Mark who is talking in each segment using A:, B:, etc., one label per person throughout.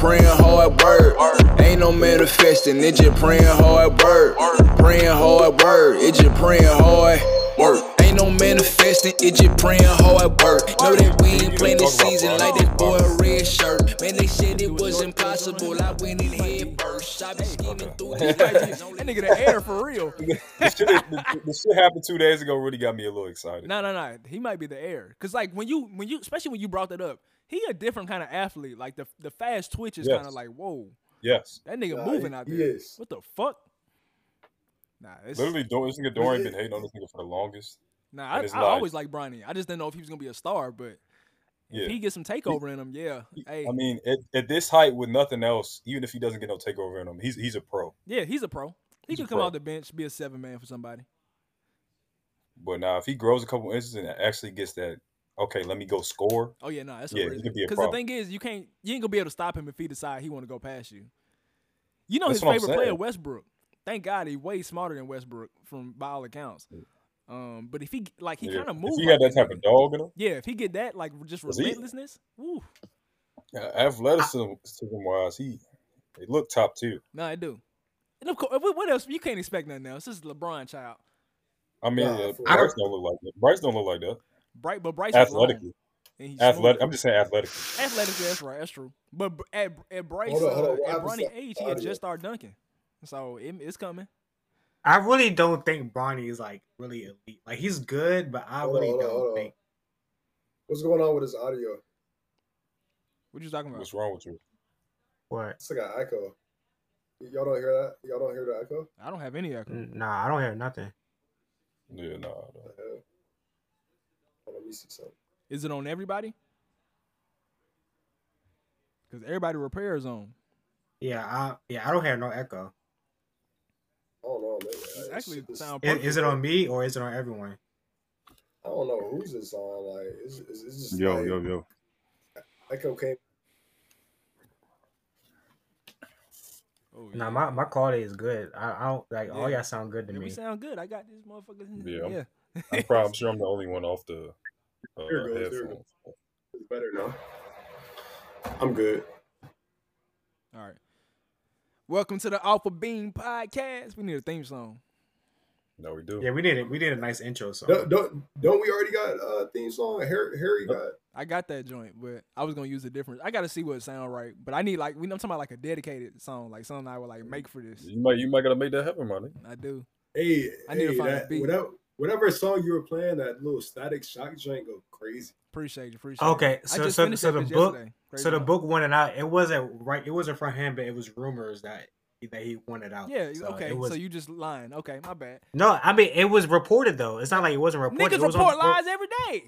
A: Praying hard work. Ain't no manifesting, it just praying hard work. Praying hard work, it just praying hard work. Ain't no manifesting, it just praying hard work. Know that we ain't playing this season like that boy a red shirt. Man, they said it was impossible. I went in head first. I been scheming through these pages.
B: That nigga the air for real.
C: the, shit, the, the shit happened two days ago. Really got me a little excited.
B: No, no, no. He might be the air. Cause like when you when you especially when you brought that up, he a different kind of athlete. Like the the fast twitch is
C: Yes.
B: kind of like whoa,
C: Yes,
B: that nigga
D: Nah,
B: moving
D: he-
B: out
D: he
B: there.
D: is.
B: What the fuck? Nah, it's,
C: literally, Dor- this nigga Dorian been hating on this nigga for the longest.
B: nah. I,
C: and it's
B: I
C: live.
B: always like Bronny. I just didn't know if he was gonna be a star, but if
C: Yeah.
B: he gets some takeover in him, yeah. Hey,
C: I mean, at, at this height with nothing else, even if he doesn't get no takeover in him, he's he's a pro.
B: yeah, he's a pro. He
C: he's a
B: could come
C: pro.
B: off the bench, be a seven man for somebody.
C: But now, if he grows a couple inches and actually gets that, okay, let me go score.
B: Oh yeah, nah, that's
C: Yeah,
B: a
C: he
B: risk.
C: could be a
B: the
C: problem.
B: thing is, you can't, you ain't gonna be able to stop him if he decide he want to go past you. You know
C: That's
B: his
C: what I'm
B: favorite player,
C: saying.
B: Westbrook. Thank God he way smarter than Westbrook from by all accounts. Um, but if he like he
C: Yeah.
B: kind of
C: If
B: moves,
C: he
B: like
C: got that type of dog in him,
B: yeah, if he get that like just
C: Is he-
B: relentlessness, woo,
C: uh, athleticism wise, he they look top tier.
B: no, I do. And of course, what else? You can't expect nothing else. This is LeBron child,
C: I mean,
D: Nah,
C: uh,
D: for
C: Bryce don't look like that. Bryce don't look like that.
B: bright, but Bryce is long,
C: Athletically,
B: and he's
C: athletic.
B: smooth.
C: I'm just saying athletically.
B: athletically, that's right, that's true. But br- at at Bryce,
D: Hold on, hold on,
B: uh,
D: what
B: at
D: happened
B: Bronny
D: to
B: age, he had
D: audio?
B: just started dunking, so it, it's coming.
E: I really don't think Bronny is like really elite. Like he's good, but I
D: Hold on,
E: really
D: hold on,
E: don't
D: hold on.
E: think.
D: What's going on with his audio?
B: What you talking about?
C: What's wrong with you?
E: What?
D: It's like an echo. Y'all don't hear that? Y'all don't hear the echo?
B: I don't have any echo.
E: Nah, I don't hear nothing.
C: Yeah, nah. nah.
D: What the hell? Hold on, let me see something.
B: Is it on everybody? Because everybody repairs on.
E: Yeah, I yeah, I don't hear no echo.
D: I don't know, man.
B: It's
D: Like,
B: actually
D: shit is-
B: sound
E: I-
B: perfect.
E: Is, it on me or is it on everyone?
D: I don't know who's this on. Like, it's, it's, it's just
F: Yo,
D: like,
F: yo, yo.
D: echo came.
B: Oh,
E: Nah, my, my quality is good. I, I don't like all
B: Yeah.
E: y'all sound good to
B: yeah, we
E: me.
B: sound good. I got this motherfucker.
C: Yeah, I'm-
B: Yeah.
C: I'm probably I'm sure I'm the only one off the uh,
D: There it goes, there it
C: headphones.
D: It's better now. I'm good.
B: All right. Welcome to the Alpha Beam Podcast. We need a theme song.
C: No, we do.
E: Yeah, we did it. We did a nice intro song.
D: Don't, don't, don't we already got uh, theme song? Harry, Harry got.
B: I got that joint, but I was gonna use a different. I gotta see what it sound right, but I need like we. I'm talking about like a dedicated song, like something I would like make for this.
C: You might you might gotta make that happen, money.
B: I do.
D: Hey,
B: I need to
D: hey,
B: find a
D: that-
B: beat.
D: Whatever, whatever song you were playing, that little static shock joint go crazy.
B: Appreciate you. Appreciate.
E: Okay,
B: it. I
E: so-
B: just
E: so-
B: finished
E: so
B: that
E: the
B: bitch
E: book-
B: yesterday.
E: so
B: Crazy
E: the
B: enough.
E: book wanted out. It wasn't right. It wasn't from him, but it was rumors that that he wanted out.
B: Yeah.
E: So
B: okay.
E: It was,
B: so you just lying. Okay. My bad.
E: no, I mean it was reported though. It's not like it wasn't reported.
B: Niggas
E: It was on-
B: report lies every day.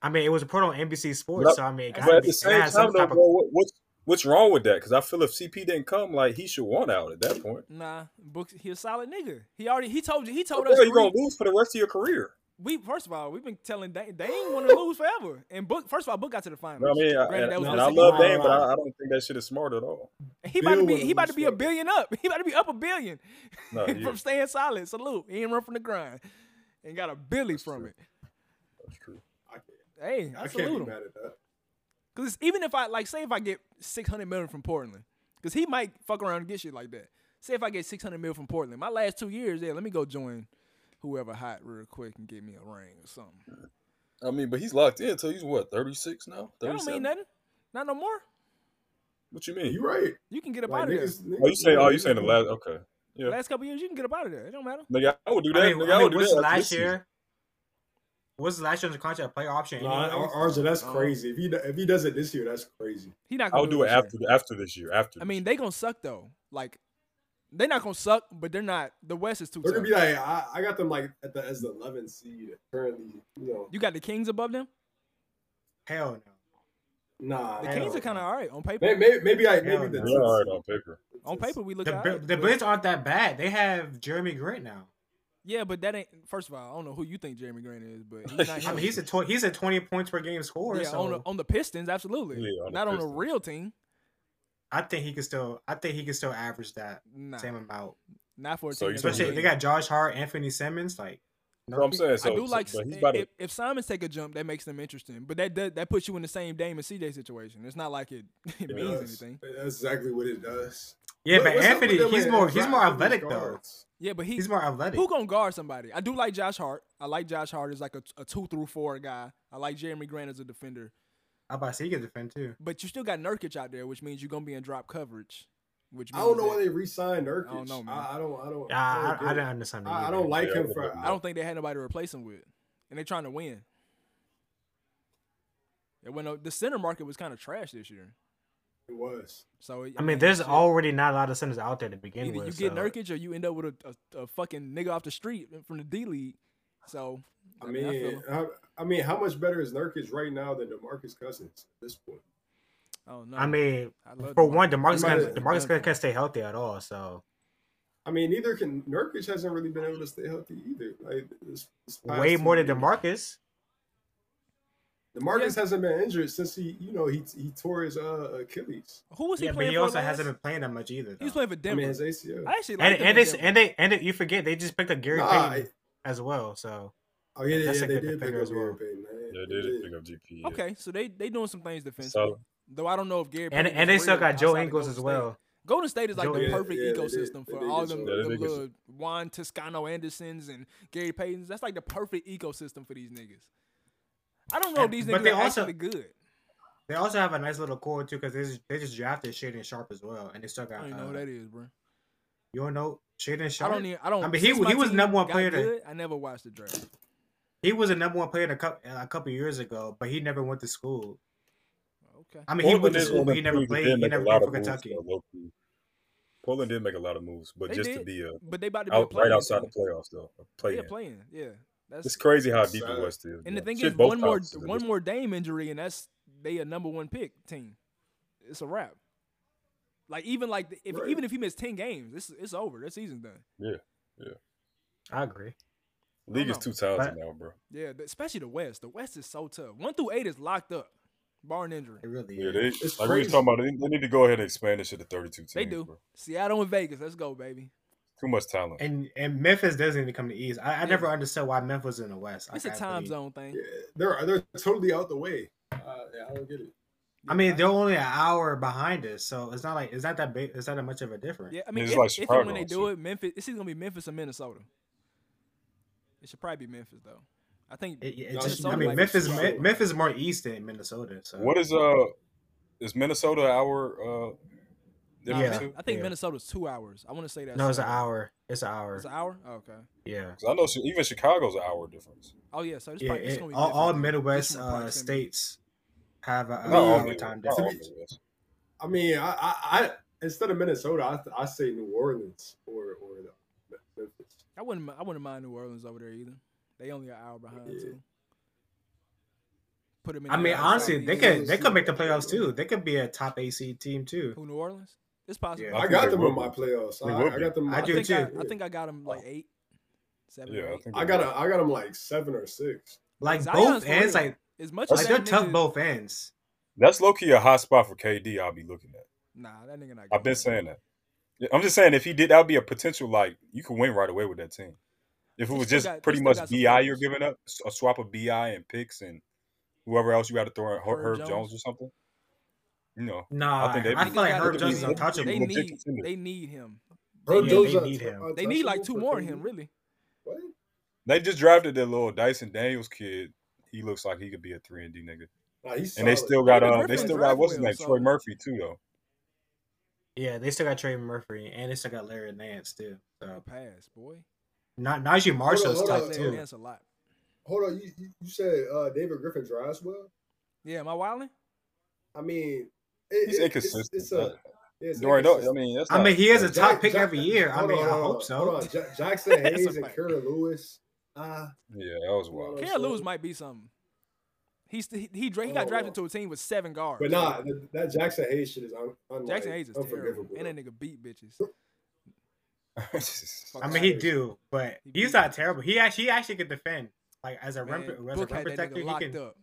E: I mean, it was reported on NBC Sports,
C: But-
E: so I mean, it
C: But
E: gotta
C: at
E: be.
C: the
E: It
C: same
E: had
C: time,
E: some
C: though,
E: type of
C: bro, what, what's what's wrong with that? Because I feel if CP didn't come, like he should want out at that point.
B: Nah, Books. He a solid nigga. He already. He told you. He told
C: Bro,
B: us.
C: you
B: three-
C: gonna lose for the rest of your career.
B: we first of all, we've been telling Dane. Dane want to lose forever. And Book. First of all, Book got to the
C: You
B: finals.
C: know what I mean, I-
B: Granted,
C: and,
B: that was
C: and
B: the
C: I
B: second
C: love
B: round.
C: Dame, but I, I don't think that shit is smart at all.
B: He about to
D: Bill
B: be.
D: wanna
B: He about to
D: lose
B: be a
D: forever.
B: billion up. He about to be up a billion
C: No, Oh, yeah,
B: from staying solid. Salute. He ain't run from the grind. And got a billy
C: That's
B: from
C: true.
B: it.
C: that's true.
D: I can't,
B: Hey, I,
D: I can't
B: salute
D: be
B: him.
D: mad at that.
B: Cause even if I like, say if I get six hundred million from Portland, cause he might fuck around and get shit like that. Say if I get six hundred million from Portland, my last two years, yeah, let me go join whoever hot real quick and get me a ring or something.
C: I mean, but he's locked in till he's what thirty six now.
B: That don't
C: 37?
B: mean nothing. Not no more.
C: What you mean?
D: You right.
B: You can get up
D: Like,
B: out of there.
D: niggas-
C: Oh, you say? Oh, you
D: niggas-
C: saying the last? Okay, yeah.
B: Last couple years, you can get up out of there. It don't matter.
C: Nigga, I would do that.
E: I mean,
C: Nigga,
E: I
C: I
E: mean
C: would do
E: what's
C: that after
E: last
C: this
E: year? What's last year's contract? Player option?
D: Nah,
E: anyways?
D: Ar- Arja, that's
B: Uh,
D: crazy. If he do- if he does it this year, that's crazy.
B: He not
C: I
B: gonna
C: would do it
B: this year.
C: after after this year. After
B: I
C: this
B: mean,
C: year.
B: they gonna suck though. Like, they not gonna suck, but they're not. The West is too
D: They're
B: tough.
D: gonna be like, I, I got them like at the as the 11th seed currently. You know,
B: you got the Kings above them.
E: Hell no.
D: nah.
B: The
E: I
B: Kings
E: know.
B: are kind of all right on paper.
D: Maybe maybe, maybe I maybe
E: Hell
D: the
E: no.
C: They all right on paper.
B: On paper, we look.
E: The,
B: all
E: Bi-
B: right,
E: the
B: but-
E: Blitz aren't that bad. They have Jeremy Grant now.
B: Yeah, but that ain't. First of all, I don't know who you think Jeremy Grant is, but he's not.
E: I
B: him.
E: mean, he's a tw- he's a twenty points per game scorer.
B: yeah,
E: so
B: on the, on the Pistons, absolutely.
C: Yeah, on the
B: not on a
C: Pistons.
B: real team.
E: I think he could still I think he could still average that
B: Nah,
E: same amount.
B: not for a
C: So
B: team.
C: you
B: that's
E: Especially
C: Yeah.
E: they got Josh Hart, Anthony Simmons. Like,
C: That's what I'm saying. So,
B: I do
C: so-
B: like
C: but he's
B: if,
C: about to,
B: if Simons take a jump, that makes them interesting. But that does, that puts you in the same Dame and CJ situation. It's not like it, it
C: It
B: means
C: does.
B: anything.
D: That's exactly what it does.
E: Yeah,
D: What-
E: but
D: what's up with
E: Anthony,
D: them
E: he's
D: and
E: more he's
D: Brock
E: more
D: and these
E: athletic though.
D: guards?
B: Yeah, but he,
E: He's more athletic.
B: who gonna guard somebody? I do like Josh Hart. I like Josh Hart as like a, a two through four guy. I like Jeremy Grant as a defender.
E: I about to say he can defend too.
B: But you still got Nurkic out there, which means you're gonna be in drop coverage. Which
D: I don't
B: means
D: know why
B: that-
D: they re-signed Nurkic.
B: I don't know, man.
D: I, I don't. I don't.
E: Yeah, I,
D: don't
E: I, I
D: get
E: didn't
D: it.
E: understand.
D: I, I
E: either.
D: don't like
C: Yeah, I
D: him
C: don't
D: for.
C: know.
B: I don't think they had nobody to replace him with, and they're trying to win. And when uh, the center market was kind of trash this year,
D: it was.
B: so
E: I mean, there's
B: shit.
E: already not a lot of centers out there to begin
B: either
E: with.
B: you get
E: so-
B: Nurkic or you end up with a, a, a fucking nigga off the street from the D League. So
D: I
B: mean, I
D: mean,
B: feel-
D: I, I mean, how much better is Nurkic right now than DeMarcus Cousins at this point?
B: oh no,
E: I mean,
B: I love
E: for
B: DeMarcus.
E: one, DeMarcus
D: He might
E: can,
D: have-
E: DeMarcus can, can't stay healthy at all. So
D: I mean, neither can Nurkic hasn't really been able to stay healthy either. Like this, this past
E: way
D: two
E: more than
D: years.
E: DeMarcus.
D: DeMarcus hasn't been injured since he, you know, he he tore his uh, Achilles.
B: who was he
E: Yeah, but
B: playing
E: he
B: for?
E: also
B: last?
E: hasn't been playing that much either.
B: He was
E: though.
B: playing for
D: I
B: Denver.
D: mean
B: I,
D: his ACL.
B: actually like
E: and
B: him
E: and
B: in
E: they
B: Denver.
E: and they and they, you forget they just picked up Gary
D: Nah,
E: Payton
D: I-
E: as well. So
D: oh yeah, yeah,
E: That's
D: yeah
E: a
D: they
E: good
D: did pick
E: defender
D: up
E: as
D: Gary
E: well.
D: Payton.
C: yeah, they did pick up GP. yeah.
B: okay, so they they doing some things defensively.
C: So
B: Though I don't know if Gary
E: and
B: Payton
E: and
B: is
E: they still
B: real
E: got Joe
B: outside of
E: Ingles
B: Golden
E: as
B: State.
E: well.
B: Golden State is like
E: Joe-
B: the
E: Yeah,
B: perfect
D: yeah, they did.
B: ecosystem
D: They
B: for
D: did
B: all
D: get
B: them,
D: Joe.
C: Yeah, they
B: them
C: did get Joe.
B: little Juan Toscano Andersons and Gary Paytons. That's like the perfect ecosystem for these niggas. I don't know if
E: And-
B: these
E: but
B: niggas
E: they
B: are
E: also-
B: actually good.
E: They also have a nice little core too because they just, they just drafted Shaden Sharp as well, and they still
B: I
E: got.
B: don't even know
E: uh,
B: who that is, bro.
E: You don't know Shaden
B: I
E: Sharp?
B: don't e even. I don't.
E: I mean, he-
B: since my
E: he was
B: team
E: number one
B: got
E: player to-
B: Good, I never watched the draft.
E: He was a number one player in a couple a couple years ago, but he never went to school.
B: Okay.
E: I mean, he went
C: Portland
E: to
C: is
E: school,
C: on
E: but
C: the
E: he never
C: team that
E: played.
C: did
E: He
C: make a
E: never
C: lot
E: played for
C: of moves,
E: Kentucky.
C: though, low-key. Poland did make a lot of moves, but
B: They
C: just to
B: did.
C: be a
B: But they about to be a
C: out,
B: player
C: Oh, right outside
B: team.
C: the playoffs though, play
B: Yeah, playing. Yeah, that's
C: It's crazy how deep
D: Sad.
C: the West is.
B: and
C: bro.
B: the thing
C: Shit,
B: is,
C: both
B: one more
C: conferences are
B: one
C: just-
B: more Dame injury, and that's they a number one pick team. It's a wrap. Like even like the- if
D: Right.
B: even if he missed ten games, it's it's over. That season's done.
E: I agree.
C: League is
B: no.
C: too talented now, bro.
B: Yeah, but especially the West. The West is so tough. One through eight is locked up, barring injury.
E: It really
C: Yeah,
E: is.
C: they
D: It's
C: like we was
D: crazy.
C: talking about. They, they need to go ahead and expand this shit to 32 teams.
B: They do.
C: bro.
B: Seattle and Vegas. Let's go, baby.
C: Too much talent.
E: And and Memphis doesn't even come to the East. I, I never understood why Memphis was in the West.
B: It's a
E: Like, I
B: time
E: really-
B: zone thing.
D: Yeah, they're they're totally out the way. Uh, yeah, I don't get it.
E: I mean, they're only an hour behind us, so it's not like it's not that big. It's not that much of a difference.
B: Yeah, I mean,
C: It's
B: if,
C: like
B: if and
C: Chicago
B: when they
C: and
B: do
C: shit.
B: it, Memphis. It's either gonna be Memphis or Minnesota. It should probably be Memphis though. I think.
E: It, it
D: No,
E: just,
D: it's
E: I
D: only
E: mean,
D: like
E: Memphis,
D: two
E: Me-
D: hours.
E: Memphis is more east than Minnesota. So
C: What is uh is Minnesota our uh
B: nah,
E: Yeah.
B: Min-
C: difference?
B: I think
E: Yeah.
B: Minnesota's two hours. I want to say that.
E: No, it's an hour. It's an hour.
B: It's an hour. Oh, okay.
E: yeah,
C: 'Cause I know Chi- even Chicago's an hour difference.
B: Oh yeah. So it's
E: yeah.
B: probably, it's
E: It,
B: gonna be
E: all, all
B: different.
E: Midwest
B: This one probably
E: uh,
B: is gonna be-
E: states have a, a
C: Not all
E: hour
C: the-
E: time
C: not all
E: difference.
C: the West.
D: I mean, I, I, I instead of Minnesota, I, th- I say New Orleans or or the Memphis.
B: I wouldn't. mi- I wouldn't mind New Orleans over there either. They only an hour behind
D: Yeah.
B: too. Put them. In
E: I
B: the
E: mean,
B: outside
E: honestly, they
B: league.
E: could they could make the playoffs too. They could be a top AC team too.
B: Who New Orleans? It's possible.
E: Yeah.
D: I
C: think
D: got
C: they
D: them
C: will
D: in my
C: be.
D: playoffs.
C: They
D: I,
C: will
D: I
C: be.
D: got them. in
E: I
D: my-
E: do
B: think I,
E: too.
B: I think I got them like eight, seven.
C: Yeah,
B: or
C: I
B: eight.
C: think
D: I got a, I got them like seven or six.
E: Like
B: Zion's
E: both
B: for
E: ends,
B: real.
E: like,
B: As much
E: like
B: as
E: they're
B: that
E: tough
B: nigga-
E: both ends.
C: That's low key a hot spot for KD. I'll be looking at.
B: Nah, that nigga not.
C: I've been
B: good.
C: saying that. Yeah, I'm just saying if he did, that'd be a potential like you could win right away with that team. If it
B: They
C: was
B: still
C: just
B: got- they
C: pretty
B: still
C: much
B: got some
C: Bi you're
B: players.
C: giving up, s- a swap of Bi and picks and whoever else you got to throw in Herb, Herb
B: Herb Jones.
C: Jones. or something. You know,
E: Nah, I,
C: I think they-
E: feel like
B: They
E: Herb
B: gotta
E: Jones is
B: be-
E: untouchable.
B: They
C: Legit
B: need,
C: contender.
B: they need him.
D: Herb
E: Yeah,
D: Jones
E: they
D: un-
E: need him.
B: They need like
D: untouchable
B: two
D: for
B: more of
D: KD?
B: him, really.
D: What?
C: they just drafted that little Dyson Daniels kid. He looks like he could be a three and D nigga.
D: Nah, he's
C: And they
D: solid.
C: still got
B: Blake
C: uh,
B: Griffin
C: they still
B: draft
C: got what's his
B: well,
C: name,
B: so-
C: Troy Murphy too though.
E: Yeah, they still got Trey Murphy and they still got Larry Nance too.
B: A
E: So
B: pass, boy.
E: not Najee Marshall's
D: hold
E: tough
D: on,
B: Tyler
D: hold
E: too.
B: Lance a lot.
D: Hold on, you you, you said uh, David Griffin drives well.
B: Yeah, am I wilding?
D: I mean, it,
C: He's
D: it-
C: inconsistent.
D: It's, it's a. yeah, It's
C: During those, I
D: inconsistent.
C: mean, that's
E: I
C: not-
E: mean, he is a
D: Jack-
E: top pick
D: Jack-
E: every year. I
D: hold
E: mean,
D: on,
E: I
D: hold on,
E: hope so.
D: Hold on, Ja- Jackson
B: That's a
D: Hayes and
B: fact.
D: Kerr Lewis. Uh,
C: yeah, that was wild.
D: Well,
B: Kara
D: so-
B: Lewis might be something. He's he he, dra- he
D: Oh,
B: got drafted to
D: wow.
B: a team with seven guards.
D: but nah, th- that Jackson Hayes shit is un- unlike,
B: Jackson Hayes is terrible,
D: unforgivable.
B: and that nigga beat bitches.
E: I mean, he
D: Cyrus.
E: do, but
B: He beat
E: he's not
B: us.
E: terrible. He actually he actually could defend. Like as a rim,
B: Man,
E: as a
B: Book had
E: rim
B: that
E: protector,
B: nigga
E: he
B: locked
E: can.
B: up,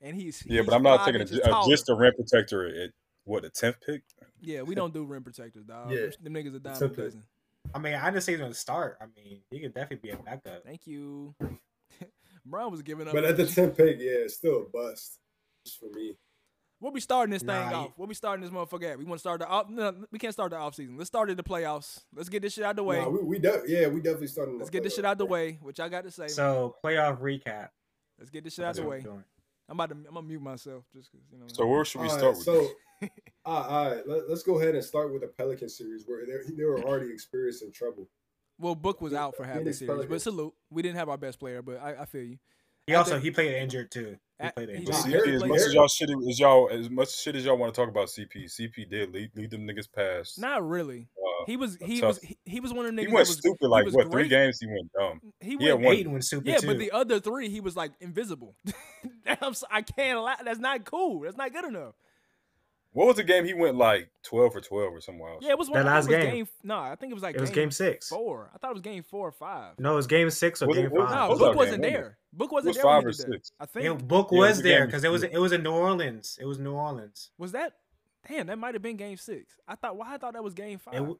B: and he's
C: yeah,
B: he's
C: but I'm not
B: five
C: taking a,
B: inches
C: ju- uh,
B: taller.
C: just a rim protector at what the tenth pick.
B: Yeah, we don't do rim protectors, dog.
D: Yeah.
B: Them niggas are dime
D: It's
B: a
D: okay.
B: dozen.
E: I mean, I didn't say he's gonna start. I mean, he could definitely be a backup.
B: Thank you. Brown was giving up.
D: But at the 10th pick, yeah, it's still a bust just for me.
B: We'll be starting this
E: Nah,
B: thing
E: you-
B: off. We'll be starting this motherfucker at. We want to start the off. No, we can't start the off season. Let's start at the playoffs. Let's get this shit out the way.
D: Nah, we, we de- yeah, we definitely starting.
B: Let's get this shit out the way. Which I got to say.
E: So playoff recap.
B: Let's get this shit out the
E: what we're
B: way.
E: doing.
B: I'm about to. I'm gonna mute myself just because you know.
C: So where should we
D: All
C: start
D: right,
C: with?
D: so, all right, all right, let, let's go ahead and start with the Pelican series where they, they were already experiencing trouble.
B: well, Book was out for half the
D: Phoenix
B: series, but
D: Pelicans.
B: salute. We didn't have our best player, but I, I feel you.
E: He
B: I
E: also
B: think-
E: he played injured too. He
B: I-
E: played
B: he
E: injured.
C: But
D: Nah,
C: CP,
D: Eric
C: as
D: played-
C: much as
D: Eric-
C: y'all shit as y'all as much shit as y'all want to talk about CP, CP did lead, lead them niggas past.
B: Not really.
C: uh,
B: He was. He
C: tough.
B: was. He, he was one of the niggas.
C: he
B: that
C: went
B: was,
C: stupid like
B: was
C: what
B: great.
C: three
B: Mm.
C: games he went dumb.
B: He
C: He had
B: went.
C: one-
E: Aiden was stupid
B: yeah,
E: too.
B: but the other three, he was like invisible. I'm so- I can't. Lie. That's not cool. That's not good enough.
C: What was the game he went like twelve for twelve or somewhere else?
B: Yeah, it was one.
E: That
B: I
E: last
B: think it was
E: game.
B: Nah, I think it was like
E: it was game six.
B: uh, four. I thought it was game four or five.
E: No, it was game six or
C: Was it-
E: game
C: was it-
E: five.
B: No,
C: those
B: Book
C: are
B: wasn't
C: game
B: there.
C: winners.
B: Book wasn't
C: was
B: there. when
C: five
B: he
C: or
B: did that.
C: six?
B: I think
E: It, book
C: Yeah, it
E: was
C: was a
E: there
C: game
E: because it was
C: six.
E: it was in New Orleans. It was New Orleans.
B: was that. Damn, that might have been game six. I thought. Why I thought that was game
E: It
B: five.
E: w-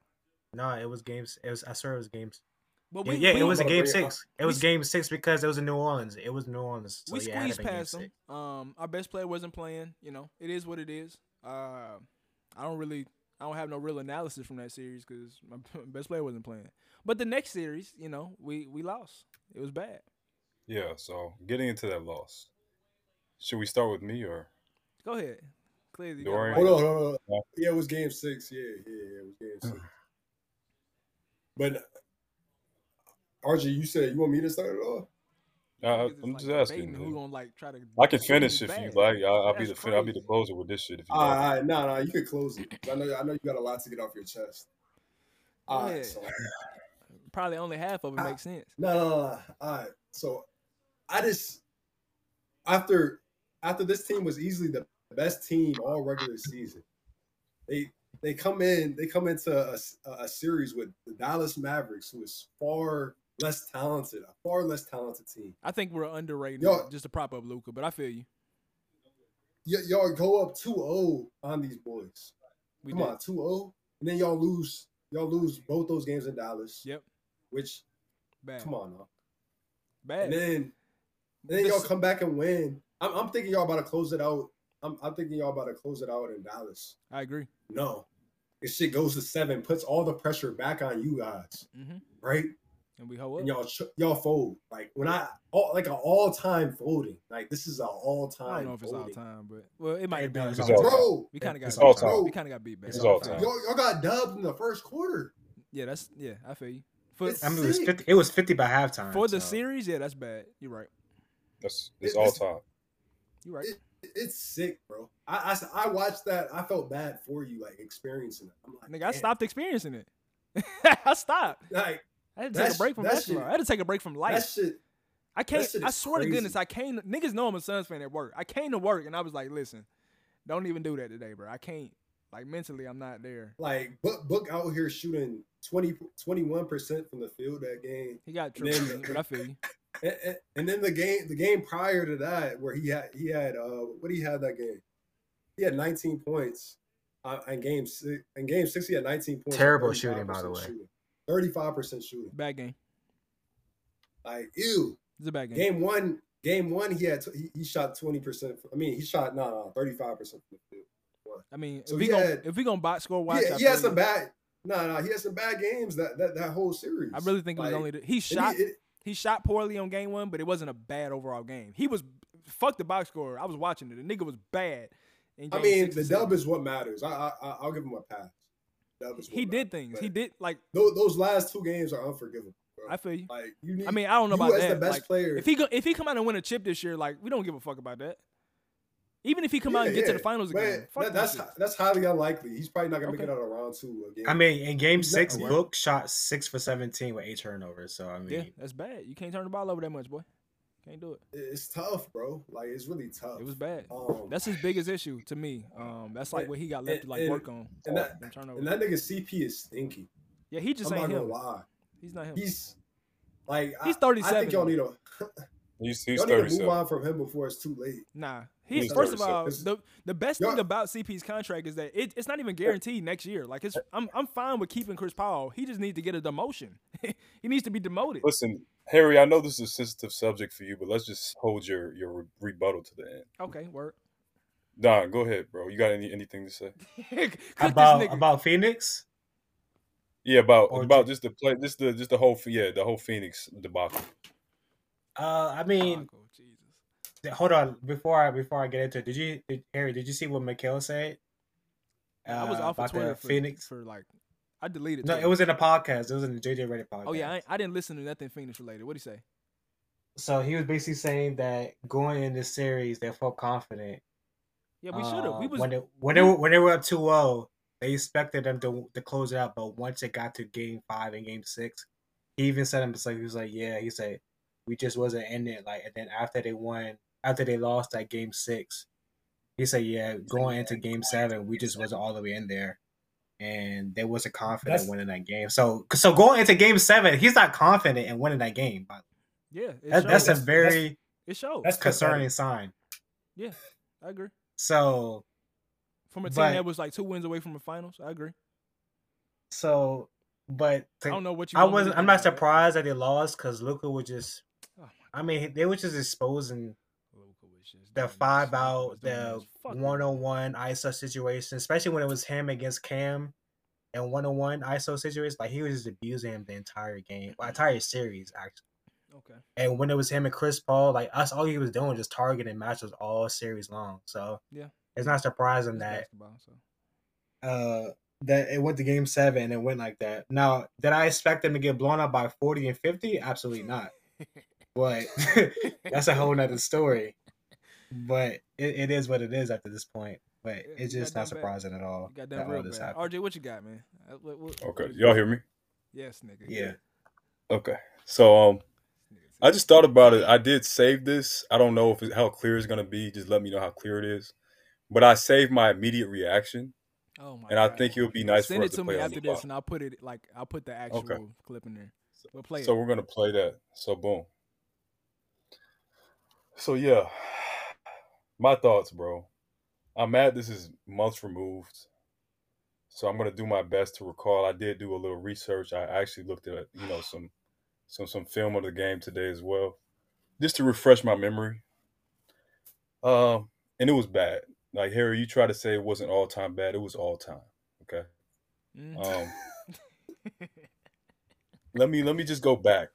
E: no, it was games. It was I swear it was games.
B: But
E: Yeah,
B: we,
E: yeah,
B: we,
E: it was a
D: wanna
C: uh,
E: game
D: bring it up.
E: six. It was
B: s-
E: game six because it was in New Orleans. It was New Orleans. So
B: we
E: yeah, it had
B: squeezed
E: to been game
B: past
E: six.
B: them. Um, our best player wasn't playing. You know, it is what it is. Uh, I don't really, I don't have no real analysis from that series because my best player wasn't playing. But the next series, you know, we we lost. It was bad.
C: Yeah, so getting into that loss. Should we start with me or
B: Go ahead. Clearly, you got
C: Dorian.
B: the
D: Hold
B: mic.
D: on, hold
C: Yeah.
D: on. Yeah, it was game six. Yeah, yeah, yeah it was game six. But RG, you said you want me to start it off?
C: I,
B: Niggas is,
C: I'm
B: like,
C: just
B: debating
C: asking.
B: Who
C: man.
B: gonna like try to?
C: I can finish if you
B: bad.
C: like. I, I'll be the
B: That's
C: fin- I'll be the
B: crazy.
C: closer with this shit if you
D: All right,
C: like.
D: all right, nah, nah, you can close it. 'cause I know, I know you got a lot to get off your chest. All right,
B: Yeah.
D: so
B: Probably only half of it
D: Ah.
B: makes sense.
D: No, no, no, no. All right. So I just after after this team was easily the best team all regular season. They they come in they come into a, s- a- a series with the Dallas Mavericks, who is far less talented, a far less talented team.
B: I think we're underrated
D: Yo.
B: just to prop up Luca, but I feel you.
D: Y- y'all go up 2-0 on these boys.
B: We
D: Come
B: did.
D: on, 2-0, and then y'all lose y'all lose both those games in Dallas.
B: Yep.
D: Which
B: Bad.
D: come on, now.
B: Bad.
D: and then And then
B: This-
D: y'all come back and win. I'm, I'm thinking y'all about to close it out. I'm, I'm thinking y'all about to close it out in Dallas.
B: I agree.
D: No, this shit goes to seven, puts all the pressure back on you guys,
B: hmm
D: right?
B: And we hold
D: And
B: up.
D: y'all ch- y'all fold like when I all, like an all time folding. Like this is an all
B: I don't
D: time.
B: know if it's all
D: folding.
B: time, but well, it might
E: It
B: have
E: does.
B: been.
E: It's
C: all time.
D: Bro,
B: We kind of got
E: It's
B: beat.
C: all time.
B: We kind of got beat back.
C: It's all time.
D: y'all, y'all got dubbed in the first quarter.
B: Yeah, that's yeah. I feel you. For
D: It's-
E: I mean, it was
D: Sick.
E: fifty. It was fifty by halftime.
B: for the
E: so-
B: series, yeah, that's bad. You're right.
C: That's it's
D: It-
C: all
D: it's-
C: time.
B: You're right.
D: It- It's sick, bro. I, I s- I watched that. I felt bad for you, like experiencing it. I'm like,
B: Nigga, I
D: damn.
B: stopped experiencing it. I stopped.
D: Like
B: I had to take
D: That's-
B: a break from
D: that
B: basketball.
D: shit-
B: I had to take a break from life.
D: that shit.
B: I can't.
D: shit
B: I
D: is
B: swear to goodness,
D: crazy.
B: I came. Niggas know I'm a Suns fan at work. I came to work and I was like, listen, don't even do that today, bro. I can't. Like mentally, I'm not there.
D: like book book out here shooting 20 21 percent from the field that game
B: He got
D: And then-
B: tripped, but I feel you.
D: and, and- and then the game the game prior to that where he had he had uh what he had that game he had 19 points uh, in game six in game six he had 19 points
E: Terrible shooting, by the way.
D: 35 percent shooting
B: Bad game.
D: like ew
B: It's a bad game.
D: game one game one he had t- he, he shot 20 percent i mean he shot no no 35 percent from the field
B: I mean,
D: So
B: if we
D: he
B: gonna
D: had-
B: if we gonna box score watch,
D: he,
B: I,
D: he had
B: feel
D: some
B: you.
D: bad no no he had some bad games that that, that whole series
B: I really think it was
D: Like,
B: only the, he
D: and
B: shot.
D: he- it-
B: He shot poorly on game one, but it wasn't a bad overall game. He was fuck the box score. I was watching it. The nigga was bad. in
D: I
B: game
D: mean,
B: six
D: the
B: and seven.
D: dub is what matters. I, I I- I'll give him a pass. Dub is what
B: He did
D: matters,
B: things.
D: but
B: He did like
D: Those, those last two games are unforgivable. Bro.
B: I feel you.
D: like you need.
B: I mean, I don't know
D: you
B: about
D: as
B: that.
D: the best
B: like,
D: player.
B: if he go, if he come out and win a chip this year, like we don't give a fuck about that. Even if he come out and
D: Yeah,
B: get to the
D: yeah.
B: finals
D: Man,
B: again, fuck
D: that-
B: that
D: that's
B: shit.
D: that's highly unlikely. He's probably not gonna
B: Okay.
D: make it out of round two again.
E: I mean, in game
D: He's not-
E: six,
D: yeah.
E: Book shot six for seventeen with eight turnovers. So I mean,
B: yeah, that's bad. You can't turn the ball over that much, boy. Can't do it.
D: it's tough, bro. Like it's really tough.
B: It was bad.
D: Um,
B: That's his biggest issue to me. Um, that's like
D: And-
B: what he got left to like
D: and-
B: work on.
D: and that-
B: them
D: and
B: turnovers.
D: that nigga CP is stinky.
B: yeah, he just
D: I'm not
B: ain't
D: gonna
B: him.
D: lie.
B: He's not him.
D: He's like I-
B: He's
D: I,
B: 37
D: think y'all
B: though.
D: need to
C: He's he's
D: y'all need
C: thirty
D: to move
C: seven.
D: on from him before it's too late.
B: Nah, He
C: He's
B: first
C: thirty
B: of all,
D: six.
B: the the best
D: Yeah.
B: thing about CP's contract is that it, it's not even guaranteed next year. Like it's, I'm I'm fine with keeping Chris Paul. He just needs to get a demotion. he needs to be demoted.
C: Listen, Harry, I know this is a sensitive subject for you, but let's just hold your your re- rebuttal to the end.
B: Okay, work.
C: Don, go ahead, bro. You got any anything to say?
B: Cook this
E: about
B: nigga.
E: about Phoenix.
C: Yeah, about
E: Or
C: about
E: J-
C: just the play, just the just the whole yeah, the whole Phoenix debacle.
E: Uh, I mean,
B: Uncle, Oh, Jesus.
E: th- hold on before I before I get into it. Did you did, Harry? Did you see what Mikhail said?
B: I was
E: Uh,
B: off of
E: about the
B: Twitter for,
E: Phoenix.
B: for like I deleted.
E: No,
B: Twitter.
E: it was in a podcast. It was in the JJ Reddit podcast.
B: Oh yeah, I, ain't- I didn't listen to nothing Phoenix related. What do you say?
E: so he was basically saying that going in this series, they felt confident.
B: Yeah, we should have.
E: Uh,
B: We was
E: when they, when they were, when they were up 2-0, they expected them to to close it out. But once it got to game five and game six, he even said himself, he was like, "Yeah," he said, "We just wasn't in it." Like, and then after they won, after they lost that game six, he said, "Yeah, going into game seven, we just wasn't all the way in there." And they wasn't confident
D: That's-
E: winning that game. So, so going into game seven, he's not confident in winning that game. But
B: yeah. It
E: that,
B: showed.
E: that's a
D: That's-
E: very
B: it showed.
D: That's
E: concerning sign.
B: I agree.
E: So,
B: From a team
E: But-
B: that was like two wins away from the finals, I agree.
E: so, but
B: I
E: to-
B: don't know what you.
E: I
B: want me to
E: wasn't.
B: do
E: I'm
B: about
E: not
B: it.
E: surprised that they lost because Luca was just.
B: Oh my
E: I mean, they were just exposing
B: Luka was just
E: the
B: doing this.
E: five
B: Luka
E: out,
B: was doing
E: the
B: this. Fuck
E: one
B: Luka.
E: on one ISO situation, especially when it was him against Cam, and one on one ISO situation. Like he was just abusing him the entire game, well, entire series actually.
B: Okay.
E: And when it was him and Chris Paul, like us, all he was doing was just targeting matches all series long. So
B: Yeah.
E: it's not surprising
B: It's
E: that
B: basketball, so.
E: uh that it went to game seven and it went like that. Now, did I expect them to get blown up by forty and fifty? Absolutely not. But that's a whole nother story. But it, it is what it is after this point. But
B: Yeah,
E: it's
B: you got
E: just not
B: done bad.
E: surprising at all
B: You got
E: that
B: that
E: all
B: real
E: this
B: bad.
E: happened.
B: RJ, what you got, man? Uh, what- what-
C: Okay,
B: what-
C: y'all hear me?
B: Yes, nigga.
E: Yeah.
C: Okay, so um,
B: Nigga said-
C: I just thought about it. I did save this. I don't know if it, how clear it's gonna be. Just let me know how clear it is. But I saved my immediate reaction,
B: Oh my
C: and I
B: God.
C: think it would be nice
B: Send
C: for
B: it
C: us
B: to
C: play
B: me
C: on
B: after
C: the
B: this,
C: spot.
B: and I'll put it like I'll put the actual clip in there. We'll play
C: So
B: it.
C: we're gonna play that. So boom. So yeah, my thoughts, bro. I'm mad this is months removed, so I'm gonna do my best to recall. I did do a little research. I actually looked at you know some some some film of the game today as well, just to refresh my memory. Um, and it was bad. Like Harry, you try to say it wasn't all time bad. It was all time. Okay.
B: Mm.
C: Um, let me let me just go back.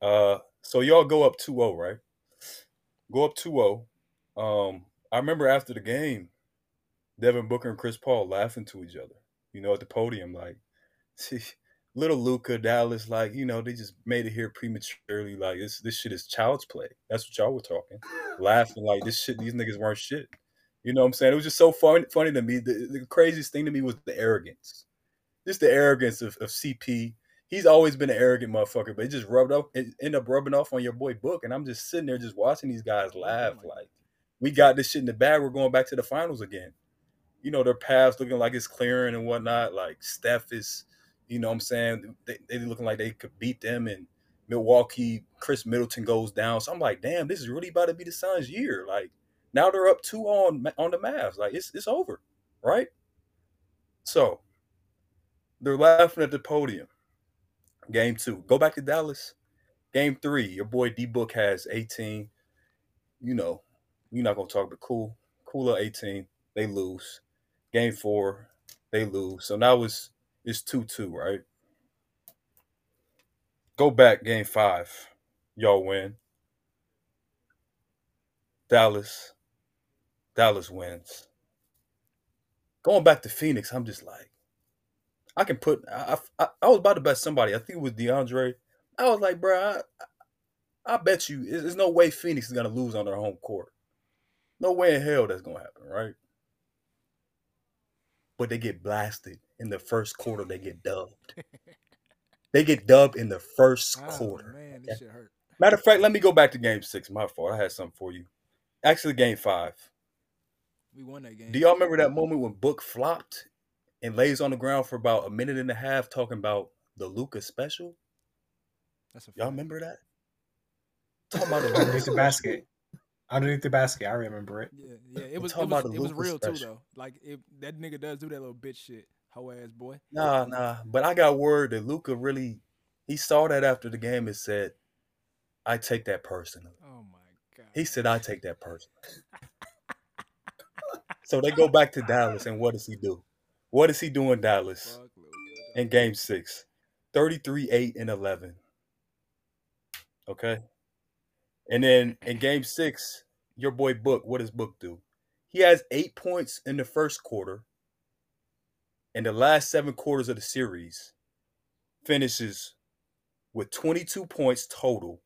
C: Uh, so y'all go up 2-0, right? Go up 2-0. Um, I remember after the game, Devin Booker and Chris Paul laughing to each other. You know, at the podium, like, little Luca Dallas, like, you know, they just made it here prematurely. Like, this this shit is child's play. That's what y'all were talking, laughing like this shit. These niggas weren't shit. You know what I'm saying? It was just so fun, funny to me. The, the craziest thing to me was the arrogance just the arrogance of, of CP. He's always been an arrogant motherfucker, but it just rubbed up, it ended up rubbing off on your boy Book. And I'm just sitting there just watching these guys laugh. Like, we got this shit in the bag. We're going back to the finals again. You know, their paths looking like it's clearing and whatnot. Like, Steph is, you know what I'm saying? They, they looking like they could beat them. And Milwaukee, Chris Middleton goes down. So I'm like, damn, this is really about to be the Suns' year. Like, now they're up two on on the Mavs. Like, it's, it's over, right? So they're laughing at the podium. Game two, go back to Dallas. Game three, your boy D Book has 18. You know, you're not gonna talk, but cool, cooler 18. They lose. Game four, they lose. So now it's it's two two, right? Go back game five, y'all win. Dallas, Dallas wins. Going back to Phoenix, I'm just like. I can put. I, I I was about to bet somebody. I think it was DeAndre. I was like, bro, I, I bet you there's there's no way Phoenix is gonna lose on their home court. No way in hell that's gonna happen, right? But they get blasted in the first quarter. They get dubbed. they get dubbed in the first
B: Oh,
C: quarter.
B: man, this shit hurt.
C: Matter of fact, let me go back to Game Six. My fault. I had something for you. Actually, Game Five.
B: We won that game.
C: Do y'all remember that moment when Book flopped and lays on the ground for about a minute and a half talking about the Luca special?
B: That's a
C: Y'all
B: fact.
C: remember that? Talking about the
B: Oh,
E: Underneath
C: Luka
E: the basket. underneath the basket. I remember it.
B: Yeah, yeah. It
C: I'm
B: was it
C: talking
B: was,
C: about the
B: it was
C: Luka
B: real too
C: special.
B: though. Like it, that nigga does do that little bitch shit. Hoe ass boy.
C: Nah, nah. But I got word that Luca really he saw that after the game and said, I take that personally.
B: Oh my god.
C: He said, I take that personally. so they go back to Dallas and what does he do? What does he do in Dallas
B: Fuck Luka.
C: in game six? 33, 8, and 11. Okay. And then in game six, your boy Book, what does Book do? He has eight points in the first quarter. And the last seven quarters of the series finishes with 22 points total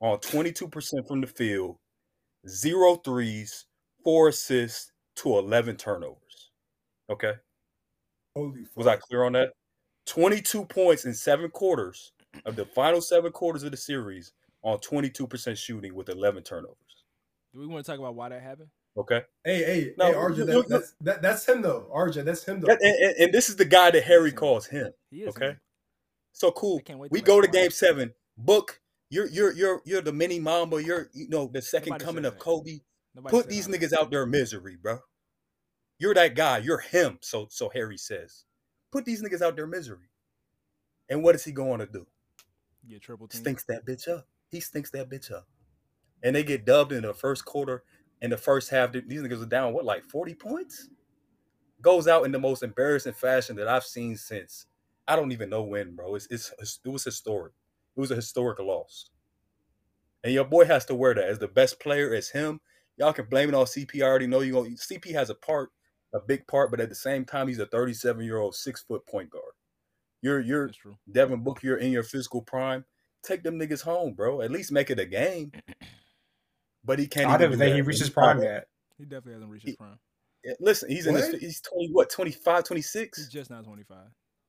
C: on 22% from the field, zero threes, four assists to 11 turnovers. Okay.
D: Holy fuck.
C: Was I clear on that? 22 points in seven quarters of the final seven quarters of the series on 22% shooting with 11 turnovers.
B: Do we want to talk about why that happened?
C: Okay.
D: Hey, hey,
C: No,
D: hey, RJ,
C: look,
D: that,
C: look,
D: that's, that, that's him though. RJ, that's him though.
C: And, and- and this is the guy that Harry calls him.
B: He is
C: Okay.
B: him.
C: So cool.
B: I can't wait.
C: We
B: let
C: go to
B: LeBron-
C: game seven. Book, you're you're you're you're the mini mamba. You're you know the second
B: Nobody
C: coming
B: said
C: of
B: that.
C: Kobe.
B: Nobody
C: Put
B: said
C: these
B: that.
C: niggas out their misery, bro. You're that guy. You're him. So so Harry says. Put these niggas out their misery. And what is he going to do?
B: Get triple team.
C: stinks that bitch up. He stinks that bitch up. And they get dubbed in the first quarter. In the first half, th- these niggas are down, what, like 40 points? Goes out in the most embarrassing fashion that I've seen since. I don't even know when, bro. It's, it's, it's- It was historic. It was a historic loss. And your boy has to wear that as the best player, as him. Y'all can blame it on CP. I already know you going CP has a part, a big part, but at the same time, he's a 37 year old, six foot point guard. You're you're
B: That's true.
C: Devin Booker, you're in your physical prime. Take them niggas home, bro. At least make it a game. But he can't.
E: I
C: even
E: don't
C: do
E: think
C: that.
E: he
C: And
E: reached his
C: he's not
E: prime
C: that-
E: yet.
B: He definitely hasn't reached his prime.
C: Yeah, Listen, he's in
D: What?
C: his. He's twenty. What? 25,
B: He's
C: 26?
B: just not 25.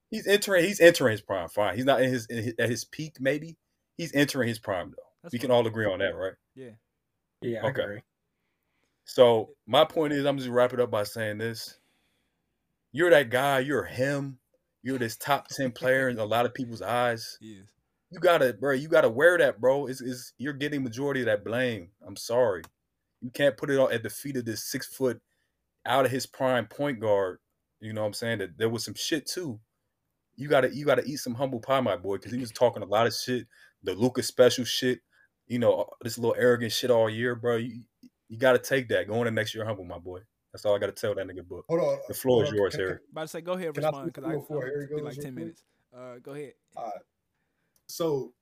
C: He's entering. He's entering his prime. Fine. He's not in his, in his at his peak. Maybe he's entering his prime though.
B: That's
C: we can
B: fine.
C: all agree on that, right?
B: Yeah.
E: Yeah, I
C: Okay.
E: agree.
C: So my point is, I'm just wrap it up by saying this: you're that guy. You're him. You're this top ten player in a lot of people's eyes.
B: He is.
C: you gotta, bro. You gotta wear that, bro. It's, it's you're getting majority of that blame. I'm sorry, you can't put it on at the feet of this six foot out of his prime point guard. You know what I'm saying? That there was some shit too. You gotta, you gotta eat some humble pie, my boy, because he was talking a lot of shit, the Lucas special shit. You know uh, this little arrogant shit all year, bro. You, you gotta take that. Go into next year humble, my boy. That's all I gotta tell that nigga. Book.
D: Hold on.
C: The floor
D: hold
C: is
D: on.
C: yours,
D: Can-
C: Harry.
B: About to say, go ahead
D: Can I
B: respond
D: speak
B: because I,
D: before
B: I
D: Harry
B: it be
D: goes
B: like 10
D: real quick?
B: minutes. Uh, go ahead.
D: So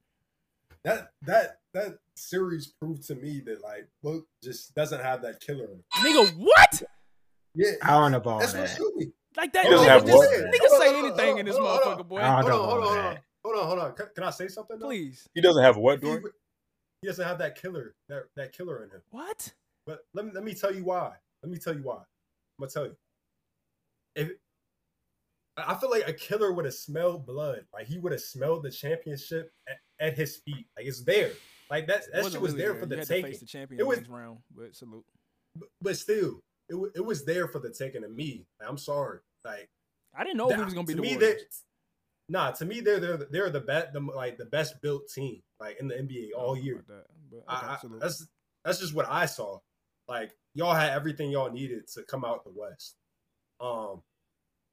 D: that that that series proved to me that like Book just doesn't have that killer. in him.
B: Nigga, what?
D: Yeah,
E: I don't know about
D: that's what
E: that.
D: showed me.
B: Like that?
C: He doesn't
B: nigga
C: have
B: just-
C: what?
B: Nigga say anything in this motherfucker, boy.
E: I
D: Hold on,
E: don't
D: hold on,
E: know
D: hold
E: that.
D: on, hold on, hold on. Can, can I say something? though?
B: Please.
C: He doesn't have a what,
D: If He,
C: Dory?
D: w- he doesn't have that killer, that that killer in him.
B: What?
D: But let me let me tell you why. Let me tell you why. I'm gonna tell you. If I I feel like a killer would have smelled blood, like he would have smelled the championship at, at his feet. Like it's there. Like that that
B: Wasn't
D: shit was
B: really
D: there for
B: You
D: the
B: had to
D: taking.
B: face the champion
D: It was-
B: next round, but salute.
D: B- but still, it, w- it was there for the taking of me. Like, I'm sorry. Like
B: I didn't know
D: that-
B: he was going to be the
D: me,
B: Warriors.
D: They, nah, to me, they're they're the- they're the best, the, like the best built team, like in the NBA
B: I don't
D: all
B: know
D: year.
B: about that, but Oh, okay,
D: I, I,
B: salute.
D: that's that's just what I saw. Like y'all had everything y'all needed to come out the West. Um,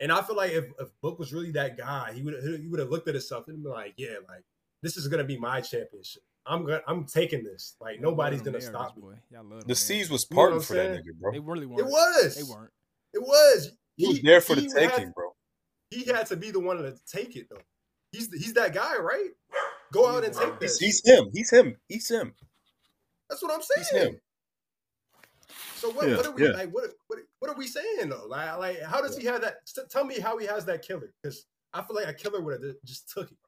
D: and I feel like if, if Book was really that guy, he would he would have looked at himself and been like, yeah, like this is gonna be my championship. I'm gonna I'm taking this. Like
B: Y'all love
D: nobody's
B: them
D: gonna
B: narratives,
D: stop me.
B: Boy. Y'all love them
C: The seas
B: narratives.
C: was
D: You know what
C: parting
D: I'm
C: for that
D: saying?
C: nigga, bro.
B: They really weren't.
D: It was.
B: They weren't.
D: It was.
C: He was there for the
D: he
C: taking,
D: had-
C: bro.
D: he had to be the one to take it though. He's he's that guy, right? Go out and take
C: He's,
D: this.
C: he's him. He's him. He's him.
D: That's what I'm
C: He's
D: saying.
C: him.
D: So what,
C: Yeah,
D: what are we
C: yeah.
D: like? What, what what are we saying though? Like like how does he have that? s- Tell me how he has that killer because I feel like a killer would have just took it.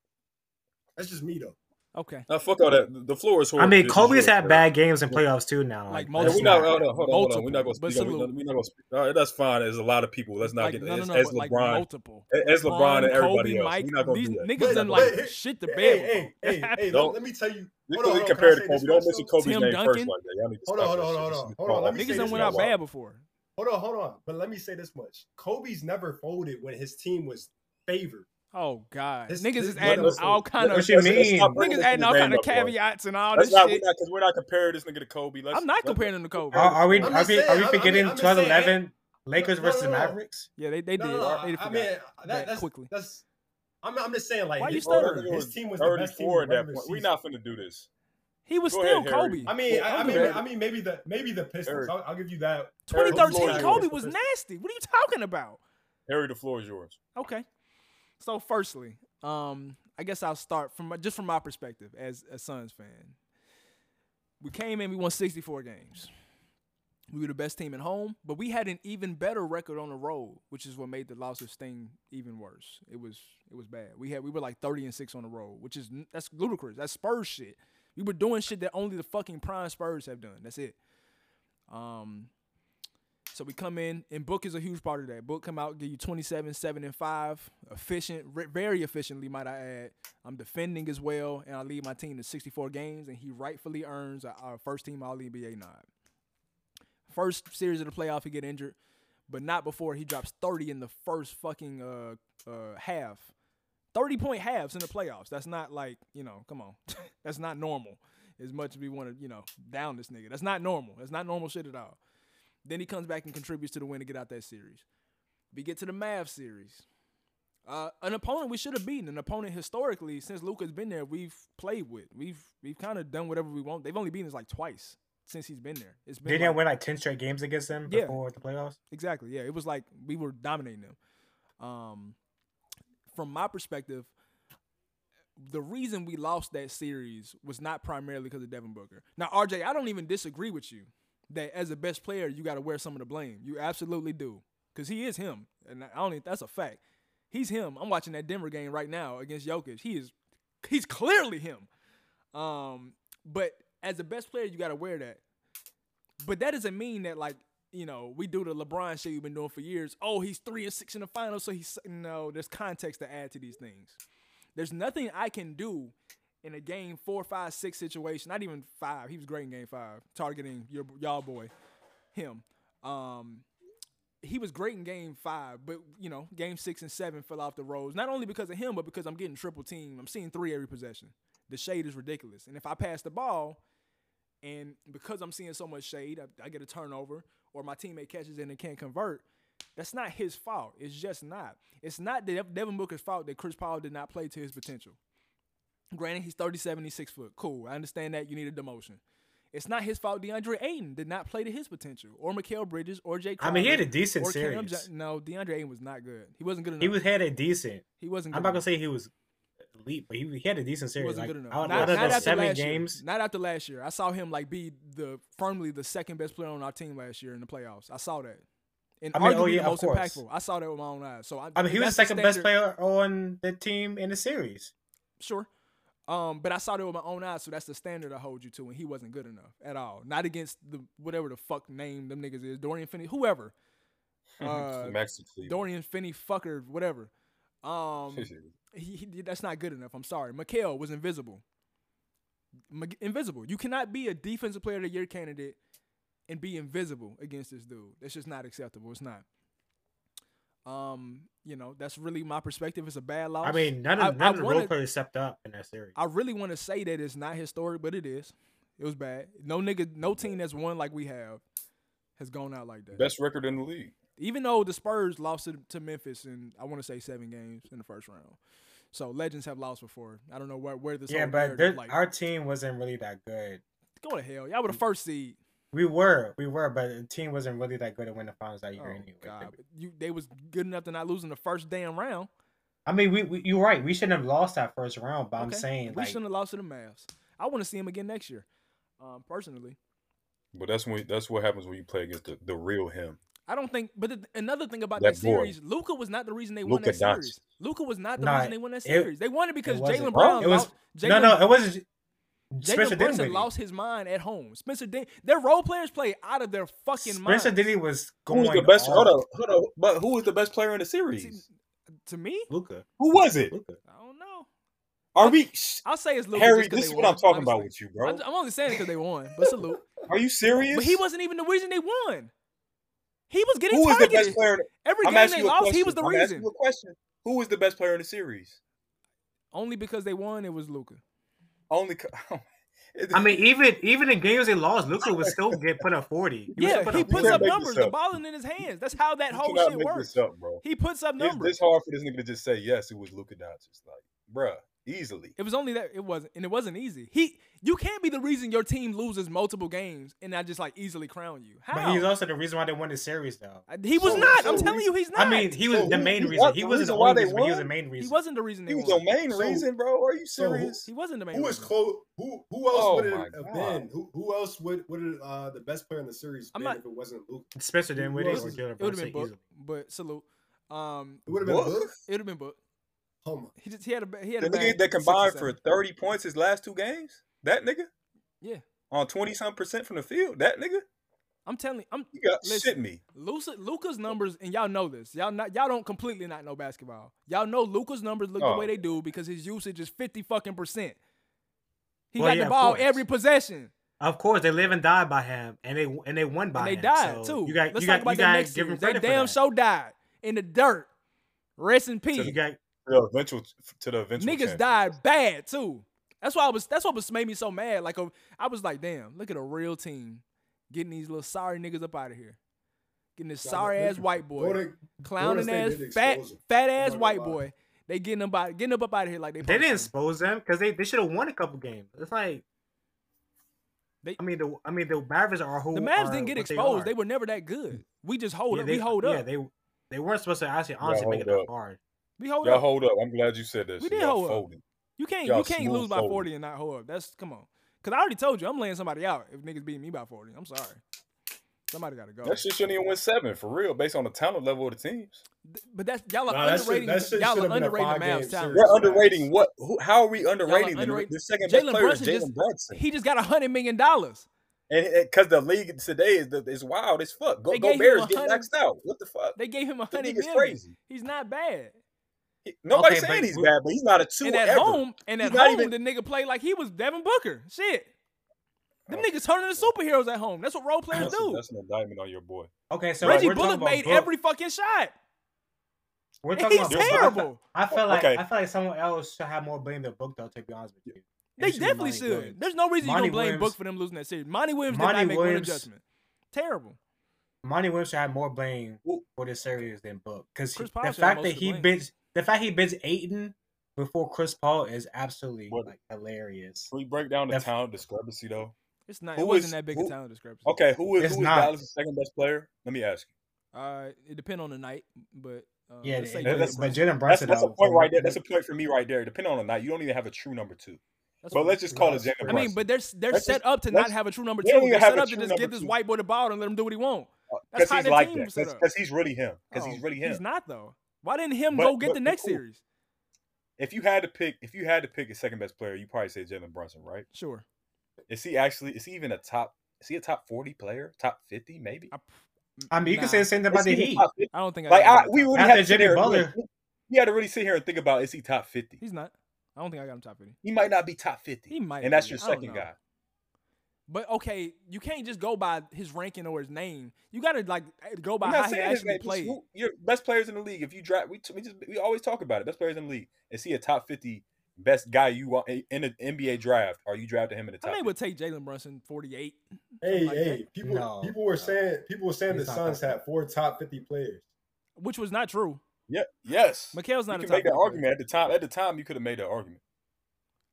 D: That's just me though.
B: Okay.
C: Now, fuck all that. The floor is horrible.
E: I mean, Kobe's had bad games in playoffs too now.
C: Yeah,
B: Like,
E: that's
C: we
B: multiple-
C: not,
E: not-
C: hold on, hold on, hold on. We're not going
B: Multiple, but
C: to speak. on-
B: salute.
C: We're not going to speak. All right, that's fine. There's a lot of people. Let's not
B: like,
C: get
B: no, no,
C: as,
B: no,
C: as
B: but, like
C: LeBron,
B: multiple.
C: as LeBron and
B: Bron,
C: everybody
B: Kobe,
C: else.
B: Mike,
C: we're not going
B: these
C: to do that.
B: niggas
D: But-
B: done
D: but-
B: like shit the
D: Hey
B: bed.
D: hey hey hey!
C: Don't-
D: Don't, let me tell you.
C: You
D: Hold on,
C: couldn't
D: hold on. Can I
C: compare
D: say
C: to
D: this
C: Kobe. Don't
D: first,
C: mention
D: though?
C: Kobe's
B: Tim
C: name first
B: Duncan?
C: like that. Y'all need to
D: Hold
C: stop
D: on,
C: that
D: hold on,
C: shit. This is
D: hold on, hold on. Let me
C: wild.
D: say
B: Niggas
D: this
B: done went
D: now,
B: out
D: Walt.
B: bad before.
D: Hold on, hold on. But let me say this much: Kobe's never folded when his team was favored.
B: Oh God,
E: This-
B: niggas
E: this-
B: is adding
C: listen,
B: all kind of
E: what you
C: Let's- let's
E: mean?
C: stop bringing
B: niggas
C: this
B: adding all
C: name
B: kind of
C: up, bro.
B: caveats and all
C: That's
B: this
C: not
B: shit.
C: because we're not comparing this nigga to Kobe. Let's,
B: I'm not
C: let's-
B: comparing them to Kobe.
E: Are, are we
D: I'm
E: are
D: just
E: we, are
D: saying, I'm-
E: we
D: I'm-
E: forgetting
D: I'm just saying,
E: 2011 Lakers
D: no,
E: versus
D: no, no.
E: Mavericks?
B: yeah, they they did.
D: No, no, no,
B: they
D: I, I
B: forgot.
D: mean
B: that
D: that, that's
B: quickly.
D: That's I'm, I'm just saying like
B: Why you
D: his-
B: stuttering?
C: Bro, that nigga
D: His
C: was
D: team was the best team
C: 34 at
D: in
C: that
D: regular
C: point. We're
D: season.
C: not finna do this.
B: he was
C: Go
B: still
C: ahead, Harry.
B: Kobe.
D: I mean, I, I
B: I'm
D: mean,
B: bad.
D: I mean, maybe the maybe the Pistons.
C: Eric.
D: I'll, I'll give you that.
C: Harry, the floor
B: 2013
C: is
B: Kobe
C: yours.
B: was nasty. What are you talking about?
C: Harry, the floor is yours.
B: Okay. So firstly, um, I guess I'll start from my, just from my perspective as a Suns fan. We came in, we won 64 games. We were the best team at home, but we had an even better record on the road, which is what made the losses thing even worse. It was it was bad. We had we were like 30 and 6 on the road, which is n- that's ludicrous. That's Spurs shit. We were doing shit that only the fucking prime Spurs have done. That's it. Um, so we come in, and Book is a huge part of that. Book come out, give you 27, 7, and 5. Efficient, re- very efficiently, might I add. I'm defending as well, and I lead my team to 64 games, and he rightfully earns a- our first team All NBA nod. First series of the playoff, he get injured, but not before he drops 30 in the first fucking uh, uh, half. 30 point halves in the playoffs. That's not like, you know, come on. That's not normal. As much as we want to, you know, down this nigga. That's not normal. That's not normal shit at all. Then he comes back and contributes to the win to get out that series. We get to the Mavs series. Uh, an opponent we should have beaten. An opponent historically, since Luca's been there, we've played with. We've we've kind of done whatever we want. They've only beaten us like twice since he's been there. It's been
E: Didn't
B: like-
E: I win like 10 straight games against them
B: Yeah.
E: before the playoffs?
B: Exactly. Yeah, it was like we were dominating them. Um, from my perspective, the reason we lost that series was not primarily because of Devin Booker. Now, RJ, I don't even disagree with you that as a best player, you got to wear some of the blame. You absolutely do, because he is him, and I don't. Even, that's a fact. He's him. I'm watching that Denver game right now against Jokic. He is. He's clearly him. Um, but as a best player, you got to wear that. But that doesn't mean that like you know we do the LeBron shit we've been doing for years. Oh, he's three and six in the finals, so he's no. There's context to add to these things. There's nothing I can do in a game four, five, six situation. Not even five. He was great in game five, targeting your y'all boy, him. Um, he was great in game five, but you know game six and seven fell off the roads. Not only because of him, but because I'm getting triple team. I'm seeing three every possession. The shade is ridiculous, and if I pass the ball, and because I'm seeing so much shade, I, I get a turnover, or my teammate catches it and can't convert. That's not his fault. It's just not. It's not Dev- Devin Booker's fault that Chris Paul did not play to his potential. Granted, he's 37, he's six foot. Cool. I understand that. You need a demotion. It's not his fault DeAndre Ayton did not play to his potential, or Mikael Bridges, or Jake.
E: I mean, he had a decent
B: or Cam
E: series.
B: Jo- no, DeAndre Ayton was not good. He wasn't good enough.
E: He was had a decent.
B: He wasn't. Good
E: I'm not gonna
B: enough.
E: say he was elite, but he, he had a decent
B: He
E: series.
B: wasn't
E: Like,
B: good enough.
E: out,
B: Not,
E: out
B: not
E: of the
B: after
E: seven
B: last
E: games,
B: Year. Not after last year. I saw him like be the firmly the second best player on our team last year in the playoffs. I saw that. And
E: I mean, oh,
B: arguably
E: yeah,
B: the
E: of
B: most
E: course.
B: impactful. I saw that with my own eyes. So I,
E: I mean, he
B: that's
E: was the second best
B: standard-
E: player on the team in the series.
B: Sure. Um, but I saw that with my own eyes, so that's the standard I hold you to, and he wasn't good enough at all. Not against the whatever the fuck name them niggas is, Dorian Finney, whoever. Uh,
C: Maxi Cleveland.
B: Dorian Finney fucker, whatever. Um he, he that's not good enough. I'm sorry. Mikael was invisible. Mc- invisible. You cannot be a defensive player of the year candidate and be invisible against this dude. That's just not acceptable. It's not. Um, you know, that's really my perspective. It's a bad loss.
E: I mean, none of,
B: I-
E: none
B: I
E: of the role
B: wanted-
E: players stepped up in that series.
B: I really want to say that it's not historic, but it is. It was bad. No nigga, no team that's won like we have has gone out like that.
C: Best record in the league.
B: Even though the Spurs lost to, to Memphis in I want to say seven games in the first round. So legends have lost before. I don't know where where this
E: yeah,
B: whole
E: but
B: narrative,
E: there-
B: like
E: our team wasn't really that good.
B: go to hell. Y'all were the first seed.
E: We were, we were, but the team wasn't really that good to win the finals that
B: Oh,
E: year anyway.
B: God. But You they was good enough to not lose in the first damn round.
E: I mean, we, we you're right. We shouldn't have lost that first round, but I'm
B: Okay.
E: saying
B: we
E: like
B: shouldn't have lost to the Mavs. I want to see him again next year. Um, personally.
C: But that's when that's what happens when you play against the, the real him.
B: I don't think but the, another thing about that,
C: That boy.
B: series, Luca was not the reason they won
C: Luka
B: that
C: Doncic.
B: series. Luca was not the
E: Nah,
B: reason they won that
E: it-
B: series. they won it because
E: wasn't.
B: Jalen
E: Huh?
B: Brown
E: It was-
B: lost-
E: no,
B: Jalen-
E: no, it wasn't. Spencer
B: Jalen Brunson
E: Dinwiddie.
B: lost his mind at home. Spencer Din- their role players play out of their fucking mind.
E: Spencer Diddy was
C: Who
E: going.
C: was the best?
E: off.
C: Hold up, hold up. But who was the best player in the series?
B: To me,
E: Luca.
C: Who was it?
E: Luca.
B: I don't know.
C: Are we? sh-
B: I'll say it's Luka.
C: Harry,
B: just 'cause
C: this
B: they
C: is what
B: won,
C: I'm talking about
B: honestly.
C: with you, bro.
B: I'm, I'm only saying it because they won, but salute.
C: Are you serious?
B: but he wasn't even the reason they won. He was getting
C: Who was the
B: targeted.
C: best player? in-
B: Every
C: I'm
B: game
C: asking
B: they
C: you a
B: lost,
C: question.
B: he was the
C: I'm asking
B: reason.
C: you a question. Who was the best player in the series?
B: Only because they won, it was Luca.
C: Only. oh, co-
E: I mean, even even in games they lost, Luca would still get put up forty. He would still
B: Yeah,
E: put
B: he
E: up
B: puts
E: 40.
B: up
G: make
B: numbers.
G: this
B: The
G: up.
B: ball is in his hands. That's how that
G: You
B: whole
G: cannot
B: shit
G: make
B: works.
G: this up, bro.
B: He puts up
G: It's
B: numbers.
G: this hard for this nigga to just say yes. It was Luka Doncic, like, bruh, easily.
B: It was only that it wasn't, and it wasn't easy. He, you can't be the reason your team loses multiple games and not just like easily crown you. How?
E: But he's also the reason why they won the series, though.
B: I- he was
G: So-
B: not.
G: so
B: I'm
G: we-
B: telling you, he's not.
E: I mean, he was
G: So
E: the
G: who-
E: main
G: who-
E: reason.
G: what-
E: He
G: the
E: wasn't the
G: reason why
E: only
G: they
E: reason, but he was the
G: won?
E: main
B: he
E: reason.
B: wasn't the reason they
G: He was
B: won.
G: your main
D: So-
G: reason, bro. Are you
D: so who-
G: serious?
B: He wasn't the main.
D: Who is
B: reason.
D: close? Who who else
G: Oh
D: would it
G: my
D: have
G: God.
D: been? Who who else would would it, uh the best player in the series
B: I'm
D: been
B: not-
D: if it wasn't Luke?
E: Spencer
D: Who
E: Dinwiddie
D: was
E: or
D: it?
E: Jordan
B: It would have
E: Brunson
B: been Book,
E: easily.
B: but salute. Um,
D: It would have been
C: Book?
D: Book.
B: it would have been Book.
D: Oh my
B: He just he had a ba- he had
C: The
B: a bad
C: nigga that combined
B: six
C: for
B: or seven.
C: 30 points his last two games? That nigga?
B: Yeah.
C: On 20 some percent from the field? That nigga?
B: I'm telling I'm
C: You got
B: Listen.
C: shit me.
B: Luca, Luca's numbers, and y'all know this. Y'all not y'all don't completely not know basketball. Y'all know Luca's numbers look the
C: Oh.
B: way they do because his usage is fifty fucking percent. He
E: Well,
B: got
E: yeah,
B: the
E: of
B: ball
E: course.
B: every possession.
E: Of course, they live and die by him, and they and they won by
B: and they
E: him.
B: died
E: so
B: too.
E: You got
B: Let's
E: you
B: talk
E: got
B: about
E: you
B: that
E: got
B: next
E: to give him
B: series. They
E: credit for
B: damn
E: that.
B: so died in the dirt. Rest in peace.
E: You got
G: To the eventual, to the eventual
B: Niggas
G: champion.
B: died bad too. That's why I was. That's what was made me so mad. Like a, I was like, damn, look at a real team getting these little sorry niggas up out of here, getting this
D: God,
B: sorry ass
D: listen,
B: white boy.
D: Golden-
B: clowning
D: Golden
B: ass
D: State did
B: fat
D: expose 'em.
B: fat ass
D: I'm not
B: white
D: gonna lie.
B: boy. They getting up out getting up, up out of here like they.
E: they didn't
B: supposed to.
E: expose them because they, they should have won a couple games. It's like
B: They-
E: I mean the I mean the Mavericks are who
B: The Mavs
E: are
B: didn't get
E: what
B: exposed. They,
E: are.
B: were never that good. We just hold
E: yeah,
B: up.
E: they,
B: we hold
E: yeah,
B: up.
E: they they weren't supposed to actually
G: Y'all
E: honestly make it
G: hold
E: that
G: up.
E: hard.
B: we hold
G: Y'all
B: up.
G: hold up. I'm glad you said that.
B: We
G: shit.
B: did
G: Y'all
B: hold up.
G: folded.
B: you can't
G: y'all
B: you can't
G: smooth
B: lose by
G: forward.
B: forty and not hold up. That's come on. Cause I already told you I'm laying somebody out if niggas beat me by forty. I'm sorry. Somebody gotta go.
G: That shit shouldn't even win seven for real, based on the talent level of the teams.
B: Th- but that's y'all are
D: Nah, that shit-
B: underrating.
D: that shit
B: y'all are
D: should've been a
B: underrating the
D: five-game
B: Mavs talent.
D: series.
C: We're underrating what? Who, how are we underrating, the-
B: underrating-
C: the, second
B: Jalen
C: best player
B: Brunson
C: is Jalen
B: just-
C: Brunson?
B: He just got a hundred million dollars.
C: and because the league today is the, is wild as fuck. Go,
B: They
C: go
B: gave him
C: Bears get
B: 100
C: maxed out. What the fuck?
B: They gave him a
C: The
B: hundred
C: league is
B: million.
C: crazy.
B: He's not bad.
C: He- Nobody's
E: Okay,
C: saying
E: but
C: he's
E: we-
C: bad, but he's not a two
B: and at
C: ever.
B: home, and
C: He's
B: at
C: not
B: home,
C: even-
B: the nigga played like he was Devin Booker. Shit, them niggas turning into superheroes at home. That's what role players
G: That's, a-
B: do.
G: that's an indictment on your boy.
E: Okay, so
B: Reggie
E: we're talking
B: Bullock
E: about
B: made
E: Book.
B: every fucking shot.
E: We're
B: and
E: talking
B: he's
E: about Book. I fe-
B: terrible.
E: I feel like
G: Okay.
E: I feel like someone else should have more blame than Book though. To be honest with you, It
B: They
E: should be
B: definitely
E: Monty
B: should.
E: Williams.
B: There's no reason
E: Monty
B: you don't blame
E: Williams-
B: Book for them losing that series. Monty Williams did
E: Monty
B: not make
E: Williams-
B: one adjustment. Terrible.
E: Monty Williams should have more blame for this series than Book because
B: Chris
E: the
B: Paul should have
E: fact
B: most
E: that
B: of the
E: he
B: blame.
E: bids the fact he bids Aiton before Chris Paul is absolutely
G: What-
E: like hilarious.
G: Can we break down the
E: That's-
G: talent discrepancy though?
B: It's not.
C: Who
B: it wasn't
C: is-
B: that big a
C: who-
B: talent discrepancy.
C: Okay, who is
E: It's
C: who is
E: not.
C: Dallas' second best player? Let me ask you.
B: Uh, it depend on the night, but uh,
E: Yeah,
B: let's say
E: and-
B: Jalen
E: but
G: that's-
B: Brunson.
E: Jalen
C: That's,
E: Brunson.
C: that's a
E: though,
C: point
E: from-
C: right there. That's a point for me right there. Depending on the night, you don't even have a true number two.
B: That's
C: But
B: fine.
C: let's just call it
E: That's
C: Jalen
B: I mean,
C: Brunson.
B: but they're they're
C: Let's
B: set
C: just-
B: up to not
C: let's-
B: have a true number
C: they
B: two.
C: don't even
B: They're
C: have
B: set
C: a
B: up to
C: true
B: just give
C: number
B: this
C: two.
B: white boy the ball and let him do what he want.
C: because
B: that's how
C: uh, he's
B: their
C: like
B: team was
C: that.
B: set up.
C: Because he's really him. Because
B: Oh,
C: he's really him.
B: He's not though. Why didn't him
C: But-
B: go get
C: but-
B: the
C: but
B: next
C: cool.
B: series?
C: If you had to pick, if you had to pick a second best player, you probably say Jalen Brunson, right?
B: Sure.
C: Is he actually? Is he even a top? Is he a top forty player? Top fifty, maybe?
B: I,
E: I mean, you
B: Nah,
E: can say the same thing about
C: Is
E: the
C: he even
E: Heat.
C: top 50?
B: I don't think I
C: Like
B: got
C: I,
B: him
C: we
B: top
C: would
B: fifty.
E: After
C: have to sit
E: Jimmy
C: here and
E: Butler.
C: really- You had to really sit here and think about: Is he top fifty?
B: He's not. I don't think I got him top fifty.
C: He might not be top fifty.
B: He might
C: and that's
B: be.
C: your
B: I don't
C: second
B: know.
C: guy.
B: But okay, you can't just go by his ranking or his name. You gotta like eh, go by
C: I'm
B: how
C: not
B: he
C: saying his
B: actually
C: name. just
B: played.
C: who- Your best players in the league. If you draft, we, t- we just we always talk about it. Best players in the league. Is he a top fifty best guy you want in the NBA draft? Or you drafted him in the
B: I
C: top?
B: mean,
C: 50?
B: would take Jalen Brunson forty eight.
D: Hey,
B: like
D: hey,
B: that.
D: people
E: No,
D: people were
E: no.
D: saying people were saying
E: He's
D: the
E: not
D: Suns
E: top
D: had four top fifty players.
B: which was not true.
C: Yeah. Yes.
B: Mikhail's
C: You
B: not a
C: can
B: top
C: make that
B: fifty player.
C: argument at the time. At the time, you could have made that argument.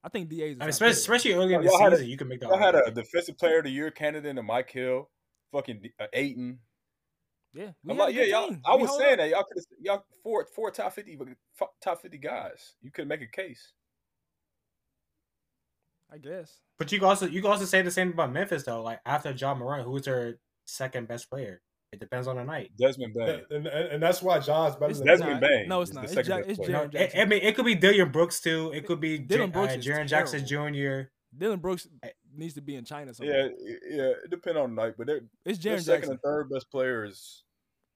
B: I think DA's.
E: I mean, especially, especially early in the
C: Y'all had a-
E: season, you can make that.
C: I had a
E: argument.
C: defensive player of the year candidate in Mike Hill, fucking D- uh, Aiton.
B: yeah, we
C: I'm
B: had a
C: like, yeah,
B: good
C: y'all.
B: team.
C: I
B: We
C: was
B: hold
C: saying
B: up.
C: that y'all could y'all four four top fifty but f- top fifty guys. You could make a case.
B: I guess.
E: But you can also you can also say the same about Memphis though. Like after John Moran, who's their second best player? It depends on the night.
C: Desmond Bain.
D: That- and, and, and that's why Ja's better
B: It's
D: than
C: Desmond
B: not.
C: Bain
B: No, it's
C: is the
B: not. It's,
C: second
B: Ja-
C: best
B: it's
C: player.
E: No,
B: Jaron
E: I,
B: Jackson.
E: I mean, it could be Dylan Brooks too. It could be J- uh,
B: Dillon Brooks is
E: Jaron Jackson Jr.
B: Dylan Brooks
E: eh,
B: needs to be in China somewhere.
C: Yeah, it- yeah. It depend on the night, but their
B: It's
C: their
B: Jaron
C: second
B: Jackson.
C: and third best player is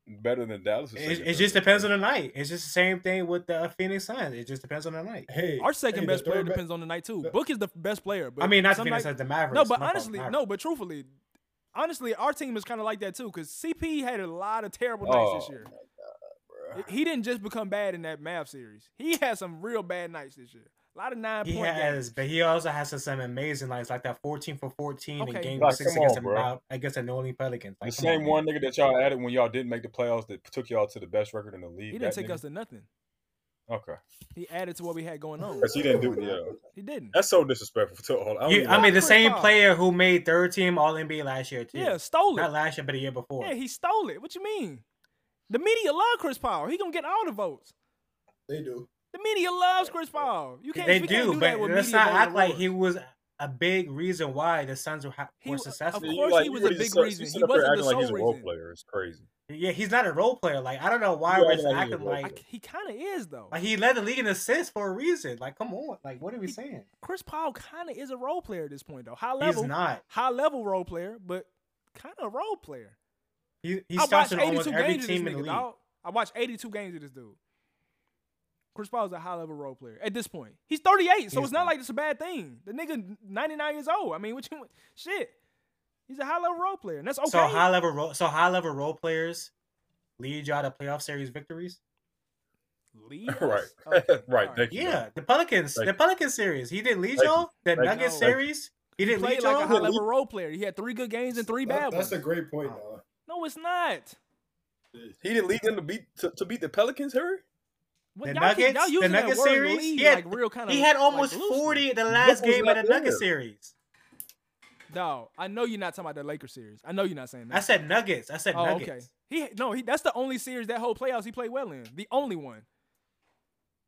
C: better than Dallas.
E: It, it just depends on the night. It's just the same thing with the Phoenix Suns. It just depends on the night.
D: Hey,
B: Our second
D: hey,
B: best
D: the
B: player
D: third be-
B: depends on the night too.
D: the-
B: Book is the best player, but
E: I mean, not the
B: some
E: Phoenix
B: night-
E: Suns, the Mavericks.
B: no, but
E: My fault,
B: honestly,
E: Mavericks.
B: no, but truthfully, honestly, our team is kind of like that too because CP had a lot of terrible nights
C: Oh,
B: this year. He didn't just become bad in that math series. He had some real bad nights this year. A lot of nine
E: He
B: point games.
E: has, but he also has some amazing lines, like that fourteen for fourteen
B: Okay,
E: in Game
C: like,
E: Six
C: come
E: against
C: on,
E: the
C: bro.
E: Mount, against the New Orleans Pelicans.
C: The
E: Like, come on,
C: same
E: man.
C: one nigga that y'all added when y'all didn't make the playoffs that took y'all to the best record in the
B: He
C: league.
B: didn't
C: that
B: take
C: nigga?
B: us to nothing.
C: Okay,
B: He added to what we had going on.
C: because he didn't do it. Yeah,
B: He didn't.
C: that's so disrespectful to all. I, don't
E: You,
C: even
E: I
C: like-
E: mean, the
B: Chris
E: same
B: Paul.
E: player who made third team All NBA last year too.
B: Yeah, stole
E: not
B: it.
E: last year, but the year before.
B: Yeah, he stole it. What you mean? The media love Chris Paul. He gonna get all the votes.
D: They do.
B: The media loves Chris Paul. You can't.
E: they
B: we can't
E: do,
B: do that
E: but
B: with
E: let's
B: media
E: not
B: voting
E: act like he
B: awards.
E: was a big reason why the Suns were, ha-
B: He
E: were
B: w- of
E: successful.
B: course-
C: You like-
B: he
C: you
B: was a
C: really
B: big
C: sit- you
B: reason.
C: sit
B: He
C: up here
B: wasn't the
C: acting like he's a
B: sole
C: role
B: reason.
C: player. It's crazy.
E: Yeah, he's not a role player. Like I don't know why
C: You
E: we're
C: acting like he's a
E: acting
C: role
E: like
B: I- he kind of is though.
E: like he led the league in assists for a reason. Like come on, like what are we
B: He-
E: saying?
B: Chris Paul kind of is a role player at this point though. High
E: He's
B: level,
E: not.
B: high level role player, but kind of role player.
E: He he
B: I
E: starts
B: watched
E: on almost
B: 82
E: every
B: games of this
E: team in the
B: nigga,
E: league.
B: dog. I watched 82 games of this dude. Chris Paul is a high level role player at this point. He's 38, so
E: He's
B: it's not
E: not.
B: like it's a bad thing. The nigga 99 years old. I mean, what you want? Shit. He's a high level role player, and that's okay.
E: So high level role, so high level role players lead y'all to playoff series victories.
B: Leave us?
C: Right.
B: Okay,
C: Right,
B: all
C: thank you.
E: Yeah, the Pelicans,
C: Like-
E: the Pelicans series, he didn't lead
C: Like-
E: y'all. The
C: like-
E: Nuggets
B: No.
E: series, he
B: He
E: didn't
B: played
E: lead
B: like a high
E: y'all.
B: level role player. He had three good games and three bad
D: That- that's a
B: ones.
D: great
E: Oh.
D: point, Noah.
B: No, it's not.
C: He didn't lead them to beat to, to beat the Pelicans, Harry.
B: What, y'all
E: The
B: keep-
E: Nuggets-
B: y'all
E: the
B: using that
E: Nuggets
B: word
E: series,
B: lead
E: he had-
B: like real kind of.
E: He had almost forty at the
C: Nuggets
E: last game of
C: not
E: the Nuggets
C: there.
E: series.
B: No, I know you're not talking about the Lakers series. I know you're not saying that.
E: I said Nuggets. I said
B: oh,
E: Nuggets.
B: okay. He no, he that's the only series that whole playoffs he played well in. The only one.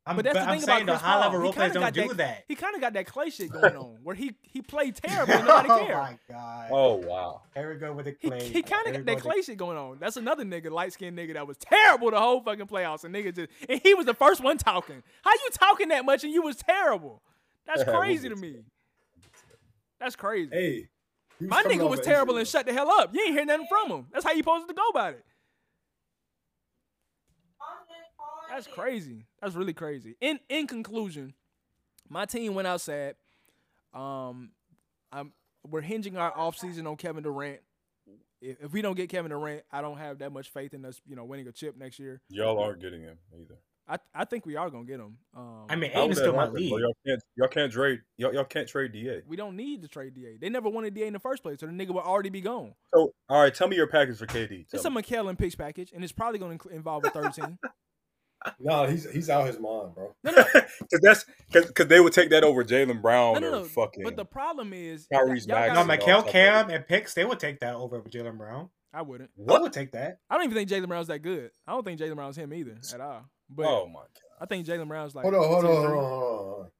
E: I'm,
B: But that's the
E: I'm
B: thing about
E: saying the
B: Chris
E: high
B: Paul.
E: level
B: He
E: role players
B: kinda
E: don't
B: got
E: do
B: that-
E: that.
B: He kind of got that clay shit going on where he he played terribly and nobody
E: oh
B: cared.
E: my god.
C: Oh wow.
E: There we go with the
B: He,
E: clay.
B: he kind
E: There
B: of
E: we
B: got
E: go
B: that
E: with
B: clay shit going on. That's another nigga, light skinned nigga that was terrible the whole fucking playoffs. And nigga just and he was the first one talking. How you talking that much and you was terrible? That's
C: We'll
B: crazy
C: get to
B: to me. That's crazy.
D: Hey, he
B: My
D: coming
B: nigga
D: off
B: was
D: an
B: terrible and
D: injury.
B: shut the hell up. You ain't hear nothing from him. That's how you supposed to go about it. That's crazy. That's really crazy. In in conclusion, my team went outside. Um, I'm we're hinging our offseason on Kevin Durant. If, if we don't get Kevin Durant, I don't have that much faith in us, you know, winning a chip next year.
C: Y'all aren't getting him either.
B: I I think we are gonna get him. Um,
E: I mean,
C: How would
E: Aiden's
C: that
E: still my
C: happen, bro?
E: lead.
C: Y'all can't y'all can't trade y'all, y'all can't trade Da.
B: we don't need to trade Da. They never wanted Da in the first place, so the nigga would already be gone.
C: So all right, tell me your package for KD.
B: It's
C: Tell
B: a
C: me.
B: McKellen picks package, and it's probably gonna incl- involve a third team.
D: No, he's he's out his mind, bro.
C: Cause that's cause, cause they would take that over Jalen Brown
B: No, no,
C: or
B: no.
C: fucking.
B: But the problem is,
C: Tyrese Maxey.
B: y'all
E: No,
B: gotta-
C: Mc-
E: Mikel
C: I'll-
E: Cam and Picks, they would take that over Jalen Brown.
B: I wouldn't.
E: I would take that.
B: I don't even think Jalen Brown's that good. I don't think Jalen Brown's him either at all. But
C: oh my god.
B: I think Jalen Brown's like
D: Hold on, hold
B: two,
D: on, hold on,
B: three.
D: hold on, hold on.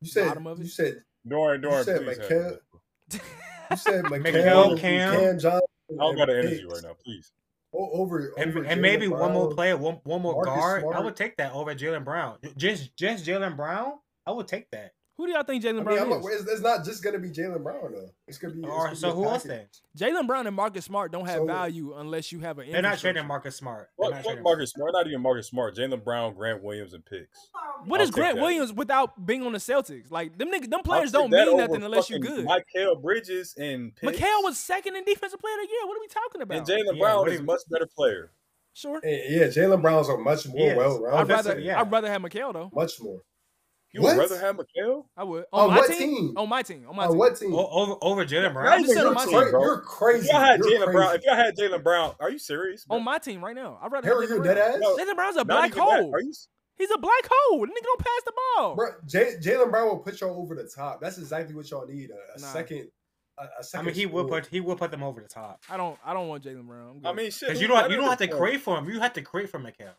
D: You said
B: Bottom of it.
D: you said
C: Doran, Doran,
D: said
C: please.
D: Mike
C: handle
D: Cal-
C: it.
D: you said
E: Mikal,
D: Mikhail,
E: Cam.
D: Cam, Johnson.
C: I don't got the energy right now, please.
D: Over,
E: And,
D: over
E: and
D: Jaylen
E: maybe one more
D: Brown.
E: player, one, one more
D: Marcus
E: guard. I
D: Smart.
E: would take that over Jalen Brown. Just just Jalen Brown, I would take that.
B: Who do y'all think
D: I
B: Jalen
D: mean,
B: Brown
D: I'm not,
B: is?
D: it's, it's not just gonna be Jalen Brown though. It's gonna be. It's gonna
E: Or
D: be
E: so
D: a
E: who else
D: package.
E: then?
B: Jalen Brown and Marcus Smart don't have
D: So-
B: value unless you have an.
E: They're not
B: infrastructure.
E: trading Marcus Smart. They're
C: What,
E: not
C: what
E: trading-
C: Marcus Smart? Not even Marcus Smart. Jalen Brown, Grant Williams, and picks.
B: What
C: I'll
B: is
C: take
B: Grant
C: that.
B: Williams without being on the Celtics? Like them niggas, them
C: I'll
B: players
C: take
B: don't
C: that
B: mean
C: over
B: nothing unless you're
C: fucking
B: good.
C: Mikael Bridges and picks.
B: Mikhail was second in defensive player of the year. What are we talking about?
C: and Jalen
E: Yeah,
C: Brown
E: what
C: is
E: do
C: a
E: you-
C: much better player.
B: sure,
D: Hey, yeah, Jalen Brown's a much
E: He
D: more
E: is.
D: well-rounded.
B: I'd rather
D: player.
E: yeah.
B: I'd rather have Mikhail though.
D: much more.
C: You would
D: What?
C: rather have Mikael?
B: I would
D: On
B: my
D: what team?
B: On my team. On my
D: On
B: team.
D: what team?
E: O- over over Jalen
B: I'm
E: Brown.
B: just saying
D: you're,
B: on my
D: cra-
B: team.
C: bro.
D: you're
C: If
D: crazy.
C: y'all had
D: You're
C: Jalen
D: crazy.
C: Brown, if y'all had Jalen Brown, are you serious? bro?
B: On my team right now. I'd rather
D: Harry,
B: have
D: you're
B: Jalen
D: dead
B: Brown.
D: ass.
C: No,
B: Jalen Brown's a
C: Not
B: black
C: even that.
B: hole.
C: Are you?
B: He's a black hole. The nigga don't pass the
E: Oh.
B: ball.
D: Bro, J- Jalen Brown will put y'all over the top. That's exactly what y'all need. A, a
B: Nah.
D: second, a, a
E: I
D: second.
E: mean, he would
D: scorer.
E: put he would put them over the top
B: I don't. I don't want Jalen Brown. I'm good.
C: I mean, shit.
E: because
C: who's
E: you don't
C: better
E: you don't
C: than
E: have to
C: Brown?
E: crave for him. You have to crave for Mikael.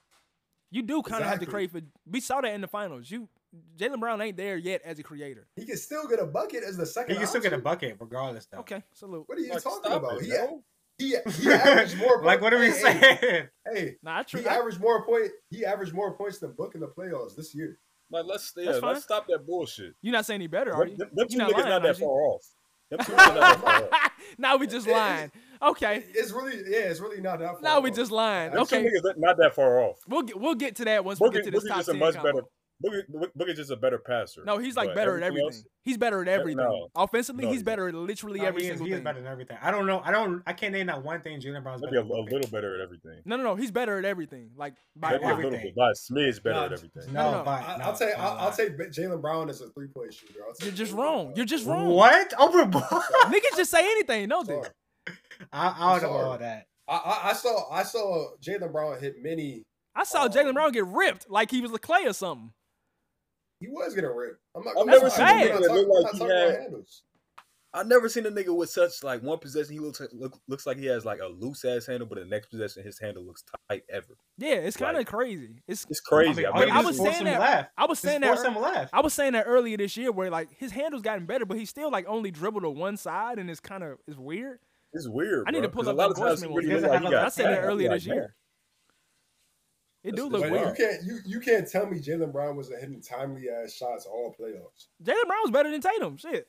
B: you do kind of have to
D: Exactly.
B: crave for. We saw that in the finals. You, Jalen Brown ain't there yet as a creator.
D: He can still get a bucket as the second.
E: He can still get a
D: option.
E: bucket regardless though.
B: Okay, salute.
D: What are you
C: Like,
D: talking
C: stop
D: about?
C: it,
D: he,
C: yo.
D: he, he averaged more.
E: like what are we
D: points- hey, hey,
E: saying?
D: Hey,
B: Nah, I, tr-
D: he
B: I,
D: averaged more point. He averaged more points than Book in the playoffs this year.
C: Like, let's yeah,
B: That's fine.
C: let's stop that bullshit.
B: you're not saying any better, are
C: Them
B: you?
C: them two
B: You're not
C: niggas
B: lying,
C: not that
B: Najee.
C: far off. Them two niggas not that far off.
B: now we just
D: It- it-
B: lying. Okay.
D: It's really, yeah, it's really not that. far
B: Now we
D: off.
B: just lying.
C: Them two
B: Okay.
C: niggas not that far off.
B: We'll get we'll get to that once we
C: Boogie,
B: get to this
C: Boogie's
B: top
C: just a
B: ten.
C: much
B: combo.
C: better Booker, Book- Booker's just a better passer.
B: No, he's like
C: But
B: better at everything.
C: else-
B: he's better at everything.
C: no.
B: Offensively,
C: No,
B: he's
C: he's-
B: better at literally
E: No,
B: every
E: he is,
B: single
E: he is
B: thing.
E: better than everything. I don't know. I don't. I can't name not one thing Jalen Brown's
C: Maybe a,
E: better.
C: a
E: than Booker.
C: little better at everything.
B: No, no, no. He's better at everything. Like by
E: Better
C: Maybe a
B: wide.
C: little
E: everything.
C: bit, by a smidge better
D: No,
C: at everything.
E: No,
B: No, no.
E: by-
D: I,
E: no,
D: I'll take
E: by a
D: I'll, I'll
E: lot.
D: take Jalen Brown as a three point shooter. I'll take
B: You're just
D: Jalen
B: wrong.
D: Brown.
B: You're just wrong.
E: What over Booker?
B: Niggas just say anything, don't they?
D: Sorry.
E: I, I don't know
D: sorry.
E: all that.
D: I, I, I saw I saw Jalen Brown hit many.
B: I saw
D: Oh.
B: Jalen Brown get ripped like he was a clay or something.
D: He was gonna rip. I'm not.
F: I've
D: I'm
B: never
D: not-
B: seen
D: I'm
B: a
D: not
F: nigga that look
D: talking- I'm
F: like
D: not
F: he
D: talking about
F: had-
D: handles.
F: I've never seen a nigga with such like one possession. He looks look, looks like he has like a loose ass handle, but the next possession his handle looks tight ever.
B: Yeah, it's kind of
F: Like-
B: crazy. It's
F: It's crazy.
E: I,
F: I've
E: mean, all
F: never
E: you do
B: I
E: is
B: was
F: seen-
E: force
B: saying
E: him
B: that-
E: left.
B: I was
E: Just
B: saying that
E: force him left.
B: I was saying that earlier this year where like his handle's gotten better, but he's still like only dribble to one side and it's kind of it's weird.
F: it's weird.
B: I need
F: bro,
B: to pull
F: 'cause a
B: up
F: lot
B: that
F: of times
B: voicemail
F: he really
E: because
F: look
E: I
F: like he
E: have
F: got
E: a-
B: I said that
F: tackled
B: earlier
F: like
B: this year. It do
F: That's-
B: look
F: that's
D: But you
B: weird.
D: can't you you can't tell me Jalen Brown wasn't hitting timely ass shots all playoffs.
B: Jalen Brown's better than Tatum. Shit,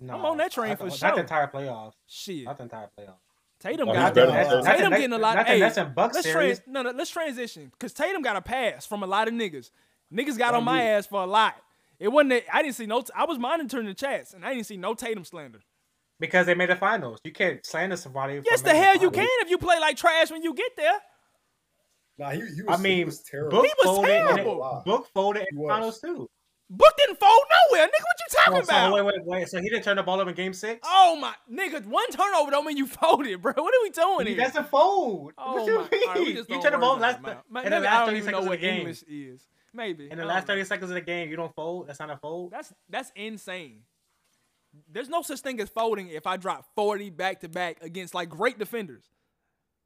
E: No,
B: I'm on that train
E: not
B: for
E: the-
B: sure.
E: Not the entire playoffs.
B: shit.
E: Not the entire playoffs.
B: Tatum
C: Oh, he's
B: got
C: better
E: Nothing-
C: than
E: nothing-
B: Tatum
E: nothing-
B: getting a lot.
E: Nothing
B: Hey,
E: that's in Bucks
B: let's
E: series.
B: trans, no, no, let's transition because Tatum got a pass from a lot of niggas. Niggas got
D: Oh,
B: on my
D: yeah.
B: ass for a lot. It wasn't. That, I didn't see no. I was monitoring the chats and I didn't see no Tatum slander.
E: Because they made the finals. You can't slander somebody. for
B: Yes, the
E: making
B: hell you can
E: finals.
B: if you play like trash when you get there.
D: Nah, he, he
E: I
D: was.
E: mean,
D: he was terrible.
E: Book
B: He was
E: folded. in
B: terrible.
E: the- Book folded in
D: He
E: the
D: was.
E: finals too.
B: Book didn't fold nowhere, nigga. What you talking
E: Oh, so,
B: about?
E: wait, wait, wait. So he didn't turn the ball up in game six.
B: Oh my nigga, one turnover don't mean you folded, bro. What are we doing here?
E: That's a fold.
B: oh
E: what you
B: my- all right, we
E: mean?
B: just
E: you
B: don't
E: turn the
B: worry
E: ball
B: about
E: last
B: it, man. Ma-
E: in the
B: maybe I
E: last
B: don't
E: thirty
B: even know
E: seconds of the
B: what
E: game.
B: English is. Maybe
E: In the
B: I
E: last
B: don't know.
E: thirty seconds of the game, you don't fold. That's not a fold.
B: That's that's insane. There's no such thing as folding if I drop 40 back to back against like great defenders.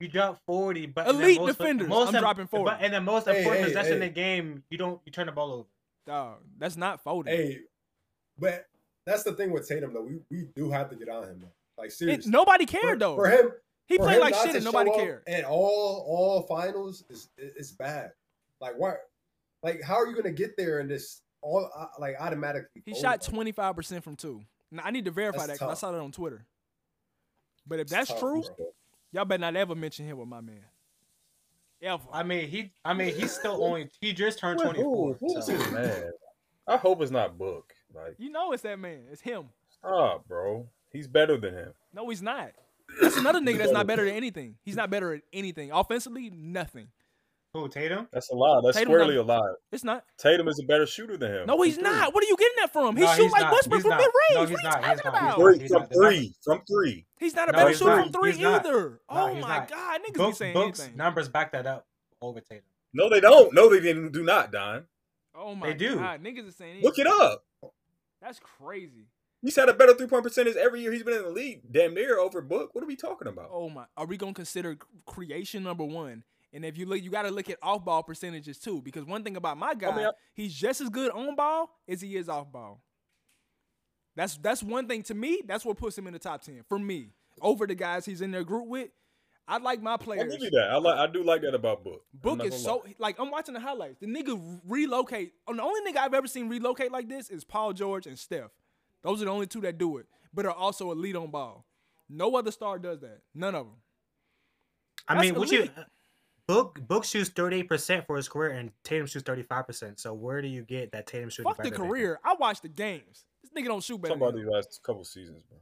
E: You drop forty, but in the
B: Elite
E: most,
B: defenders,
E: Most
B: I'm
E: im-
B: dropping 40.
E: But in the most
D: Hey,
E: important
D: hey,
E: possession in
D: hey.
E: the game, you don't you turn the ball over.
B: Dog, that's not folding.
D: Hey, but that's the thing with Tatum though. We we do have to get on him. Though. Like
B: It-
D: seriously,
B: nobody
D: for,
B: cared though.
D: for him.
B: he
D: for
B: played
D: him
B: like
D: not
B: shit
D: to
B: and nobody
D: show up
B: cared.
D: At all all finals is is bad. Like why? Like how are you gonna get there in this all uh, like automatically?
B: He
E: Oh.
D: fold?
B: shot 25% from 2. Now I need to verify that
D: That's
B: cuz I
D: tough.
B: saw that on Twitter. But if
D: It's
B: that's
D: tough,
B: true,
D: bro.
B: y'all better not ever mention him with my man. Ever.
E: I mean, he. I mean, he's still only. He just turned
F: Wait,
E: twenty
F: who-
E: four.
F: who is this man? I hope it's not Book. Like,
B: you know it's that man. It's him.
F: stop, bro. He's better than him.
B: No, he's not. That's another nigga that's not better than anything. He's not better at anything. Offensively, nothing.
E: Who Tatum?
F: That's a lie. That's
B: Tatum's
F: squarely
B: not-
F: a lie.
B: It's not.
F: Tatum is a better shooter than him.
B: No, he's
F: From
B: not. What are you getting that from? He
E: No,
B: shoots shoot
E: he's
B: like
E: not.
B: Westbrook
E: He's
B: from
E: not.
B: mid range.
E: No,
B: what are
E: he's
B: you
E: not. He's
B: talking
E: not. He's
B: about?
E: not.
F: Three,
E: He's
F: from
E: not.
F: three, from three.
B: He's not a
E: No,
B: better
E: he's
B: shooter
E: not.
B: from three
E: He's not.
B: either.
E: No,
B: oh
E: he's
B: my
E: not.
B: god, niggas be
E: Book,
B: saying
E: books
B: anything.
E: numbers back that up over Tatum.
F: No, they don't. No, they didn't. Do not, Don.
B: oh my
E: They do.
B: god, niggas is saying anything.
F: Look it up.
B: That's crazy.
F: He's had a better three point percentage every year he's been in the league. Damn near over Book. What are we talking about?
B: Oh my. Are we gonna consider c- creation number one? And if you look, you got to look at off ball percentages too, because one thing about my guy,
F: mean, I-
B: he's just as good on ball as he is off ball. That's that's one thing to me. That's what puts him in the top ten for me over the guys he's in their group with. I like my
F: I
B: players.
F: give you that. I like. I do like that about Book. I'm
B: Book
F: not
B: is
F: gonna lie.
B: so like I'm watching the highlights. The nigga relocate. And the only nigga I've ever seen relocate like this is Paul George and Steph. Those are the only two that do it, but are also elite on ball. No other star does that. None of them.
E: I
B: That's
E: mean, would you?
B: elite.
E: Book Book shoots thirty eight percent for his career, and Tatum shoots thirty five percent. So where do you get that Tatum shooting?
B: Fuck the
E: better than him?
B: career. I watch the games. This nigga don't shoot better.
F: Talking
B: than
F: about
B: him.
F: these last couple seasons, bro.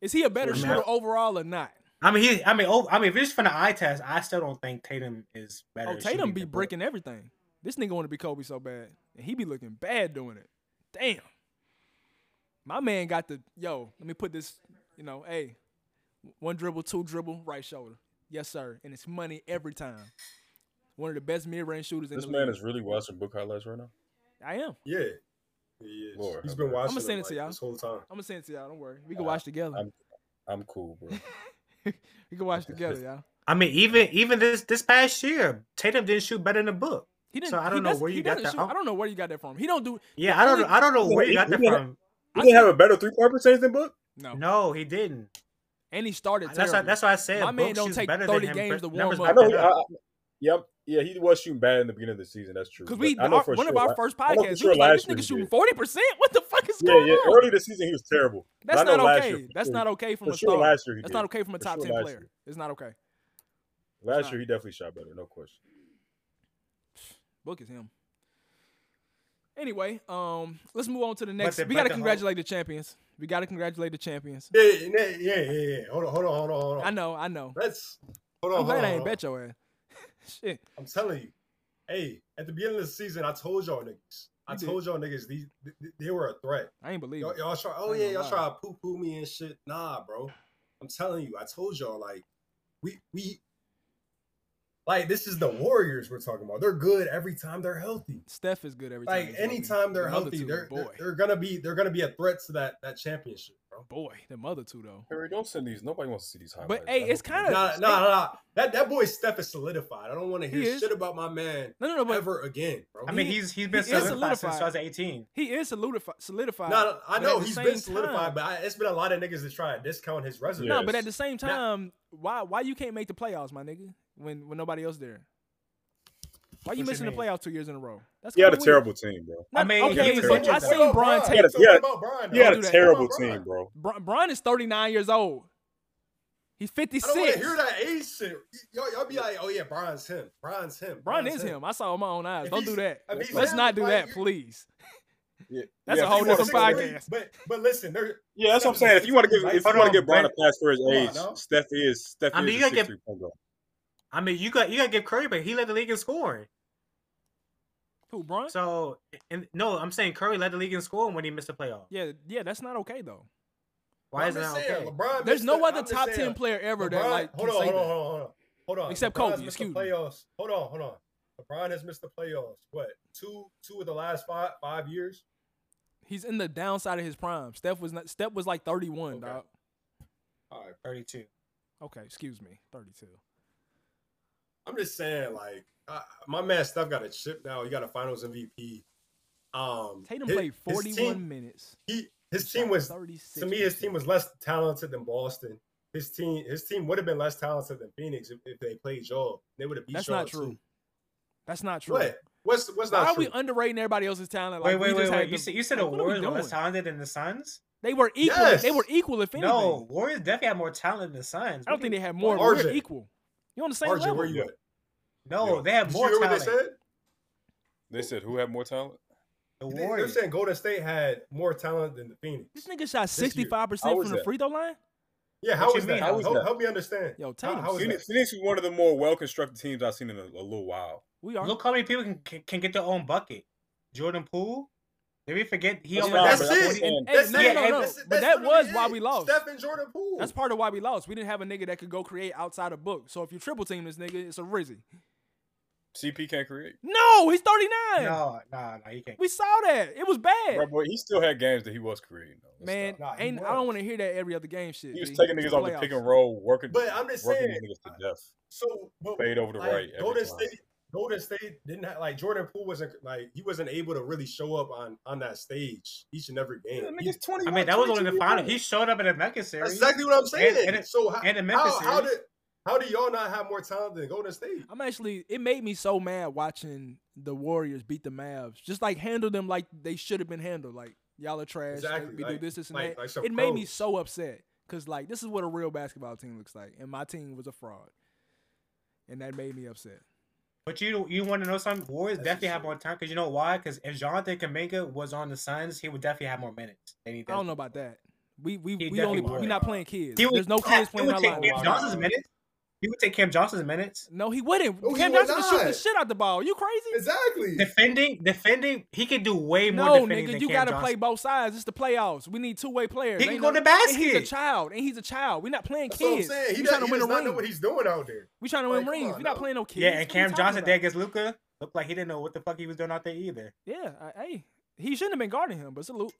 B: Is he a better
E: Yeah, man.
B: shooter overall or not?
E: I mean, he. I mean, oh, I mean, if it's from the eye test, I still don't think Tatum is better.
B: Oh,
E: at
B: Tatum
E: shooting
B: be
E: than Book.
B: breaking everything. This nigga want to be Kobe so bad, and he be looking bad doing it. Damn. My man got the yo. Let me put this. You know, hey, one dribble, two dribble, right shoulder. Yes, sir. And it's money every time. One of the best mid-range shooters in
F: This
B: the
F: man
B: league.
F: is really watching Book highlights right now.
B: I am. I'm
D: Yeah, he is.
F: Lord
D: He's
F: have
D: been
F: mercy.
D: watching.
B: I'ma send
D: him,
B: it to
D: like,
B: y'all.
D: this whole time.
B: gonna send it to y'all. Don't worry. We can watch together.
F: Uh, I'm, I'm cool, bro.
B: we can watch together, y'all.
E: I mean, even even this this past year, Tatum didn't shoot better than Book.
B: He didn't.
E: So I
B: he
E: don't know
B: doesn't-
E: where
B: he
E: you got
B: doesn't
E: that
B: shoot-
E: from.
B: I don't know where you got that from. He don't do.
E: Yeah, I don't
B: only-
E: I don't know
F: Yeah,
E: where you
F: he-
E: got
F: he
E: that
F: had-
E: from.
F: He didn't have a better three point percentage than Book.
B: No.
E: No, he didn't.
B: And he started.
E: That's why,
B: terrible.
E: that's why I said
B: My man
E: Book
B: don't
E: shoots
B: take
E: better
B: 30
E: than him.
B: games
E: but
B: to warm
E: numbers uh,
B: up.
F: I
E: back
F: know. He,
E: that
F: I,
E: up.
F: I- yep. Yeah, he was shooting bad in the beginning of the season. That's true.
B: Because
F: But
B: we,
F: I know
B: our-
F: for
B: one of
F: sure,
B: our
F: I-
B: first
F: I know for
B: podcasts,
F: sure
B: we was like, this
F: last year he
B: nigga shooting
F: did.
B: forty percent. What the fuck is
F: Yeah,
B: going
F: yeah.
B: on?
F: Early this season, he was terrible. But
B: That's
F: I know
B: not
F: last
B: okay.
F: year for
B: That's
F: sure-
B: not okay from
F: for
B: a
F: sure
B: star.
F: last year he
B: That's
F: did.
B: not okay from a
F: For
B: top
F: sure
B: ten
F: last
B: player.
F: year.
B: It's not okay.
F: Last
B: not.
F: year, he definitely shot better. No question.
B: Book is him. Anyway, um, let's move on to the next.
E: the-
B: we
E: but
B: gotta
E: the whole-
B: congratulate the champions. We gotta congratulate the champions.
D: Yeah, yeah, yeah, yeah, yeah. Hold on, hold on, hold on, hold on.
B: I know, I know.
D: Let's hold on.
B: I'm
D: hold
B: glad
D: on,
B: I ain't
D: hold on.
B: bet your ass. Shit,
D: I'm telling you. Hey, at the beginning of the season, I told y'all niggas. I
B: You did.
D: told y'all niggas these th- th- they were a threat.
B: I ain't believe
D: Y'all,
B: it.
D: y'all try. Oh
B: I ain't
D: yeah,
B: gonna
D: y'all try to poo poo me and shit. Nah, bro. I'm telling you. I told y'all like we we like this is the Warriors we're talking about. They're good every time they're healthy.
B: Steph is good every time.
D: Like
B: he's healthy.
D: anytime they're
B: The mother
D: healthy,
B: two,
D: they're,
B: boy,
D: they're they're gonna be they're gonna be a threat to that that championship, bro.
B: boy, the mother two though.
C: Harry, don't send these. Nobody wants to see these highlights.
B: But hey,
C: I
B: it's
C: hope you
B: kind
C: don't.
B: of
D: Nah, nah, nah, nah. That that boy Steph is solidified. I don't want to
B: He
D: hear
B: is.
D: shit about my man
B: No, no, no. But
D: ever again, bro.
E: I mean,
B: He-
E: he's he's been
B: he is
E: solidified since
B: solidified.
E: 2018.
B: he is solidified. Solidified.
D: No, no, I
B: but at
D: know
B: the
D: he's
B: same
D: been solidified,
B: time-
D: but I, it's been a lot of niggas that try to discount his resume.
B: No,
C: Yeah.
B: but
C: Yes.
B: at the same time, why why you can't make the playoffs, my nigga? When when nobody else there. Why you
E: What you
B: missing the
E: mean?
B: playoffs two years in a row? That's
C: He had a
B: kinda weird.
C: terrible team, bro.
B: Not-
E: I mean,
B: okay,
E: he was
B: but
E: injured,
B: I
E: though.
B: seen Brian
D: Bro,
B: take.
D: so
C: Yeah,
D: what about Brian,
C: He
D: though?
C: had
B: do
C: a
B: that.
C: terrible
D: Come on,
C: team, bro.
B: Bri- Brian is thirty nine years old. He's fifty
D: I don't want
B: six.
D: to hear that age shit. Y'all, y'all be like, oh yeah, Brian's him. Brian's him.
B: Brian is him. I saw it with my own eyes.
D: If
B: Don't
D: he's-
B: do that.
D: if he's
B: Let's
D: him,
B: not do
D: like,
B: that,
D: you-
B: please.
C: Yeah.
B: That's
C: Yeah,
B: a
C: if
B: whole
C: you wanna
B: different
C: see the
B: podcast.
C: ring-
D: But but listen, they're
C: Yeah, that's what I'm saying. If you want to give, if you want to give Brian a pass for his
D: Come on,
C: age,
D: dog.
C: Steph is Steph
E: I mean,
C: is
E: you
C: a
E: gotta give-
C: six three point guard.
E: I mean, you got you got to give Curry, but he led the league in scoring.
B: Who Brian?
E: So, and no, I'm saying Curry led the league in scoring when he missed the playoff.
B: Yeah, yeah. That's not okay though.
E: Why
D: I'm
E: is that
D: just saying,
E: okay?
D: LeBron
B: There's
D: missed
B: no
D: the-
B: other
D: I'm just
B: top
D: saying,
B: ten player ever that
D: LeBron-
B: like can
D: hold on,
B: say
D: hold on,
B: that.
D: hold on, hold on, hold on.
B: Except
D: LeBron's
B: Kobe,
D: missed
B: excuse
D: the
B: me.
D: playoffs. Hold on, hold on. LeBron has missed the playoffs. What two two of the last five five years?
B: He's in the downside of his prime. Steph was not. Steph was like thirty one,
D: Okay.
B: dog.
D: All right,
E: 32.
B: Okay, excuse me, thirty two.
D: I'm just saying, like uh, my man Steph got a chip now. He got a Finals MVP. Um,
B: Tatum
D: his-
B: played
D: his
B: 41
D: team-
B: minutes.
D: He
B: He
D: his team
B: shot
D: was
B: 36
D: to me his team was less talented than Boston. His team his team would have been less talented than Phoenix if, if they played y'all. They would have beat
B: That's
D: y'all
B: not true.
D: too.
B: That's not true.
D: What? What's what's
B: Why
D: not
B: are
D: true?
B: we underrating everybody else's talent?
E: Wait,
B: Like,
E: wait,
B: we
E: wait,
B: just had
E: wait. You
B: the-
E: said you said the
B: like, what are we
E: Warriors were
B: doing?
E: less talented than the Suns.
B: They were equal.
D: Yes.
B: They were equal. If anything,
E: No, Warriors definitely had more talent than the Suns.
B: I don't
E: What
B: think
E: do
B: they
E: you-
B: had more.
D: RJ.
B: We were equal. You on the same
D: RJ,
B: level?
D: where you
C: Yeah.
D: at?
E: No, they had
D: Did
E: more
D: you hear
E: talent.
D: what they said?
C: They said who had more talent?
E: The
D: They- They're
E: Warriors.
D: saying Golden State had more talent than the Phoenix.
B: This nigga shot
D: year.
B: 65
C: How
B: percent
C: was
B: from the
C: that?
B: free throw line.
D: Yeah, how
E: you
D: is that?
E: mean?
D: How
C: How
D: is
C: is
D: help,
C: that?
D: help me understand.
B: Yo,
D: How-
B: Tatum
D: how is
C: Phoenix,
D: that?
C: Phoenix is one of the more well constructed teams I've seen in a, a little while.
B: We are.
E: Look how many people can, can can get their own bucket. Jordan Poole. Did we forget he
C: That's
E: only
C: fine,
E: had
D: but
E: like
D: that's
C: it.
E: 40
B: Hey, no,
E: yeah,
B: no, no,
E: and
B: no.
E: that's-
B: But that was
D: literally
B: why
D: it.
B: we lost.
D: Steph and Jordan Poole.
B: That's part of why we lost. We didn't have a nigga that could go create outside of book. So if you triple team this nigga, it's a Rizzy.
C: CP can't create.
B: No, he's 39.
E: No, no, no, he can't.
B: We saw that. It was bad.
C: Bro, boy, he still had games that he was creating. Though. Let's
B: Man,
C: stop.
D: Nah, he
B: ain't, I don't want to hear that every other game shit.
C: he was
B: B.
C: taking
B: It's
C: niggas
B: the
C: off the
B: playoffs.
C: pick and roll, working,
D: But I'm just
C: working
D: saying,
C: these niggas to death.
D: so but,
C: Fade over to
D: like,
C: right. every
D: Golden
C: time.
D: State, Golden State didn't have, like Jordan Poole wasn't like he wasn't able to really show up on on that stage each and every game.
C: Yeah,
D: He-
C: niggas 21,
E: I mean, that was only
C: 22
E: the final.
C: years
E: He showed up in a Mecca
D: that's
E: series.
D: exactly what I'm saying.
E: And- and-
D: so how,
E: and the Memphis
D: how, how
E: series.
D: did how do y'all not have more talent than Golden State?
B: I'm actually. It made me so mad watching the Warriors beat the Mavs. Just like handle them like they should have been handled. Like y'all are trash.
D: Exactly,
B: We
D: like-
B: do this, this, and
D: like-
B: that.
D: like some
B: it made me
D: pros.
B: so upset because like this is what a real basketball team looks like, and my team was a fraud, and that made me upset.
E: But you you want to know something? Warriors
D: That's
E: definitely
D: just
E: have
D: true.
E: more time because you know why? Because if Jonathan Kaminga was on the Suns, he would definitely have more minutes. Than he
B: I don't
E: does.
B: know about that. We we
E: He
B: we only
E: definitely
B: we
E: would.
B: not playing kids.
E: He would,
B: There's no kids
E: he
B: playing
E: would
B: our
E: take Cam
B: lineup.
E: Johnson's minutes. He would take Cam Johnson's minutes.
B: No, he wouldn't.
D: No, he
B: Cam
D: would
B: Johnson can shoot the
D: not.
B: shit out the ball. You crazy?
D: Exactly.
E: Defending, defending, he can do way more
B: No,
E: defending
B: nigga,
E: than
B: you
E: Cam
B: gotta
E: Johnson.
B: play both sides. It's the playoffs. We need two way players.
E: He can
B: Ain't
E: go
B: no-
E: to basket.
B: And he's a child. And he's a child. We're not playing
D: That's
B: kids.
D: what I'm saying.
B: we
D: He, does,
B: trying
D: he
B: to win
D: does
B: a
D: not know
B: ring.
D: what he's doing out there.
B: We trying to
D: Like,
B: win
D: come
B: rings.
D: on,
B: We're not
D: no.
B: playing no kids.
E: Yeah,
B: What
E: and
B: we
E: Cam
B: talking
E: Johnson
B: about?
E: did against Luca looked like he didn't know what the fuck he was doing out there either.
B: Yeah, I, hey, he shouldn't have been guarding him, but salute.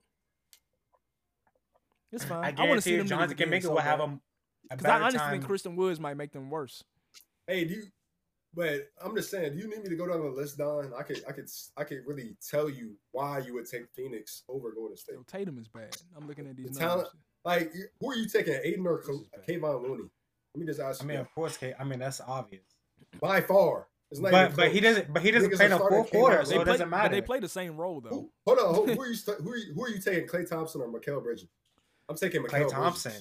B: It's fine. I,
E: I
B: want to
E: guarantee
B: see
E: you
B: them
E: Johnson can make it. will have a, a
B: Because I
E: better
B: honestly
E: time.
B: think Kristen Woods might make them worse.
D: Hey, do you? But I'm just saying, do you need me to go down the list, Don? I could, I could, I could really tell you why you would take Phoenix over Golden State.
B: Yo, Tatum is bad. I'm looking at these numbers.
D: The talent- Like, you- who are you taking, Aiden or
B: This
D: Ka-
B: is bad.
D: Kayvon Looney? Let me just ask
E: I
D: you.
E: mean,
D: that.
E: of course, K- I mean that's obvious.
D: By far, it's not
E: But
D: even
E: but he
D: close.
E: doesn't. But he doesn't
D: Niggas
E: play
D: are
E: no
D: starting
E: fourth
D: Kayvon
E: quarter,
D: Looney.
E: so
B: They
E: it
B: play,
E: doesn't
B: but
E: matter.
B: they play the same role though.
D: Who, hold on, who, who are you? sta- Who are you, who are you taking, Clay Thompson or Mikael Bridges? I'm taking Mikael
E: Clay
D: Bridges.
E: Thompson.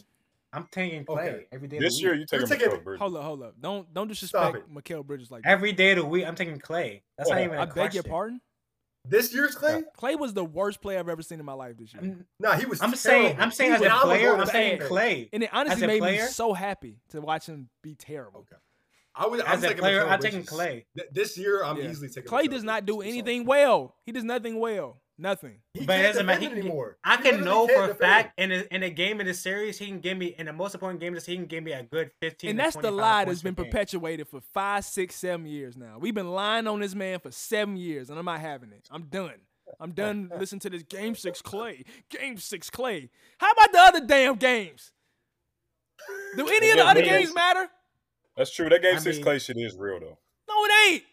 E: I'm taking Clay
D: Okay.
E: every day. of the
C: This year,
E: week.
C: you taking
D: You're taking-
C: Mikal Bridges.
B: Hold up, hold up. Don't don't disrespect
D: it.
B: Mikael Bridges like that.
E: every day of the week, I'm taking Clay. That's not
C: Yeah.
E: even a
B: I
E: question.
B: beg your pardon.
D: This year's Clay?
B: Clay was the worst player I've ever seen in my life this year.
E: I'm,
D: Nah, he was.
E: I'm saying,
D: terrible.
E: I'm saying
D: He
E: as
D: went
E: a
D: out the
E: player,
D: door
E: I'm saying
D: bad.
E: Clay.
B: And it honestly
E: a
B: made
E: player?
B: me so happy to watch him be terrible.
D: Okay. I would. I'm
E: As a
D: taking
E: player,
D: Mikal
E: I'm taking
D: Bridges.
E: Clay.
D: Th- This year, I'm
B: Yeah.
D: easily taking.
B: Clay
D: Mikal
B: does not do
D: Bridges. I'm sorry.
B: anything well. He does nothing well. Nothing.
D: He
E: But it
D: can't
E: doesn't matter.
D: defend
E: He can-
D: anymore.
E: I
D: He
E: can
D: literally
E: know
D: can't
E: for a
D: defend.
E: fact in a, in a game in a series, he can give me in the most important game, he can give me a good 15.
B: And
E: to
B: that's the
E: 25
B: lie that's
E: points
B: been
E: per game.
B: perpetuated for five, six, seven years now. We've been lying on this man for seven years, and I'm not having it. I'm done. I'm done listening to this game six Clay. Game six Clay. How about the other damn games? Do any of the
C: Yeah,
B: other
C: man.
B: games matter?
C: That's true. That game
E: I
C: six
E: mean-
C: Clay shit is real though.
B: No, it ain't.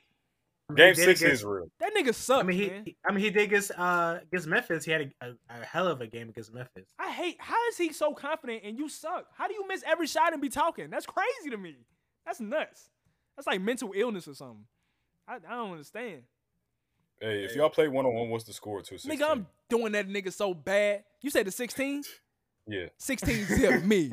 C: Game
E: did
C: six
E: against-
C: is real.
B: That nigga sucks,
E: I mean, he,
B: man.
E: he- I mean, he did against uh against Memphis. He had a, a, a hell of a game against Memphis.
B: I hate. How is he so confident and you suck? How do you miss every shot and be talking? That's crazy to me. That's nuts. That's like mental illness or something. I, I don't understand.
C: Hey, if y'all play one on one, what's the score to six?
B: Nigga, I'm doing that nigga so bad. You said the 16?
C: yeah
B: 16 zip me.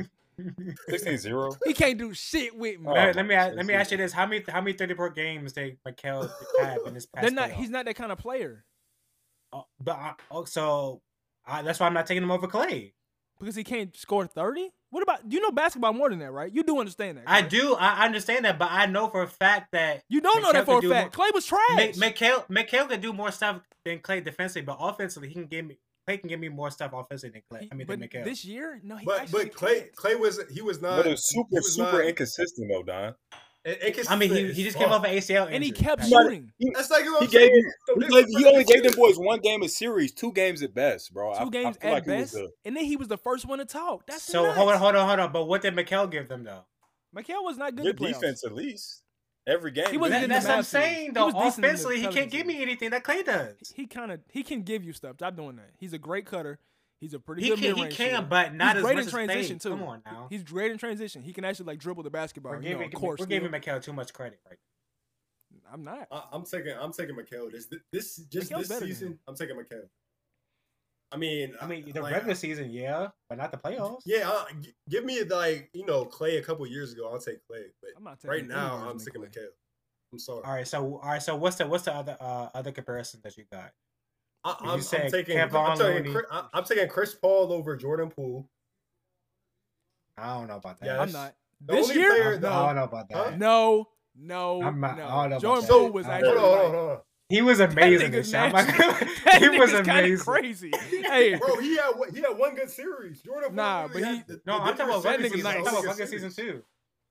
C: 16-0.
B: He can't do shit with me.
C: Oh,
E: let, let me
C: so
E: a- let me
C: he-
E: ask you this: how many how many 30 point games did Mikel have in this past?
B: They're not.
E: playoff?
B: He's not that kind of player
E: Oh, but I, oh, so I, that's why I'm not taking him over Clay.
B: because he can't score 30. What about you know basketball more than that, right? You do understand that.
E: I
B: correct?
E: do. I understand that, but I know for a fact that
B: You don't know that
E: Mikal
B: for
E: could
B: a
E: do
B: fact. Clay was trash.
E: Make Mikhail, Mikhail can do more stuff than Clay defensively, but offensively, he can give me Clay can give me more stuff offensively than Clay.
B: He-
E: I mean,
B: but
E: than Mikhail.
B: this year, no. He
D: But
B: actually
D: but Clay
B: can't.
D: Clay was he was not.
C: But it's
D: he
C: super
D: was
C: super
D: not-
C: inconsistent though, Don.
D: it- it can
E: I mean,
D: split
E: he,
D: as
E: he just
D: fuck.
E: came off an ACL
B: and he
E: injury.
B: kept
E: Like,
B: shooting
D: That's like what
F: He
D: I'm saying.
F: gave,
D: So
F: he,
D: this-
F: gave, he
D: this
F: only gave
D: year-
F: them boys one game a series, two games at best, bro. I-
B: two games
F: I feel
B: at
F: like he was
B: best, and then he was the first one to talk. That's
E: so
B: nuts.
E: hold on, hold on, hold on. But what did Mikhail give them though?
B: Mikal was not
C: the-
B: good.
C: Your
B: in the playoffs.
C: defense, at least every game.
B: He wasn't
C: man.
E: That-
B: in the
E: that's what I'm
B: Mavs series.
E: saying
B: He
E: though.
B: was decent in the
E: Offensively, he can't
B: Pelicans
E: give me
B: series.
E: anything that Clay does.
B: He kind of he can give you stuff. Stop doing that. He's a great cutter. He's a pretty
E: He
B: good
E: can, he
B: mid-range
E: can,
B: shooter.
E: but
B: he's
E: not as
B: great
E: much
B: in
E: as
B: transition
E: transition
B: too.
E: Come on now.
B: He's great in transition. He can actually like dribble the basketball.
E: We're
B: you know,
E: giving,
B: of course,
E: we're
B: you know.
E: giving Mikhail too much credit right
B: I'm not.
D: I- I'm taking I'm taking Mikhail. This this just
B: Mikhail's
D: this
B: better than
D: season. I'm taking Mikhail. I mean,
E: I mean, the
D: like,
E: regular season, yeah, but not the playoffs.
D: Yeah, uh, g- give me like you know Clay a couple years ago. I'll take Clay, but
B: I'm not taking
D: right
B: any
D: now
B: version
D: I'm
B: of
D: taking
B: Clay.
D: Mikhail. I'm sorry.
E: All right, so all right, so what's the what's the other uh, other comparison that you got?
D: I,
E: You
D: I'm, I'm
E: said
D: taking
E: Kevon
D: I'm taking,
E: Looney.
D: Chris, I'm taking Chris Paul over Jordan Poole.
E: I don't know about that.
D: Yeah,
B: I'm
D: that's-
B: not.
D: the
B: This
D: only
E: I
B: year,
D: player-
E: don't, I don't
B: no,
E: know about that.
D: Huh?
B: no, no,
E: I'm not- I don't know
B: no.
E: about
B: Jordan
E: that.
B: Poole was
E: I don't
B: actually.
D: Hold on, hold
B: like-
D: on, hold on.
E: He was
B: That nigga's
E: amazing. this year. I'm not
B: nasty.
E: gonna-
B: That
E: he was
B: nigga's kinda
E: amazing.
B: crazy. Hey,
D: Bro, he had one- he had one good series. Jordan Poole
B: Nah,
D: literally
B: but he-
D: had the-
E: No,
D: the difference
E: I'm talking about
B: That oh,
E: regular
D: series
B: nigga
E: season.
B: nice.
D: was
E: I'm talking
D: only
E: about
D: a
E: regular
D: series.
E: season two.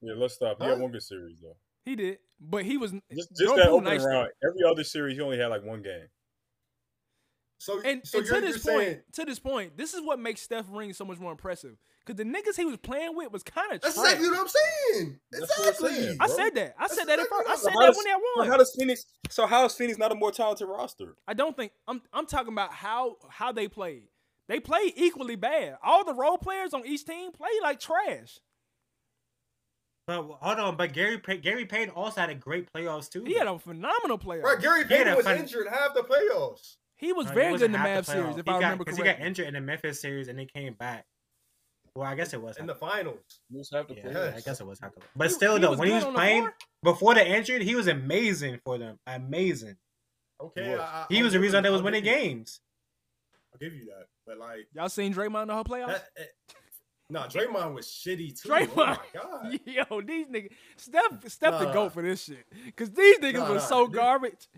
C: Yeah, let's stop. He had
D: Huh?
C: one good series though.
B: he did, but he was
C: Just, just
B: Jordan
C: that
B: Poole
C: opening
B: nice though.
C: round. Every other series, you only had like one game.
D: So,
B: And,
D: so
B: and to
D: you're,
B: this
D: you're
B: point,
D: saying
B: to this point, this is what makes Steph Ring so much more impressive. Cause the niggas he was playing with was kind of
D: that's
B: trash.
D: exactly what I'm saying.
C: That's what I'm
D: Exactly.
C: saying,
B: I
C: bro.
B: said that. I
D: That's
B: said that at
D: exactly
B: first. I
D: what
B: said
D: I'm-
B: that when
F: So
B: they
F: how
B: won.
F: does Phoenix? So how is Phoenix not a more talented roster?
B: I don't think I'm. I'm talking about how how they played. They played equally bad. All the role players on each team played like trash.
E: But hold on, but Gary Pay- Gary Payne also had a great playoffs too.
B: He had a phenomenal player.
D: Bro, Gary
E: He had
D: Payton
E: a
D: was
E: fun-
D: injured half the playoffs.
B: He was
E: No, he
B: very good in
E: wasn't
B: the
E: half
B: Mavs
E: the
B: series,
E: playoff.
B: if
E: He
B: I
E: got-
B: remember
E: 'cause He got
B: correctly.
E: injured in the Memphis series and he came back. Well, I guess it was.
D: in the finals.
F: You just have to
E: yeah,
F: play.
E: I
D: Yes.
E: guess it was. Hackaway. But
B: He-
E: still,
B: he
E: though,
B: was
E: when he
B: good
E: was
B: on the
E: playing
B: floor?
E: before the injury, he was amazing for them. Amazing.
D: Okay,
F: was.
D: I- I-
E: He
D: I'll
E: was the
D: give
E: reason
D: you-
E: they was
D: I'll
E: winning
D: give you-
E: games.
D: I'll give you that, but like,
B: Y'all seen Draymond the whole playoffs?
D: that, eh, nah, Draymond was shitty too.
B: Draymond.
D: Oh my god.
B: Yo, these niggas, Steph, Steph the
D: Nah.
B: goat for this shit. Cause these niggas
D: Nah,
B: were
D: nah,
B: so
D: dude.
B: garbage.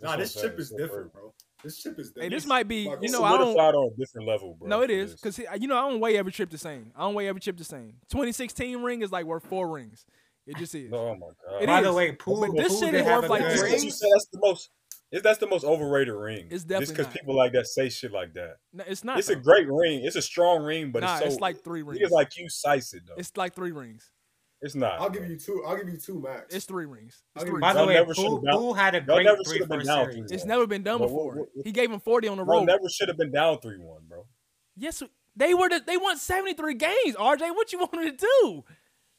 D: Nah, this
C: That's what I'm
D: chip is
C: saying. It's
D: different, bro. This chip is
B: Hey,
D: different.
B: this might be,
D: Fuck
B: you
D: it.
B: know, I don't.
C: solidified on a different level, bro.
B: No, it is because you know I don't weigh every trip the same. I don't weigh every trip the same. 2016 ring is like worth four rings. It just is.
C: Oh my god.
B: It
E: By
B: is.
E: the way, Poole,
B: this
E: Poole
B: shit
E: did
B: is
E: have
B: worth
E: a
B: like
E: good-
C: Just 'cause you said that's the most. Is that's the most overrated ring?
B: It's
C: just
B: definitely
C: because
B: not.
C: people like that say shit like that.
B: No, it's not.
C: it's a
B: though.
C: great ring. It's a strong ring, but
B: Nah,
C: it's so
B: it's like three rings.
C: Niggas like you size it though. It's,
B: It's like three rings.
C: not.
D: I'll give
C: bro.
D: you two. I'll give you two max.
B: It's three rings. It's
D: Okay,
B: three. rings.
E: By the
C: Y'all
E: way,
C: never
E: Poole,
C: should've down-
E: Poole had a
C: y'all
E: great
C: never
E: three
C: should've been
E: first
C: down
E: series.
C: three.
B: It's never been done
C: But
B: before.
C: what- what-
B: he gave him 40 on the
C: Bro,
B: road.
C: never should have been down three one, bro.
B: Yes, they were. The, they won 73 games. RJ, what you wanted to do?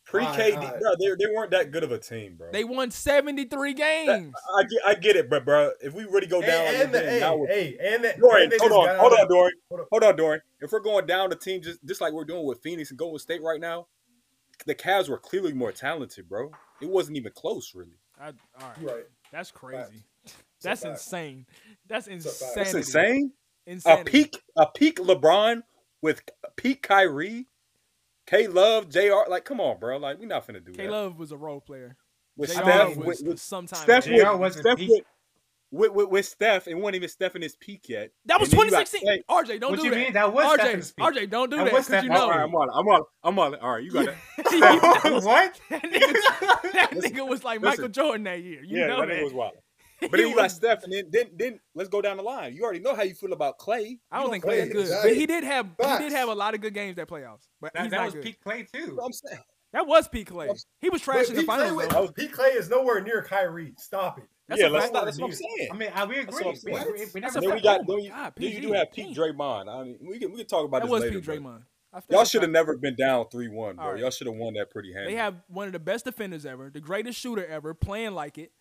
C: Pre
D: All right, all
C: KD,
D: right.
C: bro, they, they weren't that good of a team, bro.
B: They won 73 games.
C: I get, I get it, but bro, if we really go
D: And-
C: down,
D: and, the,
C: again, now we're-
D: hey, hey, and the,
C: Dorian,
D: and they
C: hold
D: just
C: on,
D: got
C: hold
D: out
C: on,
D: of-
C: Dorian,
D: hold on.
F: Hold on, Dorian. If we're going down the team just just like we're doing with Phoenix and Golden State right now, the Cavs were clearly more talented, bro. It wasn't even close, really.
B: I, all right,
D: You right.
B: that's crazy.
D: It's a
B: That's
D: fact.
B: insane. That's
D: That's
B: insanity.
C: That's insane. A
B: Insanity.
C: peak, a peak LeBron with peak Kyrie, K Love, Jr. Like, come on, bro. Like, we not finna do
B: K
C: that.
B: Love was a role player.
C: With
B: JR
C: Steph,
B: was
C: with, with
B: sometime.
C: Steph,
E: JR
C: with,
E: wasn't
C: Steph
E: peak.
C: with, with, with, with Steph, and wasn't even Steph in his peak yet.
B: that was
C: and then you got
B: 2016.
C: Clay.
B: RJ, don't
E: what
B: do
E: you
B: that.
E: mean? That was Stephen's
B: RJ,
E: peak.
B: RJ, don't do
E: That
B: that.
E: was
B: 'cause you
E: Stephen-
C: All right,
B: know.
C: I'm on it. I'm on it. I'm on it. All right, you got it.
E: what?
B: that, nigga, that
C: Listen,
B: nigga was like
C: listen.
B: Michael Jordan that year. You
C: yeah,
B: know
C: that
B: that.
C: nigga was wild. But
B: He
C: then you got
B: was-
C: Steph, and then, then then let's go down the line. You already know how you feel about Clay.
B: I don't
C: You
B: think
C: know
B: Clay is
D: Clay,
B: good,
D: exactly.
B: but he did have he did
D: Facts.
B: have a lot of good games that playoffs. But
E: That,
B: he's
E: that
B: not
E: was
B: good.
E: peak Clay too.
C: what I'm saying.
B: That was peak Clay. He was trash in the
D: Pete Clay
B: finals.
D: with-
B: though.
D: Pete Clay is nowhere near Kyrie. Stop it.
B: That's
C: yeah,
B: a
C: let's
B: fact.
C: not. That's what I'm
E: Dude.
C: saying.
E: I mean, I, we
C: That's what
E: agree.
C: I'm
E: We,
C: saying.
E: we, we
B: That's
E: never
B: a
C: then we
B: fact.
C: got
B: Oh
C: then
B: my
C: you,
B: God,
C: then you do
B: PG.
C: have Pete Draymond. I mean, we can we can talk about
B: That
C: this
B: was
C: later.
B: peak
C: but
B: Draymond. I feel
C: Y'all
B: like
C: should have never been down three one,
B: All
C: bro.
B: right.
C: Y'all should have won that pretty handy.
B: They have one of the best defenders ever, the greatest shooter ever, playing like it,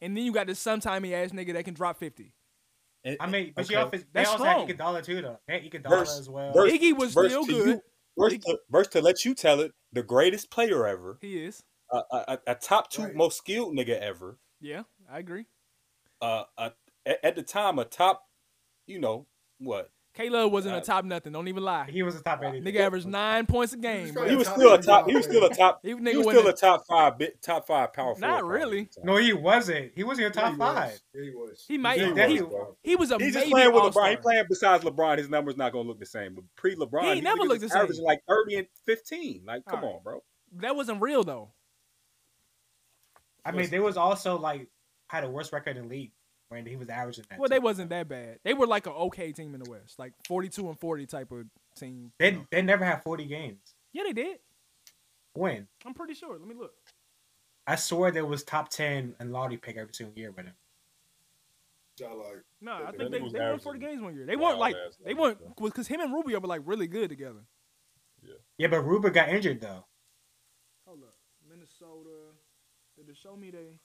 B: and then you got this sometimey ass nigga that can drop fifty.
C: And-
E: I mean, but
C: okay.
E: you also, they
B: That's
E: also
B: strong.
E: had Iguodala too, though. They had Iguodala
C: Verse-
E: as well.
C: verse-
B: Iggy was
C: verse
B: still
C: to
B: good.
C: you- verse, to, verse to let you tell it, the greatest player ever,
B: He is.
C: a, a, a- a top two
D: Right.
C: most skilled nigga ever,
B: Yeah, I agree.
C: uh, a, a- at the time a top, you know what?
B: K Love wasn't a
C: Uh,
B: top nothing. Don't even lie.
E: He was a top eighty.
B: Nigga averaged nine points a game.
D: trying
B: bro.
C: He was
D: top
C: still a
D: three
C: top. He was
D: player.
C: still a top.
B: He, nigga
C: He was
B: wasn't-
C: still a top five, bit, top five power forward.
B: Not
C: probably.
B: really.
E: No, he wasn't. He wasn't your
D: Yeah,
E: top
D: he was.
E: five.
D: Yeah, he was.
B: He might.
E: Yeah,
B: He,
E: he was,
B: he,
C: bro.
B: was a
C: He's just
B: maybe
C: playing with
B: all-star.
C: LeBron. He playing besides LeBron. His numbers not gonna look the same. But pre LeBron,
B: He ain't never looked the same.
C: Averaging like thirty and fifteen. Like, come
B: All right.
C: on, bro.
B: That wasn't real though.
E: I mean, they was also like had a worse record in the league when he was averaging that.
B: Well, they
E: too.
B: wasn't that bad. They were like an okay team in the West, like forty-two and forty type of team.
E: They they never had forty games.
B: Yeah, they did.
E: When
B: I'm pretty sure. Let me look.
E: I swear there was top ten and Lottie pick every single year with him.
D: John Locke.
B: No,
D: Yeah,
B: I
D: that
B: think they,
C: nigga was
B: they won
C: averaging
B: forty games one year. They
C: wild
B: weren't like
C: ass
B: they
C: numbers,
B: weren't
C: though.
B: because him and Rubio were like really good together.
E: Yeah, but Ruber got injured though.
B: Hold up, Minnesota. Did they show me they?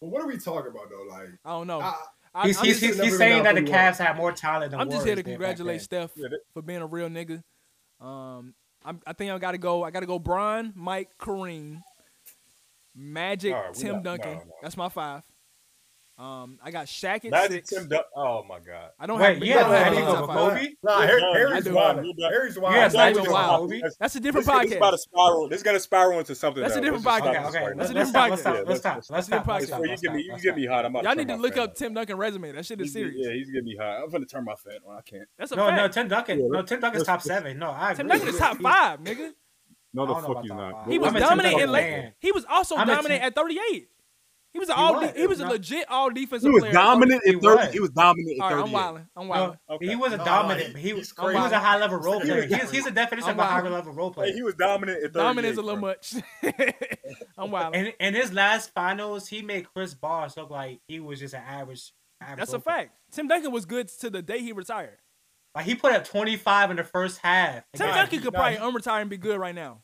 D: But what are we talking about though? Like,
B: I don't know.
C: Ah,
D: I,
B: I,
E: He's
B: I'm
E: he's,
B: just,
E: he's,
D: never
E: he's
D: been
E: saying
D: out
E: that the
D: three
E: Cavs had more talent than
B: I'm just here to
E: Warriors did back
B: congratulate
E: then.
B: Steph
C: Yeah, that-
B: for being a real nigga. Um, I'm, I think I gotta go. I gotta go. Brian, Mike, Kareem, Magic,
C: All right, we
B: Tim
C: not-
B: Duncan.
C: no, no.
B: That's my five. Um, I got Shaq at
C: Magic,
B: six.
C: Tim Dun- Oh my god.
B: I don't
E: Wait,
B: have.
E: you
B: I
E: have
B: don't have
E: Magic
B: any top
E: over
B: five.
E: Kobe?
D: Nah,
C: You're
D: Harry,
C: done.
D: Harry's
C: You're
D: wild.
C: done. You're done.
D: Harry's
E: Yeah,
D: wild.
E: it's not
B: Magic
E: even
B: Wild.
E: Kobe.
C: That's-
B: That's a different
C: This, this about
B: podcast.
C: to spiral. This gonna spiral into something.
B: That's a
C: else.
B: different
C: Let's just stop
E: Okay,
B: podcast.
C: this
E: okay.
C: right
E: Let's,
B: a
C: now.
B: different
E: let's stop.
B: podcast.
E: Let's stop.
C: Yeah,
E: Let's stop.
C: let's-
E: Let's
B: different
E: stop. Let's
B: podcast.
E: stop.
C: Before you
E: Let's
C: get
E: stop.
C: me, you
E: Let's
C: get me
E: stop.
C: hot. I'm about
B: Y'all
C: turn
B: need to
C: my
B: look
C: fan
B: up Tim Duncan resume. That shit
C: off.
B: is serious.
C: Yeah, he's gonna be hot. I'm gonna turn my fan on. I can't.
B: That's a
E: No,
B: fact.
E: no, Tim Duncan.
C: Yeah,
E: no,
C: let's-
E: Tim Duncan's
C: let's-
E: top seven. No, I agree.
B: Tim Duncan is top
E: He-
B: five, nigga.
C: No,
E: I don't know about that.
B: He
E: I'm
B: was
E: a Tim
B: dominant
E: Duncan
B: in late.
E: fan.
B: He was also
E: I'm a
B: dominant
E: Tim-
B: at 38. He was an
E: He
B: all.
E: was.
B: de- he was a
E: No.
B: legit all defensive.
C: He was
B: player at 38.
C: dominant
E: He
C: in thirty.
E: was.
C: He was dominant in
B: All right,
C: thirty.
B: I'm wilding. I'm wilding.
E: No,
C: Okay.
E: He was a
D: No,
E: dominant.
D: he-
E: He,
D: he's
E: was he was
B: crazy.
E: a high level role
D: He's
E: player.
D: crazy.
E: He's, he's the definition
B: I'm
E: of a high
B: wild.
E: level role player.
C: Hey, he was dominant in 38.
B: Dominant is a little
C: bro.
B: much. I'm wild.
E: And in his last finals, he made Chris Bosh look like he was just an average. average
B: That's a
E: role player.
B: fact. Tim Duncan was good to the day he retired.
E: Like he put up twenty five in the first half.
B: Tim
E: against-
B: Duncan could
D: nah,
B: probably
D: he-
B: unretire and be good right now.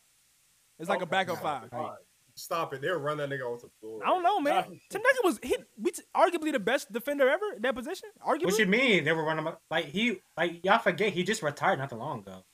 B: It's like a
D: Okay,
B: backup
D: nah,
B: five.
D: all right. Stop it. They'll run that nigga off the floor.
B: I don't know, man.
C: Nah.
B: Tim Duncan was he, we t- arguably the best defender ever in that position.
E: What
B: Arguably,
E: you mean they were running up- like he like y'all forget he just retired not that long ago.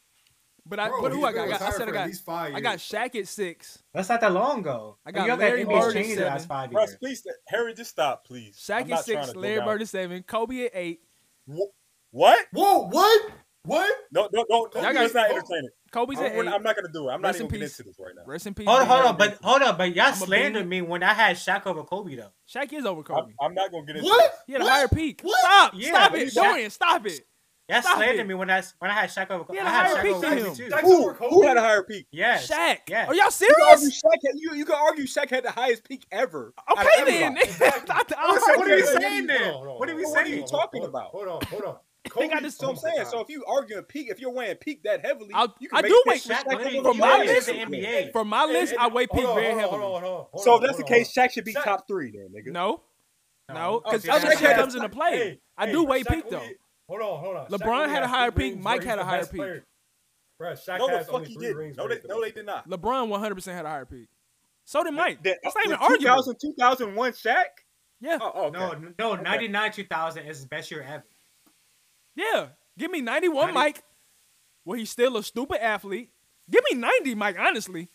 B: but I
D: Bro,
B: but who
D: he's
B: I got? I, got,
D: been
B: I
D: retired
B: said I
D: for at
B: got
D: least five
B: I got
D: years.
B: Shaq at six.
E: That's not that long ago.
B: I
E: Like,
B: got
E: you know that
B: Larry
E: NBA
B: Bird
E: changed the
B: seven.
E: last five
C: Bro,
E: years.
C: please, Harry, just stop, please. I'm
B: Shaq
C: not
B: at
C: trying
B: six,
C: to go
B: Larry
C: down-
B: Bird at seven, Kobe at eight,
C: Wh- What?
D: Whoa, what? What?
C: No, no, no. no
B: Y'all
C: let's
B: got-
C: not entertain it.
B: Kobe's at
C: I'm, we're
B: eight.
C: not- I'm not gonna do it. I'm not
B: Rest
C: even
B: in
C: getting
B: peace.
C: into this right now.
B: Rest in peace.
E: Hold on, hold
B: Larry
E: on, but
B: Bird.
E: hold on, but y'all
B: I'm a
E: slandered
B: bean.
E: me when I had Shaq over Kobe though.
B: Shaq is over Kobe.
C: I'm, I'm not gonna get into
D: What?
C: this.
B: He had a
D: What?
B: higher peak.
D: What?
B: Stop!
E: Yeah,
B: stop
E: but
B: it,
E: he- Shaq-
B: Dorian! Stop it!
E: Y'all
B: Stop
E: slandered
B: it.
E: me when I when I had Shaq over Kobe.
B: He had a
E: I had
B: higher
E: Shaq
B: peak
E: over
B: than
E: Kobe
B: him.
E: too.
D: Shaq's
C: Who,
D: over
C: who
D: Kobe?
C: had a higher peak?
E: Yes.
B: Shaq,
E: Yes.
B: are y'all
C: You can, argue
B: serious?
C: Shaq had, you, you can argue Shaq had the highest peak ever. out of
B: Okay then.
C: everybody.
B: I- I-
E: Listen, what are we
C: Hold on,
E: saying
D: hold on,
E: then?
D: hold on,
E: What are we
D: hold
C: on,
E: saying?
C: hold on. talking about?
D: Hold on, hold on.
B: They
D: Kobe,
B: got this-
C: That's what I'm saying. So if you arguing peak, if you're weighing peak that heavily,
B: I'll-
C: you
B: I
C: can make
B: do
C: the
B: make-
C: case Shaq
E: Shaq
C: went
E: went
C: over
E: in
B: for my
C: Kobe.
E: my
B: list-
E: the NBA.
B: For my list, I weigh peak
D: hold on,
B: very
D: hold on, Hold
B: heavily.
D: on, hold on, hold
C: So
D: on,
C: if that's the
D: hold on.
C: case, Shaq should be
D: Shaq-
C: top three then, nigga.
B: No,
D: Oh,
B: no, because
C: Shaq
B: other shit
C: had a-
B: comes into play.
D: Hey,
B: I
D: hey,
B: do weigh
D: Shaq
B: peak though.
D: only- Hold on, hold on. Shaq
B: LeBron
D: only
B: had a
D: has
B: higher
D: three
B: peak,
D: rings
B: Mike
D: where
B: had
D: he's
B: a
D: the
B: higher
D: best
B: peak.
D: player. Bruh, Shaq
C: No, the
D: has
C: fuck
D: only
C: he
D: three
C: didn't.
D: rings.
C: No,
D: where
C: they,
D: he's the
C: no, they
D: best
C: did not.
B: LeBron 100 percent had a higher peak. So did Mike.
C: That-
B: That's not even
C: the
B: arguable.
C: 2000, 2001 Shaq?
B: Yeah,
C: Oh, oh, okay.
E: No, no, ninety nine two thousand is his best year ever.
B: yeah. Give me 91,
E: 90.
B: Mike. Well, he's still a stupid athlete. Give me 90, Mike. Honestly,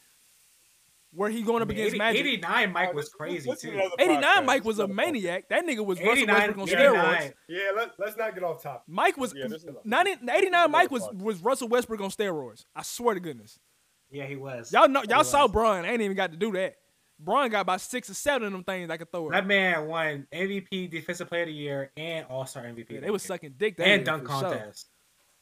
B: where he going up
E: I mean,
B: against
E: 80
B: Magic.
E: 89 Mike
C: Alright,
E: was
C: let's-
E: crazy
C: let's do
E: too.
C: another
B: 89
C: podcast.
B: Mike was a
C: Another
B: manic. That nigga was Russell
E: 89,
B: Westbrook on steroids.
E: 89.
D: Yeah, let, let's not get off topic.
B: Mike was
C: Yeah, this is a-
B: 90 89 Mike was
C: podcast.
B: was Russell Westbrook on steroids. I swear to goodness.
E: Yeah, he was.
B: Y'all know y'all
E: was.
B: saw Braun. ain't even got to do that. Braun got about six or seven of them things I could throw at.
E: That
B: him.
E: man won MVP, Defensive Player of the Year, and All Star MVP.
B: Yeah,
E: that
B: they was
E: year.
B: sucking dick that
E: and
B: year,
E: dunk
B: for sure.
E: contest.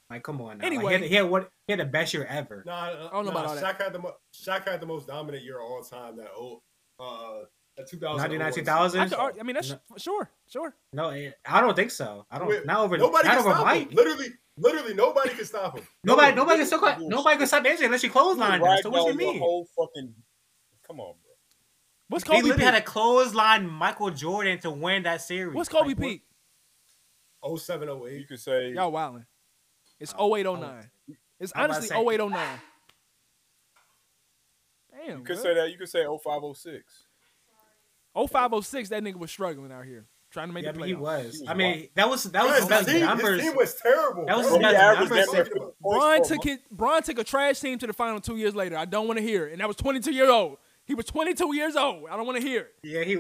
E: Like, come on. Now.
B: Anyway.
E: like, he, had, he had what? He had the best year ever.
D: Nah, I
B: don't know about all that.
D: Shaq had the mo- Shaq had the most dominant year of all time. That oh, uh, that 2000
E: 99
B: I,
E: 2000.
B: could, argue- I mean, that's sure, sure.
E: No, it- I don't think so. I don't.
D: Wait,
E: not over.
D: Nobody
E: not
D: can
E: over
D: stop
E: Mike.
D: him. Literally, literally nobody can stop him.
E: Nobody.
C: No,
E: Nobody can
C: this
E: stop.
C: is bullshit.
E: Nobody can stop Angie unless you close line.
C: Ragdoll
E: So what
C: the
E: you mean?
C: whole fucking. Come on, bro.
B: What's
E: They
B: Kobe
E: literally had a
B: Pete?
E: clothesline Michael Jordan to win that series.
B: What's Kobe
E: Like, what-
B: Pete?
D: 07, 08.
C: You could say
B: Y'all wildin'. It's 0809. It's
E: Oh, I'm about to
B: honestly
E: say-
B: 0809. Damn.
C: you could
B: bruh.
C: say that. You could say 0506.
B: 0506, that nigga was struggling out here trying to make
E: Yeah, I
B: the
E: mean,
B: playoffs.
E: he was.
C: He
E: I
C: was
E: mean, that was that was his
D: His
E: best
D: team-
E: numbers.
D: His team was terrible.
E: That was
D: bro.
E: his best numbers.
B: Bron took his, Bron took a trash team to the final two years later. I don't want to hear it. And that was 22 year old. He was 22 years old. I don't want to hear it.
E: Yeah, he.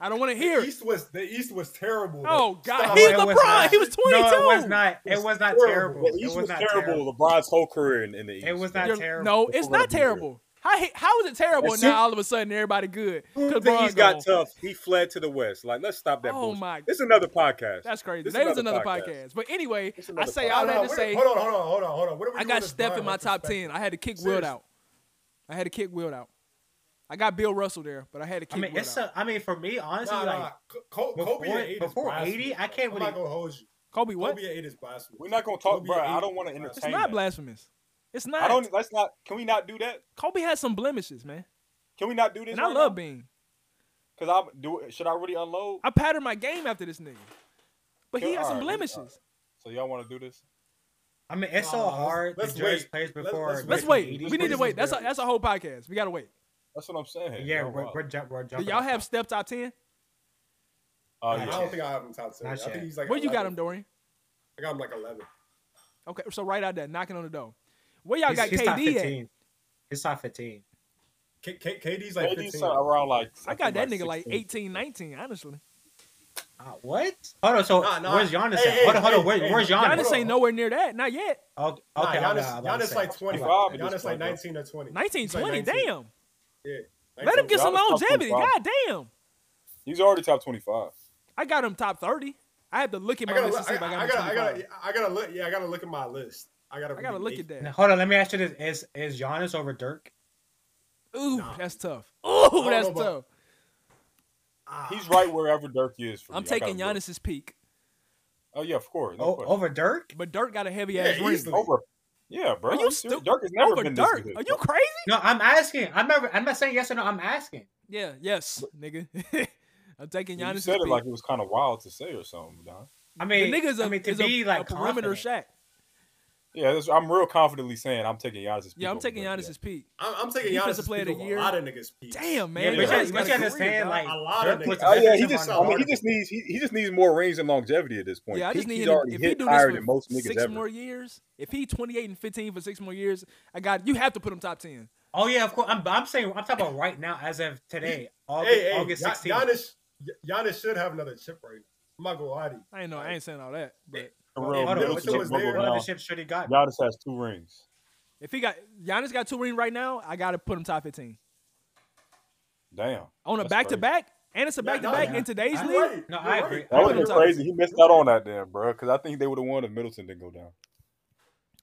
B: I don't want to
D: The
B: hear it.
D: East was the East was terrible.
B: Oh
D: though.
B: God,
E: No,
B: he's
E: it was
B: LeBron.
E: not.
B: He was 22.
E: No, it was not. It was not terrible.
C: Terrible. The
E: It
C: East
E: was
C: was
E: not terrible.
C: terrible. LeBron's whole career in, in the East.
E: It was not
B: You're-
E: terrible.
B: No,
C: That's
B: it's
C: what I
B: not
C: do here.
B: terrible. How he- how is it terrible
C: As soon-
B: now? All of a sudden, everybody good. 'Cause
C: Soon as The
B: Bron
C: East got
B: gone.
C: tough. He fled to the West. Like, let's stop that
B: Oh
C: bullshit.
B: my-
C: It's another podcast.
B: That's crazy.
C: This
B: That is another podcast. But anyway,
C: It's
B: I
C: another
B: say
C: podcast.
B: all
D: No,
B: that
D: no,
B: to
D: wait,
B: say
D: hold on, hold on, hold on, hold on. What are we
B: I
D: doing
B: got
D: this
B: Steph in
D: blind
B: my top
D: retrospective?
B: ten. I had to kick Wilt
D: Seriously.
B: out. I had to kick Wilt out. I got Bill Russell there, but I had to
E: I
B: kick
E: mean,
B: Wilt
E: it's.
B: out.
E: A, I mean, for me, honestly,
D: Nah,
E: like
D: nah. Col- Col- Kobe
E: before-
D: at eight
E: before
D: is blasphemy,
E: 80, I
D: bro.
E: can't
D: I'm
E: really-
D: not gonna hold you.
B: Kobe what?
D: Kobe at eight is blasphemy.
C: We're not gonna talk,
D: Kobe
C: bro.
D: at
C: I
D: eight
C: don't
D: is
C: wanna
D: blasphemy.
B: It's
C: Saying
B: not
C: that.
B: blasphemous. It's not.
C: I don't. Let's not. Can we not do that?
B: Kobe had some blemishes, man,
C: Can we not do this?
B: and I love Bean.
C: Because I do. it- Should I really unload?
B: I patterned my game after this nigga, but he
C: Yeah,
B: had some
C: alright,
B: blemishes.
D: uh,
C: So y'all want to do this?
E: I mean, it's so
D: Nah, let's-
E: hard
D: let's
E: to judge
D: wait.
E: players
D: Let's-
E: before.
D: let's
B: Let's
D: Wait,
B: wait.
D: these
B: We need to
D: niggas
B: wait. That's a,
D: barely-
B: that's a whole podcast. We gotta wait.
C: That's what I'm saying.
E: Yeah,
C: Y'all
E: we're,
C: wild.
E: we're, jump, we're
B: Do
E: jumping.
B: y'all
E: off.
B: have step top ten?
C: Oh,
D: I
C: yeah.
D: don't think I have him top ten. I
E: Not
D: think
E: yet.
D: he's like
B: Where you got
D: 11.
B: him, Dorian?
D: I got him like eleven.
B: Okay, so right out there, knocking on the door. Where y'all
E: He's-
B: got
E: he's top
B: KD at?
E: 15. He's top 15.
D: K- K- KD's like
C: KD's
D: 15.
C: around like.
B: I got that
C: think
B: nigga like
C: 16.
B: 18, 19, honestly.
E: Uh, what? Hold on. So
D: Nah, nah.
E: where's Giannis
D: Hey,
E: at?
D: hey,
E: hold on. Hold on.
D: hey,
E: where,
D: hey,
E: where's Giannis?
B: Giannis ain't nowhere near that. Not yet.
E: Okay.
D: Nah,
E: okay I'm
D: Giannis,
E: not- I'm not
D: Giannis
E: saying.
D: like twenty.
C: 25 at this
D: Giannis like
C: point, bro.
D: nineteen or twenty.
B: 19,
D: He's like
B: 20.
D: 19.
B: Damn.
D: Yeah.
B: Let him
D: 19.
B: get some
C: Giannis top
B: longevity.
C: 25.
B: God damn.
C: He's already top 25.
B: I got him top 30. I have to look at
D: I
B: my
D: gotta,
B: list and
D: look-
B: see
D: I,
B: if I
D: gotta,
B: got
D: I
B: him
D: gotta, I
B: 25.
D: gotta, I gotta look. Yeah, I gotta look at my list. I gotta.
B: I gotta
D: really
B: look
D: make-
B: at
E: Now,
B: that.
E: Hold on. Let me ask you this: Is is Giannis over Dirk?
B: Ooh,
D: Nah.
B: that's tough. Ooh,
D: know
B: that's
D: about-
B: tough.
D: Ah.
C: He's right wherever Dirk is. For
B: I'm
C: me. I
B: taking
C: gotta
B: Giannis's peak,
C: look. Oh yeah, of course. No
E: O-
C: question.
E: over Dirk?
B: but Dirk got a heavy
D: Yeah,
B: ass ring.
D: easily.
C: Over. Yeah, bro.
B: Are you
C: serious?
B: stupid?
C: Dirk has never
B: Over
C: been
B: Dirk?
C: This good,
B: Are you
C: bro.
B: crazy?
E: No, I'm asking. I'm never. I'm not saying yes or no. I'm asking.
B: Yeah, yes, nigga. I'm taking
C: You
B: Giannis's
C: said it
B: peak.
C: like it was kind of wild to say or something, Don.
E: I
B: the
E: mean,
B: nigga's a,
E: I mean to
B: is
E: be
B: a,
E: like
B: a perimeter
E: confident.
B: shack.
C: Yeah, that's, I'm real confidently saying I'm taking Giannis.
B: Yeah, I'm taking Giannis's peak.
D: I'm, I'm taking
B: Defensive
D: Giannis
B: player of the
D: over
B: year.
D: A lot of niggas. Peace.
B: Damn,
E: Yeah,
B: man.
E: but
B: Giannis got
E: you, but you
B: a career,
E: understand,
B: dog.
E: like
D: A lot of
E: Dirk puts
D: niggas.
C: Oh yeah, he
E: defensive
C: just.
E: on
C: I mean, he
E: guard.
C: just needs. He, he just needs more range and longevity at this point.
B: Yeah, I just
C: He-
B: need
C: he's
B: him.
C: already
B: If he
C: hit
B: do
C: higher
B: this
C: than
B: for
C: most niggas
B: six
C: ever.
B: more years, if he 28 and 15 for six more years, I got you have to put him top 10.
E: Oh yeah, of course. I'm, I'm saying I'm talking about right now, as of today, August,
D: Hey, hey,
E: August
D: Gia-
E: 16th.
D: Giannis, Giannis should have another chip right now. I'm not gonna lie to you.
B: I ain't know. I ain't saying all that. But
C: For
D: Hold
C: real,
D: on,
C: Middleton
D: what's up
C: just
D: with
C: bubbled
D: Zion?
C: now.
E: Relationship should he got?
C: Giannis has two rings.
B: if he got Giannis got two rings right now, I got to put him top 15
C: Damn.
B: on a
C: That's
B: back to
C: crazy.
B: back, and it's a back to back
D: nah,
B: in today's
E: I-
B: league.
D: You're right.
E: No,
D: You're
E: I
D: right.
E: agree.
C: That
B: I
C: would have
B: would've
C: been
B: took-
C: crazy. He missed out on that then, bro. Because I think they would have won if Middleton didn't go down.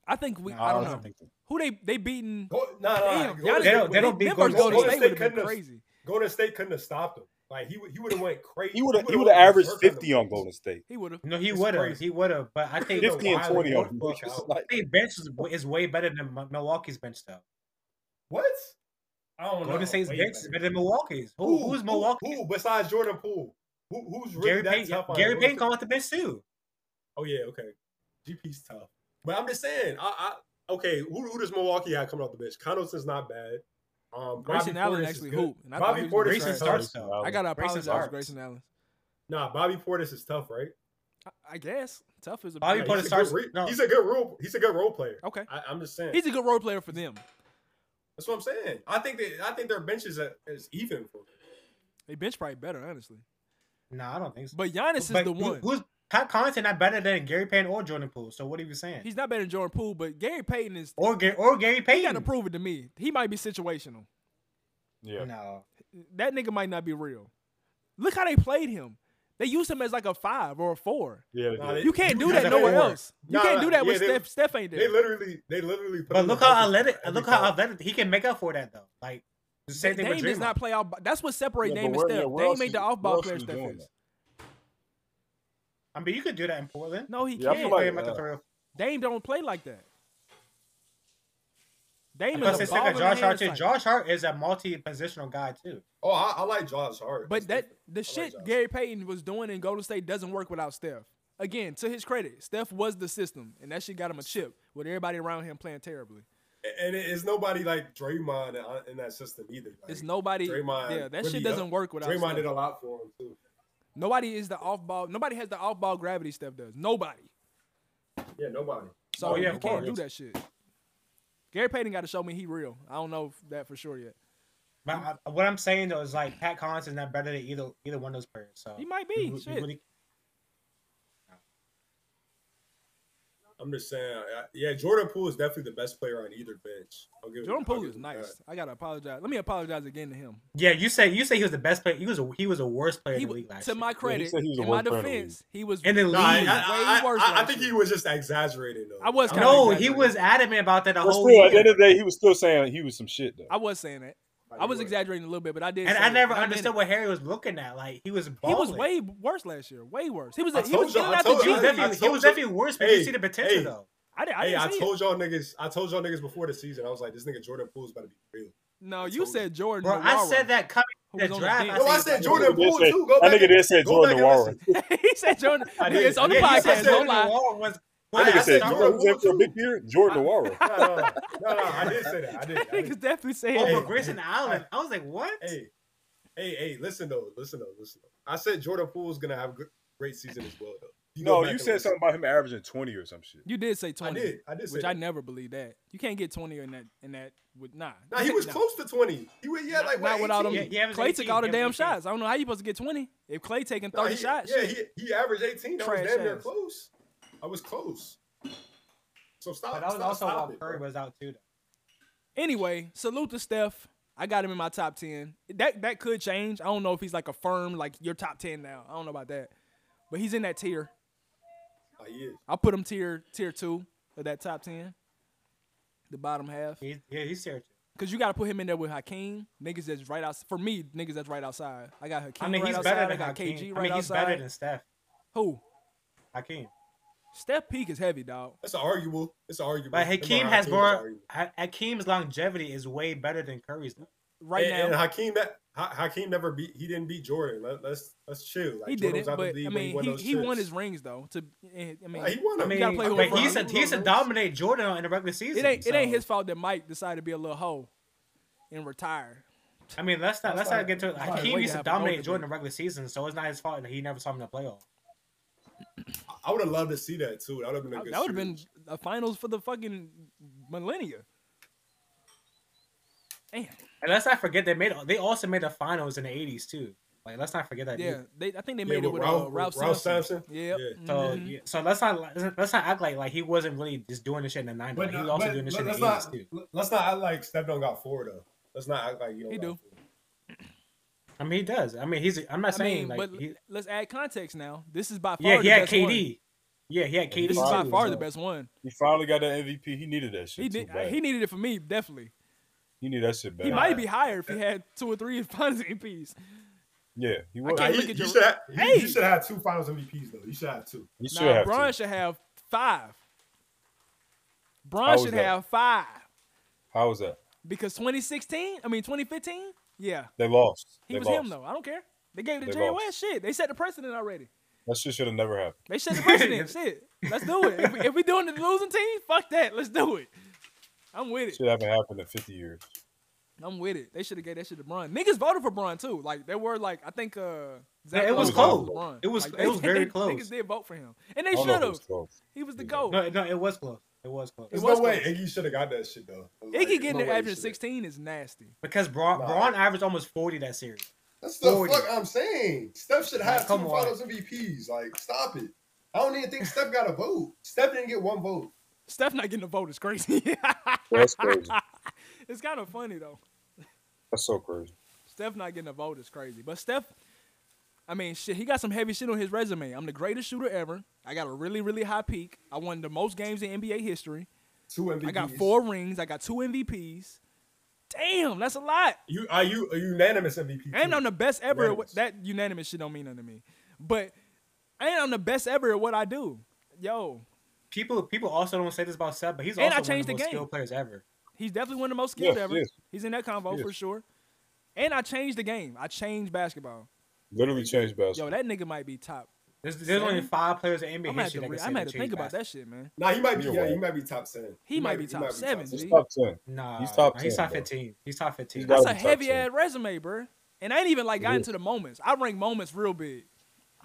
B: I think we.
E: Nah,
B: I
E: I
B: don't
E: don't
B: know
C: think so.
B: who they they beaten.
D: Go, nah, nah,
B: Damn,
D: Golden
B: Giannis,
E: They don't-
D: State-
E: they don't beat
B: Denver's
E: Golden
B: Golden
E: State.
B: State would have been
D: Golden State
B: crazy.
D: Golden State couldn't have stopped him. Like he would- he would have went crazy.
C: He would have. He would
D: would've
C: have averaged
D: worked
C: fifty
D: him.
C: on Golden State.
B: He would have.
E: No, he
D: It's
E: would have.
D: crazy.
E: He would have. But I think
D: He's
C: Fifty and
D: wild.
C: twenty on.
D: Fuck
C: him. It's
D: out.
C: just like-
E: I think bench is, is way better than Mi- Milwaukee's bench though.
D: What? I don't know.
E: Golden State's
D: Wait
E: bench
D: a
E: is
D: minute.
E: better than Milwaukee's. Who, who's Milwaukee?
D: Who besides Jordan Poole? Who, who's really
E: Gary
D: that
E: Payton.
D: tough? on
E: Gary
D: Golden
E: Payton
D: State?
E: come off the bench too.
D: Oh yeah, okay. GP's tough, but I'm just saying. I, I okay. Who, who does Milwaukee have coming off the bench? Connaughton's not bad. Um,
B: Grayson
D: Bobby
B: Allen
D: Portis is
B: actually
D: good.
B: hoop, and I thought
D: Bobby
B: he was
D: Portis
E: Grayson
D: is tough.
E: starts though.
B: I gotta apologize,
E: Grayson's
B: to
E: arts.
B: Grayson Allen.
D: Nah, Bobby Portis is tough, right?
B: I, I guess tough is a.
E: Bobby
D: Yeah,
E: Portis
D: he's a
E: starts-
D: good re-
E: no.
D: He's a good role. He's a good role player.
B: Okay,
D: I, I'm just saying.
B: he's a good role player for them.
D: That's what I'm saying. I think that I think their bench is, a, is even for
B: They bench probably better, honestly.
E: No, I don't think so.
B: But Giannis is
E: But
B: the
E: who-
B: one.
E: Who's Pat Connaughton not better than Gary Payton or Jordan Poole? So what are you saying?
B: He's not better than Jordan Poole, but Gary Payton is.
E: or Gary or Gary
B: He got
E: Payton.
B: to prove it to me. He might be situational.
C: Yeah.
E: No,
B: That nigga might not be real. Look how they played him. They used him as like a five or a four.
C: Yeah.
D: Nah,
C: they
D: they-
C: did.
B: You can't do
D: As
B: that
D: a
B: nowhere
D: four.
B: else. You
D: Nah,
B: can't do that
D: yeah,
B: with
D: they-
B: Steph. Steph ain't there.
D: They literally, they literally. Put
E: but
D: him
E: look
D: in
E: how
D: focus
E: athletic.
D: every
E: Look how
D: time.
E: athletic he can make up for that though. Like the same thing
B: Dame
E: with
B: does
E: Draymond.
B: not play out. That's what separates
C: Yeah, but
B: Dame and
C: where- yeah,
B: Steph.
C: where
B: Dame
C: else
B: ain't
C: is-
B: the
C: where
B: off-ball
C: else
B: player
C: is he
B: Steph
C: doing
B: is.
E: I mean, you could do that in Portland.
B: No, he
C: Yeah, I feel
B: can't.
C: like-
E: Play him at the
C: uh,
E: three or-
B: Dame don't play like that. Dame
E: Plus,
B: is
E: they
B: a
E: still
B: ball
E: got
B: in the
E: Josh Hart
B: hands
E: too.
B: type.
E: Josh Hart is a multi-positional guy too.
D: Oh, I, I like Josh Hart.
B: But
D: It's
B: that
D: different.
B: the
D: I like
B: shit
D: Josh.
B: Gary Payton was doing in Golden State doesn't work without Steph. Again, to his credit, Steph was the system, and that shit got him a chip with everybody around him playing terribly.
D: and it- it's nobody like Draymond uh, in- in that system either. Like,
B: It's nobody.
D: Draymond
B: yeah, that
D: really
B: shit doesn't
D: up-
B: work without
D: Draymond did
B: Steph.
D: a lot for him too.
B: Nobody is the off ball. Nobody has the off ball gravity Steph does. Nobody.
D: Yeah, nobody.
B: So
E: Oh, yeah,
B: you
E: of
B: can't
E: course.
B: do that shit. Gary Payton got to show me he real. I don't know if that for sure yet.
E: But I, what I'm saying though is like Pat Collins is not better than either either one of those players. So
B: He might
E: you
B: be.
E: re- you
B: shit.
E: really-
D: I'm just saying. I- Yeah, Jordan Poole is definitely the best player on either bench. I'll give
B: Jordan
D: I'll
B: Poole
D: give
B: is
D: him that.
B: nice. I gotta apologize. Let me apologize again to him.
E: yeah, you say you say he was the best player. He was a, he was a worst player
B: He,
E: in the
B: w-
E: league last
B: to
E: year.
B: my credit,
C: said he was the
B: in my
C: worst player in the league.
B: defense, he was
E: in the league.
D: Nah, I, I,
B: Way worse
D: I- I
B: last
D: think
B: year.
D: he was just exaggerating though.
B: I was kinda
E: no,
B: exaggerating.
E: he was adamant about that the
C: But
E: whole
C: still, at the
E: year.
C: end of the day, he was still saying he was some shit though.
B: I was saying that. I was exaggerating a little bit, but I did.
E: and
B: say
E: I
B: it,
E: never
B: and meant
E: understood
B: it.
E: what Harry was looking at. Like he was
B: He
E: balling.
B: was way worse last year. Way worse. He was.
D: I
B: he was
D: told y'all-
B: getting
D: I
B: out
D: told
B: the
E: He
D: y'all-
B: gym.
E: was definitely, he was
D: told you-
E: definitely worse, but you
D: Hey,
E: see the potential
D: hey.
E: though.
B: I, did, I
D: Hey,
B: didn't
D: I
B: see it.
D: told y'all niggas. I told y'all niggas before the season. I was like, this nigga Jordan Poole's about to be real.
B: No,
D: I
B: you
D: told you.
B: said Jordan.
E: Bro, I
B: Nwawara,
E: said that coming
B: who
E: the
B: was on
E: draft,
B: bench.
E: I
D: No, I
E: said-
D: said
E: That
D: Jordan
C: nigga did
D: Poole
C: say-
D: too. Go
C: that
D: back.
C: nigga
D: and-
C: did say
D: go
C: Jordan
D: back and
C: Nwawara.
D: listen.
B: he said Jordan.
D: I
B: It's
D: did.
B: on the
D: Yeah, he said
B: podcast.
D: Jordan
B: Don't lie.
E: Wall was
D: I
C: That nigga
D: said
C: said, you
D: Jordan
C: know who's in
D: Poole,
C: for a
D: too.
C: big year? Jordan Nwawara.
D: No, no, no, no, no, I did say that. I did. I did.
B: Niggas definitely saying.
E: over
D: Hey.
E: Grayson Allen. I was like, what?
D: hey, hey, hey, listen though, listen though, listen though. I said Jordan Poole's gonna have a gr- great season as well though. You go
C: No,
D: back
C: you
D: and
C: said
D: listen.
C: something about him averaging 20 or some shit.
B: You did say
D: I
B: twenty.
D: did, I did say
B: Which
D: that.
B: I never believed that. You can't get twenty in that. In that. With nah.
D: Nah, he was
B: Nah.
D: close to twenty. He was yeah, like
B: Not
D: what,
B: with all them.
D: 18?
E: Yeah, he averaged
B: Clay took
E: 18,
B: all the
E: he
B: damn
E: averaged 18.
B: shots. I don't know how you supposed to get twenty if Clay taking
D: Nah,
B: thirty
D: he-
B: shots.
D: Yeah, he, he averaged eighteen. That was
B: Trash
D: damn near
B: ass.
D: close. I was close. So stop.
E: But that was
D: stop,
E: also
D: stop
E: while
D: it,
E: Curry
D: bro.
E: was out too. Though.
B: Anyway, salute to Steph. I got him in my top ten. That that could change. I don't know if he's like a firm like your top ten now. I don't know about that, but he's in that tier.
D: Nah, he is.
B: I'll put him tier tier two of that top ten, the bottom half,
E: He, yeah, he's serious.
B: because you got to put him in there with Hakeem niggas that's right outside. For me, niggas that's right outside. I got Hakeem
E: I mean,
B: right
E: he's
B: outside.
E: better
B: I
E: than
B: got
E: Hakeem.
B: KG
E: I
B: right
E: mean, he's
B: outside.
E: better than Steph.
B: Who?
E: Hakeem.
B: Steph peak is heavy, dog.
D: That's arguable. It's arguable.
E: But Hakeem
D: Remember,
E: has
D: is
E: more.
D: arguable.
E: Ha- Hakeem's longevity is way better than Curry's. though.
B: Right
D: and,
B: now,
D: and Hakeem that Ha- Hakeem never beat. He didn't beat Jordan. Let, let's let's chill. Like,
B: he did
D: Jordan
B: it,
D: was out the
B: but
D: league
B: I
D: when he
B: mean,
D: won
B: he,
D: those
B: he won
D: chips.
B: his rings though. To eh, I mean,
D: Nah, he won.
E: I
D: them.
E: mean,
B: gotta play who
E: but
B: LeBron-
E: he's a, he's a dominate Jordan on- in the regular season.
B: it ain't it ain't
E: so-
B: his fault that Mike decided to be a little hoe and retire.
E: I mean, let's not let's
D: why-
E: not get to it.
B: why
E: Hakeem
B: we
E: used to
B: have an
E: dominate
B: older
E: Jordan
B: man.
E: in the regular season, so it's not his fault that he never saw him in the playoff.
D: I would have loved to see that too. That would have been a
B: That
D: good.
B: would have been
D: series.
B: a finals for the fucking millennia. Damn.
E: And let's not forget they made they also made the finals in the '80s too. Like let's not forget that.
B: Yeah,
E: either.
B: they, I think they
D: Yeah,
B: made it
D: with
B: with
D: Ralph-
B: uh,
D: with
B: Ralph
D: Ralph
B: Sampson.
D: Sampson?
B: Yep.
D: Yeah.
E: So
B: Mhm.
E: yeah, so let's not let's not act like like he wasn't really just doing this shit in the '90s. Like, he was also doing this shit in the
D: let's not
E: '80s too.
D: let's not act like Steph don't got four though. Let's not act like you don't.
B: He
D: got
B: do.
D: four.
E: I mean, he does. I mean, he's. I'm not
B: I
E: saying
B: mean,
E: like.
B: but
E: He,
B: let's add context now. This is by far
E: yeah,
B: the
E: he had
B: best
E: KD.
B: one.
E: Yeah, he had
B: This is
E: KD.
B: by
C: Finally.
B: far the best one.
C: He finally got that MVP. He needed that shit.
B: He
C: too
B: did.
C: bad.
B: He needed it for me, definitely.
C: He needed that shit bad.
B: He might be higher if he had two or three finals MVPs.
C: Yeah, he was.
B: I can't
D: Nah,
B: look
D: he-
B: at
D: you
B: your-
D: should have, he-
B: Hey!
D: you should have two Finals MVPs though. You should have two.
C: He should
B: Now
C: have.
B: Bron
C: to.
B: should have five.
C: How
B: Bron
C: was
B: should
C: that?
B: have five
C: How was that?
B: because 2016. I mean 2015. Yeah,
C: They lost.
B: he
C: They
B: was
C: lost.
B: him though. I don't care. They gave it to
C: They
B: Jay
C: lost.
B: West. Shit, they set the precedent already.
C: That shit should have never happened.
B: They set the precedent. Shit, let's do it. If, if we doing the losing team, fuck that. Let's do it. I'm with it.
C: Should haven't happened in 50 years.
B: I'm with it. They should have gave that shit to Bron. Niggas voted for Bron too. Like they were like I think uh Zach
E: Yeah, it
B: Lowe
E: was
B: voted
E: close.
B: for Bron.
E: It was-
B: Like,
E: it was very
B: niggas
E: close.
B: did vote for him, and they
C: I don't know if
B: should
C: it
B: have.
C: was close.
B: He was the
C: Yeah.
B: goat.
E: No, no, it was close. It was close.
D: There's
B: was
D: no way
B: close.
D: Iggy should have got that shit though.
B: Iggy getting
D: no
B: there
D: way he
B: after
D: shoulda.
B: 16 is nasty.
E: Because Braun,
D: Nah.
E: Braun averaged almost 40 that series.
D: That's the
E: 40.
D: fuck I'm saying. Steph should
E: Like,
D: have
E: come
D: two
E: on.
D: Finals MVPs. Like, stop it. I don't even think Steph got a vote. Steph didn't get one vote.
B: Steph not getting a vote is crazy.
C: That's crazy.
B: it's kind of funny though.
C: That's so crazy.
B: Steph not getting a vote is crazy. But Steph, I mean, shit, he got some heavy shit on his resume. I'm the greatest shooter ever. I got a really, really high peak. I won the most games in NBA history.
D: Two MVPs.
B: I got four rings. I got two MVPs. Damn, that's a lot.
D: You are you a unanimous MVP?
B: And
D: too.
B: I'm the best ever. At what,
D: Unanimous.
B: that unanimous shit don't mean nothing to me. But and I'm the best ever at what I do. Yo,
E: People people also don't say this about Seth, but he's
B: And I
E: also one of
B: changed the
E: the most
B: game.
E: skilled players ever.
B: he's definitely one of the most skilled
C: Yes,
B: ever.
C: yes.
B: He's in that convo
C: Yes.
B: for sure. And I changed the game. I changed basketball.
C: Literally changed
B: Yo,
C: basketball.
B: that nigga might be top.
E: There's, there's only
B: Seven?
E: five players in
B: I'm
E: NBA
B: gonna have to,
E: history that
B: re-
E: can say
B: I'm gonna have
E: they
B: to think
E: changed
B: about
E: basketball.
B: that shit, man.
D: Nah, he might be.
C: You're
D: Yeah,
C: right.
D: he might be top ten.
B: He might be top seven,
D: top
B: G.
C: It's
B: that-
C: top ten.
E: Nah,
C: He's top
E: nah, he's
C: 10,
E: top
C: bro.
E: 15. He's top 15.
C: gotta
B: That's
C: be
B: a
C: top
B: heavy
C: 10.
B: ass resume, bruh. And I ain't even like got
C: Yeah.
B: into the moments. I rank moments real big.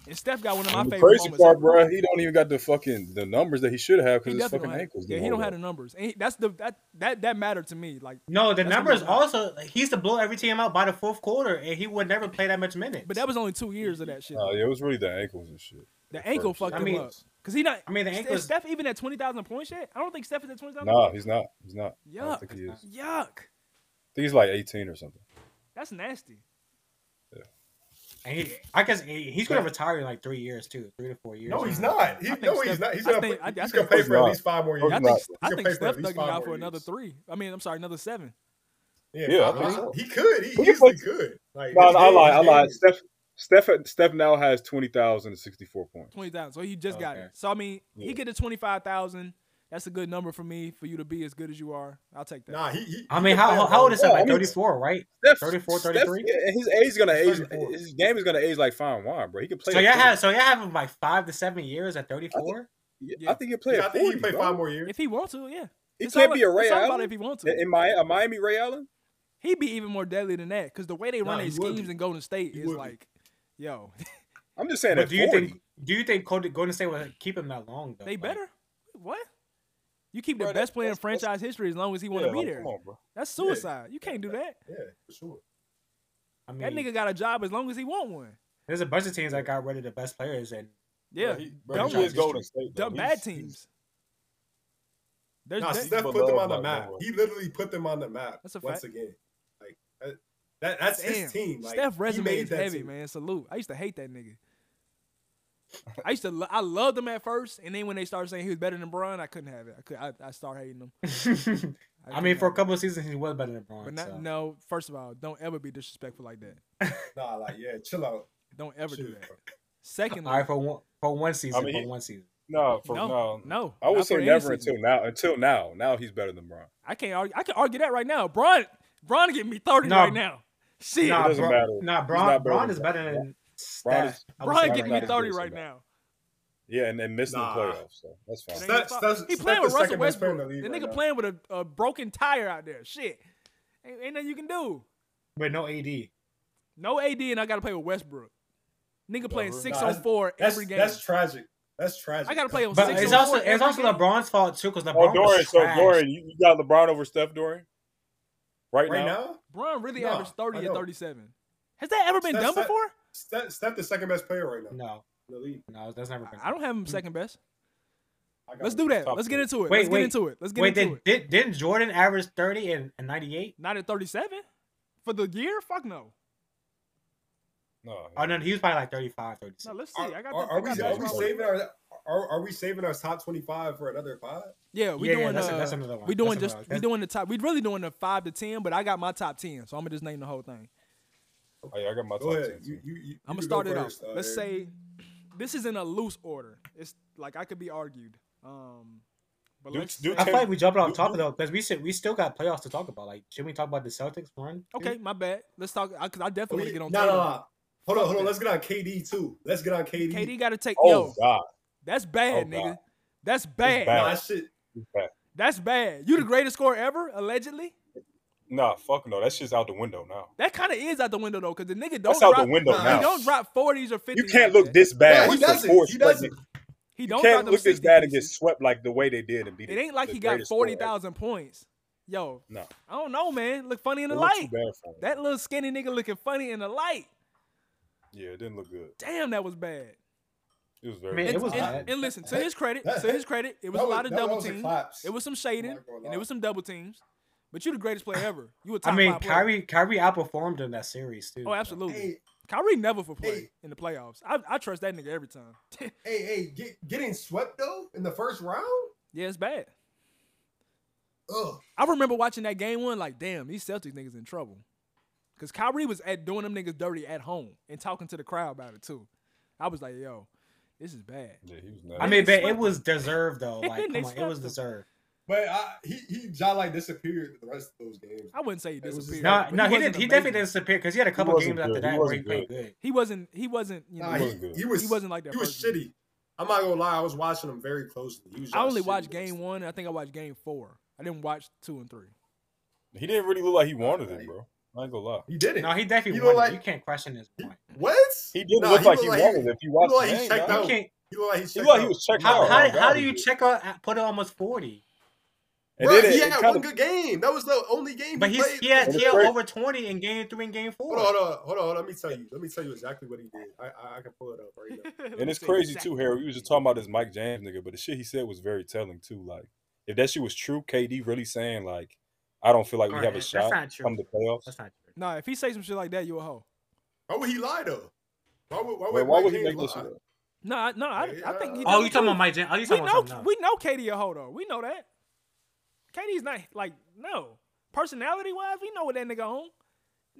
B: And Steph got one of my
C: And the
B: favorite
C: crazy
B: moments.
C: part,
B: ever.
C: bro, he don't even got the fucking the numbers that he should have because
B: He
C: his
B: definitely
C: fucking
B: don't have-
C: ankles.
B: Yeah, he don't have the numbers. And he, that's the that that that mattered to me. Like,
E: No, the
B: That's
E: number is
B: gonna be
E: also like, he used to blow every team out by the fourth quarter, and he would never play that much minutes.
B: but that was only two years of that shit.
C: Oh yeah, it was really the ankles and shit.
B: the ankle
C: first.
B: fucked
E: I
B: him
E: mean-
B: up. Cause he not.
E: I mean, the
B: is- is
E: ankles-
B: Steph even at twenty thousand points yet? I don't think Steph is at twenty thousand.
C: Nah, he's not. He's not. I don't
B: Yuck.
C: think he is. I think
B: Yuck.
C: he's like 18 or something.
B: That's nasty.
E: and he, I guess he, he's gonna retire in like three years too, three to four years. Uh,
D: No, he's
E: now.
D: not. He,
B: I think
D: no,
B: Steph-
D: he's not. He's
B: I
D: gonna,
B: think- I- I
D: pay, he's
B: think
D: gonna pay
C: Steph-
D: for at least five more years.
B: I
C: not.
B: think I
D: He's
B: think
D: gonna pay for at
B: Steph
D: least
B: thugging
D: five
B: out
D: more
B: for another
D: years.
B: three. I mean, I'm sorry, another seven.
C: Yeah, I
D: probably.
C: think so.
D: he could. He
C: Who you
D: easily
C: think-
D: could. Like,
C: No,
D: his
C: I
D: game-
C: lied. I
D: his
C: lied.
D: game-
C: Steph, Steph, Steph now has twenty thousand and sixty-four points.
B: Twenty thousand. So he just got
E: Okay.
B: it. So I mean,
C: Yeah.
B: he get to twenty five thousand. That's a good number for me for you to be as good as you are. I'll take that.
D: Nah, he. he
E: I
D: he
E: mean,
D: could
E: how
D: play
E: how-
D: a
E: how old is
C: Yeah,
D: long
E: that?
C: I
E: Like
C: mean,
E: thirty four, right?
C: Steph,
E: 34,
C: Steph,
E: 33?
C: yeah, his age is gonna age.
D: 34.
C: His game is gonna age like fine wine, bro. He can play.
E: So
C: at
E: y'all
C: 40.
E: have so y'all have him like five to seven years at thirty four.
C: Yeah, I think he can play.
D: Yeah,
C: at
D: I think
C: 40,
D: he can play
C: bro.
D: five more years.
B: If he wants to, yeah.
C: He
B: It's
C: can't
B: all-
C: be a Ray
B: it's all about
C: Allen.
B: if he wants to.
C: In my a Miami Ray Allen.
B: He'd be even more deadly than that because the way they
D: Nah,
B: run
D: he
B: their
D: would
B: schemes
D: be.
B: in Golden State
D: He
B: is
D: would be.
B: like, yo,
C: I'm just saying.
E: But
C: At
E: do you
C: 40,
E: think do you think Cody Golden State will keep him that long though?
B: they
E: Like,
B: better. What? You keep the
C: Bro,
B: best
C: that-
B: player in
C: that's- that's-
B: franchise history as long as he
C: yeah,
B: want to be
C: like,
B: there.
C: Come on, bro.
B: That's
D: Yeah.
B: suicide. You can't do that.
D: Yeah, for sure.
E: I mean,
B: That nigga got a job as long as he want one.
E: there's a bunch of teams that got rid of the best players, and
B: Yeah,
C: Bro, he, bro,
B: dumb,
C: he is Golden State. though.
B: dumb
C: He's- he's-
B: bad teams. There's
D: Nah,
B: there-
D: Steph
C: But
D: put them
C: love
D: on the
C: like
D: map.
C: that.
D: He literally put them on the map.
B: That's a
D: once
B: fact.
D: again. Like that, that- that's
B: Damn.
D: his team. Like,
B: Steph
D: he
B: resume
D: made
B: is
D: that
B: heavy,
D: team.
B: man. Salute. I used to hate that nigga. I used to lo- I loved him at first, and then when they started saying he was better than Bron, I couldn't have it. I could I, I started hating him.
E: I
B: couldn't
E: mean, for a
B: have it.
E: couple uh, of seasons he was better than
B: But
E: Braun.
B: not,
E: so.
B: no, first of all, don't ever be disrespectful like that.
D: Nah, like yeah, chill out.
B: Don't ever do
D: Shoot.
B: that. Secondly,
E: All right, for one for one season,
C: mean, he-
E: for one season.
C: No, for, no,
B: no, no, no.
C: I would
B: not for
C: say
B: any
C: never
B: season.
C: until now. Until now, now he's better than Bron.
B: I can't argue. I can argue that right now. Bron, Bron getting me thirty
E: No.
B: right now. Shit,
E: Nah,
C: doesn't
E: Bron,
C: matter.
E: nah,
C: He's
E: Braun,
C: not better
E: Braun
C: than
E: is
C: Bron.
E: better than
C: Braun
E: Steph.
C: is-
E: I
B: Bron
E: would say that
B: getting
E: right
B: me
C: now.
B: thirty
C: He's
B: right
C: not.
B: now.
C: Yeah, and, and missed
D: Nah.
C: the playoffs, so that's fine.
B: It ain't
D: Steph,
B: his fault.
D: Steph,
B: he
D: Steph
B: playing
D: the
B: with Russell
D: second best player
B: Westbrook.
D: in the
B: The,
D: league right
B: nigga
D: now.
B: playing with a, a broken tire out there. Shit, ain't, ain't nothing you can do.
E: But no AD.
B: No AD, and I gotta play with Westbrook. Nigga playing
C: bro.
B: six
D: Nah,
B: on four
D: That's
B: every game.
D: that's tragic. That's tragic.
B: I gotta play on
E: But
B: six
E: it's
B: on
E: also
B: four
E: it's
B: every
E: also
B: game.
E: LeBron's fault too, because LeBron
C: Oh, Dorian,
E: was
C: so
E: trash.
C: Dorian, you, you got LeBron over Steph, Dorian, right, now.
D: right now.
B: Bron really
D: Nah,
B: averaged
D: I
B: thirty or
D: know.
B: thirty-seven. Has that ever been
D: Steph-
B: done
D: Steph-
B: before?
D: Steph, Steph the second best player right now
E: No,
D: in the league.
E: no, that's never been.
B: I don't have him second best.
D: Hmm. I got
B: Let's
D: it.
B: do that.
C: Top
B: Let's get
C: three.
B: into it.
E: Wait,
B: Let's
E: wait.
B: get into it. Let's get
E: Wait,
B: into
E: did,
B: it.
E: did didn't Jordan average thirty and ninety eight?
B: Not at thirty-seven for the year? Fuck no.
C: No,
E: Oh no, he was probably like 35,
B: No,
E: 36.
B: let's see.
D: Are,
B: I got.
D: are,
B: the, I
D: are
B: got
D: we, are we
B: basketball.
D: saving our are, are we saving our top twenty five for another pod?
B: Yeah, we
E: Yeah, yeah,
B: doing.
E: that's-
B: uh,
E: that's another one.
B: We doing
E: That's
B: just.
E: another one.
B: We doing the top. We really doing the five to ten, but I got my top ten, so I'm gonna just name the whole thing.
C: Oh, yeah, I got my
D: Go
C: top
D: ahead.
C: ten.
D: You,
C: too.
D: you, you,
B: I'm
D: you
B: gonna
D: can
B: start
D: go
B: it off.
D: first, uh,
B: Let's
D: Aaron.
B: say this is in a loose order. It's like I could be argued. Um, but
C: Do-
B: let's
C: do
B: say-
E: I feel like we jumping on top of though because we should we still got playoffs to talk about. Like, should we talk about the Celtics run?
B: okay, my bad. Let's talk because I
D: Oh,
B: definitely want to
D: yeah.
B: get on.
D: No, no,
B: Tatum.
D: no. Hold on, hold
B: that.
D: on. Let's get on KD too. Let's get on KD.
B: KD got to take.
C: oh
B: yo,
C: God,
B: that's bad,
C: Oh, God.
B: nigga. That's bad.
C: bad.
D: Nah, that shit.
C: he's back.
B: That's bad. You the greatest scorer ever, allegedly.
C: Nah, fuck no, that shit's out the window now.
B: That kind of is out the window though, because the nigga don't
C: That's
B: drop.
C: out the window
D: nah,
B: He
C: now.
B: don't drop forties or fifties.
C: You can't look this bad.
D: No, he
C: for
D: doesn't.
C: four
D: He
C: straight
D: doesn't.
C: games.
B: He
C: You
B: don't got
C: can't
B: them
C: look as
B: 60
C: bad and get
B: pieces.
C: swept like the way they did and beat.
B: It ain't like
C: the
B: he got
C: greatest squad
B: forty
C: ever.
B: thousand points. Yo,
C: No.
B: I don't know, man. Look funny in the
C: It looked too
B: light.
C: bad for him.
B: That little skinny nigga looking funny in the light.
C: Yeah, it didn't look good.
B: Damn, that was bad.
C: It was very.
E: Man,
B: And,
E: it was
B: and-
E: bad.
B: and listen, to his credit, to his credit, it was
D: That
B: a lot of
D: that
B: double
D: was a
B: teams.
D: collapse.
B: It was some shading,
D: not gonna
B: and
D: lie.
B: it was some double teams. But you the greatest player ever. You a top
E: I mean,
B: five player.
E: Kyrie Kyrie outperformed in that series too.
B: Oh, absolutely.
D: Hey,
B: Kyrie never for play
D: Hey.
B: in the playoffs. I, I trust that nigga every time.
D: hey, hey, get, getting swept though in the first round.
B: yeah, it's bad.
D: Ugh.
B: I remember watching that game one, like, damn, these Celtics niggas in trouble. Cause Kyrie was at doing them niggas dirty at home and talking to the crowd about it too. I was like, yo, this is bad.
C: Yeah, he was not.
E: I mean,
B: They
E: but it
B: swept
E: was deserved though. Like,
B: They
E: come on, it was
B: swept them.
E: deserved.
D: But I, he he John like disappeared the rest of those games.
B: I wouldn't say he
D: It was just
B: disappeared.
E: No,
B: but
E: no, he
B: wasn't
E: did. He
B: amazing.
E: definitely disappeared because he had a couple
C: wasn't
E: games after
C: good. He
E: that where he
C: wasn't
E: played good.
B: He wasn't he wasn't, you know,
D: Nah,
C: He
D: he,
C: wasn't good.
D: he was
B: he wasn't like that.
D: he was
B: person.
D: shitty. I'm not gonna lie, I was watching him very closely. He was
B: I
D: just
B: only
D: shitty
B: watched
D: most-
B: game one. and I think I watched game four. I didn't watch two and three.
C: He didn't really look like he wanted it, bro. I ain't gonna lie.
D: He didn't.
E: No, he definitely
D: You know,
E: won. it.
D: like-
E: you can't question his point.
D: what?
C: He didn't
D: Nah,
C: look
D: he
C: like
D: looked
C: he
D: like
C: wanted
D: he-
C: it. If you watch
D: looked
C: the
D: like he
C: game, dog.
D: checked
E: You
D: out.
E: can't.
D: He looked like
C: he
D: he checked
C: looked like he
D: out.
C: was checked
E: How,
C: out.
E: how,
C: dog.
E: how
C: I
E: do you
C: did.
E: check out? Put almost forty,
C: And
D: Bruh,
C: then
D: he
C: it, it
D: had
C: kind
D: one
C: of
D: good game. That was the only game
E: but
D: he
E: he's
D: played.
E: he had,
C: And
E: he
C: it's
E: had
C: crazy.
E: over twenty in game three and game four.
D: Hold on, hold on, hold on, Let me tell you. Let me tell you exactly what he did. I I, I can pull it up right now.
C: and it's crazy too, Harry. We was just talking about this Mike James nigga, but the shit he said was very telling too. Like, if that shit was true, KD really saying like, "I don't feel like we
E: All
C: have a
E: right, that's
C: shot
E: not true.
C: come the playoffs."
E: That's not true.
B: Nah, if he say some shit like that, you a hoe.
D: Why would he lie though? Why would why would,
C: Wait, why
D: Mike
C: would he
D: James
C: make this?
D: lie?
C: shit up?
B: No, I- no, I, I think he.
E: Oh,
B: know
E: you
B: the
E: talking about
B: truth.
E: Mike James? Oh, you
B: We
E: talking about
B: know,
E: something else.
B: we know Katie a hoe though. We know that. Katie's not like no personality wise. We know what that nigga on.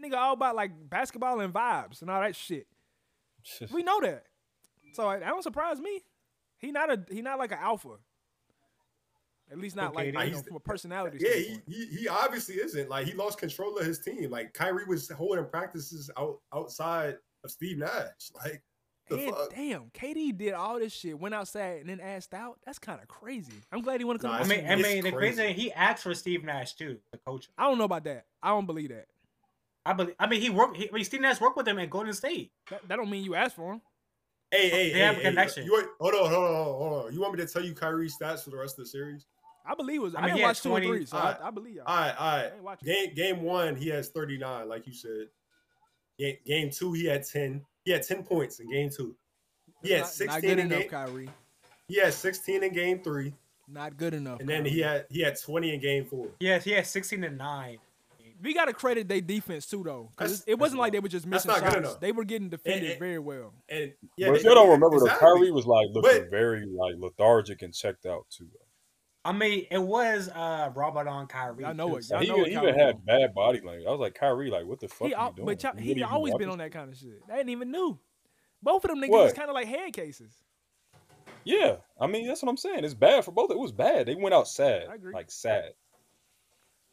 B: Nigga all about like basketball and vibes and all that shit. We know that. So I, that don't surprise me. He not a he not like an alpha. At least not
E: Okay,
B: like you
D: he's
B: know,
D: the-
B: from a personality.
D: Yeah, he,
B: standpoint.
D: he he obviously isn't. Like he lost control of his team. Like Kyrie was holding practices out outside of Steve Nash. Like the
B: And
D: fuck?
B: damn, KD did all this shit, went outside and then asked out. That's kind of crazy. I'm glad he want to come.
D: Nah,
E: I
B: out.
D: it's-
E: mean, I
D: it's
E: mean, the crazy
D: crazy.
E: thing, he asked for Steve Nash too, the coach.
B: I don't know about that. I don't believe that.
E: I believe. I mean, he worked. He, I mean, Steve Nash worked with him at Golden State.
B: That, that don't mean you asked for him.
D: Hey, hey,
E: They
D: hey,
E: have a
D: hey,
E: connection.
D: You want, hold on, hold on, hold on, hold on. You want me to tell you Kyrie's stats for the rest of the series?
B: I believe it was. I,
E: I mean,
B: didn't
E: he had
B: watch two and
E: 20
B: three, so
D: alright.
B: I, I believe y'all.
D: All right, all
B: I
D: right.
B: ain't watching.
D: Game game one, he has 39, like you said. Game, game two, he had 10. He had 10 points in game two. He had
B: Not- Not
D: 16
B: good
D: in
B: enough,
D: game.
B: Kyrie.
D: He had 16 in game three,
B: Not good enough.
D: and then
B: Kyrie.
D: he had he had 20 in game four.
E: Yes, he had sixteen and nine.
B: We gotta credit their defense too, though, because
D: That's-
B: it wasn't
D: that's
B: like they
D: not-
B: were just
D: that's
B: missing
D: not good
B: shots.
D: enough.
B: They were getting defended
D: and-
B: very well.
D: And yeah,
C: But
D: they-
C: if you don't remember, the
D: exactly.
C: Kyrie was like looking
D: But-
C: very like lethargic and checked out too.
E: I mean, it was uh Robert on Kyrie.
B: Y'all know
E: too,
B: it.
E: so-
C: Like,
B: Y'all
C: he
B: know what
C: even
B: Kyrie
C: had
B: doing.
C: bad body language. I was like, Kyrie, like, what the fuck
B: He,
C: are
B: al-
C: you doing?
B: but y'all,
C: You really
B: he always
C: watching
B: been on that kind of shit. They ain't even new. Both of them niggas was
C: What?
B: kind of like head cases.
C: Yeah, I mean that's what I'm saying. It's bad for both. It was bad. They went out sad,
B: I agree.
C: like sad.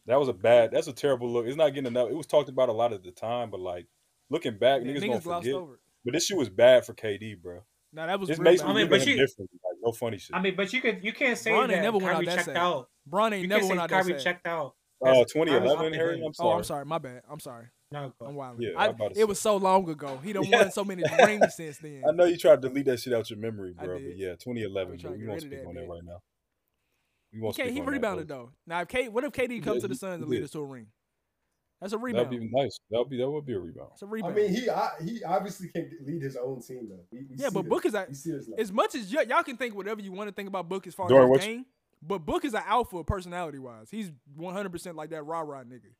C: That was a bad. That's a terrible look. It's not getting enough. It was talked about a lot at the time, but like looking back,
B: Niggas,
C: niggas, gonna
B: glossed
C: forget.
B: over. it.
C: But this shit was bad for KD, bro.
B: Nah, that was
C: This
B: real
C: makes
B: bad.
C: me
E: I mean,
C: look
E: but
C: at
E: you-
C: him differently. Like no funny shit.
E: I mean, but you could you can't say
B: Bron ain't
E: that
B: never went out
E: Kyrie
B: that
E: checked
B: sad.
E: out.
B: Bron ain't
E: You
B: never
E: can't
B: went
E: say
B: out that
E: Kyrie
B: sad.
E: checked out.
C: uh,
E: That's-
C: 2011,
E: I'm
C: Harry. I'm
E: off
B: Oh,
C: sorry.
B: I'm sorry. My bad. I'm sorry.
E: No,
B: I'm
E: go.
B: wild.
C: Yeah,
B: I,
C: I'm about to
B: it was so long ago. He done won so many rings since then.
C: I know you tried to delete that shit out your memory,
B: I
C: bro.
B: did.
C: But yeah, 2011.
B: trying
C: Bro.
B: to
C: We
B: get
C: won't
B: rid of
C: speak
B: that
C: on
B: bit.
C: that right now. We
B: He
C: won't
B: can't.
C: speak
B: He
C: on that,
B: rebounded
C: bro.
B: though. Now, if Kate, what if KD comes
C: Yeah,
B: to the
C: he-
B: Suns
C: he
B: and lead
C: did.
B: us to a ring? That's a
C: That'd
B: rebound.
C: be nice. That would be that would be a rebound.
B: It's a
D: I
B: rebound.
D: mean, he I, he obviously can lead his own team though. We, we
B: yeah,
D: see
B: but
D: this.
B: Book is a,
D: we see this now.
B: as much as y- y'all can think whatever you want to think about Book as far
C: Dorian,
B: as
C: what's-
B: his game, but Book is an alpha personality wise. He's one hundred percent like that rah rah nigga.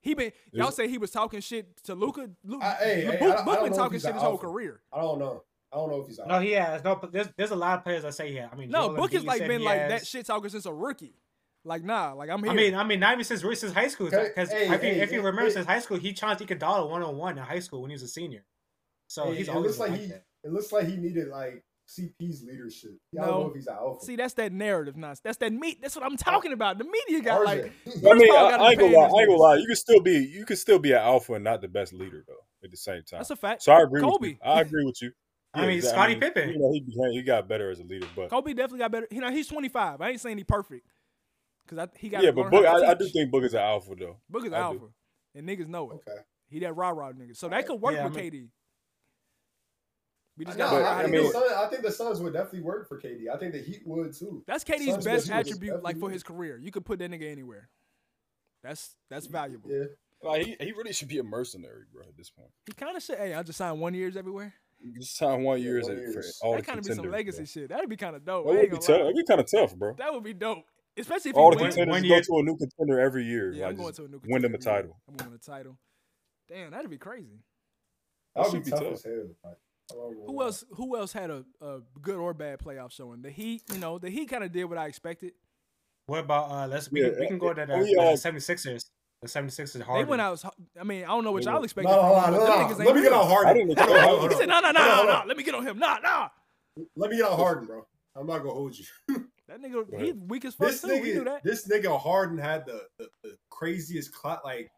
B: He been y'all
C: Is-
B: say he was talking shit to Luca. Luke,
D: I- hey, hey, I
B: Book,
D: don't- I
B: Book
D: don't
B: been
D: know if
B: talking
D: he's
B: shit
D: an
B: his whole
D: alpha.
B: career.
D: I don't know. I don't know if he's out.
E: No, he has no. But there's there's a lot of players that say yeah. I mean,
B: No,
E: Joel
B: Book has
E: Embiid
B: like
E: said
B: been
E: he
B: like
E: has-
B: that shit talking since a rookie. Like nah, like I'm here.
E: I mean, I mean, not even since really since high school.
D: Okay,
E: Because
D: hey,
E: if, you
D: hey,
E: if you
D: hey,
E: remember
D: hey.
E: since high school, he challenged Iguodala one on one in high school when he was a senior. So
D: Hey,
E: he's
D: it
E: always
D: looks
E: been
D: like
E: like
D: he
E: that.
D: it looks like he needed like CP's leadership. Yeah, I
B: No.
D: don't know if he's an alpha.
B: See, that's that narrative nonsense. That's that meat. That's what I'm talking about. The media got
D: Or is
B: like
D: it?
C: I
B: Chris
C: mean, I,
B: Paul got
C: I ain't gonna lie. I
B: his pay in his
C: ain't gonna
B: niggas.
C: lie. You can still be you can still be an alpha and not the best leader though. At the same time,
B: That's a fact.
C: so I agree. With
B: Kobe.
C: you. I agree with you.
E: I mean,
C: exact-
E: Scottie Pippen.
C: You know, he became, he got better as a leader, but
B: Kobe definitely got better. You know, he's 25. I ain't saying he perfect because he got
C: yeah, but Book, I, I do think Book is an alpha though.
B: Book is
C: I do.
B: alpha, and niggas know it.
D: Okay.
B: He that rah rah nigga, so that could work
E: Yeah, I
B: with
E: mean-
B: KD. We just
D: Nah,
B: got.
C: But,
D: I,
B: to
D: think
C: I mean-
D: the Sun, I think the Suns would definitely work for KD. I think the Heat would too.
B: that's KD's
D: Suns
B: best
D: was-
B: attribute, like for his career. You could put that nigga anywhere. That's that's valuable.
D: Yeah,
C: Like he, he really should be a mercenary, bro. At this point,
B: He kind of should. Hey, I just signed one years everywhere.
C: you just sign one year as
D: one
C: a- for
D: years.
C: all
B: that
C: the
B: kind of
C: contenders.
B: be some legacy shit. That'd be kind of dope.
C: Bro.
B: I
C: That
B: ain't
C: would be
B: gonna
C: tough.
B: lie.
C: That'd be kind of tough, bro.
B: That would be dope, especially if
C: all the
B: he
E: win-
B: wins.
C: contenders
E: one
C: just
E: year-
C: go to a new contender every year.
B: Yeah,
C: like,
B: I'm going
C: just
B: to a new
C: win them a
B: contender every year.
C: title.
B: I'm winning a title. Damn, that'd be crazy.
D: that
C: should
D: would
C: be
D: be tough
C: tough.
D: as hell. Like, I don't know
B: Who
D: why.
B: else? Who else had a, a good or bad playoff showing? The Heat, you know, the Heat kind of did what I expected.
E: What about uh? Let's we,
C: Yeah,
E: can- we can go to the,
C: oh,
E: the
C: yeah.
E: 76ers. The 76ers hard.
B: They went out. I mean, I don't know what
C: They
B: y'all
C: were-
B: expected.
D: No, no,
B: from
D: no,
B: them, but them
D: no, no.
B: niggas ain't
D: Let me get
B: real.
D: on
C: I
D: Harden.
C: didn't
D: Hold on,
C: expect-
D: hold on,
B: He said,
D: hold
B: "No,
D: on.
B: no, no,
D: Hold
B: no,
D: on, hold
B: no.
D: on.
B: Let me get on him. Nah, nah."
D: Let me get on Harden, bro. I'm not gonna hold you.
B: That nigga,
C: Go
B: he weak as fuck
D: This
B: too. We knew
D: nigga,
B: that.
D: this nigga Harden had the, the, the craziest clock. Like,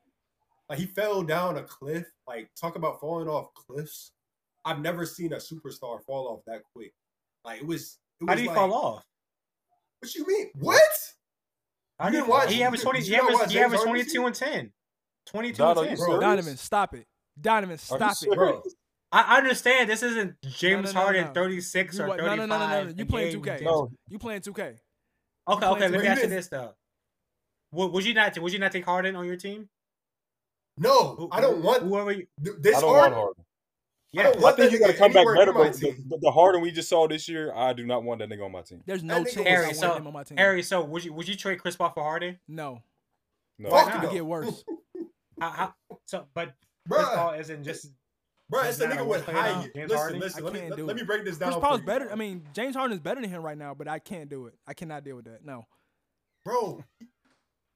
D: like he fell down a cliff. Like, talk about falling off cliffs. I've never seen a superstar fall off that quick. Like it was. It was
E: How do you
D: like,
E: fall off?
D: What you mean? What?
E: How
D: You
E: do
D: didn't watch-
E: He
D: you
E: averaged
D: didn't-
E: twenty.
D: you
E: He
D: didn't
E: averaged,
D: watch
E: he
D: James
E: averaged
D: Harden?
E: twenty-two and ten. Twenty-two
C: Dog, are
E: and
C: you
E: ten.
D: serious?
B: Donovan, stop it. Donovan,
C: Are you
B: stop it.
C: serious?
D: Bro.
E: I I understand this isn't James
B: no,
E: Harden
B: no.
E: thirty-six
B: You
E: or
B: what- no,
E: thirty-five.
B: no, no, no, no. You
E: a
B: playing
E: game
B: 2K.
E: with James-
C: No,
B: You playing 2K?
E: Okay,
B: You
E: okay.
B: playing
E: Let me
D: two-
E: ask you
D: you
E: this though. Would, would you not? Would you not take Harden on your team?
D: No,
E: Who-
D: I don't want
E: whoever. You,
D: th- this
C: I don't
D: Harden.
C: want Harden.
D: I
E: yeah,
D: don't
C: I
D: want
C: think
D: that
C: you got to
D: nigga
C: come back
D: anywhere
C: better,
D: near my
C: but the,
D: team.
C: but the Harden we just saw this year, I do not want that nigga on my team.
B: There's no
D: nigga
B: chance
D: was-
B: I
E: Harry,
B: want
E: so-
B: him on my team.
E: Harry. So would you would you trade Chris Paul for Harden?
B: no,
C: No,
D: Fuck
E: not?
B: it
D: no.
B: could get worse.
E: How, how, so, but Chris Paul
D: Bruh,
E: isn't just.
D: bruh,
E: He's
D: it's a
E: not a
D: nigga with
E: one-player now,
D: high.
E: James Harden.
B: I
D: Listen, listen. Let me
B: can't
D: let-
B: do
D: let
B: it.
D: me break this down.
B: Chris
D: for
B: Paul's
D: you,
B: better.
D: bro.
B: I mean, James Harden is better than him right now, but I can't do it. I cannot deal with that. No,
D: bro,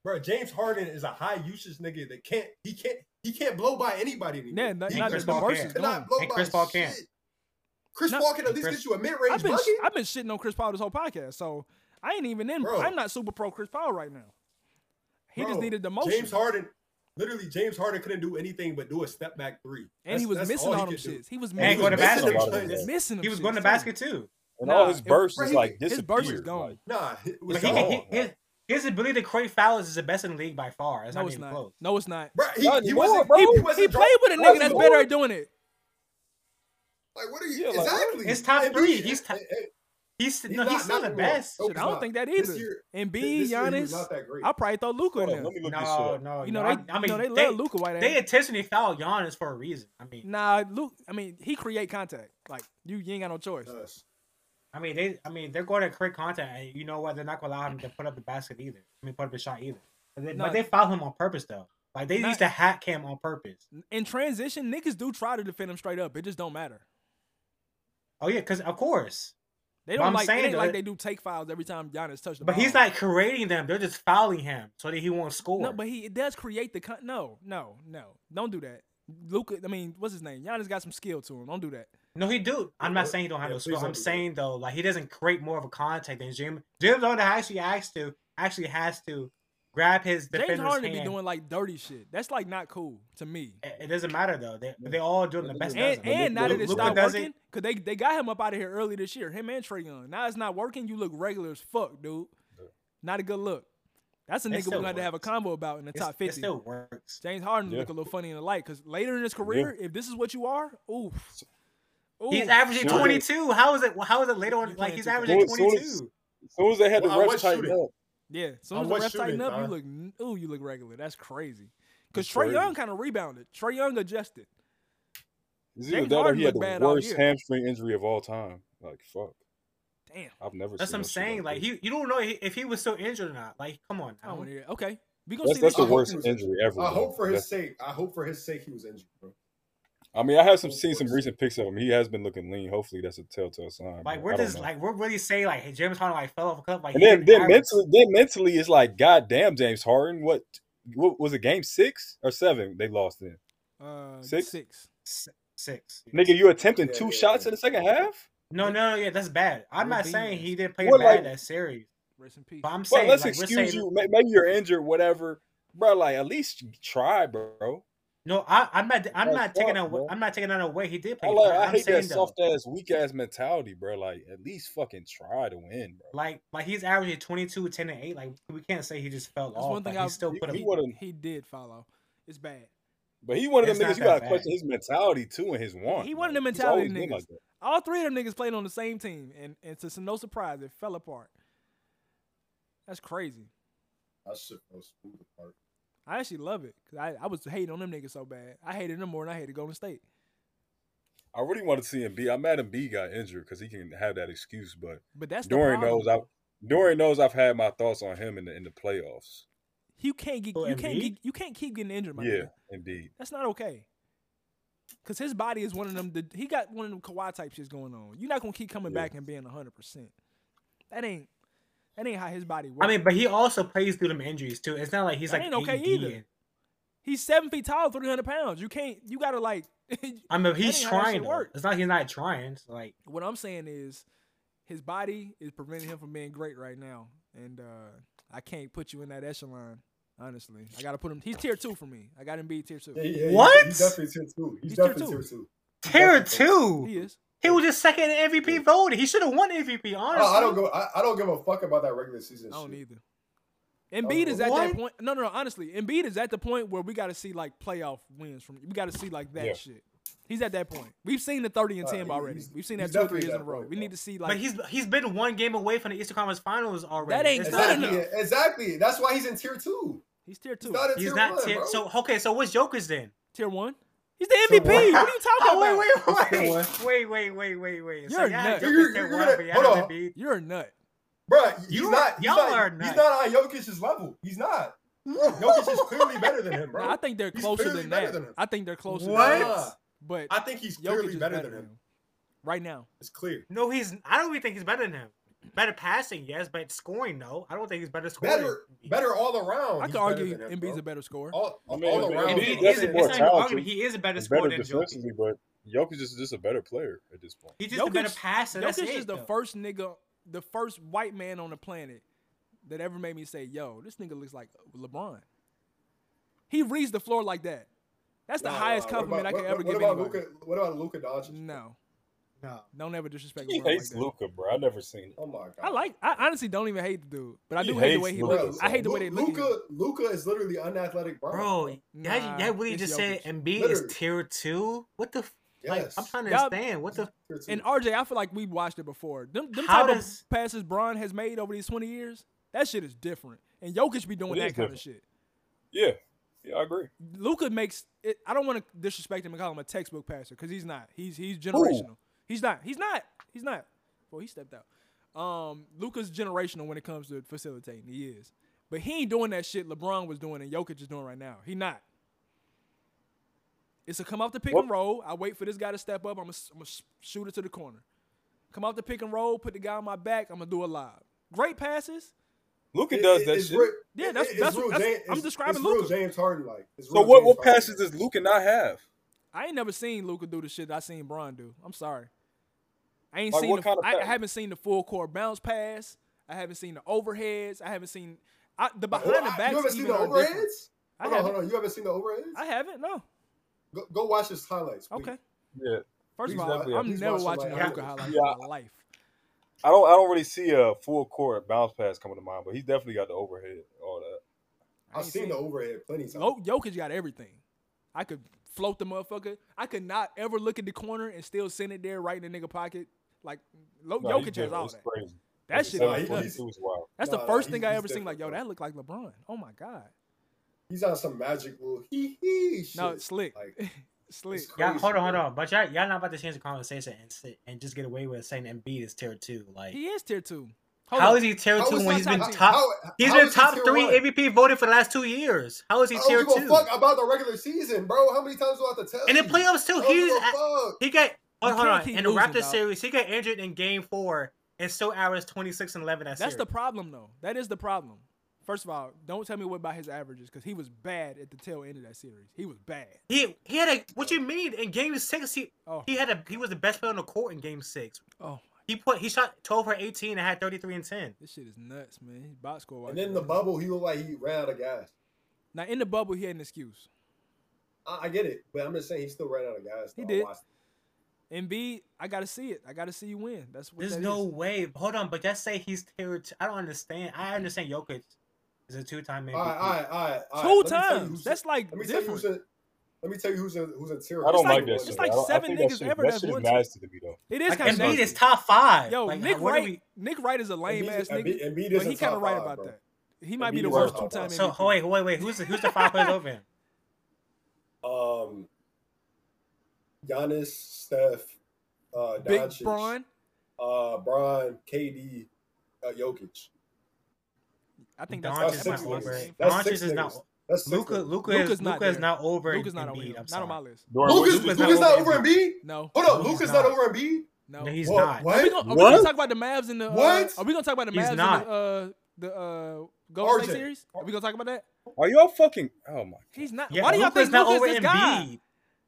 D: bro, James Harden is a high usage nigga that can't he can't he can't blow by anybody anymore.
B: yeah, not,
D: he
B: not
E: Chris
B: just the
E: Paul
B: verse
E: can't.
B: is
D: cannot
B: gone.
D: blow
E: And
D: by
E: Chris Paul can't.
D: shit. Chris
B: No,
D: Paul can at least
E: Chris-
D: get you a mid
B: I've
D: range
B: been
D: bucket.
B: I've been shitting on Chris Paul this whole podcast, so I ain't even in.
D: Bro.
B: I'm not super pro Chris Paul right now. He just
D: Bro,
B: needed the motion,
D: James Harden, literally, James Harden couldn't do anything but do a step back three,
B: and he
D: That's-
B: was
D: that's
B: missing
D: all
B: all
D: he
B: them
D: could do.
B: shits. He was
E: And he
B: missing,
E: go to
D: missing
E: basket.
D: them
C: A lot of
D: shots.
C: basket.
B: missing them
E: He was
B: shits,
E: going to
B: too.
E: basket too.
C: and
B: Nah,
C: all his
B: it-
C: bursts
D: bro,
C: is
D: he-
C: like
B: his
C: disappeared.
B: burst is gone.
C: Like,
D: Nah, it was
E: But he,
C: It's
E: can-
C: gone.
E: he,
D: gone.
E: his, his ability to create fouls is the best in the league by far. It's
B: No,
E: not
B: it's
E: even
B: not.
E: close.
B: No, it's not.
D: Bro, he,
C: Not
D: he
C: anymore,
D: wasn't.
C: bro.
B: He,
D: He
B: he
D: wasn't
B: played
D: driving-
B: with a nigga that's better at doing it.
D: Like, what are you?
C: Yeah, like,
D: exactly.
E: It's top
D: And
E: three.
D: B-
E: He's top-
D: and- and-
E: He's,
D: he's
E: no,
D: not-
E: he's still
D: not
E: the
D: anymore.
E: best.
D: Nope,
B: Shit, I
D: he's
B: don't
D: not.
B: think that
D: This
B: either.
D: year-
B: And
D: thi-
B: B,
D: this year he was
B: Giannis,
D: not that great.
B: I probably throw Luca
C: hold
B: in
C: on,
B: there.
C: let me look this shit
E: No,
C: up.
E: no,
B: You know,
E: no,
B: they-
E: I, I mean,
B: you know, they
E: they,
B: love Luka white
E: They
B: ass.
E: intentionally fouled Giannis for a reason. I mean,
B: Nah, Luke. I mean, he create contact. Like you, you ain't got no choice.
D: Us.
E: I mean, they, I mean, they're going to create contact, and you know what? They're not going to allow him to put up the basket either. I mean, put up the shot either. But they,
B: Not-
E: but they fouled him on purpose though. Like they
B: Not-
E: used to hack him on purpose.
B: In transition, niggas do try to defend him straight up. It just don't matter.
E: Oh yeah, because of course.
B: They
E: But
B: don't
E: I'm
B: like.
E: saying
B: It ain't like
E: that-
B: they do take fouls every time Giannis touched the
E: But
B: ball.
E: he's not creating them. They're just fouling him so that he won't score.
B: No, but he it does create the. Con- no, no, no. Don't do that. Luca. I mean, what's his name? Giannis got some skill to him. Don't do that.
E: No, he do. I'm
D: Yeah,
E: not saying he don't have
D: yeah,
E: no
D: please
E: skill.
D: don't
E: I'm
D: do that.
E: saying though, like he doesn't create more of a contact than Jim. Jim though that actually has to actually has to grab his
B: James
E: defender's
B: Harden
E: hand.
B: be doing like dirty shit. That's like not cool to me.
E: It it doesn't matter though. They but they all doing the best.
B: And,
E: does it.
B: and now that it
E: Luka
B: stopped
E: doesn't-
B: working, because they, they got him up out of here early this year, him and Trey Young. Now it's not working, you look regular as fuck, dude. Not a good look. That's a
E: It
B: nigga we're
E: still
B: going to have a
E: works.
B: combo about in the
E: it's-
B: top 50.
E: It still works.
B: James Harden
C: Yeah.
B: look a little funny in the light, because later in his career, if this is what you are, oof. oof.
E: He's averaging
C: Sure.
E: 22. How is it? How is it later on?
B: You
E: Like
B: playing
E: he's
B: too fast.
E: averaging
C: Well, as soon as-
E: 22.
C: As soon as they had the
D: Well, I
C: refs
D: was
C: tighten
D: shooting.
C: up,
B: yeah, as
D: I
B: soon as the
D: was
B: refs tighten
D: shooting,
B: up, you
D: man.
B: look, n- ooh, you look regular. That's crazy. Because
C: uh-huh. That's
B: Trey
C: crazy.
B: Young kind of rebounded. Trey Young adjusted.
C: it's either
B: James
C: that or
B: Harden
C: he had
B: looked
C: the
B: bad all
C: worst
B: year.
C: hamstring injury of all time. Like fuck,
B: Damn.
C: I've never.
E: That's
C: seen
E: what I'm
C: that shit
E: saying. Like
C: that.
E: he, you don't know if he was still injured or not. Like come on.
B: I don't
E: Now.
B: want to hear it. Okay. we going to
C: Uh-huh. That's, that's
B: see this.
C: the
D: I hope
C: worst
D: he was-
C: injury ever.
D: I
C: bro.
D: hope for his
C: That's-
D: sake. I hope for his sake he was injured, bro.
C: I mean, I have some
D: hope
C: seen
D: for
C: some
D: his
C: recent pics of him. He has been looking lean. Hopefully, that's a telltale sign.
E: Like
C: but
E: we're
C: I don't
E: just
C: know.
E: like we're really saying like hey, James Harden like fell off a cliff. Like
C: and
E: he
C: then
E: didn't
C: then
E: average.
C: mentally, then mentally, it's like, goddamn, James Harden. What, what was it? Game six or seven? They lost in.
B: Uh,
C: Six?
B: six.
E: S- six.
C: Nigga, you attempting
D: Yeah,
C: two
D: yeah,
C: shots
D: yeah.
C: in the second half?
E: No, no, no, yeah, that's bad. I'm
B: We're
E: not
B: being
E: saying
B: asked.
E: he didn't play
C: We're
E: bad
C: like-
E: that series,
B: Rest in peace.
E: but I'm
C: Well,
E: saying
C: let's
E: like we're
C: excuse
E: saying
C: you. May- Maybe you're injured, whatever, bro. Like at least try, bro.
E: no. I, I'm not. I'm
C: Like,
E: not taking
C: fuck,
E: away.
C: bro.
E: I'm not taking that away. He did
C: I
E: play.
C: like.
E: bad.
C: I
E: I'm
C: hate
E: saying
C: that
E: though,
C: soft ass, weak ass mentality, bro. Like at least fucking try to win, bro.
E: like like he's averaging 22, 10, and eight. Like we can't say he just fell
B: That's
E: off.
B: one thing
E: like,
B: I-
E: he still
C: You-
E: put up.
C: you would've-
B: He did follow. It's bad.
C: But he one of them
E: It's not
C: niggas. You
E: that
C: gotta
E: bad.
C: question his mentality too and his want.
B: He one of them
C: He's always
B: mentality
C: been
B: niggas.
C: like that.
B: All three of them niggas played on the same team, and, and to no surprise, it fell apart. That's crazy.
D: That shit was smooth apart.
B: I actually love it because I, I was hating on them niggas so bad. I hated them more than I hated Golden State.
C: I really wanted to see him B. I'm mad B got injured because he can have that excuse. But
B: But that's
C: Dorian
B: the problem.
C: knows I. Dorian knows I've had my thoughts on him in the in the playoffs.
B: You can't get
E: Oh,
B: you can't
E: Embiid?
B: get, you can't keep getting injured, my
C: yeah,
B: nigga.
C: indeed.
B: That's not okay. Cause his body is one of them. The, he got one of them Kawhi type shits going on. You're not gonna keep coming
C: Yeah.
B: back and being 100. percent That ain't that ain't how his body works.
E: I mean, but he also plays through them injuries too. It's not like he's
B: That
E: like
B: ain't okay
E: AD
B: either.
E: and-
B: he's seven feet tall, 300 pounds. You can't. You gotta like.
E: I
B: ain't how
E: mean, he's
B: that shit
E: trying. though.
B: work.
E: It's not like he's not trying. It's like
B: what I'm saying is, his body is preventing him from being great right now, and uh I can't put you in that echelon. Honestly, I gotta put him. He's tier two for me. I got him beat tier two.
D: Yeah, yeah, yeah.
E: What?
D: He's definitely tier two. He's,
B: He's tier
D: definitely
B: two.
D: tier two.
E: tier
D: Definitely.
B: He
E: two.
B: is.
E: He was just second in MVP voting. He should have won
B: Oh,
E: MVP. Honestly,
D: I, I don't go. I, I don't give a fuck about that regular season.
B: I don't
D: shit.
B: either. Embiid is at that
E: What?
B: point. No, no, no. Honestly, Embiid is at the point where we got to see like playoff wins from. We got to see like that
C: Yeah.
B: shit. He's at that point. We've seen the thirty and
D: Uh,
B: ten
D: he's-
B: already.
D: he's-
B: We've seen
D: he's
B: that two or three
D: definitely
B: years in a
D: that
B: row.
D: point,
B: We
D: though.
B: need to see
E: but
B: like.
E: he's he's been one game away from the Eastern Conference Finals already.
B: That ain't
E: That's
B: good
E: not
D: Exactly.
B: enough.
D: yeah, Exactly. That's why he's in tier two.
B: he's tier
D: He's
B: two.
D: not in
E: He's
D: tier
E: not
D: one,
E: tier.
D: bro.
E: So okay, so what's Joker's then?
B: Tier one. He's the MVP. What are you talking about?
E: oh, wait,
D: Tier
E: wait,
D: one.
E: wait, wait, wait, wait, wait. So
B: You're
E: y'all
B: nuts.
E: Joker's
D: You're-
E: tier
D: you're
E: one,
D: gonna-
E: but y'all
D: hold
E: have
D: on.
E: Embiid.
B: You're a nut.
D: Bro, he's
E: You-
D: not. He's
E: y'all
D: not,
E: are
D: He's
E: nuts.
D: not on Jokic's level. He's not. Jokic is clearly better than him, bro.
B: Nah, I think they're
D: he's
B: closer
D: clearly
B: than
D: better
B: that.
D: than him.
B: I think they're closer.
E: What?
B: Than that. But
D: I think he's
B: Jokic
D: clearly
B: is
D: better, than him.
B: right now.
D: It's clear.
E: No, he's. I don't even think he's better than him. Better passing, yes, but scoring, no. I don't think he's better scoring.
D: Better, better all around.
B: I
D: Oh, he's
B: could
D: better
B: argue
D: than him, bro. Oh,
B: Embiid's a better scorer.
D: all,
C: I mean,
D: all
C: Embiid-
D: around.
C: Embiid
D: bro.
E: Embiid is.
C: definitely
E: It's
C: more
E: not even an
C: talented.
E: argument. He is a better
C: He's
E: scorer
C: better
E: than Jokic.
C: defensively, but Jokic is just a better player at this point.
E: He's just a better
B: Jokic-
E: passer. That's
B: Jokic
E: it,
B: is the
E: though.
B: first nigga, the first white man on the planet that ever made me say, "Yo, this nigga looks like LeBron." He reads the floor like that. That's the
D: Nah,
B: highest
D: nah, what
B: compliment
D: about-
B: I could
D: what-
B: ever
D: what
B: give
D: about
B: anybody.
D: Luka, what about Luka Doncic?
B: No,
E: No.
B: don't ever disrespect
C: He
B: LeBron like
C: hates
B: that.
C: Luca, bro. I never seen it.
D: Oh my god.
B: I like. I honestly don't even hate the dude, but I
C: He
B: do hate the
C: hates
B: way he
C: Luka,
B: looks. I hate the way they look. at him.
D: Luca. Luca is literally unathletic, bro.
E: Bro,
B: Nah,
E: that, that really
B: it's
E: just said
B: Jokic.
E: Embiid
D: Literally.
E: is tier two. What the? F-
D: Yes.
E: Like, I'm trying to
B: Y'all-
E: understand. What the? f-
D: Tier two.
B: And RJ, I feel like we watched it before. Them, them
E: How
B: type
E: does-
B: of passes Bron has made over these 20 years, that shit is different. And Jokic be doing
C: It
B: that
C: is
B: kind of shit.
C: Yeah, yeah, I agree.
B: Luca makes it. I don't want to disrespect him and call him a textbook passer because he's not. He's he's generational. He's not. He's not. He's not. Well, he stepped out. Um, Luca's generational when it comes to facilitating. He is, but he ain't doing that shit LeBron was doing and Jokic is doing right now. He not. It's a come off the pick
C: What-
B: and roll. I wait for this guy to step up. I'm gonna I'm shoot it to the corner. Come off the pick and roll. Put the guy on my back. I'm gonna do a lob. Great passes.
C: Luca
D: It-
C: does
D: it-
C: that
D: it's
C: shit.
D: real-
B: Yeah,
D: it-
B: that's-
D: it's
B: that's-
D: real
B: that's-
D: James-
B: I'm
D: it's-
B: describing
D: it's real
B: Luka.
D: James Harden like. It's
C: so
D: real
C: what?
D: James
C: What
D: Harden.
C: passes does Luca not have?
B: I ain't never seen Luca do the shit that I seen Bron do. I'm sorry. I ain't
C: Like,
B: seen.
C: what
B: The,
C: kind of
B: I, I
C: pass?
B: haven't seen the full court bounce pass. I haven't seen the overheads. I haven't seen I, the
D: Oh,
B: behind the
D: I-
B: backs.
D: You haven't seen the
B: even are different.
D: overheads?
B: I
D: Hold on, hold
B: haven't.
D: on. You haven't seen the overheads?
B: I haven't. No.
D: Go, go watch his highlights. please.
B: Okay.
C: Yeah,
B: First of
D: Please
B: all,
D: watch-
B: I'm
D: please
B: never
D: watch the
B: watching a
D: highlights.
B: Luca highlight
C: Yeah.
B: in my life.
C: I don't. I don't really see a full court bounce pass coming to mind, but he's definitely got the overhead. All that.
B: I
D: I've
B: ain't
D: seen the overhead plenty times.
B: Yo- Jokic got everything. I could float the motherfucker. I could not ever look at the corner and still send it there right in the nigga pocket. Like Lo-
C: No, he's
B: Jokic has
C: different.
B: all
C: It's
B: that.
C: Crazy.
B: That
C: He's
B: shit.
D: nah,
B: is
D: he-
C: seven foot
B: nuts.
D: he's-
C: two is wild.
B: That's
D: nah,
B: the
D: nah,
B: first
D: he's-
B: thing I
D: he's
B: ever seen. Like, yo,
D: different, bro.
B: that looked like LeBron. Oh my god.
D: He's on some magic little hee hee shit.
B: No, slick,
D: Like,
B: slick.
D: it's
E: Y'all,
D: crazy,
E: hold on, hold
D: bro.
E: on. But y'all, y'all not about to change the conversation and sit and just get away with saying Embiid is tier two. Like,
B: He is tier two. Hold
E: how
B: on.
E: is he tier
D: How
E: two
D: is
E: when
B: he
E: he's been
B: top-
E: top?
D: how-
E: He's
D: how
E: been
D: is he
E: top
D: tier
E: three
D: one?
E: MVP voted for the last two years. How is he
D: I
E: tier
D: don't give
E: two?
D: a fuck about the regular season, bro. How many times do I have to tell
E: And in
D: you?
E: playoffs too, uh,
D: I don't
E: he's
D: give a
E: at-
D: fuck.
E: He got hold,
B: You
E: hold
B: can't
E: on
B: keep
E: in the
B: losing,
E: Raptors
B: dog.
E: series. He got injured in Game Four and still averaged twenty six and eleven. That
B: That's the
E: series.
B: problem, though. That is the problem. First of all, don't tell me what about his averages because he was bad at the tail end of that series. He was bad.
E: he he had a what you mean in Game Six. He
B: Oh,
E: he had a he was the best player on the court in Game Six.
B: oh,
E: He put he shot twelve for eighteen and had thirty three and ten.
B: this shit is nuts, man. His box score.
D: And then the bubble, he looked like he ran out of gas.
B: Now in the bubble, he had an excuse.
D: I, I get it, but I'm just saying he still ran out of gas.
B: He
D: though. I
B: did.
D: watched it.
B: Embiid, I gotta see it. I gotta see you win. That's what.
E: There's
B: that
E: no
B: is.
E: way. Hold on, but just say he's tier. Two. I don't understand. I understand Jokic is a two time MVP.
D: All right, all right, all right. all right.
B: Two
D: Let me tell you
B: times.
D: who's-
B: That's like
D: Let me tell you
B: different.
D: who's in, Let me tell you who's in who's in tier.
C: I don't
B: like-
C: like, that
B: it's
C: shit.
B: like
C: I don't- I
B: seven
C: think that
B: niggas
C: shit-
B: ever
C: That
B: that's
C: shit is
B: one-
C: nasty to me though.
B: It is
E: Like,
B: kind of
E: Embiid
B: nasty.
E: is top five.
B: Yo,
E: like,
B: Nick
E: what do
B: Wright,
E: we-
B: Nick Wright is a lame ass nigga,
D: Embiid, Embiid
B: but
D: is
B: he
D: in
B: kind of
D: top
B: right
D: five,
B: about
D: bro.
B: that. He might be
D: Embiid
B: the
D: is
B: worst
D: top
B: two
D: five.
B: time.
E: So oh, wait, wait, wait. Who's the, who's the five players over him?
D: Um, Giannis, Steph, uh,
B: Big
D: Doncic,
B: Braun.
D: uh, Bron, KD, uh, Jokic.
B: I think
E: Doncic
B: that's
D: is
B: that's my
D: not
B: last
D: over it.
B: name.
D: That's
E: Doncic
D: six
E: is not.
D: niggas. That's six
E: Luca,
D: niggas.
E: Luca
B: Luka's
E: is
B: not
E: Luca is
B: there.
E: not over
B: Luka's not on
E: Embiid.
B: here.
E: I'm
B: Not on my
E: sorry.
B: list.
C: Dorian,
D: Luca's,
E: Luka's
D: Luca's
E: not
D: not, over
E: over
D: Embiid.
B: No,
D: Hold up,
E: No, he's
D: Luca's not
E: not.
D: over Embiid.
B: no.
E: No, he's
D: What-
E: not.
B: Are we
D: What?
B: gonna, are we
F: What?
B: gonna talk about the Mavs in the? Uh,
D: What?
B: Are we gonna talk about the
E: He's
B: Mavs in the
E: not.
B: uh, the uh, Golden State
D: RJ.
B: series? Are we gonna talk about that?
F: Are y'all fucking? Oh my!
B: He's not.
E: Yeah,
B: Why do y'all
E: Luka's
B: think
E: not
B: Luka's
E: over
B: this guy?
E: Embiid.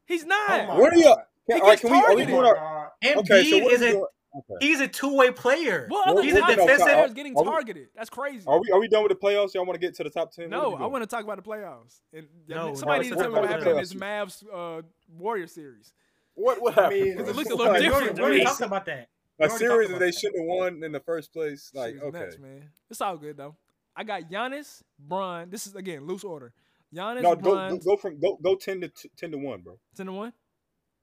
B: He's not.
D: Oh
F: What are y'all? Can, all right,
B: gets
F: can we? Are we
B: targeted.
F: doing our?
E: Embiid
F: Okay, so what
E: is
F: are we
E: a
F: doing? Okay.
E: he's a two way player.
B: What other
F: He's
B: he's
F: a
B: defensive
F: defensive-
B: players getting
F: Are we-
B: targeted? That's crazy.
F: Are we? Are we done with the playoffs? Y'all want to get to the top ten? What are
B: No,
F: we
B: I
F: doing?
B: want to talk about the playoffs. And
E: No, no,
B: somebody needs
F: let's
B: to tell me
F: talk
B: what
F: about
B: happened
F: the
B: in this Mavs uh, Warrior series.
F: What? What
D: I
F: happened?
D: mean,
F: bro?
B: it looks a little
F: Like,
E: We already,
B: different.
E: we already
B: It's-
E: talked about that. We
F: A
E: already
F: series
E: talked
F: that
E: about
F: they
E: that.
F: shouldn't have won in the first place. Like,
B: Shit is
F: okay,
B: nuts, man. It's all good though. I got Giannis, Bron. This is again loose order. Giannis,
F: no, go,
B: Bron,
F: go go from go go ten to t- ten to one, bro.
B: ten to one.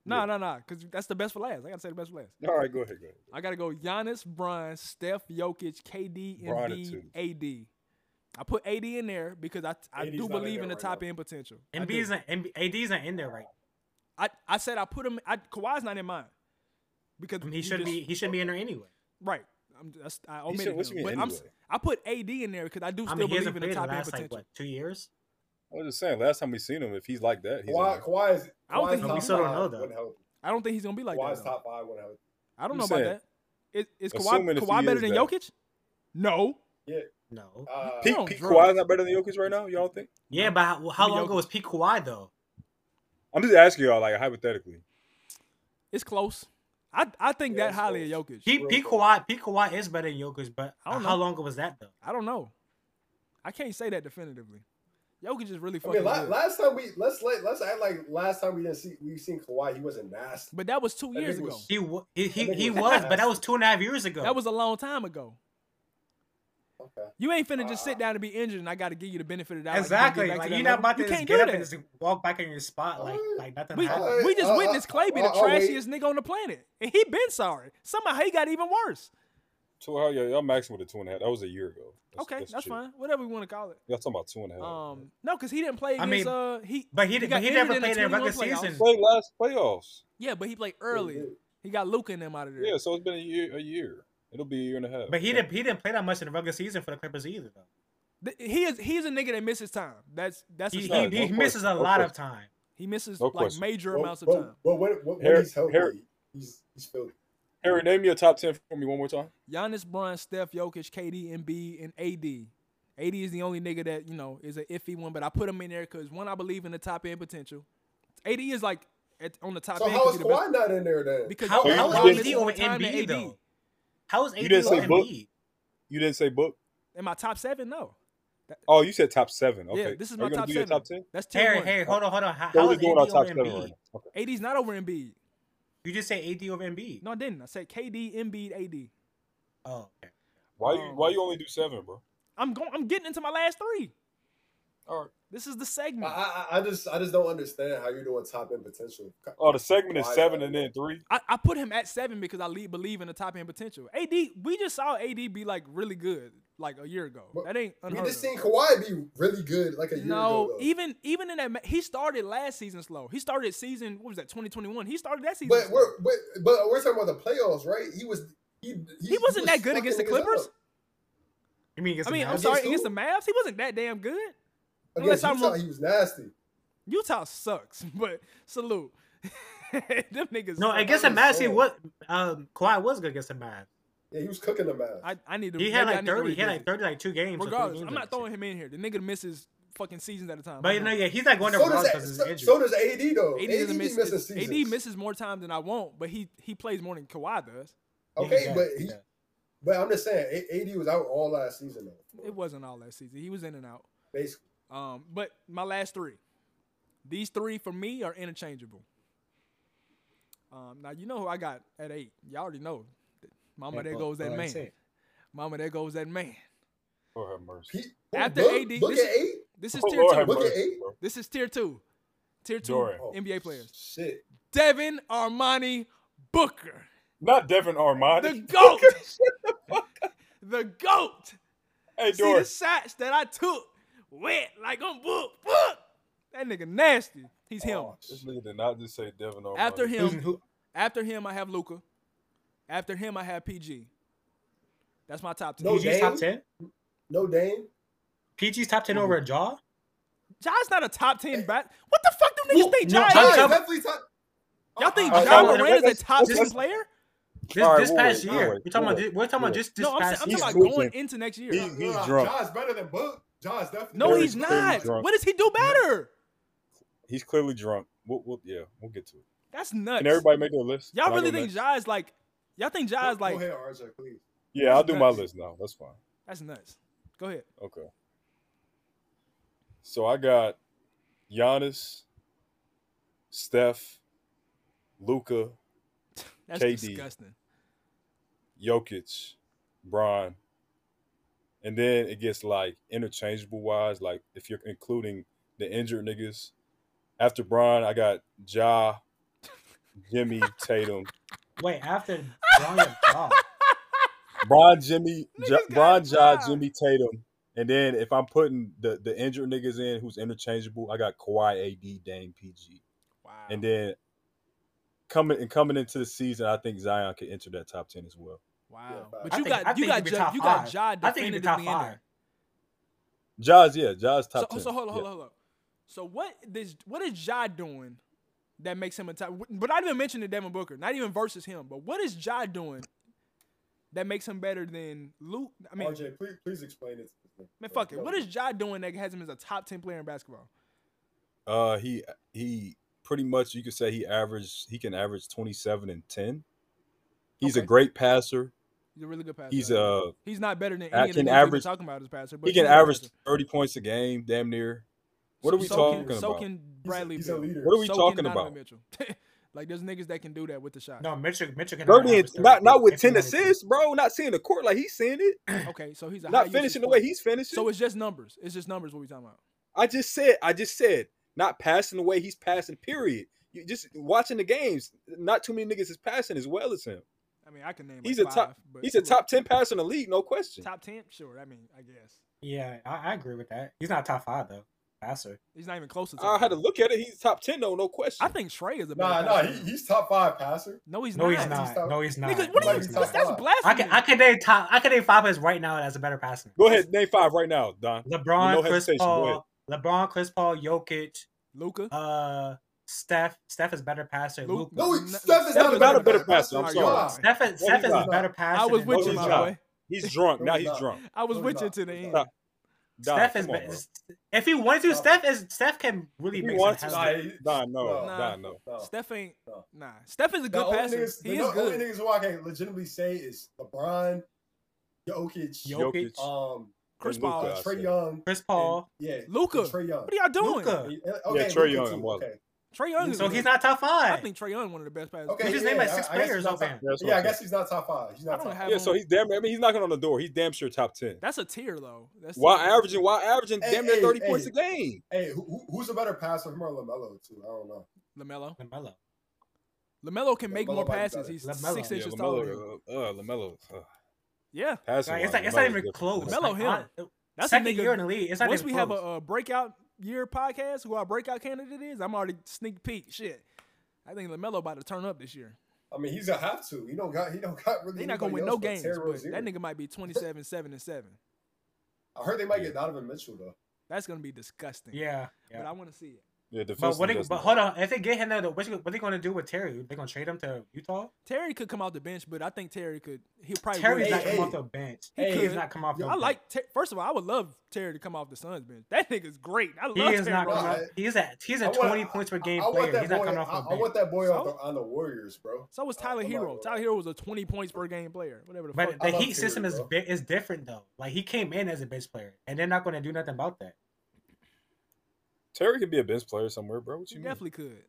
B: No, no, no, because that's the best for last. I gotta say the best for last.
F: All right, go ahead, go ahead.
B: I gotta go Giannis, Bron, Steph, Jokic, KD,
F: Bron at
B: Embiid,
F: two.
B: AD. I put AD in there because I I
D: 80's
B: do
D: not in
B: believe in
D: there
B: the
D: right
B: top
D: now.
B: end potential. I do.
E: Embiid's not, Embi- AD's not in there right. now.
B: I, I said I put him. I, Kawhi's not in mine because
E: I mean, he
B: you
E: should
B: just-
E: be he should be in there anyway.
B: right. I'm just, I omitted
F: should- what
B: him.
F: you mean
B: Oh, But I'm s-
F: anyway?
B: I put AD in there because I do
E: I
B: still
E: mean, he
B: believe
E: hasn't
B: in the
E: played the
B: top end
E: last like
B: potential.
E: what two years.
F: I was just saying, last time we seen him, if he's like that, he's in
D: Kawhi,
F: there.
D: Kawhi is.
B: I don't
D: Kawhi's
B: think he-
D: top
E: We still don't
D: five
E: know, though.
D: wouldn't help.
B: I don't think he's gonna be like
D: Kawhi's
B: that. though.
D: top five wouldn't help.
B: I don't
F: I'm
B: know about
F: saying,
B: that. Is, is Kawhi,
F: assuming if
B: Kawhi
F: he
B: better
F: is
B: than
F: that.
B: Jokic? No.
E: No.
D: Uh,
F: Pete,
B: on
F: Pete
B: drugs.
F: Kawhi's not better than Jokic right now. Y'all think?
E: Yeah, but how, how long ago
B: Jokic.
E: was P Kawhi though?
F: I'm just asking y'all, like hypothetically.
B: It's close. I I think
D: Yeah,
B: that
D: it's
B: highly
D: close.
B: of Jokic.
E: P,
D: Real
E: P
D: quick.
E: Kawhi P Kawhi is better than Jokic, but
B: I don't
E: how
B: know.
E: long ago was that though?
B: I don't know. I can't say that definitively. Jokic is really
D: I
B: fucking
D: mean, la-
B: good.
D: last time we let's let, let's act like last time we didn't see we seen Kawhi, he wasn't nasty.
B: but that was two
D: That
B: years
D: nigga
B: ago.
D: was-
E: He wa- he he,
D: think
E: he
D: it was
E: was,
D: last
E: but that
D: year.
E: was two and a half years ago.
B: That was a long time ago.
D: Okay.
B: You ain't finna just
D: Uh,
B: sit down and be injured, and I got to give you the benefit of the doubt. like, you gonna
E: exactly.
B: get back
E: Like
B: to that
E: you're not
B: level.
E: about to
B: You
E: just
B: can't do
E: get up
B: that.
E: and just walk back in your spot like
D: What?
E: like nothing
B: We,
E: happened.
D: Alright,
B: we just
D: uh,
B: witnessed
D: uh,
B: Clay be the
D: uh, uh, wait.
B: trashiest nigga on the planet, and he been sorry. Somehow he got even worse.
F: Two, how y'all, y'all maxing with a two and a half? That was a year ago.
B: okay, that's,
F: cheap.
B: fine. Whatever we want to call it.
F: Y'all talking about two and a half?
B: Um, no, because he didn't play
E: I
B: against.
E: mean,
B: uh, he
E: But he,
B: he
E: did
B: got
E: but he
B: injured
E: never
B: in the
E: played in
B: 21
E: regular
B: playoffs.
E: season.
F: Played last playoffs.
B: yeah, but he played
D: He
B: early.
D: did.
B: He got Luca and them out of there.
F: Yeah, so it's been a year. A year. It'll be a year and a half.
E: But he didn't he didn't play that much in the regular season for the Clippers either though.
B: Th- He is he's a nigga that misses time. That's that's
E: He
B: his
E: he,
B: thing.
F: not-
E: he
F: no
E: misses a
F: question, no
E: lot of
F: question.
E: time.
B: he misses
F: No
B: like
F: question.
B: major
D: But,
B: amounts of time.
D: but, but when, when, when
F: Hair-
D: he's healthy,
F: hair-
D: he's he's filthy.
F: Harry, name your top ten for me one more time.
B: Giannis, Bron, Steph, Jokic, KD, Embiid, and AD. AD is the only nigga that you know is an iffy one, but I put him in there because one, I believe in the top end potential. AD is like at, on the top
D: So
B: end
D: how
B: 'cause
D: is
B: he the best-
D: Kawhi not in there then?
B: because
E: How,
F: So you
E: how
F: didn't-
E: is AD
B: misses
E: over
B: more time than
E: Embiid though? How is AD
F: didn't
E: over
F: say Book?
E: Embiid?
F: You didn't say book.
B: In my top seven, no.
F: Oh, you said top seven. Okay.
B: Yeah, this is
F: Are
B: my
F: you gonna
B: top
F: do
B: seven.
F: Your top ten.
B: That's tier
E: Harry,
B: one.
E: Harry, hold on, hold on. How,
F: What are
E: how
F: we
E: is AD
F: doing our top
E: over
F: seven right
E: Embiid?
F: now? Okay.
B: AD's not over Embiid.
E: You just say AD over Embiid.
B: No, I didn't. I said KD, Embiid, AD.
E: Oh, okay.
F: Why you
B: Um,
F: Why you only do seven, bro?
B: I'm going. I'm getting into my last three.
F: All right.
B: This is the
D: I,
B: segment.
D: I I just I just don't understand how you're doing top end potential.
F: Oh, the segment is
D: Why-
F: seven and then three.
B: I, I put him at seven because I le- believe in the top end potential. AD, we just saw AD be like really good like a year ago.
D: But
B: That ain't
D: We
B: unheard
D: just
B: of.
D: seen Kawhi be really good like a year ago.
B: No,
D: though.
B: even even in that ma- he started last season slow. He started season what was that 2021? He started that season.
D: But
B: slow.
D: we're but, but we're talking about the playoffs, right? He was he he,
B: he wasn't
D: was
B: that good
D: fucking
B: against the
D: niggas
B: Clippers.
D: up.
E: You mean against
B: I mean,
E: the
B: I'm
E: Mavs?
B: sorry
D: who?
B: against the Mavs. He wasn't that damn good. Unless
D: Against
B: I'm
D: Utah,
B: wrong.
D: he was nasty.
B: Utah sucks, but salute them niggas.
E: No,
B: suck.
E: against the
D: I'm
E: Mavs, he
D: saying.
E: was um, Kawhi was good against the Mavs.
D: Yeah, he was cooking the man.
B: I, I need to.
E: He had
B: maybe I
E: like
B: need to
E: thirty. He had
B: revisit.
E: like thirty, like two games. or three
B: Regardless,
E: games
B: I'm
E: like
B: not
E: that.
B: throwing him in here. The nigga misses fucking seasons at a time.
E: But
B: I'm
E: you know,
B: not.
E: yeah, he's not going to
D: so,
E: Bronx because
D: does,
E: he's
D: so,
E: injured.
D: so does AD though.
B: AD
D: AD,
B: doesn't
D: be
B: miss.
D: missing
B: AD
D: seasons.
B: misses more time than I want, but he he plays more than Kawhi does.
E: Yeah,
D: Okay,
E: does,
D: but he,
E: does.
D: but I'm just saying A- AD was out all last season though.
B: It wasn't all that season. He was in and out.
D: Basically,
B: Um, but my last three, these three for me are interchangeable. Um, now you know who I got at eight. Y'all already know. Mama,
E: Yeah,
B: there
E: but-
B: goes
E: but
B: that
E: like I
B: man.
E: said,
B: Mama, there goes that man.
F: Lord have mercy.
D: he,
B: After
D: look,
B: AD
D: look
B: this
D: at
B: is-
D: eight.
B: This is
F: Oh,
B: tier
F: Lord
B: two.
F: have
D: Look at
F: mercy,
D: eight.
F: bro.
B: This is tier two. Tier two
C: Dorian.
B: NBA players.
D: Oh, Shit.
B: Devin Armani Booker.
C: Not Devin Armani.
B: The GOAT. the GOAT.
C: hey,
B: See the
C: Doris.
B: shots that I took. Wet like I'm book, book. That nigga nasty. He's him.
C: Oh, this nigga did not just say Devin Armani.
B: After him,
E: Who's- who-
B: after him, I have Luca. After him, I have PG. That's my top ten.
D: No,
B: No,
E: PG's top
D: Dame?
E: ten.
D: No Dame.
E: PG's top ten over a jaw.
B: Ja's not a top ten bat. What the fuck do niggas think
E: no,
B: Ja
E: I'm
B: is?
E: top-
D: definitely top.
B: Y'all think
C: Uh,
B: Ja
E: uh,
B: Morant is
C: let's-
B: a top
C: let's-
B: ten
C: let's-
B: player?
E: This,
C: All right,
E: this
C: wait,
E: past
C: wait,
E: year,
C: wait,
E: we're talking about.
C: wait,
E: This, we're talking about
C: wait.
E: just this
B: No, I'm, saying,
E: past
B: I'm
E: year.
B: talking about
C: losing.
B: going into next year.
F: He's- he's
D: Nah,
F: drunk.
D: Ja's uh, better than Book. Ja's definitely.
B: no,
D: better
B: he's
D: than
C: Very
D: Book.
B: not.
C: drunk.
B: What does he do better?
C: He's clearly drunk. We'll, we'll, yeah, we'll get to it.
B: That's nuts.
C: Can everybody make their list?
B: Y'all
C: Can I
B: really
C: go
B: think
C: next?
B: Ja is like? Y'all think Ja is
D: Go-
B: like?
D: Go ahead, RJ, please.
C: Yeah, I'll do my
B: Nuts.
C: list now. That's fine.
B: That's nuts. Go ahead.
C: Okay. So I got Giannis, Steph, Luca,
B: That's
C: KD.
B: disgusting.
C: Jokic, Braun, and then it gets like interchangeable wise. Like if you're including the injured niggas, after Braun, I got Ja, Jimmy, Tatum,
E: Wait, after Bron and Jaw,
C: Braun, Jimmy, ja,
B: Niggas got
C: Braun, Ja,
B: Ja.
C: Jimmy, Tatum, and then if I'm putting the the injured niggas in who's interchangeable, I got Kawhi, AD, Dame, PG.
B: Wow.
C: And then coming and coming into the season, I think Zion could enter that top ten as well.
B: wow.
D: Yeah,
B: but
E: I
B: you
E: think- I
B: got you
E: think
B: got
E: he'd be
B: Ja,
E: top
B: you got
E: five.
B: Ja
E: I think
B: definitively
E: he'd be
B: in
E: top
B: there.
E: five.
C: Ja's yeah, Ja's top
B: so,
C: ten.
B: so hold on, hold
C: Yeah.
B: on, hold on. So what this what is Ja doing that makes him a top? But not even mentioning Devin Booker, not even versus him. But what is Ja doing that makes him better than Luke? I mean,
D: RJ, please, please explain it. to me.
B: man, fuck it. What is Ja doing that has him as a top ten player in basketball?
C: Uh, he he pretty much you could say he averaged he can average twenty seven and ten. He's a
B: Okay.
C: great passer.
B: He's a really good passer.
C: He's uh
B: he's not better than
C: I
B: any of the
C: can
B: niggas
C: average-
B: average, talking about as passer. But
C: he can
B: he's a good
C: average
B: passer.
C: thirty points a game, damn near. What are we
B: so
C: talking
B: can, So
C: about?
B: can
D: He's a-
B: Bradley
D: He's a
B: Beal.
D: leader.
C: What are we
B: So can
C: talking
B: Donovan
C: about?
B: Mitchell. like there's niggas that can do that with the shot.
E: no, Mitchell, Mitchell can
C: Thirty and
E: average
C: not not with
E: 30,
C: ten
E: 50.
C: assists, bro. Not seeing the court like he's seeing it.
B: Okay, so he's a high
C: Not
B: usage
C: finishing the way
B: player.
C: he's finishing.
B: So it's just numbers. It's just numbers. What we talking about?
C: I just said, I just said, not passing the way he's passing. Period. You just watching the games. Not too many niggas is passing as well as him.
B: I mean, I can name.
C: He's
B: like
C: a
B: five,
C: top-
B: But
C: He's a
B: look,
C: top ten passer in the league, no question.
B: Top ten, sure. I mean, I guess
E: Yeah, I, I agree with that. He's not top five though. Passer.
B: he's not even close to.
C: I
B: Top
C: had to
B: ten.
C: look at it. He's top ten though, no question.
B: I think Trey is a better.
D: Nah, nah,
B: passer.
D: he, he's top five passer.
B: no, he's
E: No,
B: not.
E: he's not. No, he's not.
B: Nigga, what
E: No,
B: are you?
E: he's
D: he's
E: not.
B: That's that's blasphemy.
E: I can I can name top I can name five players right now as a better passer.
C: Go ahead, name five right now, Don.
E: LeBron,
C: No
E: Chris
C: hesitation, go ahead.
E: Paul, LeBron, Chris Paul, Jokic,
B: Luca.
E: uh, Steph. Steph is better passer.
B: Luke-
E: Luke.
D: No,
B: N-
D: he's Steph is
C: Steph
D: not,
C: is not
D: a better passer.
C: I'm
D: Nah,
C: sorry.
D: Steph-
E: Steph is, Steph is
C: he's
E: a
C: not.
E: better passer.
B: I was
E: than
C: No,
B: with you,
E: Luke.
C: he's
B: my
C: not.
B: boy.
C: He's drunk.
D: No,
C: Now
D: he's
C: he's
D: not.
C: drunk.
B: I was
D: No,
B: with
D: he's
B: you
D: not.
B: to the
D: He's
B: end.
C: not. Don,
E: Steph is
C: come on,
E: be-
C: bro.
E: if he wanted to.
D: Nah.
E: Steph is Steph can really
C: If he
E: make
C: wants
E: some
C: to,
E: help.
D: Nah, he-
C: Don, no,
D: No.
C: Don, no.
D: no.
B: Steph ain't.
D: No.
B: Nah, Steph is a
D: The
B: good
D: only
B: passer.
D: niggas-
B: He
D: the
B: is
D: only
B: good.
D: niggas who I can legitimately say is LeBron, Jokic,
E: Yo- Jokic.
C: Jokic,
D: um,
B: Chris
C: and Luka,
B: Paul,
C: I
D: uh,
C: said.
D: Trey Young,
E: Uh, Chris Paul.
D: yeah,
B: Luka.
D: Trey Young.
B: What are y'all doing?
E: Luka.
D: Yeah, Okay,
C: Trey
D: Luka
C: Young
D: too,
C: was.
D: Okay,
B: Trey Young. Is
E: So
B: a-
E: he's not top
B: I
E: five.
B: think Trey Young one of the best passers.
D: okay.
E: You just
D: yeah,
E: named like
D: I-
E: six
D: I guess
E: players
D: he's not
E: off
D: top-
E: him.
C: That's
D: Yeah, I
C: okay.
D: guess he's not top five. He's
B: I
D: not
B: don't
D: top
B: have
C: Yeah,
B: him.
C: so he's damn. I mean, he's knocking on the door. He's damn sure top ten.
B: That's a tier though. That's
C: Why
B: tier.
C: averaging? Why averaging
D: Hey,
C: damn near
D: hey,
C: thirty
D: hey.
C: points a game?
D: Hey, who, who- who's a better passer, him or Lamelo? Too, I don't know.
B: Lamelo.
E: LaMelo.
B: Lamelo can make
D: LaMelo
B: more
D: might be
B: passes.
D: better.
B: He's
E: LaMelo.
B: six
E: Yeah,
B: inches taller. than him.
C: Lamelo, uh, uh, Lamelo, uh,
B: Yeah,
C: passing.
E: Like, it's
C: wise,
E: like it's not
C: Lamelo's
E: even
C: different.
E: close.
B: LaMelo
E: Like,
B: him.
E: I-
B: that's
E: second
B: a nigga.
E: year in the league. It's not
B: Once
E: even
B: we have a,
E: close.
B: uh breakout year podcast, who our breakout candidate is, I'm already sneak peek. Shit, I think Lamelo about to turn up this year.
D: I mean, he's gonna have to. He don't got. He don't got really.
B: They not gonna
D: anybody
B: win no
D: else but
B: games,
D: Terry
B: but
D: Rozier.
B: that nigga might be 27, 7, and seven.
D: I heard they might get Donovan Mitchell though.
B: That's gonna be disgusting.
E: Yeah. yeah.
B: but I want to see it.
C: Yeah,
E: But what?
C: defensively.
E: They,
C: that's
E: but
C: not-
E: hold on. If they get him, though, what, you- what they gonna do with Terry? They gonna trade him to Utah?
B: Terry could come out the bench, but I think Terry could. He probably
E: Terry's
B: would.
E: not
D: hey,
E: come
D: hey.
E: off the bench.
B: He
E: He
B: could.
E: is not come off. the
B: I
E: bench.
B: like. Ter- First of all, I would love Terry to come off the Suns bench. That nigga's great. I love
E: He
B: Terry.
E: is not coming
B: Rozier.
E: off.
D: Rozier.
E: He's a he's
D: I
E: a
D: want-
E: twenty points per game
D: I, I want
E: player.
D: that
E: He's not
D: boy.
E: coming
D: I,
E: off the
D: I want
E: bench.
D: that boy on
B: So?
D: the, on the Warriors, bro.
B: So was Tyler
D: I'm not
B: Hero.
D: wrong.
B: Tyler Hero was a 20 points per game player. Whatever the
E: But
B: fuck.
E: the
D: I love
E: Heat system
D: Terry,
E: is
D: bro.
E: bi- is different though. Like he came in as a bench player, and they're not gonna do nothing about that.
C: Terry could be a bench player somewhere, bro. What
B: He
C: you mean?
B: definitely could.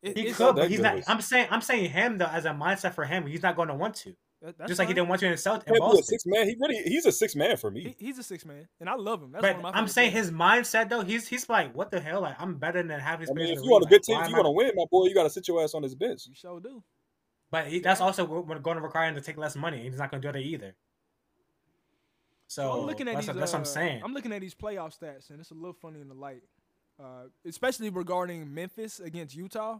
B: It-
E: He
B: it's-
E: could,
C: that
E: but he's
C: good
E: not.
C: list.
E: I'm saying I'm saying him though as a mindset for him. He's not going to want to.
B: That- that's
E: Just like he
B: fine.
E: didn't want you in South in
C: Can't be a
E: Boston.
C: six man. He really he's a six man for me.
B: He, he's a six man, and I love him. That's one
E: But
B: of my
E: I'm
B: favorite
E: saying
B: players.
E: his mindset though, he's he's like, what the hell? Like I'm better than half his
C: I
E: players
C: mean,
E: in
C: if
E: the
C: you want a
E: league.
C: good
E: Like,
C: team,
E: why
C: if you
E: am I-
C: want to win, my boy, you got to sit your ass on this bench.
B: You sure do.
E: But he, that's also going to require him to take less money, and he's not going to do that either. So
B: I'm looking at
E: that's,
B: these.
E: that's what I'm
B: uh,
E: saying.
B: I'm looking at these playoff stats, and it's a little funny in the light, uh, especially regarding Memphis against Utah.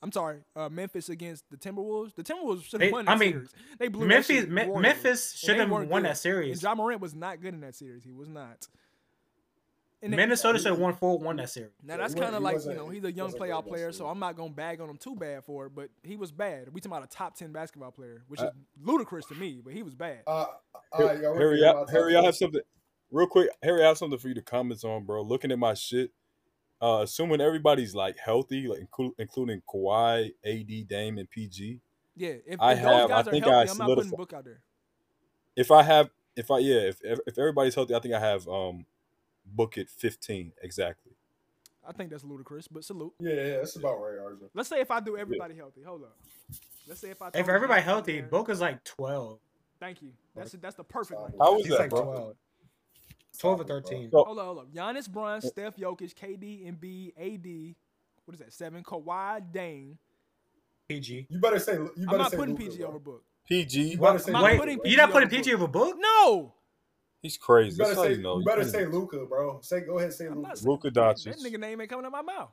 B: I'm sorry, uh, Memphis against the Timberwolves. The Timberwolves should
E: They-
B: have won
E: I
B: that
E: mean,
B: series. They blew that
E: Memphis,
B: series
E: Me-
B: royally,
E: Memphis
B: and
E: should
B: they
E: have
B: weren't
E: won
B: good.
E: that series.
B: And John Morant was not good in that series. He was not. And they-
E: Minnesota should have won four, won that series.
B: Now
D: Yeah,
B: that's
D: he wa-
B: kind of
D: he
B: like you
D: wasn't-
B: know
D: he
B: he's a young
D: wasn't very
B: playoff
D: good
B: player, so
D: still.
B: I'm not gonna bag on him too bad for it. But he was bad. We talking about a top ten basketball player, which is ludicrous to me, but he was bad.
D: Uh, all right, y'all wanna
C: Harry,
D: hear
C: I,
D: my top
C: Harry, I
D: five?
C: have something real quick. Harry, I have something for you to comment on, bro. Looking at my shit, uh, assuming everybody's like healthy, like inclu- including Kawhi, AD, Dame, and PG.
B: yeah, if,
C: I have-
B: if those guys
C: I
B: are
C: think
B: healthy,
C: I
B: I'm not putting
C: solidified-
B: Book out there.
C: If I have, if I yeah, if if if everybody's healthy, I think I have um, book at fifteen exactly.
B: I think that's ludicrous, but salute.
D: Yeah, yeah, that's about right, Arjun.
B: Let's say if I do everybody healthy. Hold up. Let's say if I
E: If
B: throw
E: everybody
B: Giannis out
E: healthy,
B: there-
E: Book is like 12,
B: Thank you. That's that's the perfect one.
C: How was
E: He's
C: that,
E: like
C: bro?
E: 12. 12 or 13.
C: So-
B: Hold up, hold up. Giannis, Bron, Steph, Jokic, KD, Embiid, AD. What is that? Seven. Kawhi, Dane.
E: PG.
D: You better say. You better
B: I'm not
D: say
B: putting
D: Luka,
B: PG
D: bro.
B: over Book.
C: PG,
D: You better say.
B: I'm not
E: Wait,
D: Luka,
B: putting
D: bro.
E: you're
B: PG
E: not putting
B: over
E: PG over Book?
B: No.
C: he's crazy.
D: You
C: That's
D: better
C: how
D: say.
C: you know.
D: You better say Luca, bro. Say go ahead. Say
B: I'm
D: Luca.
B: not saying-
C: Luka
B: That
C: Doncic.
B: nigga name ain't coming out my mouth.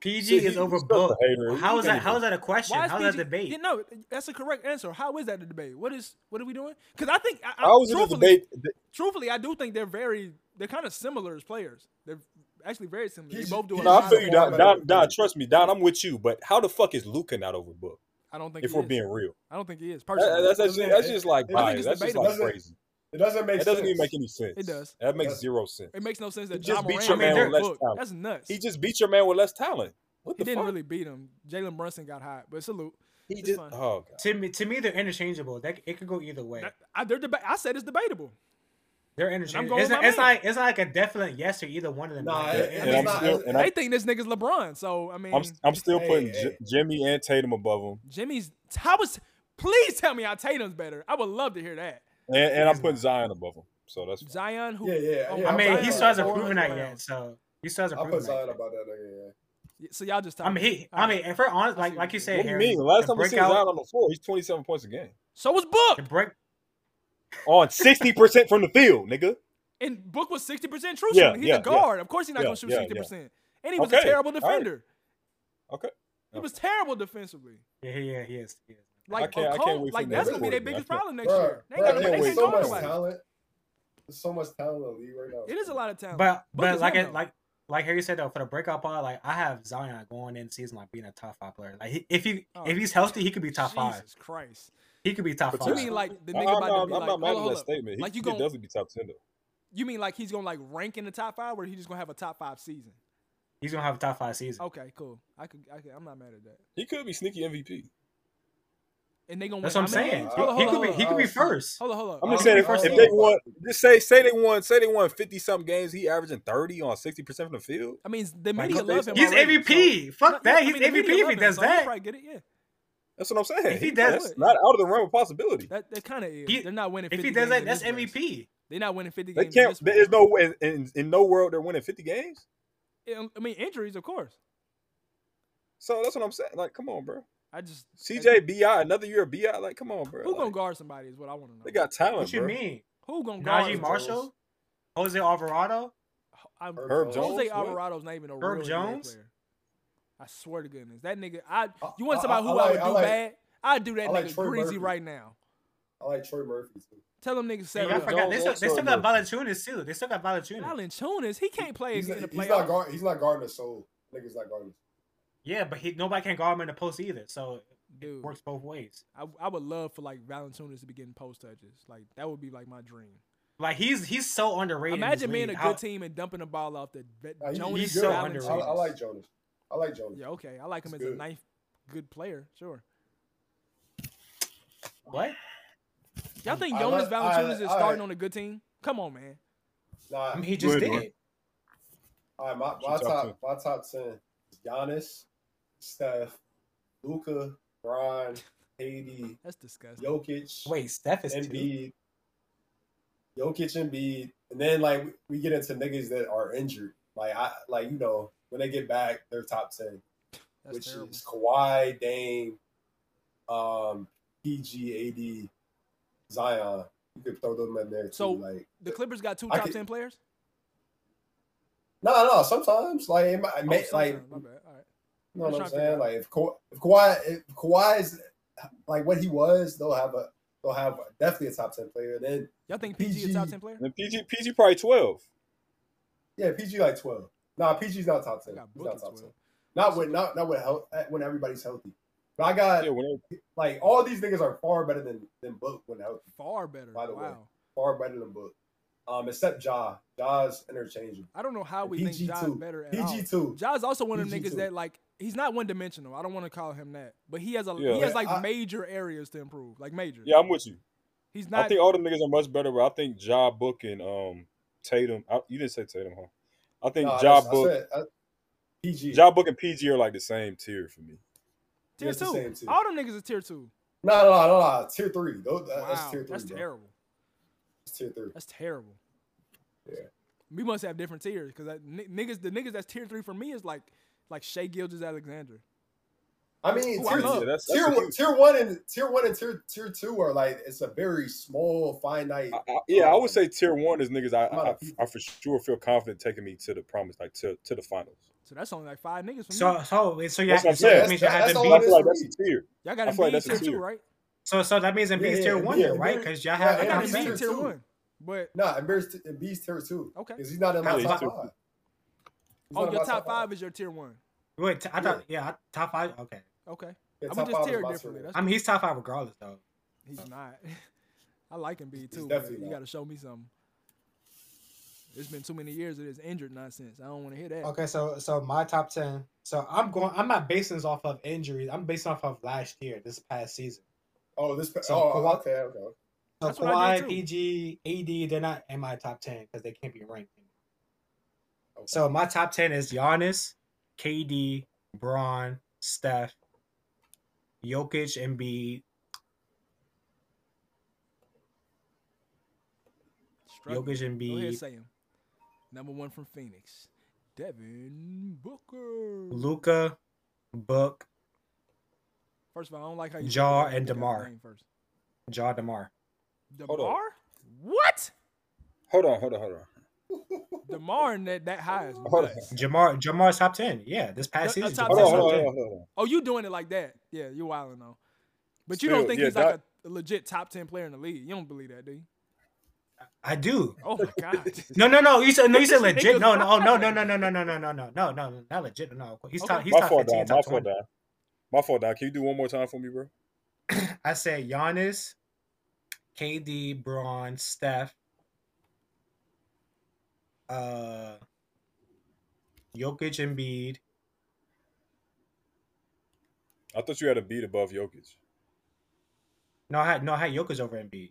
E: PG
C: See,
E: is
C: he-
E: over
C: he's such a
E: Book.
C: hater.
E: How
C: He can't
E: is that? How
C: even-
E: is that a question?
B: Why is
E: How is that
B: PG
E: debate?
B: Yeah, no, that's a correct answer. How is that a debate? What is what are we doing? Because I think I, I,
C: How is it a
B: truthfully,
C: debate?
B: truthfully, I do think they're very they're kind of similar as players. They're actually very similar. They
D: He's-
B: both do a
D: he's
C: No,
B: lot.
C: I
D: not
C: feel
B: of-
C: you,
D: a
C: Don,
D: quarterback.
C: Don, Don. Trust me, Don. I'm with you. But how the fuck is Luca not over book?
B: I don't think
C: If
B: he
C: we're
B: is.
C: being real,
B: I don't think he is
C: That-
B: personally.
C: that's that's just, that's just like
D: It doesn't-
C: bias. That's just like
D: debatable.
C: crazy.
D: It doesn't make.
C: That doesn't even
D: sense.
C: make any sense.
B: It does.
C: That makes
D: Yeah.
C: zero sense.
B: it makes no sense that
C: just
B: John
C: beat
B: Morant
C: your
B: was
E: man
B: on
E: with
B: the
C: less
B: book.
C: talent.
B: That's nuts.
C: He just beat your man with less talent. What
B: He
C: the
B: didn't
C: fuck?
B: really beat him. Jalen Brunson got hot, but salute.
C: he
B: it's
C: just.
B: fine.
C: Oh god.
E: To me, to me, they're interchangeable. That it could go either way.
B: That- I, they're deba- I said it's debatable.
E: They're
B: I'm
E: interchangeable.
B: going
E: It's,
B: with
E: not-
B: my
E: it's
B: man.
E: like it's like a definite yes to either one of them.
D: Nah,
E: Like,
D: it-
E: they're
D: it's
C: And I'm
E: interchangeable.
D: not-
C: still, and
B: they
C: I'm,
B: think this nigga's LeBron. So I mean,
C: I'm, I'm still
D: Hey,
C: putting
D: hey.
C: J- Jimmy and Tatum above him,
B: Jimmy's. I was. Please tell me how Tatum's better. I would love to hear that.
C: and, and I'm putting Zion above him. So that's fine.
B: Zion, who
D: Yeah, yeah, yeah,
E: I
B: Oh my
E: mean,
B: God,
E: he
D: Zion
E: still hasn't
D: is
E: proven that
B: 400
E: yet.
B: pounds.
E: So he still hasn't
D: I
E: proven
D: put
E: that.
D: Zion
E: yet.
D: about that nigga. Yeah.
B: So y'all just.
E: I mean, he. I mean, if we're honest, like like you said,
C: what do you
E: Harry,
C: mean? Last
E: the
C: time we seen
E: breakout-
C: Zion on the floor, he's 27 points a game
B: so was
E: the
B: Book,
E: break.
C: on 60 percent from the field, nigga.
B: and Book was sixty percent true
C: Yeah,
B: shooting. He's
C: yeah,
B: a guard. Of course, he's not
C: yeah,
B: gonna shoot
C: yeah, yeah.
B: sixty percent. And he was a
C: Okay,
B: terrible
C: all right.
B: defender.
C: Okay.
B: He was terrible defensively.
E: Yeah, yeah, he is. He is.
B: Like,
C: can't- I
B: a
C: can't
B: cold-
C: wait for
B: like
C: that
B: that's gonna be their
C: recording.
B: biggest
C: I can't-
B: problem next
D: Bruh,
B: year. They ain't
D: bruh,
B: gonna,
C: wait.
B: they
D: there's
B: can't
D: so
B: guard
D: much
B: nobody.
D: talent. There's so much talent in the league right now.
B: It is a lot of talent.
E: But
B: Oh. Book
E: but
B: is
E: like
B: him,
E: it,
B: though.
E: like like Harry said though, for the breakout part, like I have Zion going in season like being a top five player. Like he, if he
B: Oh,
E: if he's healthy, he could be top five.
B: Jesus Christ!
E: He could be top
C: But
E: five.
B: You
C: Fine.
B: mean like the
C: I- I'm
B: nigga about
C: not,
B: to
C: I'm
B: be
C: not mad
B: like, hold
C: at
B: up,
C: that
B: hold up.
C: statement. He
B: Like, you
C: could
B: gon-
C: definitely be top 10 though.
B: You mean like he's gonna like rank in the top five, or he just gonna have a top five season?
E: He's gonna have a top five season.
B: Okay, cool. I could, I could I'm not mad at that.
C: He could be sneaky MVP.
B: And they gonna
E: That's
B: win.
E: what I'm
B: how many
E: saying.
B: games?
D: Uh,
E: He,
B: Hold up,
E: he
B: hold
E: could be
B: up,
E: he could be
D: uh,
E: first.
B: Hold up, hold up.
C: I'm
B: Hold
C: just
B: up,
C: saying if,
B: hold up,
C: if
B: hold
C: they
B: up.
C: won, just say say they won, say they won fifty some games. He averaging thirty on sixty percent from the field.
B: I mean, the
C: Like,
B: media
C: they-
B: love him.
E: He's
B: already, so-
E: MVP.
B: No,
E: Fuck
B: yeah,
E: that.
B: I
E: He's
B: mean, the media
E: MVP if
B: love
E: he
B: him,
E: does
B: so he'll
E: that.
B: probably get it. Yeah,
C: That's what I'm saying.
E: If he
B: does-
C: that's not out of the realm of possibility.
B: that that kind of is.
E: He-
B: They're not winning. 50
E: If he does
B: games
E: that,
B: in
E: that's
B: this race.
E: MVP.
B: They're not winning 50
C: They
B: games. in
C: can't.
B: this
C: There is
B: race.
C: no way in, in no world they're winning fifty games.
B: I mean, injuries, of course.
C: So that's what I'm saying. Like, come on, bro.
B: I just
C: CJ Bi another year of Bi. Like, come on, bro.
B: Who gonna
C: Like,
B: guard somebody is what I want to know.
C: They got talent,
E: What you
C: bro.
E: mean?
B: Who gonna guard?
E: Najee
B: him?
E: Marshall, Jose Alvarado.
B: I'm,
D: Herb
C: Herb
D: Jones,
C: Jones.
B: Jose
C: what?
B: Alvarado's not even a
E: Herb
B: real
E: Jones?
B: NBA player. I swear to goodness, that nigga. I
D: I-
B: you want
D: Uh, I-
B: somebody
D: I
B: who I,
D: like-
B: would
D: I
B: do
D: like-
B: bad? I'd do that
D: I like
B: nigga
D: Troy
B: greasy
D: Murphy.
B: right now.
D: I like Troy Murphy too.
B: Tell them niggas
E: Hey,
B: set
E: I
B: it
E: forgot.
B: up.
E: They
C: Jones
E: still, they still
C: also
E: got
C: in
E: Valanciunas too. They still got Valanciunas.
B: Alan Tunis, he can't play
D: He's,
B: again in the
D: not- he's not
B: playoffs.
D: guard. He's not guarding a soul. Nigga's not guarding.
E: Yeah, but he nobody can guard him in the post either. So
B: Dude,
E: it works both ways.
B: I, I would love for like Valanciunas to be getting post touches. Like that would be like my dream.
E: Like he's he's so underrated. in
B: Imagine
E: this
B: being a
E: league.
B: good
E: How-
B: team and dumping the ball off the
D: Nah, he-
B: Jonas.
E: he's
D: good.
E: so
D: I- I,
E: underrated.
D: I like Jonas. I like Jonas.
B: Yeah, okay. I like him
D: He's
B: as a
D: good.
B: ninth good player. Sure.
E: What?
B: Y'all think
D: I
B: Jonas
D: like- I-
B: Valanciunas is
D: I-
B: starting on a good team? Come on, man.
D: Nah,
E: I mean, he just
C: Good,
E: did.
C: man.
E: it.
D: all right, my, my
C: Who's your top
D: top my top ten: is Giannis, Steph, Luca, Brian, Haiti,
B: That's disgusting.
D: Jokic,
E: Wait, Steph is two.
D: Embiid, Jokic, Embiid, and then like we get into niggas that are injured. Like I, like you know, when they get back, they're top ten,
B: That's
D: which
B: terrible.
D: is Kawhi, Dame, um, PG, AD, Zion. You could throw them in there too.
B: So,
D: like
B: the Clippers got two
D: I
B: top
D: could-
B: ten players.
D: no, no. Sometimes like it might, it may-
B: Oh,
D: like
B: sometime. My bad. All right.
D: You know what I'm
B: Just trying to
D: saying? Like if Ka- if Kawhi if Kawhi is like what he was, they'll have a they'll have definitely a top ten player. And then
B: Y'all think PG, is a top
D: PG.
B: ten player?
C: And PG, PG probably 12.
D: yeah, PG like twelve. Nah, PG's not top
B: They
D: ten.
B: got
D: He's
B: Book
D: not
B: as
D: top ten.
B: well.
D: Not when not not when health, when everybody's healthy. But I got
C: Yeah, when
D: like all these niggas are far better than than Book when healthy.
B: Far better.
D: By the way.
B: wow.
D: Far better than Book. Um, except Ja. Ja's interchangeable.
B: I don't know how we
D: PG
B: think Ja's
D: too.
B: better at all.
D: PG too.
B: Ja's also one of them
D: PG
B: niggas
D: too.
B: that like he's not one dimensional. I don't want to call him that, but he has a
C: Yeah.
B: he has like
D: I-
B: major areas to improve, like major.
C: yeah, I'm with you.
B: he's
C: I
B: not.
C: think all the niggas are much better, but I think Ja Book and um Tatum. I, you didn't say Tatum, huh? I think
D: Nah,
C: Ja
D: that's- I
C: Book,
D: said- Uh, I- PG.
C: Ja Book and PG are like the same tier for me.
B: tier
D: that's the
B: two.
D: same tier.
B: All them niggas is tier two.
D: No, no, no, no, no. Tier three. Those- that-
B: Wow,
D: That's Uh, tier three.
B: that's
D: bro.
B: terrible.
D: That's tier three.
B: That's terrible.
D: Yeah.
B: We must have different tiers because niggas, the niggas that's tier three for me is like like Shea Gilgis Alexander.
D: I mean,
B: Ooh, I
D: tier,
B: love-
C: Yeah, that's, that's
D: tier,
C: a
D: one,
C: huge-
D: tier one and tier one and tier tier two are like it's a very small, finite.
C: I- I- yeah, I would say tier one is niggas I, I,
D: Amount of
C: I for sure feel confident taking me to the promise, like to, to the finals.
B: So that's only like five niggas for me.
E: So so so yeah,
C: That's what I'm
E: so
C: saying.
E: that means you
D: That's-
E: have
D: that's
E: to
B: Oh,
D: all
C: I
E: beat.
D: it
C: feel like that's a tier.
B: Y'all got
C: I feel like
B: Embiid
C: that's a
B: tier two,
C: tier.
B: right?
E: So so that means Embiid's
D: yeah,
E: tier
D: yeah,
E: one, then,
D: yeah,
E: right?
D: Embiid-
E: Because
D: yeah,
E: y'all have
B: I
D: yeah,
B: got
D: Embiid's
E: I'm saying.
B: Embiid tier
D: tier two.
B: one, but
D: Nah, Embiid's, Embiid's tier two.
B: Okay.
D: because he's not in my
E: Yeah, he's
D: top
C: tier
D: five. He's not
B: oh,
D: in
B: your
D: my
B: top five is your tier one.
E: Wait, t- I thought yeah, I- top five. Okay,
B: Okay,
D: Yeah,
B: I'm
D: top
B: just
D: five is
B: tiered
D: my tier
B: differently.
D: one.
B: That's
E: I mean he's top five regardless though.
B: He's not. I like Embiid too. but
D: definitely
B: You got
D: not.
B: to show me something. It's been too many years of this injured nonsense. I don't want to hear that.
E: Okay, so so my top ten. So I'm going. I'm not basing this off of injuries. I'm basing off of last year, this past season.
D: Oh, this.
E: So,
D: oh,
E: Kawhi-
D: okay, okay.
E: So
B: That's what I did too.
E: Kawhi, PG, AD, they're not in my top ten because they can't be ranked.
D: Okay.
E: So my top ten is Giannis, KD, Braun, Steph, Jokic, Embiid,
B: Struggling.
E: Jokic,
B: Go ahead,
E: Embiid,
B: say him. Number one from Phoenix, Devin Booker.
E: Luca, Book,
B: First of all, I don't like how you
E: Ja
B: said that
E: and
B: nigga's
E: DeMar.
B: name First.
E: Ja Demar.
B: Demar?
C: Hold on.
B: What?
C: Hold on, hold on, hold on.
B: Demar and that that high is
C: Hold on.
B: nuts.
E: Jamar Jamar's top ten. Yeah, this past
B: Uh, uh,
E: season.
B: top
E: Jamar's
C: Hold on,
B: That's
C: hold on,
E: top
C: hold
E: 10.
C: on, hold on.
B: Oh, you doing it like that? Yeah, you're wilding though. But you don't
C: Still,
B: think
C: yeah,
B: he's like a, a legit top ten player in the league? You don't believe that, do you?
E: I do.
B: Oh my god.
E: No, no, no. You said no. You said
B: This
E: legit.
B: nigga's
E: No, no,
B: wild.
E: no, no, no, no, no, no, no, no, no, no, no, not legit. No, he's top.
B: Okay.
E: He's
C: My
E: top
C: fault,
E: fifteen.
C: Don. My
E: Top
C: fault,
E: twenty.
C: Don. My fault, Don. Can you do one more time for me, bro?
E: I said Giannis, KD, Braun, Steph, uh, Jokic, Embiid.
C: I thought you had a beat above Jokic.
E: No, I had no. I had Jokic over Embiid.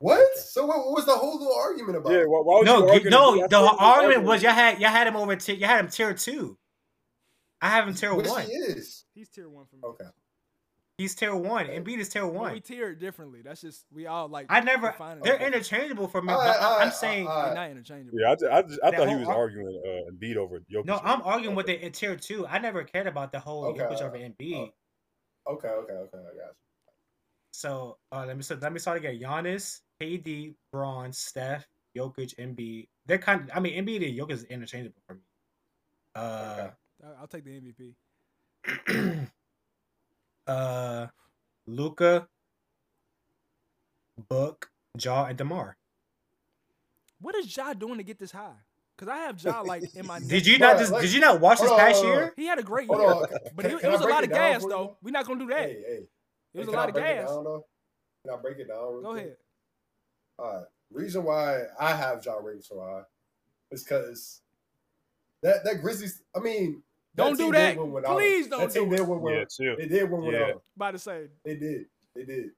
D: What? So what, what was the whole little argument about?
C: Yeah, why, why would
E: No,
C: you
E: g-
C: argue
E: no.
C: that?
E: The
C: That's what you
E: argument
C: arguing.
E: was y'all had y'all had him over. Tier, y'all had him tier two. I have him tier
D: which
E: one.
D: he is.
B: he's tier one for me.
D: Okay.
E: He's tier one. Embiid is tier
B: But we
E: one.
B: tiered differently. That's just we all like
E: I never.
B: defining
E: They're
B: it.
E: interchangeable for me.
D: All
E: but
D: right, all
E: I, I'm
D: right,
E: saying.
D: all
B: They're
D: right.
B: not interchangeable.
C: Yeah, I, ju- I, ju- I
E: That
C: thought he
E: whole
C: was
E: ar-
C: arguing uh, Embiid over Jokic.
E: No, I'm arguing with the tier two. I never cared about the whole
D: oh. Okay,
E: Jokic over Embiid.
D: Okay. Okay. Okay. I got you.
E: So uh, let me so let me start again. Giannis, KD, Braun, Steph, Jokic, Embiid. They're kind. Of, I mean, Embiid and Jokic is interchangeable for me. Uh,
B: I- I'll take the MVP.
E: uh, Luca, Book, Jaw, and Demar.
B: What is Ja doing to get this high? Because I have Ja like in my.
E: Did you not
D: Bruh,
E: just,
D: let's-
E: Did you not watch this
D: hold on,
E: past
D: hold on,
E: year?
B: He had a great
D: Hold
B: year,
D: on.
B: but
D: Can-
B: it, it
D: can I
B: was a
D: break
B: lot
D: it
B: of
D: down
B: gas
D: for you?
B: though. We're not gonna do that.
D: Hey, hey.
B: It was
D: Hey,
B: a
D: can I
B: lot of
D: break it
B: gas.
D: down, though? Can I break it down? real
B: Go
D: quick?
B: ahead.
D: All right. Reason why I have John ranked so high is because that that Grizzlies. I mean,
B: Don't
D: team
B: do
D: did
B: that.
D: win without him.
B: Please don't
D: That team
B: do it.
D: did win
C: yeah,
D: without.
C: chill.
D: They did win without.
C: Yeah.
D: him.
B: By the same.
D: They did. They did.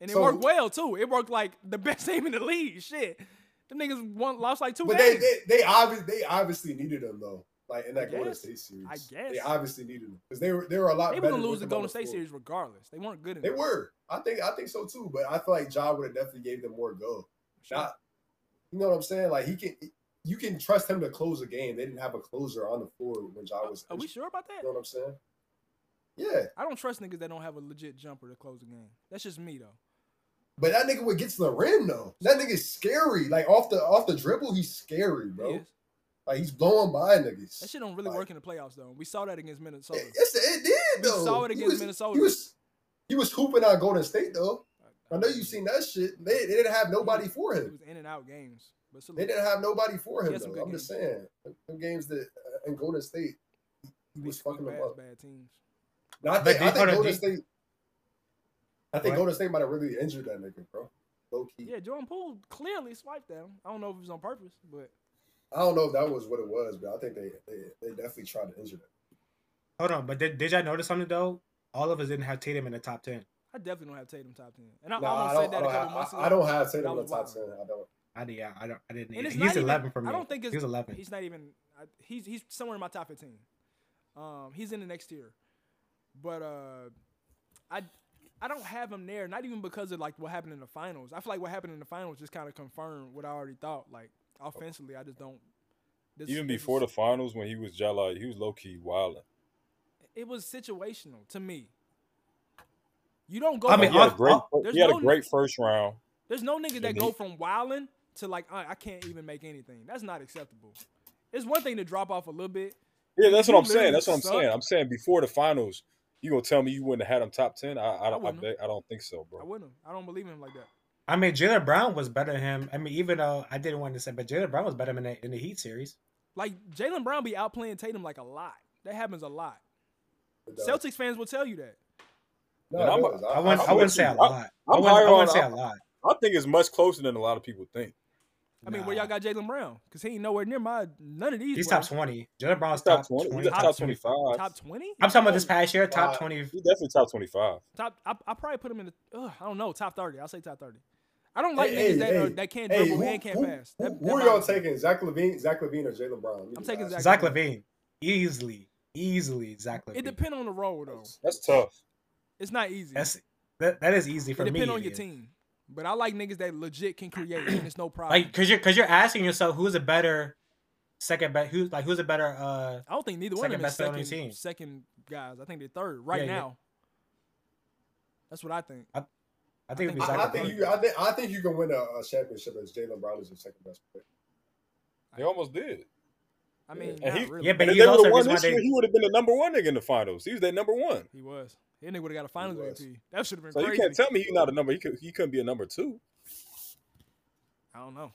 B: And it
D: So-
B: worked well too. It worked like the best team in the league. Shit, them niggas won, lost like two
D: But they,
B: games.
D: they they obviously they obviously needed him though. Like in that
B: I
D: Golden
B: guess.
D: State series,
B: I
D: they
B: guess.
D: obviously needed them because they were they were a lot.
B: They were
D: better
B: gonna
D: with
B: lose the
D: them on
B: Golden State
D: floor.
B: series regardless. They weren't good enough.
D: They were. I think I think so too. But I feel like Ja would have definitely gave them more go.
B: Sure.
D: Not, you know what I'm saying? Like he can, you can trust him to close a game. They didn't have a closer on the floor when Ja
B: Are-
D: was.
B: Are we
D: injured.
B: sure about
D: You
B: that?
D: know what I'm saying? Yeah,
B: I don't trust niggas that don't have a legit jumper to close the game. That's just me though.
D: but that nigga would get to the rim though. That nigga's scary. Like off the off the dribble, he's scary, bro.
B: He is.
D: Like he's blowing by
B: That
D: niggas.
B: shit don't really
D: Like-
B: work in the playoffs though. We saw that against Minnesota.
D: It, it's- it did
B: We
D: though.
B: saw it
D: He
B: against
D: was-
B: Minnesota.
D: He was he was hooping on Golden State though. I know you seen that shit. They, they didn't have nobody for
B: It
D: him.
B: was in and out games. But salute.
D: They didn't have nobody for
B: He
D: him
B: had some
D: though.
B: good
D: I'm just saying, them games that uh, in Golden State, he
B: They
D: was
B: squeaked
D: fucking them
B: past
D: up.
B: bad teams.
D: No, I
E: But
D: think,
E: they
D: I think
E: put a
D: Golden
E: deep-
D: State. I think
E: What?
D: Golden State might have really injured that nigga, bro. Low key.
B: Yeah, Jordan Poole clearly swiped at him. I don't know if it was on purpose, but
D: I don't know if that was what it was, but I think they they, they definitely tried to injure him.
E: Hold on, but did, did y'all notice something though? All of us didn't have Tatum in the top ten.
B: I definitely don't have Tatum top ten. And I
D: No, I
B: almost
D: don't.
B: said
D: I
B: that a
D: don't,
B: couple months
D: have,
B: ago.
D: I, I don't have Tatum
B: That
D: in the
B: was
D: top
B: wild.
D: ten. I don't.
E: I did. Yeah, I don't. I didn't.
B: And it's
E: He's
B: not even-
E: eleven for me.
B: I don't think it's-
E: he's eleven.
B: He's not even. I, he's he's somewhere in my top fifteen. Um, he's in the next tier, but uh, I I don't have him there. Not even because of like what happened in the finals. I feel like what happened in the finals just kind of confirmed what I already thought. Like offensively, I just don't. this-
C: Even
B: this is-
C: before the finals, when he was Jala, he was low key wilding.
B: it was situational to me. You don't go.
E: I
B: from-
E: mean,
C: he had a
E: off-
C: great,
E: off-
C: fir-
B: there's
C: he had
B: no-
C: a great first round.
B: There's no niggas that
C: And
B: go
C: he-
B: from wilding to like I, I can't even make anything. That's not acceptable. It's one thing to drop off a little bit.
C: Yeah, that's what
B: You
C: I'm saying.
B: literally
C: That's what I'm
B: suck.
C: saying. I'm saying before the finals, you gonna tell me you wouldn't have had him top ten? I, I don't. I,
B: wouldn't.
C: bet- I don't think so,
B: Oh, I
C: bro.
B: wouldn't. have. I don't believe in him like that.
E: I mean, Jalen Brown was better than him. I mean, even though I didn't want to say, but Jalen Brown was better than him in the, in the Heat series.
B: Like Jalen Brown be outplaying Tatum like a lot. That happens a lot.
D: It does.
B: Celtics fans will tell you that.
D: No,
C: And
D: it
C: I'm-
D: does. I,
E: I wouldn't. I,
C: I'm
E: wouldn't
C: with
E: say
C: you.
E: a
C: I-
E: lot. I,
C: I'm
E: wouldn't,
C: higher
E: I wouldn't
C: on-
E: say a lot.
C: I think it's much closer than a lot of people think.
B: I mean, where
E: Nah.
B: y'all got Jalen Brown? Cause he ain't nowhere near my none of these.
E: He's
B: were.
E: top twenty. Jalen Brown's
C: He's top
E: top
C: 20.
E: twenty.
C: He's
E: Top
C: top
E: twenty.
C: 25.
B: Top twenty. Oh,
E: I'm talking about this past year.
D: Nah.
E: Top twenty.
C: He's definitely top 25.
B: Top. I I probably put him in the. Ugh, I don't know. Top thirty. I'll say top thirty. I don't like
D: Hey,
B: niggas that,
D: hey,
B: are,
D: hey.
B: that can't
D: hey,
B: dribble
D: who,
B: and can't
D: who,
B: pass.
D: who,
B: That,
D: who are
B: that
D: y'all
B: bothers me.
D: taking? Zach Levine, Zach Levine, or Jalen Brown?
B: I'm taking Zach
E: Zach Levine, easily, easily Zach
B: It
E: Levine.
B: depends on the role though.
C: That's tough.
B: It's not easy.
E: That's that, that is easy for
B: it
E: me.
B: depends on
E: it
B: your
E: is.
B: team. But I like niggas that legit can create and it's no problem.
E: Like, cause you're cause you're asking yourself who's a better second bet who's like who's a better uh
B: I don't think neither one of
E: Second
B: them is
E: best player on
B: second,
E: your team.
B: second guys. I think they're third right
E: Yeah, yeah.
B: now. That's what I think.
E: I think it'd be
B: I-
E: Zach
D: I, I
E: Levine.
D: think you, I think, I think you can win a, a championship as Jalen Brown is your second best player.
C: They almost did.
B: I mean,
C: And
B: not
C: he-
B: really.
E: yeah, but
C: And if
E: he's
C: they would
E: also
C: have won
E: just
C: this
E: one
C: year,
E: day.
C: he would have been the number one nigga in the finals. He was their number one.
B: he was. That nigga would have got a finals
D: was.
B: MVP. That should have been
C: So you
B: crazy.
C: can't tell me he's not a number. He, could, he couldn't be a number two.
B: I don't know.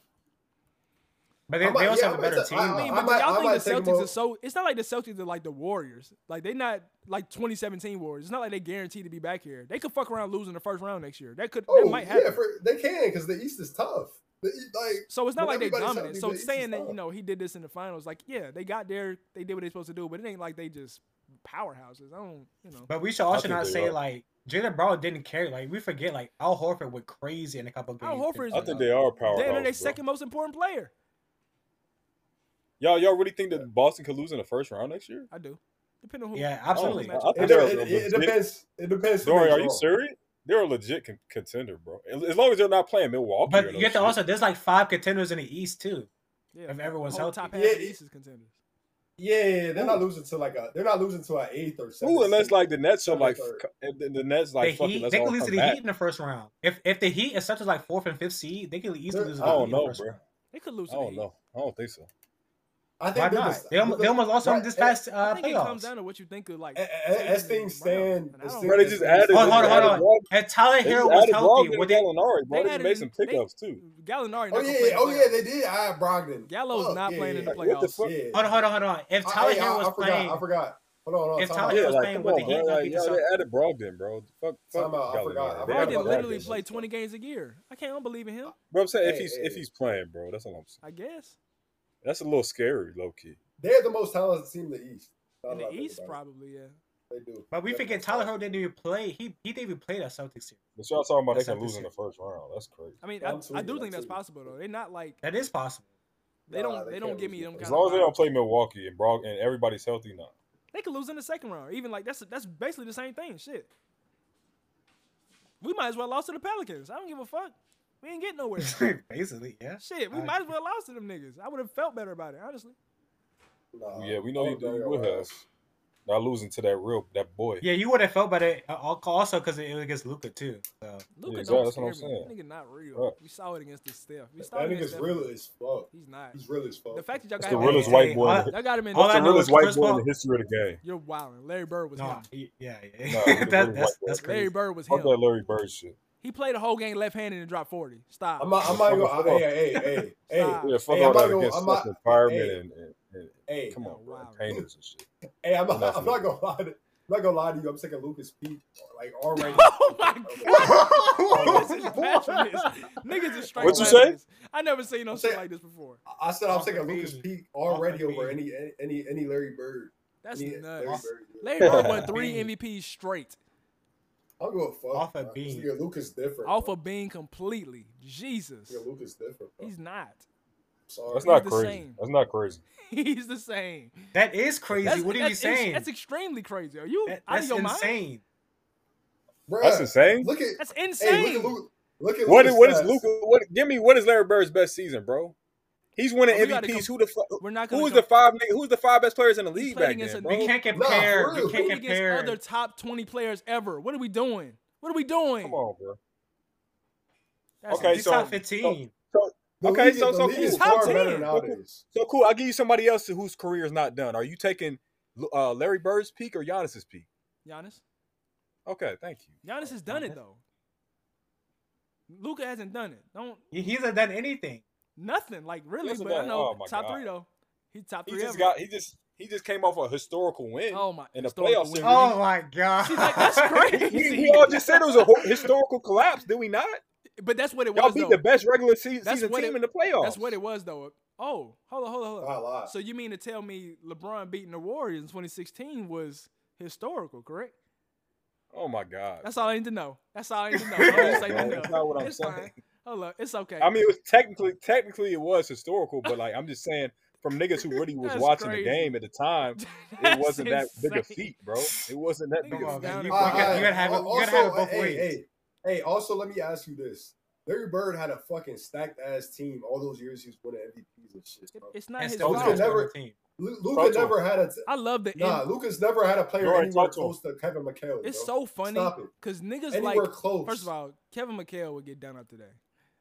E: But they,
D: I
E: they
D: might-
E: also
D: yeah,
E: have a
D: I
E: better
D: might say-
E: team.
B: I
D: I
B: mean,
E: though.
B: but
D: might-
B: y'all
D: I
B: think
D: might
B: the
D: take
B: Celtics
D: Mo-
B: are so. It's not like the Celtics are like the Warriors. Like they're not like 2017 Warriors. It's not like they guaranteed to be back here. They could fuck around losing the first round next year. That could.
D: Oh,
B: that might happen.
D: yeah, for, they can because the East is tough. The, E- like
B: So it's not
D: But
B: like they
D: everybody's
B: dominant.
D: healthy,
B: So
D: but it's
B: saying
D: just
B: that you
D: tough.
B: know he did this in the finals, like yeah, they got there, they did what they supposed to do, but it ain't like they just powerhouses. I don't, you know.
E: But we should also
C: think
E: not
C: they
E: say
C: are.
E: like Jalen Brown didn't carry. Like we forget like Al Horford went crazy in a couple of games.
B: Al Horford is-
C: I think they are powerhouse.
B: Damn, they're
C: bro.
B: their second most important player.
C: Y'all, y'all really think that Boston could lose in the first round next year?
B: I do, depending on who.
E: Yeah,
B: who
E: absolutely.
B: the
C: I- I
B: matchup
C: think
D: it,
B: is.
C: they're a
D: it, it, it
C: legit-
D: depends. It depends. who
C: Dory,
D: they
C: are you
D: draw.
C: serious? They're a legit con- contender, bro. As as long as they're not playing Milwaukee. or
E: But
C: no
E: you have to
C: shit.
E: also there's like five contenders in the East too.
B: Yeah,
E: If everyone's
B: whole
E: healthy.
B: top half
D: Yeah,
B: of the
D: it-
B: East is contenders.
D: Yeah, yeah, they're not losing to like a. They're not losing to an eighth or seventh.
C: Ooh, unless
D: seed.
C: like the Nets are
D: Seven or
C: like
D: third.
C: f- and the the Nets like
E: the
C: fucking
E: Heat,
C: let's
E: they
C: all
E: could lose to
C: come
E: the
C: back.
E: Heat in the first round. If if the Heat is such as like fourth and fifth seed, they could easily lose. to
D: They're-
E: the
C: I don't
E: Heat in the
C: know,
E: first
C: bro.
E: round.
B: They could lose.
C: I
B: to the
C: don't
B: Heat.
C: know. I don't think so.
D: I
E: Why
D: they're
E: not?
D: just-
E: They almost, they almost lost
D: right,
E: on this past
B: I
E: uh,
B: think it comes
E: playoffs.
B: down to what you think of like.
D: a- a- As
B: Tatum
D: things
B: and Brown.
D: stand,
B: And I
D: the
B: don't-
D: Sixers-
C: Bro, they just added.
E: Hold on, hold
C: they just
E: on, hold
C: added
E: on.
C: Rog-
E: If Tyler
C: They
E: Hero
C: just
E: was
C: added
E: healthy,
C: Brogdon
E: would
C: and
E: they?
C: Gallinari, bro.
B: They
C: They just
B: added-
C: made some
B: they-
C: pickups too.
B: Gallinari.
D: Oh
B: not gonna play
D: yeah,
B: in the
D: oh yeah,
B: playoffs.
D: they did. I Brogdon.
B: Gallo's
D: Fuck,
B: not
D: yeah,
B: playing in the
D: yeah,
C: Like, what the
B: playoffs.
C: fuck?
D: Yeah.
E: Hold on, hold on, hold on. If
D: I-
E: Tyler
D: hey, I,
E: Hero was
D: I forgot,
E: playing,
D: I forgot. Hold on, hold on.
E: If
D: time out.
E: Tyler Hero
C: Yeah,
E: was
C: like
E: playing
C: come
E: with the
C: on, bro.
E: Heat,
C: Like,
E: that'd be
C: y'all,
E: something.
C: they added Brogdon, bro. Fuck, fuck
D: Time out, I forgot, I
C: Gallinari. They added
D: forgot
B: Brogdon
D: about
B: literally
D: Brogdon.
B: played 20 games a year. I can't unbelieve in him.
C: Bro, I'm saying if
D: Hey,
C: he's
D: hey,
C: if
D: hey.
C: he's playing, bro, that's all I'm saying.
B: I guess.
C: That's a little scary, low key.
D: They're the most talented team in the East. Now
B: In
D: that I
B: the
D: think
B: East,
D: about it,
B: probably, yeah.
D: They do.
E: but we
D: They're the
E: forget
D: most
E: Tyler
D: talented.
E: Hero didn't even play. He he didn't even play that Celtics team.
C: But y'all talking about they
E: That's
C: can
E: not
C: lose in
E: the
C: the first round. That's crazy.
B: I mean,
D: Yeah,
B: I,
D: I'm
B: I
D: tweaking,
B: do
D: I'm
B: think that's
D: tweaking.
B: possible, though. They're not like,
E: That is possible.
B: They
D: Nah,
B: don't.
D: they
B: they don't
D: can't
B: give
D: lose
B: me
D: to
B: them.
D: them.
B: Kind
C: As long
B: of
C: as they
B: vibes.
C: don't play Milwaukee and Brog and everybody's healthy now.
B: They could lose in the second round. Even like that's that's basically the same thing. Shit. We might as well lost to the Pelicans. I don't give a fuck. We ain't getting nowhere.
E: Basically, yeah.
B: Shit, we
E: I
B: might as well lost to them niggas. I would have felt better about it, honestly.
D: Nah,
C: yeah, we know you,
D: I don't think
C: you
D: I
C: would
D: would.
C: have. Not losing to that real that boy.
E: Yeah, you would have felt better uh, al- also because it was against Luca too.
C: Yeah,
B: Luca
E: So
B: don't
C: exactly, that's what I'm
B: scare me. That
C: saying.
B: nigga not real.
C: Right.
B: We saw it against this Steph. We saw
D: That
B: it against
D: nigga's
B: Steph.
D: real as fuck.
B: He's not.
D: He's real as fuck.
B: The fact that y'all
C: That's
B: got
C: the
B: him,
C: realest
E: hey,
C: white
E: hey,
C: boy.
E: all
C: in the-
B: y'all got him in.
E: all
C: That's the
E: I know
C: realest
E: is
C: white
E: Chris
C: boy in
E: Paul-
C: the history of the game.
B: You're wilding. Larry Bird was
E: no,
B: him.
E: y- yeah,
C: Nah,
E: yeah.
C: he's a really
E: that, that's
C: white
E: that's
C: boy.
B: Larry
E: crazy.
B: Bird was
C: Fuck
B: him.
C: that Larry Bird shit.
B: He played a whole game left-handed and dropped 40. Stop.
D: I'm not, I'm not even. Hey, hey, hey, hey,
B: Stop.
C: Yeah, fuck
D: Hey,
C: all
D: I'm not
C: that
D: gonna-
C: against
D: I'm not-
C: fucking firemen
D: hey.
C: and, and, and
D: hey,
C: come
B: Oh,
C: on, bro,
B: wow.
C: and painters and shit.
D: hey. I'm not,
C: Enough
D: I'm
C: of
D: not
C: it.
D: gonna lie. To, I'm not gonna lie to you. I'm taking Lucas Pete like already.
B: Oh my Niggas is
E: Whoa,
B: mad for this. Niggas is straight
C: What'd you
B: mad
C: say?
B: for this. I never seen no
D: I'm
B: shit
D: saying-
B: like this before.
D: I said I'm taking
E: Off the
D: Lucas
E: beat.
D: Pete
E: Off the
D: already over any
E: beat.
D: any any Larry Bird.
B: That's
D: Any Larry
B: nuts.
D: Bird.
B: Larry Bird won
E: Off a
B: three
E: beam.
B: MVPs straight
D: I'll go with fuck.
E: Off a
D: bro.
E: beat.
D: This nigga Lucas different.
B: off
D: bro.
B: of being completely. Jesus,
D: This nigga Lucas different. Bro.
B: he's not.
D: sorry.
C: That's
B: He's
C: not
B: the
C: crazy.
B: same.
C: That's not crazy.
B: He's the same.
E: That is crazy.
B: That's,
E: what are
B: that's
E: you
B: ex-
E: saying?
B: That's extremely crazy. Are you
E: That-
B: out of
E: that's
B: your mind?
E: insane.
D: Bruh,
C: That's insane.
D: Look at
B: That's
D: hey,
B: insane.
D: look at Luke. Look at
C: What is
D: Lucas
C: what is
D: stats.
C: Luca? What give me? What is Larry Bird's best season, bro? He's winning
B: Oh, we gotta
C: MVPs.
B: com-
C: Who the fuck?
B: We're not going
C: Who
B: to
C: is the five? nigga- Who's the five best players in the league
B: played
C: back
B: against a
C: then,
E: We
C: bro?
E: can't compare.
D: for
E: we
D: real.
E: can't
B: against
E: compare.
B: other top twenty players ever. What are we doing? What are we doing?
C: Come on, bro.
B: That's
C: Okay,
E: He's
C: so-
E: top fifteen.
D: The
C: Okay,
D: league-
C: so-
D: the
C: so
D: league
C: cool.
D: is
B: Top
D: far better
B: 10.
D: nowadays.
C: So cool. I'll give you somebody else whose career is not done. Are you taking uh, Larry Bird's peak or Giannis's peak?
B: Giannis.
C: Okay, thank you.
B: Giannis has done
E: Giannis.
B: it though. Luca hasn't done it. Don't
E: He He's not done anything.
B: nothing like really.
C: hasn't
B: But I
C: done-
B: know
C: oh my
B: top
C: God.
B: three though. He top
C: He
B: three
C: just
B: ever.
C: got. He just. He just came off a historical win.
B: oh my!
C: in the
B: historical
C: playoff
B: win.
C: series.
E: Oh my god.
B: See, like, that's
C: We,
B: crazy.
C: we all just said it was a ho- historical collapse, did we not?
B: But that's what it
C: Y'all
B: was.
C: beat
B: though.
C: the best regular se-
B: That's
C: season
B: what
C: team
B: it-
C: in the playoffs.
B: That's what it was though. Oh, hold on, hold on, hold on.
D: Not a lot.
B: So you mean to tell me LeBron beating the Warriors in 2016 was historical, correct?
C: Oh my god.
B: That's all I need to know. That's all I need to know. I don't need to say
C: No,
B: nothing
C: that's
B: else.
C: not what I'm
B: it's
C: saying.
B: Fine. Hold up, it's okay.
C: I mean, it was technically technically it was historical, but like I'm just saying, from niggas who really was
B: That's
C: watching
B: crazy.
C: the game at the time, it
B: That's
C: wasn't that big a
B: insane.
C: feat, bro. It wasn't that big a
B: Niggas
E: Come on,
C: feat.
E: man.
B: down
E: You,
B: to
E: you
B: five.
E: gotta, you gotta have it. You gotta have it
D: Also,
E: both
D: hey,
E: ways.
D: Hey, hey, also, let me ask you this. Larry Bird had a fucking stacked ass team all those years he was winning MVPs and shit.
B: It-
D: Bro.
B: It's not
E: And
B: his
E: still
D: Luka
B: fault.
E: Jokic on
D: never-
E: the team.
D: Luca
C: Talk to
D: never had a t-
B: I love the
D: nah.
B: end.
D: Luca's never had a player
C: You're right,
D: anywhere
C: talk to him.
D: close to Kevin McHale.
B: It's
D: bro.
B: so funny
D: Stop it.
B: because niggas
D: Anywhere
B: like.
D: close.
B: First of all, Kevin McHale would get done up today.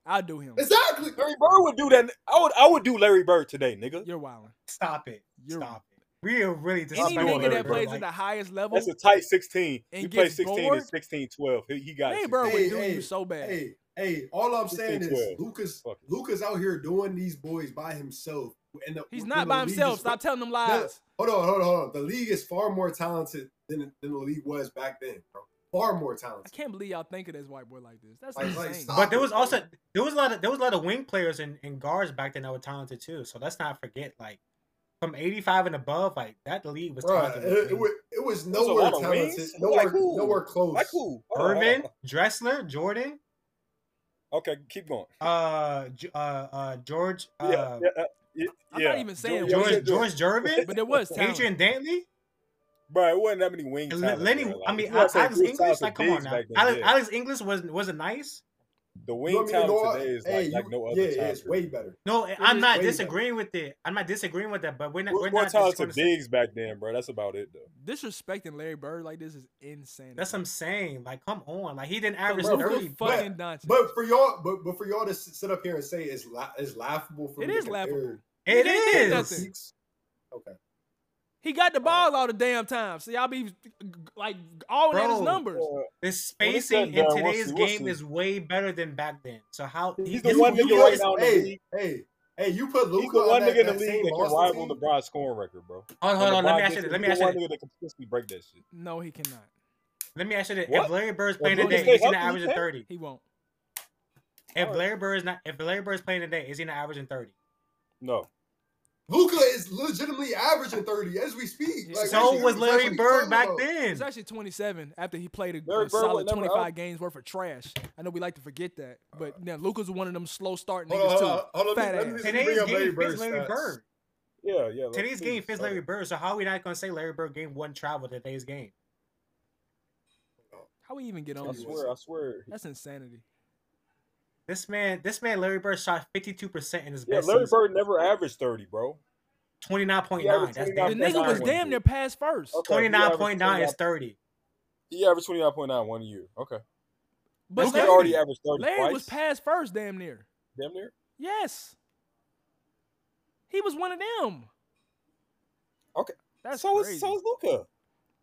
B: I'll do him.
D: exactly.
C: Larry Bird would do that. I would I would do Larry Bird today, nigga.
B: You're wilding.
E: Stop it.
B: You're-
E: Stop it. We are really just
B: Any
C: Stop doing
B: nigga
C: Larry
B: that
C: Bird,
B: plays
E: like,
B: at the highest level,
C: That's a tight 16.
B: And
C: he played
B: gets
C: 16
B: bored?
C: and 16 12. He, he got
B: Larry
C: 16.
B: Bird would
D: Hey,
B: do
D: hey,
B: you so bad.
D: Hey, hey, all I'm
C: Just
D: saying
C: say
D: is
C: 12.
D: Luca's
C: Fuck it.
D: Luca's out here doing these boys by himself. And the,
B: He's
D: when
B: not
D: the
B: by
D: league
B: himself.
D: is-
B: Stop telling them lies.
D: Hold on, hold on, hold on. The league is far more talented than, than the league was back then, bro. Far more
B: I
D: talented.
B: can't believe y'all think of this white boy like this. That's
D: Like, like,
B: insane.
D: stop.
E: But there was also there was a lot of there was a lot of wing players and, and guards back then that were talented too. So let's not forget like from eighty five and above, like that league was
D: Bro,
E: talented.
D: it, it, wa- it was
C: a
D: nowhere
C: lot of
D: talented.
C: wings.
D: Nowhere,
C: Like who?
D: nowhere close.
C: Like who? Hold on, hold on,
E: Irvin,
C: hold
E: Dressler, Jordan,
C: on. Okay, keep going.
E: uh, J- uh, uh, George,
C: Yeah,
E: uh,
C: yeah, uh, yeah,
B: I'm
C: yeah.
B: not even saying
C: George-
B: what
E: George,
B: he-
E: George Jervin,
B: but there was talent.
E: Adrian Dantley,
C: Bro, it wasn't that many wings.
E: and Le- Lenny. I mean, Alex English. Like, come on now, Alex, Alex English was wasn't nice.
C: The
D: You
C: wing
D: know what I mean?
C: talent
D: Go out-
C: today is
D: hey,
C: like, like
D: you-
C: no other
D: Yeah,
C: time.
D: yeah, it's way better.
E: No,
D: is
E: I'm not
D: way better.
E: disagreeing with it. I'm not disagreeing with that, but we're not.
C: We're
E: We're
C: more
E: not just
C: talented
E: gonna say-
C: bigs back then, bro. That's about it, though.
B: Disrespecting Larry Bird like this is insane.
E: That's what I'm saying. Like, come on. Like, he didn't average
D: Bro,
B: Luka
E: 30.
D: but-
B: fucking Doncic.
D: But for y'all, but, but for y'all to s- sit up here and say it's la- it's laughable for
B: It
D: me to
B: is
D: compare
B: laughable. He
E: It
B: didn't do
E: is.
B: nothing.
D: Six- Okay.
B: He got the ball all the damn time. So y'all be g- g- like all in his
E: Bro.
B: numbers.
C: Uh,
E: The
C: said
E: spacing
C: that,
E: in
C: we'll
E: today's
C: see, we'll
E: game
C: see.
E: is way better than back then. So how
C: He's
E: he-
C: the
E: you-
C: one
E: you
C: nigga
E: guys-
C: right now in the
D: hey,
C: league.
D: Hey, hey, you put
C: He's
D: Luca
C: the
D: on
C: one
D: that,
C: nigga in the
D: that same
C: league that can
D: Boston
C: rival
D: team?
C: LeBron's scoring record, bro.
E: Hold on, hold on. Let me ask you. this. Let me ask you.
C: one
E: this.
C: nigga that can consistently break that shit.
B: No, he cannot.
E: Let me ask you. this. If
C: What?
E: Larry Bird's
C: If
E: playing
C: Luka
E: today,
C: stay
E: is he not
C: healthy, he
E: averaging
C: can.
E: thirty?
B: He won't.
E: If
C: Alright.
E: Larry Bird's not, if Larry Bird's playing today, is he not averaging thirty?
C: No,
D: Luca is legitimately averaging 30 as we speak.
B: Yeah.
E: so
D: that's-
E: was
D: that's
E: Larry
D: what he's
E: Bird
D: talking
E: back
D: about.
E: then.
B: He's actually 27 after he played a,
C: Larry
B: a
C: Bird
B: solid
C: was never
B: 25
C: out. Uh,
B: games worth of trash. I know we like to forget that, but now Luca's one of them slow start
D: Hold on,
B: niggas
D: hold
B: too.
D: on, hold on, let me-
B: Fat
D: let me
B: ass.
D: just
E: Today's
D: bring up
E: game fits Larry
D: stats.
E: Bird.
C: Yeah, yeah. let's
E: Today's
C: see.
E: game fits
C: Hold
E: Larry
C: on.
E: Bird. So how are we not gonna say Larry Bird game one travel today's game?
B: How we even get on
C: I
B: this?
C: swear, I swear.
B: That's insanity.
E: This man, this man, Larry Bird shot fifty two percent in his
C: Yeah,
E: best
C: Larry
E: season.
C: Bird never averaged 30, bro.
E: Twenty nine point
C: He
E: nine.
C: averaged
E: That's
C: 29.
B: The
C: That's
B: nigga was
C: nine.
B: damn near past first.
C: Okay.
E: twenty nine point nine is
C: averaged
E: thirty.
C: He averaged 29.9 one year. Okay.
B: But
C: Luka
B: Larry,
C: already averaged 30
B: Larry
C: twice.
B: was past first damn near.
C: damn near.
B: Yes. He was one of them.
C: Okay.
B: That's
C: so
B: crazy.
C: is so is Luca.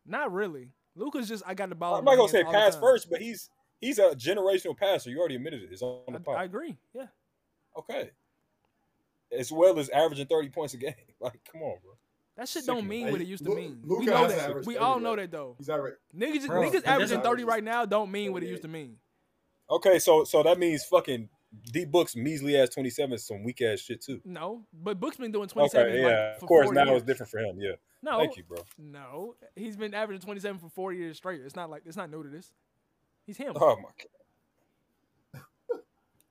B: Not really. Luca's just I got the ball.
C: I'm
B: in
C: not
B: my
C: gonna
B: hands
C: say
B: all the
C: pass
B: time.
C: first, but he's he's a generational passer. You already admitted it. It's on the
B: I-
C: pot.
B: I, agree. Yeah.
C: okay. As well as averaging 30 points a game. Like, come on, bro.
B: That shit
C: Sickening.
B: don't mean
D: Like,
B: what it used to
D: Lu-
B: mean. we
D: Luka
B: know
D: has to
B: that.
D: average
B: We
D: 30,
B: all know
D: right?
B: that though.
D: He's already
B: Niggas,
E: Bro,
B: niggas
E: but
B: averaging
D: that's-
B: 30 right now don't mean what it used to mean.
C: Okay, so so that means fucking D books measly ass 27 is some weak ass shit too.
B: No, but Book's been doing 27.
C: Okay,
B: like,
C: yeah.
B: for
C: of course,
B: four
C: now
B: years.
C: it's different for him. Yeah.
B: No,
C: Thank you, bro.
B: no, he's been averaging 27 for four years straight. It's not like it's not new to this. He's him.
C: Oh my god.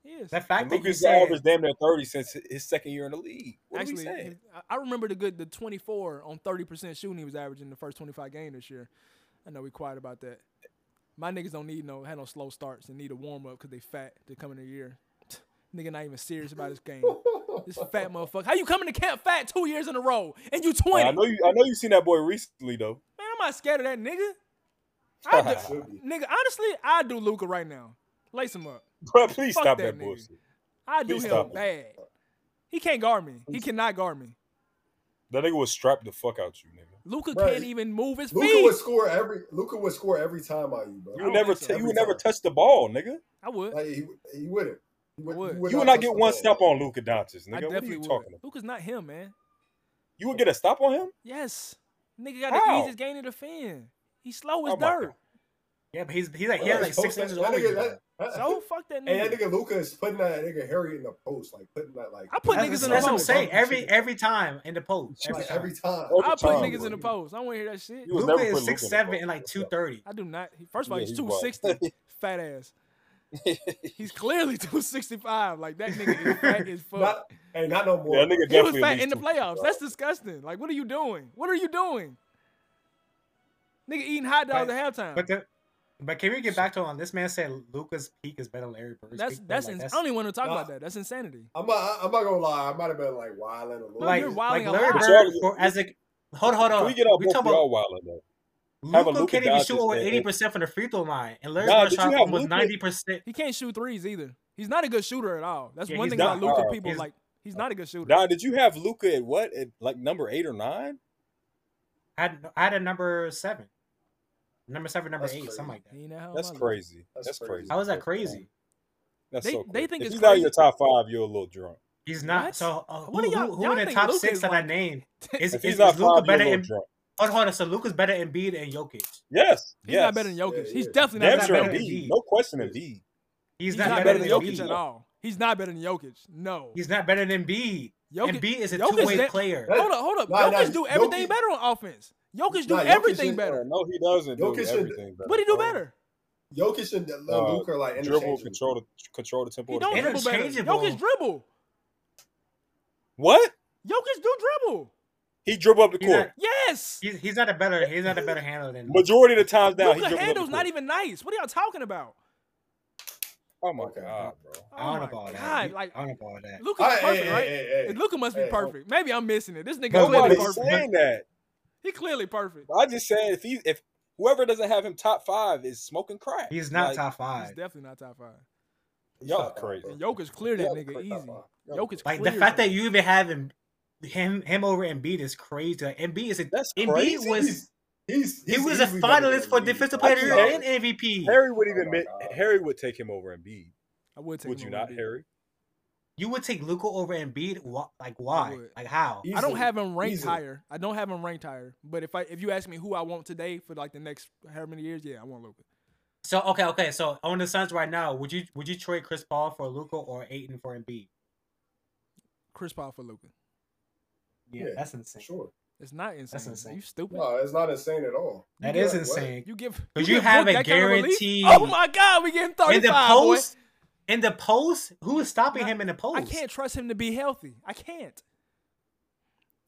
B: He is.
E: The fact that you
C: Lucas
E: said
C: averaged damn near 30 since his second year in the league. What
B: Actually,
C: are we saying?
B: I- I remember the good the 24 on 30% shooting he was averaging the first 25 game this year. I know we quiet about that. My niggas don't need no had no slow starts and need a warm up because they fat to come in the year. Nigga not even serious about his game. this fat motherfucker. How you coming to camp fat two years in a row and you 20?
C: I know you I know you seen that boy recently though.
B: Man, I'm not scared of that nigga. I do, nigga, honestly, I do Luca right now. Lace him up.
C: Bro, please
B: Fuck
C: stop
B: that
C: that,
B: nigga.
C: bullshit.
B: I do
C: Please
B: him
C: stop it.
B: bad. He can't guard me. He cannot guard me.
C: That nigga was strapped the fuck out you, nigga.
B: Luca
D: Bruh,
B: can't even move his
D: Luca
B: feet.
D: would score every Luca would score every time on you, bro.
C: You
B: don't
C: would never
B: think so.
C: t- you
D: Every
C: would never
D: time.
C: touch the ball, nigga.
B: I would.
D: Like, he, he wouldn't. He would,
B: Would.
D: he would
C: You would not
D: touch
C: get
D: the
C: one
D: ball.
C: stop on Luka Doncic,
B: I
C: nigga. What are
B: definitely
C: you
B: would.
C: talking about?
B: Luca's not him, man.
C: You would get a stop on him?
B: Yes. Nigga got the
C: How?
B: easiest game to defend. He's slow as
C: Oh my God.
B: dirt.
E: Yeah, but he's he's like he had like
D: That
E: six
D: nigga-
E: inches
D: that
E: over
D: nigga-
E: you.
D: that- that-
B: So fuck that
D: And that
B: nigga.
D: nigga Luca is putting that nigga Harry in the post, like putting that like.
B: I put
E: That's,
B: niggas in the
E: that's what I'm
B: post.
E: saying. Every every time in the post. Every
D: like,
E: time.
D: every time.
C: Oh,
B: I put
C: time,
B: niggas
C: bro.
B: in the post. I don't want to hear that shit.
C: You would
E: Luca
C: never put
E: is
C: Luka in
E: six
C: the
E: seven
C: post.
E: and like two thirty.
B: I do not. he- First of all,
C: Yeah,
B: he's
C: he wild.
B: 260. fat ass. He's clearly 265. Like, that nigga is fat as fuck.
D: Not, and not no more.
C: Yeah, that nigga
B: he was
C: definitely
B: fat
C: at
B: in the
C: least two-
B: playoffs. That's disgusting. Like, what are you doing? What are you doing? Nigga eating hot dogs
E: But-
B: at halftime.
E: But the, but can we get back to on this man said Luca's peak is better than Larry Bird's
B: that's
E: peak, bro.
B: that's,
E: like,
B: ins- I don't even want to talk
D: Nah.
B: about that. That's insanity.
D: I'm not, I'm not gonna lie. I might have been like wilding a little.
B: No,
E: like,
B: you're
D: bit.
E: like
B: wilding a
E: Larry
B: lot.
E: Bird for, as a hold hold
C: Can
E: on.
C: we get off
E: we
C: both
E: talking
C: of
E: about
C: y'all wild in that? Have a
E: Luca
C: Luka
E: can't even
C: Doncic
E: shoot over
C: that-
E: eighty percent from the free throw line, and Larry
C: Nah,
E: Bird
C: did you
E: shot
C: have
E: almost
C: Luka-
E: ninety percent.
B: He can't shoot threes either. He's not a good shooter at all. That's
E: Yeah,
B: one
E: he's
B: thing
E: not.
B: about Luca.
C: Uh,
B: people
E: he's-
B: like he's not a good shooter.
C: Don, did you have Luca at what? At like number eight or nine?
E: I had I had a number seven, number seven, number
D: That's
E: eight,
D: crazy.
E: something like that.
B: He ain't that high
C: That's
B: on Oh, my list.
C: crazy.
D: That's
C: That's
D: crazy.
C: crazy.
E: How is that crazy?
C: That's
B: They-
C: so
B: they
C: crazy.
B: think
C: if
B: it's
C: he's not
B: crazy-
C: your top five, you're a little drunk.
E: He's not.
B: What?
E: So uh,
B: What
E: who,
B: do y'all-
E: who, who
B: y'all
E: in the
B: think
E: top
B: Luka
E: six
B: is
E: that
B: like-
E: I named is,
C: If
E: is,
C: he's
E: is
C: not five,
E: Luca
C: you're a
E: better?
C: little
E: Than,
C: drunk.
E: hold on, hold on. So Luca's better than Embiid and Jokic.
C: Yes.
B: He's
C: yes.
B: not better than Jokic.
D: Yeah,
B: he's
D: yeah.
B: definitely not
C: Damn
B: better
C: sure
B: than
E: better
B: Embiid.
E: than
C: Embiid.
E: Embiid.
C: No question Embiid.
E: He's,
B: He's
E: not, better than
B: Jokic
E: Jokic
B: at all. He's not better than Jokic. No.
E: He's not better than Embiid.
B: Jokic-
E: Embiid is a
B: Jokic
E: two-way
B: that-
E: player.
D: That-
B: Hold up, hold up.
D: Nah, nah,
B: Jokic do everything
D: Jokic-
B: better on offense. Jokic do
D: Nah, Jokic
B: everything
D: is-
B: better.
C: No, he doesn't do
D: Jokic should-
C: everything better.
B: What he do
C: bro.
B: better?
D: Jokic and uh,
C: Uh,
D: Luca are like
C: Dribble,
D: interchangeable.
C: control the control the tempo.
B: He
C: of the
B: don't
C: game.
B: dribble better.
E: Interchangeable.
B: Jokic dribble.
C: What?
B: Jokic do dribble.
C: He dribble up the
E: He's not-
C: court.
B: Yes.
E: He's, he's not a better. He's not a better handler than.
C: Majority of the times now, he
B: Luca
C: dribbles up the
B: handle's not
C: court.
B: even nice. What are y'all talking about?
C: Oh my
D: Okay.
C: god, bro.
B: Oh
E: I don't
B: my
E: know about
B: God,
E: that.
B: like
E: I don't know about that.
B: Luca's
D: Hey,
B: perfect,
D: hey,
B: right?
D: hey, hey, hey.
B: Luca must be
D: Hey, hold-
B: perfect. Maybe I'm missing it. This nigga clearly
E: Nobody
C: Nobody's
B: perfect.
C: saying that.
B: He clearly perfect.
C: I just said if he if whoever doesn't have him top five is smoking crack.
E: He's not
C: Like,
E: top
B: He's
E: five.
B: definitely not top five.
C: Y'all
D: Top five,
C: crazy.
D: bro.
B: And Jokic cleared that
C: Yeah,
B: nigga
D: Top
B: easy.
D: five.
B: Jokic
E: Like the
B: cleared
E: fact
B: him.
E: that you even have him, him, him over Embiid is crazy. Like, Embiid is a
C: That's
E: Embiid
C: crazy.
E: was
D: He's, he's,
E: he
D: he's
E: was a
D: easily better
E: finalist
D: than
E: for
D: Embiid.
E: defensive
C: I
E: player of the year
C: thought-
E: and MVP.
C: Harry would
D: Oh
C: even
D: my
C: admit
D: God.
C: Harry would take him over Embiid.
B: I would take
C: Would
B: him
C: you
B: over
C: not,
B: Embiid.
C: Harry?
E: You would take Luca over Embiid? Why? Like why?
B: would.
E: Like how?
D: He's-
B: I don't
D: Easily.
B: have him ranked
D: Easily.
B: higher. I don't have him ranked higher. But if I if you ask me who I want today for like the next however many years, yeah, I want Luca.
E: So okay, okay. So on the Suns right now, would you would you trade Chris Paul for Luca or Aiton for Embiid?
B: Chris Paul for Luca.
E: Yeah,
D: Yeah,
E: that's insane.
D: Sure.
B: It's not insane.
E: insane.
B: You stupid.
D: No, it's not insane at all.
E: That
D: You're
E: is
D: like, what?
E: insane.
B: You give
E: Because
B: give
E: you have
B: Book
E: a
B: that kind of relief?
E: guaranteed.
B: oh my God, we getting thirty
E: in the
B: five.
E: post, in the post, who is stopping
B: Not-
E: him in the post?
B: I can't trust him to be healthy. I can't.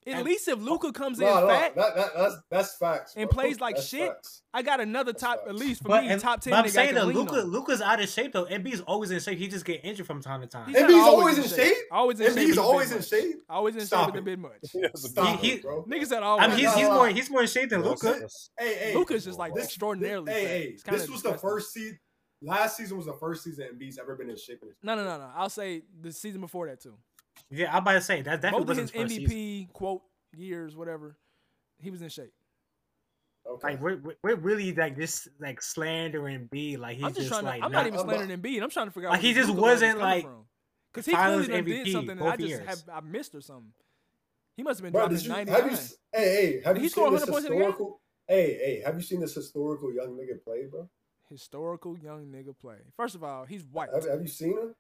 B: At
E: And-
B: least if Luca comes
D: Oh, No,
B: in
D: no,
B: fat,
D: that, that, that's that's facts.
B: and
D: bro.
B: plays like
D: That's
B: shit.
D: facts.
B: I got another top
D: facts.
B: at least for
E: But,
B: me
E: and-
B: top ten.
E: but I'm
B: nigga I
E: saying
B: can
E: that
B: lean
E: Luca,
B: on.
E: Luca's out of shape though. MB's always in shape. He just get injured from time to time.
B: He's not
D: MB's always in shape?
B: Always in
D: MB's
B: shape. with a bit
D: always in
B: much.
D: shape?
B: Always in
D: Stop
B: shape with a
D: it.
B: bit much.
F: That's a
D: Stop
E: He-
D: it, bro.
B: Niggas said
E: I
B: always.
E: mean, he's, he's
D: No, no.
E: more he's more in shape than Luca.
F: that's-
D: Hey, hey,
B: Luca's just like
D: this-
B: extraordinarily.
D: Hey,
B: fat.
D: hey,
B: It's kinda
D: this was the
B: disgusting.
D: first season. Last season was the first season MB's ever been in shape. in his-
B: No, no, no, no. I'll say the season before that too.
E: Yeah, I'm about to say that definitely
B: Both of his
E: wasn't his first
B: MVP
E: season.
B: quote years, whatever, he was in shape.
D: Okay.
E: Like we're we're- we're really like just like slandering B. Like he's
B: I'm just,
E: just,
B: trying
E: like
B: to. I'm
E: not
B: not even
D: I'm not-
B: slandering Embiid. I'm trying to figure out.
E: Like,
B: where
E: he
B: this
E: just
B: Luka love is
E: wasn't,
B: coming
E: like,
B: from. Cause he
E: Finals
B: clearly done did
E: MVP
B: something that
E: both
B: I just
E: years.
B: have. I missed or something. He must have been
D: Bro,
B: dropping
D: did you, have
B: 99.
D: you, s- hey, hey, have
B: Did
D: you
B: he score
D: seen this
B: 100 points in a game?
D: historical? Hey, hey, have you seen this historical young nigga play, bro?
B: Historical young nigga play. First of all, he's white.
D: Have, have you seen him?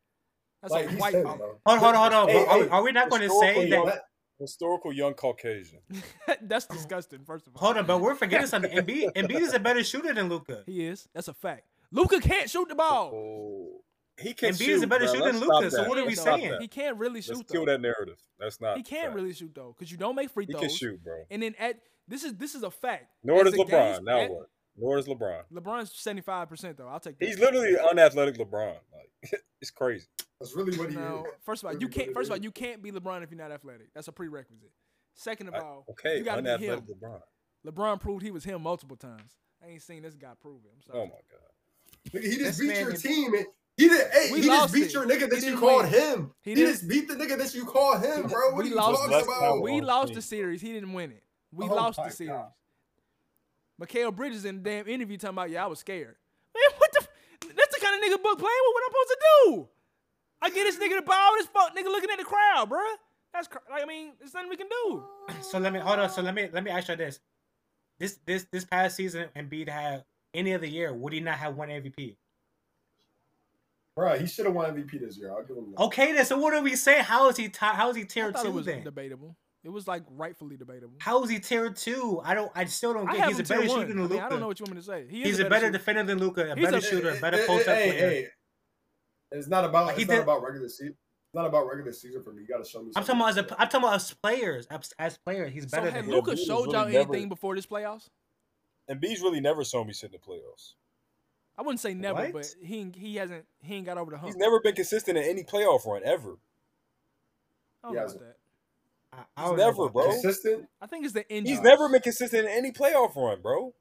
B: That's
D: like,
B: a
D: he's
B: white.
D: thin,
B: mama.
D: bro.
E: Hold on, hold on, hold on.
D: Hey,
E: are,
D: hey,
E: are we not going to
F: historical
E: say
F: young-
E: that?
D: That-
F: historical young Caucasian.
B: That's disgusting. First of all,
E: Hold on, but we're forgetting something. Embiid, Embiid is a better shooter than Luca.
B: He is. That's a fact. Luca can't shoot the ball.
F: Oh, he can
E: Embiid is
F: shoot.
E: a better
F: bro.
E: shooter
F: Let's
E: than
F: stop
E: Luka, so
F: that.
E: what are we
F: Let's
E: saying?
F: stop that.
B: He can't really
F: Let's
B: shoot
F: kill
B: though.
F: that narrative. That's not.
B: He can't
F: fact.
B: really shoot though, because you don't make free
F: He
B: throws.
F: can shoot, bro.
B: And then at this is this is a fact.
F: Nor
B: As
F: does
B: the
F: LeBron.
B: games-
F: Now
B: at-
F: what? Nor does LeBron.
B: LeBron's 75 percent though. I'll take that.
F: He's literally
E: uh,
F: unathletic LeBron. Like it's crazy.
D: That's really what he
B: No,
D: is.
B: first of all,
D: Really
B: you
D: what
B: can't.
D: it
B: First of all,
D: is.
B: you can't be LeBron if you're not athletic. That's a prerequisite. Second of
F: I-
B: all,
F: Okay,
B: you gotta be him.
F: unathletic LeBron.
B: LeBron proved he was him multiple times. I ain't seen this guy prove it. I'm sorry.
F: Oh my god.
D: Nigga, he
B: This
D: just beat
B: man
D: your
B: is-
D: team. And he did. Hey,
B: We
D: he
B: lost
D: just beat
B: it.
D: your nigga
B: He
D: that you
B: didn't
D: called
B: win.
D: him.
B: He
D: He,
B: didn't-
D: just beat the nigga that you called him, bro. What
B: We
D: are you
B: lost-
D: talking
F: Let's not win.
D: about?
B: We
F: Oh,
B: lost the
F: shit.
B: series. He didn't win it. We
D: Oh
B: lost
D: my
B: the series.
D: God.
B: Mikhail Bridges in the damn interview talking about, yeah, I was scared. Man, what the? F- that's the kind of nigga book playing with. What I'm supposed to do? I get this nigga to bow this fuck nigga looking at the crowd, bruh. That's cr- like I mean, there's nothing we can do.
E: So let me hold on. So let me let me ask you this: this this this past season, Embiid had any other year, would he not have won MVP?
D: Bro, he should have won MVP this year. I'll give him that.
E: Okay, then. So what do we say? How is he? ti how is he
B: I
E: tier
B: thought
E: two
B: it was
E: then?
B: debatable. It was like rightfully debatable.
E: How is he tier two? I don't. I still don't
B: I
E: get.
B: have
E: he's a
B: him tier
E: better
B: one.
E: shooter than
B: I, mean,
E: Luca.
B: I don't know what you want me to say. He is
E: he's
B: a better, shooter.
E: defender than Luca. A
B: He's
E: better
B: a-
E: shooter. A
D: Hey,
E: better
D: hey,
E: post up
D: hey,
E: player.
D: hey. It's not about.
E: Like, he
D: it's
E: did-
D: not about regular season. It's not about regular season for me. You gotta show me.
E: I'm
D: something.
E: talking about as a. I'm talking about as players. As, as players, he's
B: So
E: better
B: had
E: than
F: Luka- Embiid
B: Luca
E: Luca.
F: is
B: showed
F: really
B: y'all
F: never-
B: anything before this playoffs?
F: And B's really never shown me shit in the playoffs.
B: I wouldn't say never,
E: What?
B: but he ain't- he hasn't he ain't got over the hump.
F: He's never been consistent in any playoff run ever.
B: I don't
D: He
B: know about
D: hasn't.
B: that.
E: I, I
F: He's
E: don't know
F: never,
E: about
F: bro.
E: that.
D: consistent.
B: I think it's the injury.
F: He's never been consistent in any playoff run, bro.
B: I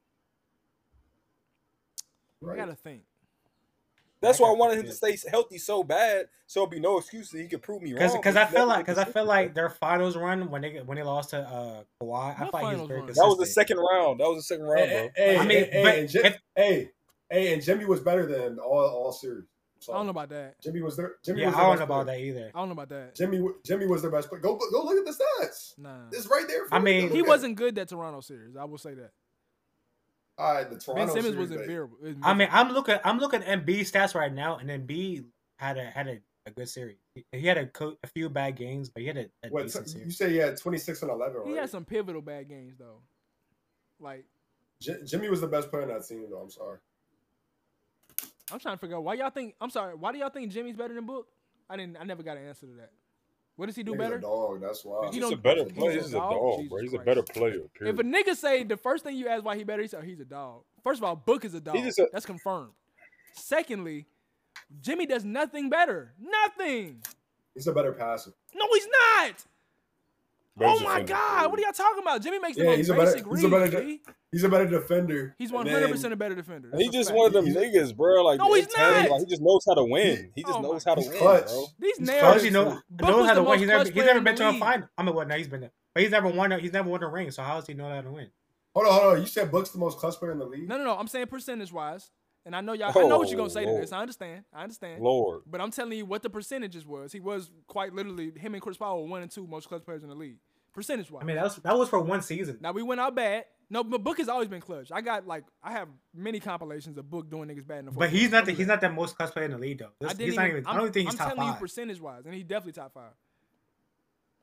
D: Right?
B: gotta think.
F: That's
E: That
F: why I
E: guy
F: wanted him
E: can
F: to
E: fit.
F: stay healthy so bad, so it'd be no excuse that he could prove me wrong.
E: Because because I
F: He's never
E: feel like
F: been
E: because I feel
F: consistent.
E: like their finals run when they when they lost to uh Kawhi, I
B: What
E: feel like he
B: finals
E: was very
B: run?
E: consistent.
F: that was the second round. That was the second round,
B: Eh,
F: bro.
D: Hey, hey,
E: I mean,
D: hey,
E: but
D: hey, and Jim,
E: if-
D: hey, hey, and Jimmy was better than all all series. So
B: I don't know about that.
D: Jimmy was there. Jimmy
E: Yeah,
D: was
E: I
D: their
E: don't
D: best
E: know about
D: player.
E: that either.
B: I don't know about that.
D: Jimmy, w- Jimmy was their best player. Go, go look at the stats.
B: Nah.
D: It's right there. For
E: I
D: you.
E: mean,
D: Look
B: He
D: at it.
B: wasn't good that Toronto series. I will say that.
D: All right, the
B: Ben
D: Toronto
B: Simmons
D: series,
B: was
D: but-
B: invariable.
E: I mean, I'm looking I'm looking at MB stats right now, and MB had a had a, a good series. He, he had a, co- a few bad games, but he had a, a
D: What
E: decent
D: you
E: series.
D: say? He had twenty six and eleven.
B: he
D: Right?
B: had some pivotal bad games though. Like
D: J- Jimmy was the best player on that team, though. I'm sorry.
B: I'm trying to figure out why y'all think. I'm sorry. Why do y'all think Jimmy's better than Book? I didn't. I never got an answer to that. What does he do
D: Nigga's
B: better?
D: A dog. That's why.
B: He
F: He's a
B: don't-
F: better
D: he's
F: player.
D: a
F: He's, a
B: dog?
F: dog,
B: Jesus
F: bro. He's
B: Christ.
F: a better player.
B: If
F: Period.
B: a nigga say the first thing you ask why he better, he say "Oh, he's a dog. First of all, Book is a dog.
F: just a-
B: That's confirmed. Secondly, Jimmy does nothing better. Nothing.
D: He's a better passer.
B: No, he's not.
F: Bro, he's a
B: oh my
F: defender,
B: God,
F: period.
B: what are y'all talking about? Jimmy makes the
D: Yeah,
B: most
D: he's a better-
B: basic
D: he's a better
B: reads,
D: de-
B: G.
D: He's a better defender.
B: He's
D: And
B: 100
D: then-
B: percent a better defender.
F: And he
B: That's a
F: just
B: fact.
F: one of them
D: He's-
F: niggas, bro. Like,
B: No, he's
F: it's him,
B: not.
F: Like, he just knows how to win. He just
B: Oh
F: knows
B: my-
F: how to
D: He's
F: win,
D: clutch.
F: bro.
B: These
D: He's
E: Because
B: narratives.
E: you
D: Harris
E: know,
D: is-
B: Book
E: knows
B: was
E: how to
B: the
E: win. He's
B: most
E: never,
B: clutch
E: he's
B: player
E: never
B: in
E: been
B: the
E: to a
B: league.
E: final. I mean, well, now he's been there, but he's never won. A, he's never won a ring. So how does he know how to win?
D: Hold on, hold on. You said Book's the most clutch player in the league.
B: No, no, no. I'm saying percentage wise, and I know y'all. I know what you're gonna
F: Oh,
B: say to
F: Lord.
B: this. I understand. I understand.
F: Lord.
B: But I'm telling you what the percentages was. He was quite literally him and Chris Paul were one and two most clutch players in the league, percentage wise.
E: I mean, that was that was for one season.
B: now we went out bad. No, but Book has always been clutch. I got like I have many compilations of Book doing niggas bad in the.
E: But
B: fourth
E: he's
B: quarter.
E: not the, he's not the most clutch player in the league though. This-
B: I didn't
E: he's
B: even,
E: not even. I
B: I'm-
E: don't think
B: I'm
E: he's top
B: telling you
E: five.
B: percentage wise, and he definitely top five.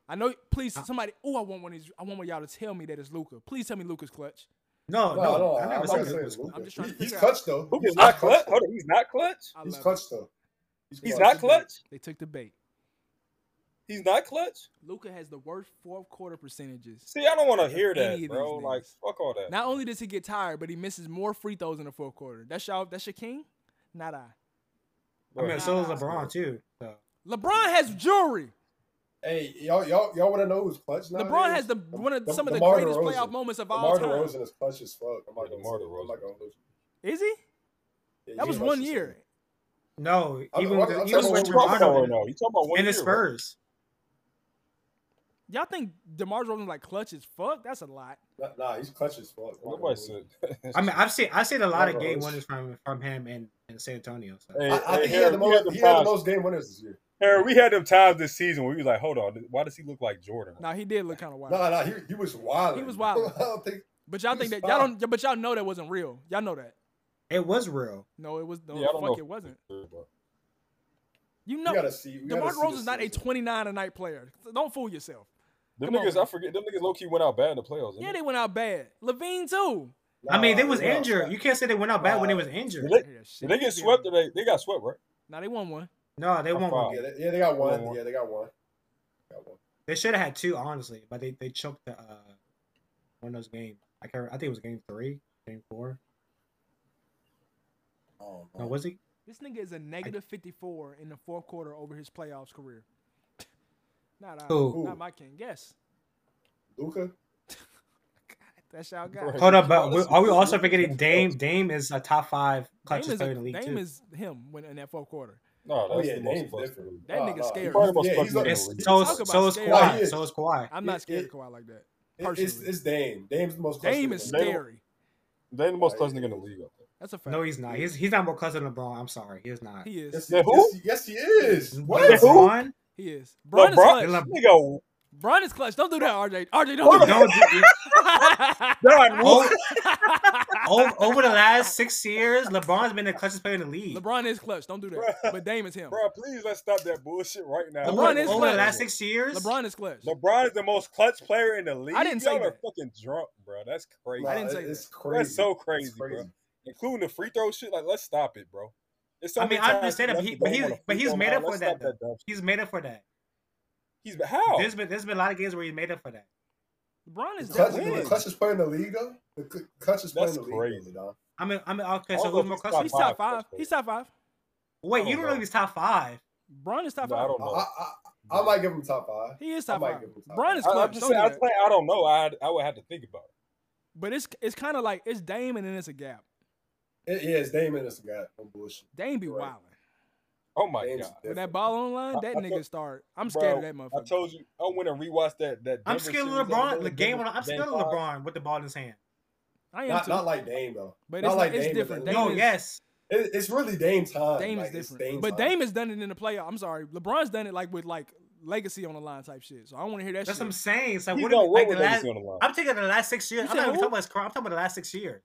B: I know. Please, somebody. Oh, I want one. Of these, I want one of y'all to tell me that it's Luca. Please tell me Luca's clutch.
E: No, no,
D: No, no, I'm
E: I never said
D: not
E: Luka
D: saying
E: was
D: Luka.
B: I'm just trying to
D: He's
B: figure out-
D: clutch though.
C: Luca's
D: He's
C: not clutch.
D: though.
C: Hold on, he's not clutch.
B: I
D: He's
B: love
D: clutch though.
C: He's
B: They
C: not
B: took the
C: clutch.
B: bait. They took the bait.
C: He's not clutch.
B: Luca has the worst fourth quarter percentages.
C: See, I don't want to hear
B: Any
C: that,
B: of
C: bro.
B: these
C: Like,
B: niggas.
C: fuck all that.
B: Not only does he get tired, but he misses more free throws in the fourth quarter. That's y'all. That's your king. Not I.
E: I mean, so is
B: Nah,
E: LeBron too. So.
B: LeBron has jewelry.
D: Hey, y'all, y'all, y'all want to know who's clutch now?
B: LeBron has the one of
D: Dem-
B: some of the
D: DeMar
B: greatest
D: DeRozan.
B: playoff moments of all
D: DeMar
B: time.
D: DeRozan is clutch as fuck. I'm not
C: Yeah,
D: gonna
C: DeMar
D: say- I'm not
C: DeRozan.
D: gonna lose.
B: Is he?
D: Yeah,
B: That
D: he's
B: was
D: clutch
B: one
D: as
B: year.
E: No,
D: I'm-
E: even
D: I'm- I'm talking
E: with, even with
D: about
C: You talking about
E: Toronto
C: right now? You talking about one
E: and the
C: year,
E: Spurs.
B: Y'all think DeMar DeRozan like clutch as fuck? That's a lot.
D: fuck. Nah, nah, he's clutch as fuck.
C: bro. Nobody said.
E: I mean, I've seen I've seen a lot of
D: Toronto
E: game
D: is-
E: winners from from him in, in San Antonio. So.
C: Hey,
D: I, I
C: hey,
D: think he had
C: Harry,
D: the
C: we had
D: most.
C: them
D: He had the
C: times-
D: most game winners this year.
C: Harry, we had them times this season where we was like, hold on, why does he look like Jordan?
B: Now he did look kind of wild.
D: Nah, nah, he, he was wild.
B: He was wildin'.
D: I don't think.
B: but y'all
D: he
B: think that
D: was
B: y'all don't. But y'all know that wasn't real. Y'all know that.
E: It was real.
B: No, it was. No,
C: Yeah, I don't
B: fuck,
C: know.
B: it wasn't.
C: Bro.
B: You
D: No,
B: know,
D: we gotta see. We
B: DeMar
D: gotta see
B: DeRozan's
D: this
B: not a
D: season.
B: 29 a night player. Don't fool yourself.
C: Them
B: Come on,
C: niggas,
B: man.
C: I forget. Them niggas low key went out bad in the playoffs.
B: Yeah,
C: didn't
B: they went out bad. Levine too.
D: Nah,
E: I mean, they was
D: nah, nah.
E: injured. You can't say they went out bad when they was injured.
C: Did they,
B: Yeah, shit.
C: did they get swept or they, they got swept, right?
B: Now they won one.
E: No, they
C: I'm
E: won
C: fine.
E: one.
D: Yeah, they, yeah, they got
C: Come
D: one.
C: on.
D: Yeah, they got one. Got one.
E: They should have had two, honestly, but they, they choked the uh, one of those games. I can't. remember- I think it was game three, game four.
D: Oh,
E: No, was he?
B: This nigga is a negative 54 in the fourth quarter over his playoffs career. Not I.
E: Who?
B: Not my king. Yes.
D: Luca.
B: That's y'all guy.
C: Right.
E: Hold up,
C: Oh,
E: but we-
C: this
E: are we
C: is-
E: also
C: this is
E: forgetting
C: tough.
E: Dame? Dame is a top five clutches
B: Dame, is,
E: player in
B: a,
E: the league
B: Dame
E: too.
B: is him when in that fourth quarter.
C: No,
D: Oh
C: that's
D: yeah,
C: the most
D: Dame's
C: busted.
D: different.
B: That nigga
D: he
B: scary.
D: probably
C: Probably
D: yeah,
C: most
D: he's
C: busted
D: like,
E: it's,
D: it's,
C: in the
E: so
C: league.
B: Talk about
E: so is
B: scary.
D: Nah,
E: Kawhi.
D: he is.
E: so is Kawhi.
B: I'm not
D: It-
B: scared of
D: it-
B: Kawhi like that.
D: it's,
B: Personally,
D: it's Dame. Dame's the most. clutch
B: Dame
D: nigga
B: is
D: in the league.
B: scary.
C: They the most
D: Oh,
C: clutch
D: yeah.
C: nigga in the league. Up there.
B: That's a fact.
E: No, he's not. He's he's not more clutch than LeBron. I'm sorry, he's not.
B: he is.
D: Yes,
C: Yeah, who?
D: yes, yes, he is. What?
C: who?
E: LeBron?
B: He is.
C: LeBron,
B: Bron is clutch.
E: LeBron-
C: nigga,
B: Bron is clutch. Don't do that, RJ. RJ, don't do
E: Don't do-
B: that.
E: over, over, Oh, over the last six years, LeBron's been the clutchest player in the league.
B: LeBron is clutch. Don't do that.
C: Bruh.
B: But Dame is him.
C: bro, please let's stop that bullshit right now.
E: over
B: LeBron is
E: over
B: clutch.
E: the last six years,
B: LeBron is clutch.
C: LeBron is the most clutch player in the league.
B: didn't say
C: Y'all are
B: that.
C: fucking drunk, bro. That's crazy.
D: Nah,
B: I didn't say
D: It's crazy.
C: That's so crazy,
D: It's
C: bro. Including the free throw shit. Like, let's stop it, bro. It's so
E: I mean,
C: many
E: I
C: times
E: understand it,
C: left
E: but he-
C: the
E: but
C: game
E: he's-
C: on the
E: but
C: free
E: he's
C: throw
E: made
C: line.
E: up for
C: Let's
E: that,
C: stop dumb shit.
E: he's made up for that.
C: He's
B: Oh.
C: how?
E: There's been there's been a lot of games where he made up for that.
B: LeBron is
D: The
B: that
D: clutch,
C: That
D: the
C: wins.
D: clutch is playing the league though. The cl- clutch is playing
C: That's
D: the league.
C: crazy.
D: though, dog.
E: I mean, I mean, okay,
C: I
E: so
C: don't know
E: who's
C: if
E: more
C: he's
E: clutch?
B: He's top
C: Top
B: five.
C: five.
B: He's top five.
E: Wait,
C: I
E: you
C: don't
E: don't know
C: know.
E: if he's top five.
B: Bron is top
C: No, I
B: five.
C: don't know.
D: I, I, I might give him top five.
B: He is
D: I
B: top
D: might
B: five.
D: give him top
B: Bron
D: five.
B: is
C: I,
B: clutch.
C: I'm
B: Don't
C: just
B: do
C: saying, I, was
B: that.
C: like, I don't know. I I would have to think about it.
B: But it's it's kind of like it's Dame and then it's a gap.
D: It, yeah, it's Dame and it's a guy. No bullshit.
B: Dame be
D: Right.
B: wildin'.
C: Oh my
D: Dame's
C: god,
B: When that
D: different.
B: ball online,
C: I-
B: that
C: I
B: nigga
C: told-
B: start. I'm
C: Bro,
B: scared of that
C: I
B: mother.
C: told you I went and rewatched that that.
E: I'm
C: Denver
E: scared of
C: series the other
E: LeBron.
C: day,
E: The game,
C: Denver-
E: I'm scared of
C: game five.
E: LeBron with the ball in his hand.
B: I am
D: Not,
B: too.
D: not like Dame though.
B: But
D: not
B: it's
D: like
B: like it's
D: Dame,
B: different.
D: but
B: Dame
E: No,
B: is,
E: yes,
D: It, it's really Dame time.
B: Dame
D: like,
B: is
D: it's
B: different.
D: Dame
B: but
D: time.
B: Dame has done it in the playoff. I'm sorry. LeBron's done it like with like legacy on the line type shit. So I want to hear that
E: that's what I'm
B: shit.
E: saying. It's like
C: He's
E: what
C: done
E: are we,
C: well
E: like the
C: with legacy
E: last?
C: on the line.
E: I'm taking the last six years.
B: You said
E: I'm not even
B: who?
E: talking about his career. I'm talking about the last six years.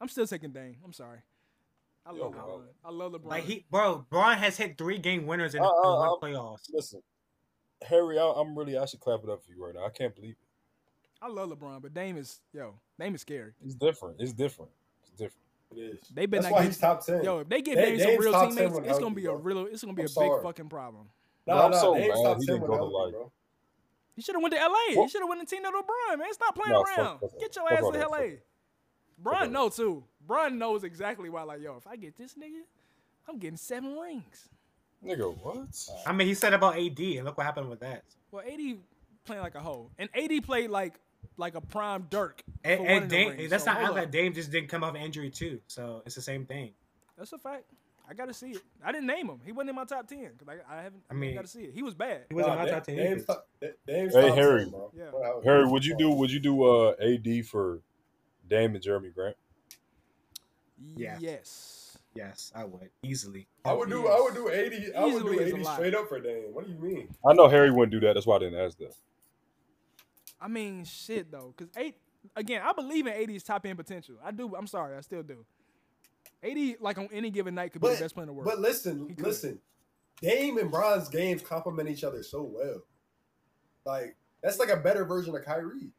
B: I'm still taking Dame. I'm sorry. I
C: Yo,
B: love
C: bro.
B: LeBron. I love LeBron.
E: Like he, bro, Braun has hit three game winners in,
C: Uh,
E: in
C: uh,
E: one
C: uh,
E: playoffs.
C: Listen, Harry, I, I'm really I should clap it up for you right now. I can't believe it.
B: I love LeBron, but Dame is yo. Dame is scary.
C: It's different. It's different. It's different.
D: It is.
B: They been
D: That's
B: not
D: why
B: get-
D: he's top ten.
B: Yo, if they get
D: They-
B: Dame some
D: Dame's
B: real
D: top ten
B: teammates,
D: when
B: it's gonna
D: healthy,
B: be a
D: bro.
B: real. It's gonna be
D: I'm
B: a big
D: sorry.
B: fucking problem.
C: Bro,
D: nah,
C: I'm
D: nah,
C: so
D: Dame's
C: mad
D: top
C: he
D: ten
C: didn't
D: when
C: go to
D: healthy,
C: like-
D: bro.
B: He should have went to L.A. He
C: What?
B: should have went to Team Little Brian, man. Stop playing
C: No, fuck-
B: around.
C: fuck
B: Get
C: that.
B: your
C: Fuck
B: ass
C: all
B: to
C: that.
B: L.A.
C: Fuck all
B: Brian
C: that.
B: know too. Brian knows exactly why. Like, yo, if I get this nigga, I'm getting seven rings.
C: Nigga, what?
E: I mean, he said about AD, and look what happened with that.
B: Well, AD playing like a hoe, and AD played like like a prime Dirk. for
E: And,
B: winning the
E: and Dame,
B: ring.
E: that's
B: So,
E: not
B: hold up.
E: act like Dame just didn't come off injury too. So it's the same thing.
B: That's a fact. I gotta see it. I didn't name him. He wasn't in my top ten because I, I haven't. I
E: I
B: mean,
E: mean-
B: gotta see it. He was bad.
E: He wasn't
D: Nah,
E: on
D: Da-
E: top ten.
D: Dame's
E: either.
D: top- Da- Dame's
C: Hey,
D: top
C: Harry.
D: 10, bro.
B: Yeah.
D: Wow.
C: Harry, would you do would you do uh AD for Dame and Jeremy Grant?
E: Yeah.
B: Yes.
E: Yes, I would easily.
D: I would do. I would do eighty. I would
B: Easily
D: do
B: is a
D: eighty
B: lot.
D: straight up for Dame. What do you mean?
C: I know Harry wouldn't do that. That's why I didn't ask that.
B: I mean, shit though, because eight again, I believe in 80's top end potential. I do. I'm sorry, I still do. 80 like on any given night could be the best player in the world.
D: But listen,
B: He could.
D: listen. Dame and Bron's games complement each other so well. Like that's like a better version of Kyrie.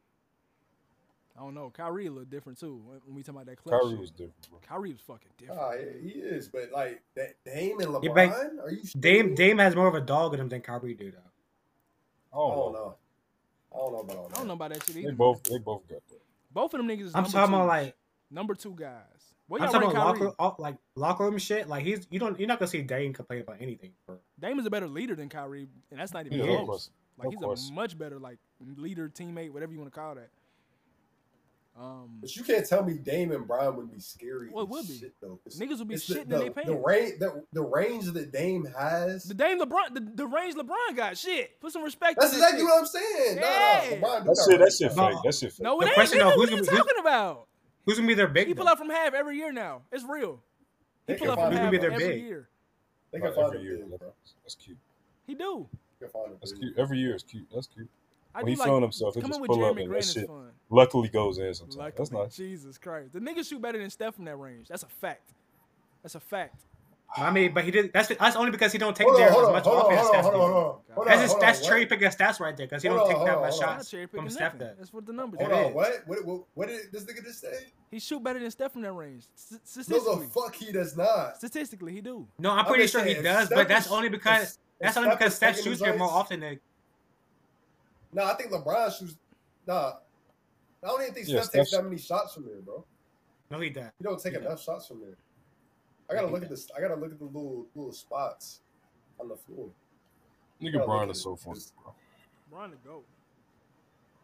B: I don't know. Kyrie a little different too. When, when we talk about that clutch,
C: Kyrie
B: shit.
C: was different, bro.
B: Kyrie was fucking different.
D: Ah, yeah, he is, but like that Dame and
E: Yeah,
D: LeBron,
E: but
D: are you?
E: Dame
D: serious?
E: Dame has more of a dog in him than Kyrie do though.
C: I
D: I
C: don't
B: Oh,
D: don't
C: know.
D: know. I don't know about all that.
B: I don't know about that shit either.
C: They
B: man.
C: both they both got that.
B: Both of them niggas. Is
E: I'm
B: number
E: talking about
B: twos.
E: like
B: number two guys. What
E: I'm
B: y'all
E: talking
B: rank
E: about
B: Kyrie?
E: locker all- like locker room shit. Like he's you don't you're not gonna see Dame complain about anything. bro.
B: Dame is a better leader than Kyrie, and that's not even
C: Yeah,
E: He
C: of
E: is.
B: close.
C: course.
B: Like
C: Of
B: he's
C: course.
B: a much better like leader, teammate, whatever you want to call that. Um,
D: But you can't tell me Dame and Brian would be scary.
B: Well, it
D: as
B: would be.
D: Shit, though. It's-
B: niggas would be
D: it's
B: shitting in
D: the,
B: their
D: the, the,
B: pants.
D: range, the, the range that Dame has.
B: The Dame LeBron, the, the range LeBron got shit. Put some respect.
D: that's
B: on this
D: exactly
B: shit.
D: what I'm saying.
B: Yeah.
D: Nah,
C: That
D: nah, LeBron do got
C: shit that shit
D: range.
E: No.
C: fake. That shit fake.
B: No, it
E: The
B: ain't.
E: question
B: Nigga,
E: of
B: what
E: who's
B: you
E: gonna be-
B: talking about?
E: Who's gonna be their big?
B: He pull
E: though?
B: out from half every year now. It's real. He
D: They
B: pull
D: can
B: out from
D: find
E: Who's
B: half
E: gonna be their
B: every
E: big?
B: year.
D: They
C: Not
D: can find
C: every year.
D: him, bro.
C: That's cute.
B: He do.
D: They can find him.
C: That's cute. Every year is cute. That's cute.
B: I
C: When
B: do
C: he
B: like
C: feeling himself, he
B: coming
C: just
B: with
C: pull up
B: Jeremy
C: and
B: Grant
C: that
B: is
C: shit
B: fun.
C: luckily goes in sometimes.
B: Luckily,
C: That's nice.
B: Jesus Christ, the niggas shoot better than Steph from that range. That's a fact. That's a fact.
E: I mean, but he did. That's that's only because he don't take
D: Hold
E: there
D: on,
E: as
D: hold on,
E: much
D: hold on,
E: offense.
D: hold on,
E: as Steph
D: hold on,
E: do.
D: hold on. Hold
E: That's
D: on,
E: just
D: hold
E: that's
D: on,
E: cherry
D: what?
E: picking stats right there because he
D: Hold
E: don't
D: on,
E: take that
D: hold
E: much
D: on,
B: Not
E: shots
B: cherry
E: from
B: picking
E: Steph.
B: nothing.
E: Does.
B: That's what the numbers.
D: Hold
B: are.
D: on,
E: is.
D: what? What, what, what did this nigga just say?
B: He shoot better than Steph from that range. S-
D: No, the
B: Statistically,
D: fuck he does not.
B: statistically, he do.
E: No, I'm
D: I'm
E: pretty
D: just
E: sure he
D: saying, if
E: does,
D: Steph
E: but that's
D: is-
E: only
D: if-
E: because
D: if
E: that's only
D: Steph
E: because
D: is
E: Steph
D: taking
E: shoots
D: these
E: there more
D: rights-
E: often than
D: No, I think LeBron shoots. Nah, I don't even think
C: Yeah,
D: Steph takes
C: Steph's-
D: that many shots from there, bro.
E: no he does.
D: He don't take
E: Yeah.
D: enough shots from there. I gotta
E: Yeah, he
D: look at
E: does.
D: this. I gotta look at the little little spots on the floor.
C: Nigga
D: gotta
C: Brian
D: look
C: is
D: at
C: so
D: it.
C: funny, bro.
B: Bron to go.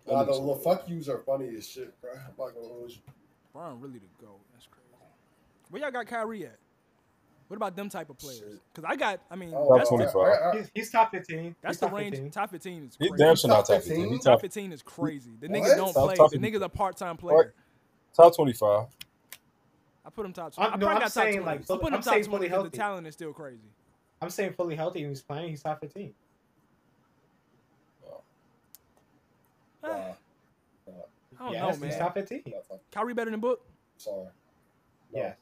C: That
D: Nah,
C: nigga's
D: the
C: so
D: little
C: funny.
D: fuck yous are funny as shit, bro. I'm not gonna hold you.
B: Bron really to go. That's crazy. Where y'all got Kyrie at? What about them type of players?
D: Shit.
B: Because I got. I mean,
D: Oh,
B: that's,
C: Top
B: the,
C: 20.
D: all all all
E: He's, he's top fifteen.
B: that's
E: he's
B: the
E: top
B: range.
E: 15.
B: Top fifteen is
C: He
B: crazy.
C: damn sure not
D: Top
C: top 15.
D: 15?
C: He
B: Top
C: top,
B: fifteen is crazy. The
D: What?
B: niggas don't
C: Top
B: play. The
C: 15.
B: niggas a part time player.
C: top 25.
B: I put him top. 20.
E: I'm-
B: I
E: no,
B: probably
E: I'm
B: got top
E: saying,
B: twenty.
E: like,
B: I'm
E: fully-
B: putting
E: I'm
B: him top
E: saying
B: twenty
E: fully
B: because the
E: healthy.
B: talent is still crazy.
E: I'm saying fully healthy when he's playing, he's top fifteen.
B: Eh,
D: Nah,
B: I don't
E: yes,
B: know,
E: he's
B: man.
E: top fifteen.
D: nah, fuck.
B: Kyrie better than Book.
D: Sorry. No.
E: Yes,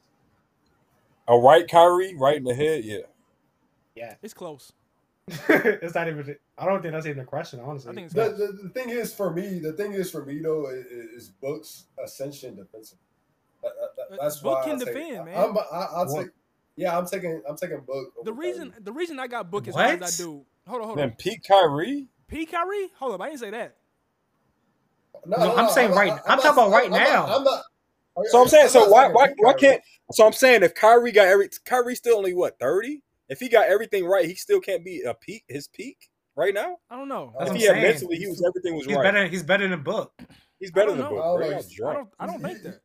C: All right, Kyrie, right in the head. Yeah.
E: yes.
B: It's close.
E: it's not even. I don't think that's even a question. Honestly,
B: I think it's
D: The,
B: close.
D: the, the thing is for me, the thing is for me though is, is Book's ascension defensive. That- that- that- That's
B: Book
D: why
B: can
D: I say,
B: defend,
D: I-
B: man.
D: I'm, I, I'll
E: Book.
D: take. Yeah, I'm taking. I'm taking Book. over
B: The reason
D: Kyrie.
B: the reason I got Book as
E: What?
B: high as I do. Hold on, hold
C: Then
B: on.
C: Pete Kyrie.
B: P Kyrie? Hold up, I didn't say that.
E: No, I'm saying right- I'm talking about right
D: not-
E: now.
D: I'm not. I'm
C: So I'm saying, so
D: not
C: why,
D: taking
C: why,
D: Pete
C: why
D: Kyrie.
C: can't? So I'm saying, if Kyrie got every, Kyrie still only what thirty? If he got everything right, he still can't be a peak, his peak right now.
B: I don't know.
D: That's
C: if
D: what
C: he
E: I'm
C: had
E: saying.
C: mentally, he was everything was
E: he's
C: right.
E: better. He's better than Book.
C: he's better
B: I
C: than
B: don't
C: Book.
D: know.
C: bro.
D: I
C: Y'all
D: don't-
B: I
C: drunk.
B: don't I don't think that.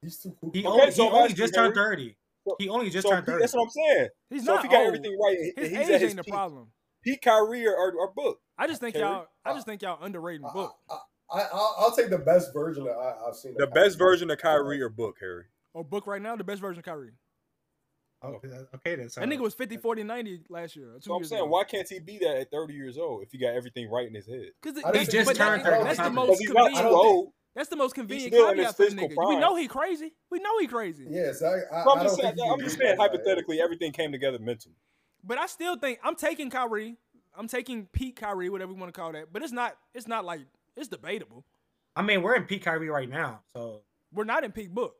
D: He's too cool.
E: He
C: Okay,
E: only,
C: so
E: he only
C: actually,
E: just turned
C: Harry-
E: thirty.
C: So-
E: He only just
C: So
E: turned
C: Pete-
E: thirty.
C: that's what I'm saying.
B: He's
C: so
B: not
C: if he got
B: old.
C: everything right, he-
B: His
C: he's
B: age
C: at his
B: ain't the
C: peak.
B: problem.
C: Pete, Kyrie, or, or, or Book.
B: I just think
C: Terry?
B: y'all I
C: Uh,
B: just think y'all underrating
D: I-
B: Book.
D: I, I, I'll, I'll take the best version that I, I've seen.
C: The
D: of Kyrie.
C: best version of Kyrie or Book, Harry.
B: Or Book right now, the best version of Kyrie.
E: Oh, okay then. So
B: That nigga was 50, 40, 90 last year. or Two
C: So I'm
B: years
C: saying,
B: ago.
C: why can't he be that at 30 years old if he got everything right in his head?
B: Cause it,
D: I
B: that's,
D: just
B: just
D: just
B: turned
D: turned
B: that,
D: 30.
B: that's the
D: He's
B: most
C: He's not
D: I
C: too
D: don't
B: convenient.
C: old.
B: That's the most convenient
C: still in his
B: caveat for the
C: physical
B: nigga. We
C: prime.
B: know he crazy. We know he crazy.
D: Yeah, so I, I,
C: So
D: I
C: I'm just
D: don't
C: saying,
D: think he
C: I'm
D: can
C: just
D: be
C: saying
D: right.
C: hypothetically, everything came together mentally.
B: But I still think I'm taking Kyrie. I'm taking Pete Kyrie, whatever you want to call that. But it's not. It's not like it's debatable.
E: I mean, we're in peak Kyrie right now, so
B: We're not in peak book.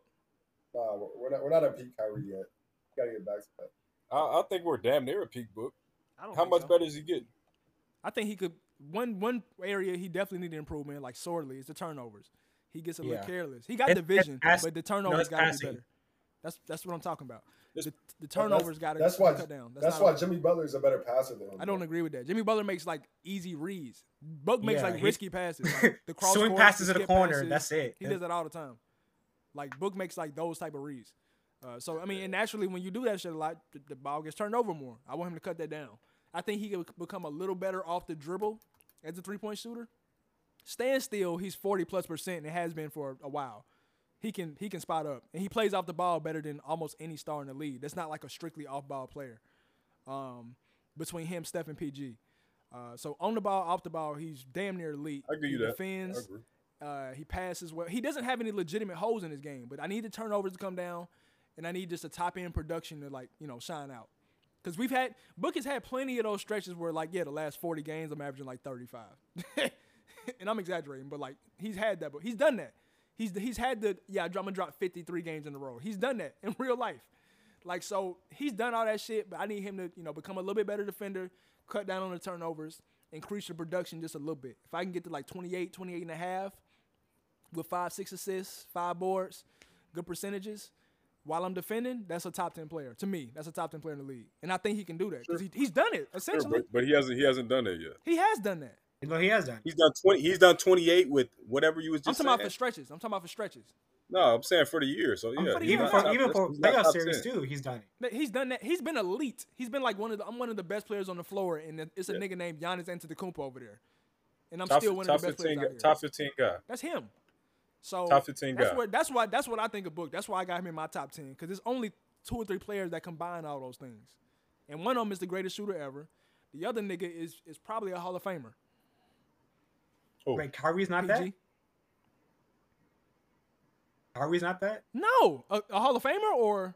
D: Nah, we're- we're not. We're not at peak Kyrie yet. Gotta get back to that.
C: I, I think we're damn near a peak book.
B: I don't.
C: How
B: think
C: much
B: so.
C: better is he getting?
B: I think he could. One one area he definitely needed improvement, like sorely, is the turnovers. He gets a little
E: Yeah.
B: careless. He got
E: It's-
B: the vision,
E: it's pass-
B: but the turnovers
E: it's
B: got to be
E: passing.
B: better. That's that's what I'm talking about.
C: It's-
B: The, the turnovers got to
D: that's why-
B: cut down.
D: That's,
B: not
D: why
B: allowed.
D: Jimmy Butler is a better passer than him.
B: I don't
D: bro.
B: agree with that. Jimmy Butler makes like easy reads. Book makes
E: Yeah,
B: like
E: he-
B: risky passes, like the cross
E: swing
B: court,
E: passes in the
B: skip
E: corner.
B: passes.
E: That's it.
B: He does that all the time. Like Book makes like those type of reads. Uh, so I mean, and naturally, when you do that shit a lot, the, the ball gets turned over more. I want him to cut that down. I think he could become a little better off the dribble as a three point shooter. Stand still, he's forty plus percent and has been for a while. He can he can spot up and he plays off the ball better than almost any star in the league. That's not like a strictly off ball player. Um, between him, Steph, and PG. Uh, so on the ball, off the ball, he's damn near elite.
C: I give
B: he
C: you that. I
B: Defends.
C: agree.
B: Uh, he passes well. He doesn't have any legitimate holes in his game, but I need the turnovers to come down, and I need just a top end production to like you know shine out. Because we've had Book has had plenty of those stretches where like yeah, the last forty games I'm averaging like thirty five, and I'm exaggerating, but like he's had that, but he's done that. He's he's had the yeah, I'm gonna drop fifty three games in a row. He's done that in real life. Like so, he's done all that shit, but I need him to you know become a little bit better defender, cut down on the turnovers, increase the production just a little bit. If I can get to like 28, 28 and a half with five, six assists, five boards, good percentages. While I'm defending, that's a top ten player to me. That's a top ten player in the league, and I think he can do that because he, he's done it
C: Sure,
B: essentially.
C: but, but he hasn't he hasn't done that yet.
B: He has done that.
E: No, he has done.
C: He's done twenty. He's done twenty eight with whatever you was
B: I'm
C: just.
B: talking about
C: saying.
B: for stretches. I'm talking about for stretches.
C: no, I'm saying for the year. So yeah,
B: for the
C: he's
B: year.
E: Even
C: not
E: for
C: top-
E: even for
C: he's not
E: playoff
C: top
E: series
C: 10.
E: too, he's done it.
B: But he's done that. He's been elite. He's been like one of the. I'm one of the best players on the floor, and it- it's a nigga named Giannis Antetokounmpo over there, and I'm
C: Top,
B: still one
C: top
B: of the best
C: fifteen.
B: players out
C: guy-
B: here.
C: Top fifteen guy.
B: That's him. So
C: Top 15
B: that's
C: guy.
B: What, that's why. That's what I think of Book. That's why I got him in my top ten because there's only two or three players that combine all those things, and one of them is the greatest shooter ever. The other nigga is is probably a Hall of Famer.
C: Who?
E: Wait, Kyrie's not that.
B: PG.
E: Kyrie's not that.
B: No, a, a Hall of Famer or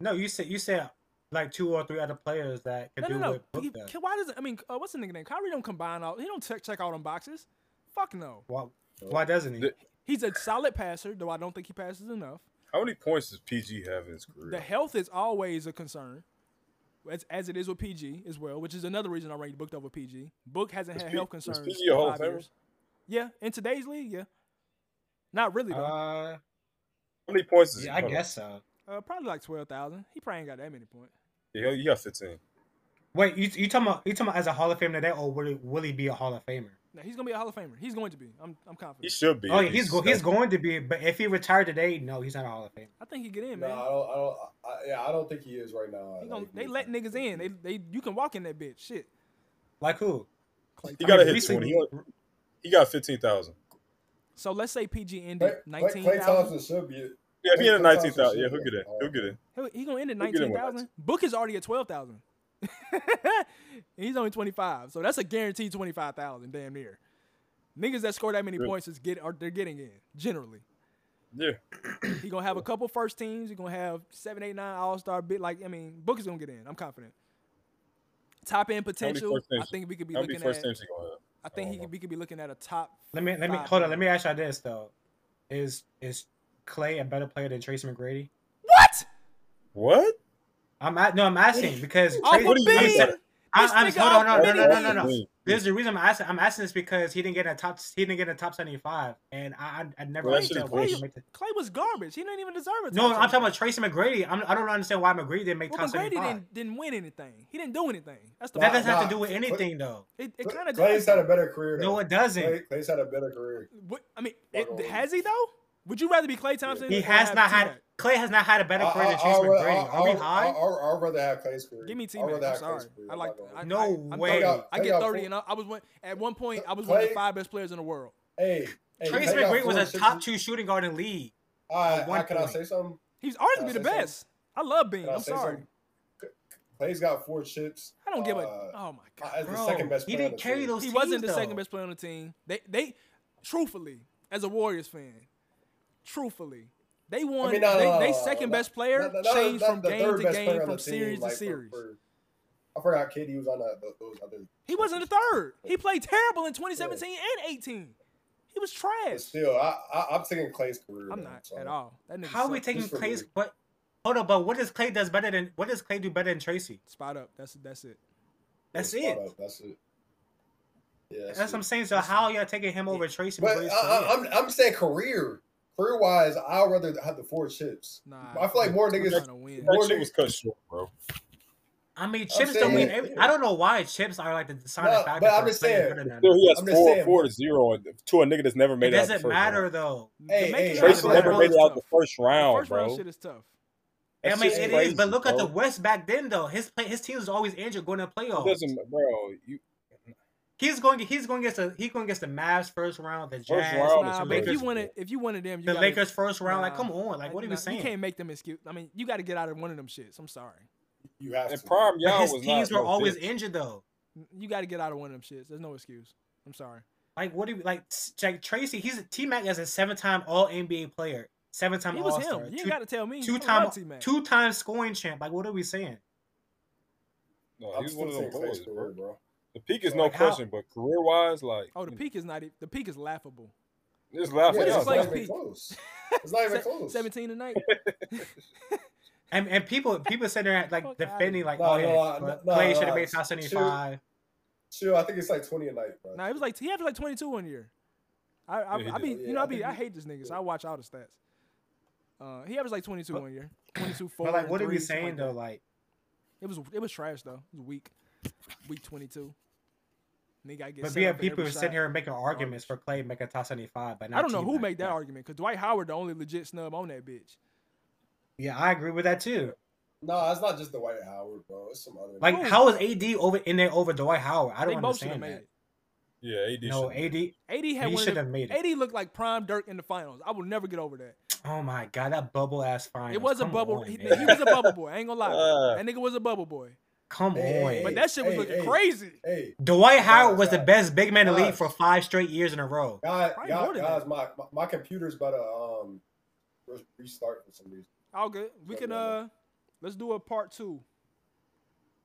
E: No, you said you said like two or three other players that could
B: no,
E: do
B: no, no.
E: what Book
B: He-
E: does.
B: why does it, I mean uh, what's the nigga name? Kyrie don't combine all. He don't check check all them boxes. Fuck no.
E: Why, why doesn't he?
C: The-
B: He's a solid passer, though I don't think he passes enough.
C: How many points does PG have in his career?
B: The health is always a concern, as, as it is with PG as well, which is another reason I ranked Book over PG. Book hasn't had
C: P-
B: health
C: is
B: concerns.
C: PG a Hall
B: in
C: of
B: five
C: Famer?
B: years. Yeah, in today's league, yeah. Not really though.
E: Uh,
C: How many points does
E: yeah,
C: he
E: I
C: hold on.
E: guess so.
B: Uh, probably like twelve thousand. He probably ain't got that many points.
C: Yeah, you got fifteen.
E: Wait, you you talking about you talking about as a Hall of Famer today, or will he, will he be a Hall of Famer?
B: No, he's gonna be a Hall of Famer. He's going to be. I'm I'm
C: He
B: confident.
C: should be.
E: Oh,
C: at
E: yeah,
C: least.
E: he's go, he's going to be, but if he retired today, no, he's not a Hall of Famer.
B: I think he get in,
D: No,
B: man.
D: I don't. I don't. I, yeah, I don't think he is right now.
B: He
D: Like,
B: gon- they let niggas in. They they you can walk in that bitch. Shit.
E: Like who?
C: He got to
E: I mean,
C: hit twenty.
E: recently-
C: He got- He got fifteen thousand.
B: So let's say PG
D: Clay,
B: ended
D: Clay,
B: nineteen
D: Clay
B: thousand.
D: Thompson should be.
C: Yeah, if he
D: Clay
C: had a
D: Thompson
C: nineteen thousand,
D: should
C: yeah,
D: be
C: he'll get in.
D: Hall of
C: He'll get in.
B: He, he gonna end at
C: Look at him
B: nineteen
C: with
B: thousand. Book is already at twelve thousand. He's only twenty five, so that's a guaranteed twenty five thousand, damn near. Niggas that score that many
C: Yeah.
B: points is get are they're getting in generally.
C: Yeah,
B: He gonna have a couple first teams. He gonna have seven, eight, nine All Star. Bit like I mean, Book is gonna get in. I'm confident. Top end
C: many
B: potential.
C: first teams-
B: I think we could be
C: how many
B: looking
C: first
B: at.
C: teams Oh, he gonna have?
B: I think
C: I
B: he
C: don't
B: could, we could be looking at a top.
E: Let me let me
B: Five.
E: hold on. Let me ask y'all this though: Is is Clay a better player than Tracy McGrady?
B: What?
C: What?
E: I'm at, no, I'm asking because
B: Off
E: Tracy-
B: of
C: do you
E: I'm
C: mean?
B: being,
E: saying- I'm,
B: This
E: I'm
B: nigga
E: hold on,
B: off
E: no, no, no, no,
B: Benny.
E: no, no.
C: Wait,
E: There's the reason I'm asking. I'm asking this because he didn't get in a top. He didn't get in a top seventy-five, and I, I, I never
C: Well, that shit is
E: understood why he
C: bullshit.
E: didn't make the-
B: Clay was garbage. He didn't even deserve it.
E: No, I'm talking about Tracy McGrady. I'm, I don't understand why McGrady didn't make
B: Well,
E: top
B: McGrady
E: seventy-five.
B: didn't, didn't win anything. He didn't do anything. That's the
E: That
D: Nah,
E: doesn't
B: problem.
E: have to
D: nah.
E: do with anything, though.
B: It, it
D: Famer.
B: kind of does.
D: Clay's had a better career. Though.
E: No, it doesn't.
D: Clay, Clay's had a better career.
B: What- I mean, it,
D: Fuck all
B: has he though? Would you rather be Clay Thompson?
E: He
B: or
E: has
B: have
E: not had.
B: T-Mac?
E: Clay has not had a better career than Tracy
D: I'll- I'll-
E: McGrady. Are we
D: I'll-
E: high?
D: I'll, I'll rather have Clay's career.
B: Give me
D: I'll
B: teammates.
D: rather
B: I'm
D: have
B: sorry.
D: Clay's career.
B: I
D: I'm
B: like.
D: not gonna
B: I,
D: lie.
E: No
B: I, I'm
E: way.
B: 30.
D: Got-
B: I
D: they
B: get
D: got
B: thirty,
D: four-
B: and I, I was one at one point. I was one of the
D: Clay-
B: five best players in the world.
D: Hey, hey,
E: Tracy
D: Clay got
E: McGrady was
D: four
E: a top
D: sixes.
E: two shooting guard in the league.
D: All
E: at
D: right,
E: one
D: I, can I
E: point.
D: say something?
B: He's
D: Can
B: arguably
D: I
B: the
D: say something?
B: best. I love Bean.
D: Can I
B: I'm
D: say
B: sorry.
D: something? Clay's got four chips.
B: I don't give a.
D: Uh,
B: Oh my god.
D: As the
E: Bro,
D: second best
E: he
D: player. on
E: didn't
D: the
E: carry
D: team.
E: those.
B: He
E: teams,
B: wasn't the second
E: though.
B: best player on the team. They they truthfully, as a Warriors fan, truthfully, they won.
D: I mean, no,
B: they,
D: no, no,
B: they
D: no,
B: second
D: no,
B: best player
D: no, no, no,
B: changed
D: not
B: from
D: the
B: game
D: third
B: to
D: best player
B: game,
D: on
B: from
D: the
B: series
D: team,
B: to
D: like, for-
B: series.
D: for- I forgot KD was on that, tho- those other.
B: He wasn't a third. He played terrible in 2017 and 18. He was
D: But
B: trash.
D: still, I, I, I'm taking Clay's career.
B: I'm
D: man,
B: not
D: so.
B: at all. That nigga
E: How are we
B: sucked.
E: taking
D: Just for
E: Clay's?
D: me.
E: What? Hold on, but what does Clay does better than? What does Clay do better than Tracy?
B: spot up? That's that's it.
E: That's
D: Spot
E: it.
D: up, That's it. Yeah,
E: That's what I'm saying. So how y'all taking him over Tracy?
D: But
E: McGrady's
D: I, I,
E: career?
D: I'm I'm saying career, career wise, I'd rather have the four chips.
B: Nah,
D: I feel like more
B: I'm
D: niggas-
B: trying to win.
D: Or
C: That shit
D: they-
C: was cut short, bro.
E: I mean, chips don't
D: saying-
E: mean. Every, I don't know why chips are like the sign
D: No,
E: of factor.
D: but
E: for
D: I'm
E: a
D: just
E: player
D: saying,
E: good enough.
C: Still, he has
D: I'm just
C: four,
D: saying,
C: four to zero and- to a nigga that's never
E: It
C: made it. out the
E: doesn't
C: first
E: matter
C: round.
E: though.
D: Hey,
B: The
D: hey,
B: making
D: hey,
B: out
C: Tracy
B: the
D: Tracy
C: never
B: round
C: made
B: is
C: it out the
B: tough.
C: first round,
B: first
C: bro.
B: round shit is tough.
E: I
C: That's
E: mean,
C: just
E: it is.
C: crazy,
E: But look at the
C: bro.
E: West back then though. His play, his team was always injured going to
C: It
E: playoffs.
C: doesn't, bro. You,
E: He's going. He's going against the. He's going against the Mavs first round. The Jazz.
C: round
E: the
C: is
B: Nah, but if
E: Lakers.
B: you win it, if you win it, them, you
E: The
B: gotta-
E: Lakers first round. like,
B: Nah.
E: come on. Like, what are
B: nah,
E: you saying?
B: You can't make them excuse. I mean, you got to get out of one of them shits. I'm sorry.
D: you have
C: and
D: to.
C: prime
E: But
C: y'all
E: his
C: was
E: teams
C: not
E: were
C: no
E: always
C: bitch.
E: injured though.
B: You got to get out of one of them shits. There's no excuse. I'm sorry.
E: Like what do you like? Like Tracy, he's T Mac is a seven-time All NBA player, seven-time
B: He
E: All
B: was
E: Star,
B: him. You ain't got to tell me. I
E: two
B: love
E: time
B: T-Mac.
E: two time scoring champ. Like what are we saying?
C: No,
D: I'm
C: he's one
D: still
C: of them
D: saying
C: boys,
D: Clay's
C: bro.
D: career, bro.
C: The peak is
E: So,
C: no
E: like, how-
C: question, but career wise, like
B: Oh, the peak is not. e- The peak is laughable.
C: it's laughing.
B: Yeah,
D: Yeah,
C: out.
D: it's
B: Clay's
D: not even
B: peak.
D: close. It's not even
B: Se-
D: close.
B: Seventeen tonight.
E: And and people people sitting there like
B: Fuck outta
E: defending like
D: No,
E: oh yeah,
D: no,
E: but
D: no,
E: Clay
D: no,
E: should have
D: no.
E: made top seventy five.
D: Chill, I think it's like twenty a night, bro.
B: nah, it was like he averaged like twenty two one year. I I,
C: Yeah, he
B: I be
D: did.
B: you know
D: Yeah,
B: I
D: I
B: be
D: think
B: I
D: he-
B: hate this nigga, so I watch all the stats. Uh, he averaged like twenty two
E: But-
B: one year, twenty two four.
E: But like what are we
B: threes, something
E: saying
B: like
E: though?
B: that.
E: Like
B: It was it was trash though. It was weak, weak twenty two. Nigga, I get.
E: but
B: set
E: we
B: up
E: have
B: for
E: people
B: every
E: sitting
B: shot.
E: here making arguments for Clay making top seventy five, but not
B: I don't know
E: T
B: who
E: Mac.
B: made that argument because Dwight Howard the only legit snub on that bitch.
E: Yeah, I agree with that too.
D: nah, it's not just the White Howard, bro. It's some other.
E: Like
B: Oh.
E: how is AD over in there over Dwight Howard? I
B: They
E: don't
B: both should have
E: understand
B: made
E: that.
B: it.
C: Yeah, AD.
E: No,
C: shouldn't-
E: AD he
B: AD had one. of
E: should
B: the-
E: have made it.
B: AD looked like prime Dirk in the finals. I will never get over that.
E: Oh my god, that bubble ass finals.
B: It was a
E: Come
B: bubble.
E: on,
B: he,
E: man.
B: he was a bubble boy. I ain't gonna lie.
C: Uh.
B: that nigga was a bubble boy.
E: Come
D: Hey,
E: on.
D: hey,
B: But
D: hey.
B: that shit was looking
D: hey.
B: crazy.
D: hey,
E: Dwight Howard was the
D: Guys,
E: best big man in the league
D: guys.
E: for five straight years in a row.
D: guys,
B: Probably more
D: guys,
B: than
D: guys
B: that.
D: my, my my computer's about to um re- restart for some reason.
B: All good. We
D: Yeah,
B: can
D: yeah,
B: uh, let's do a part two.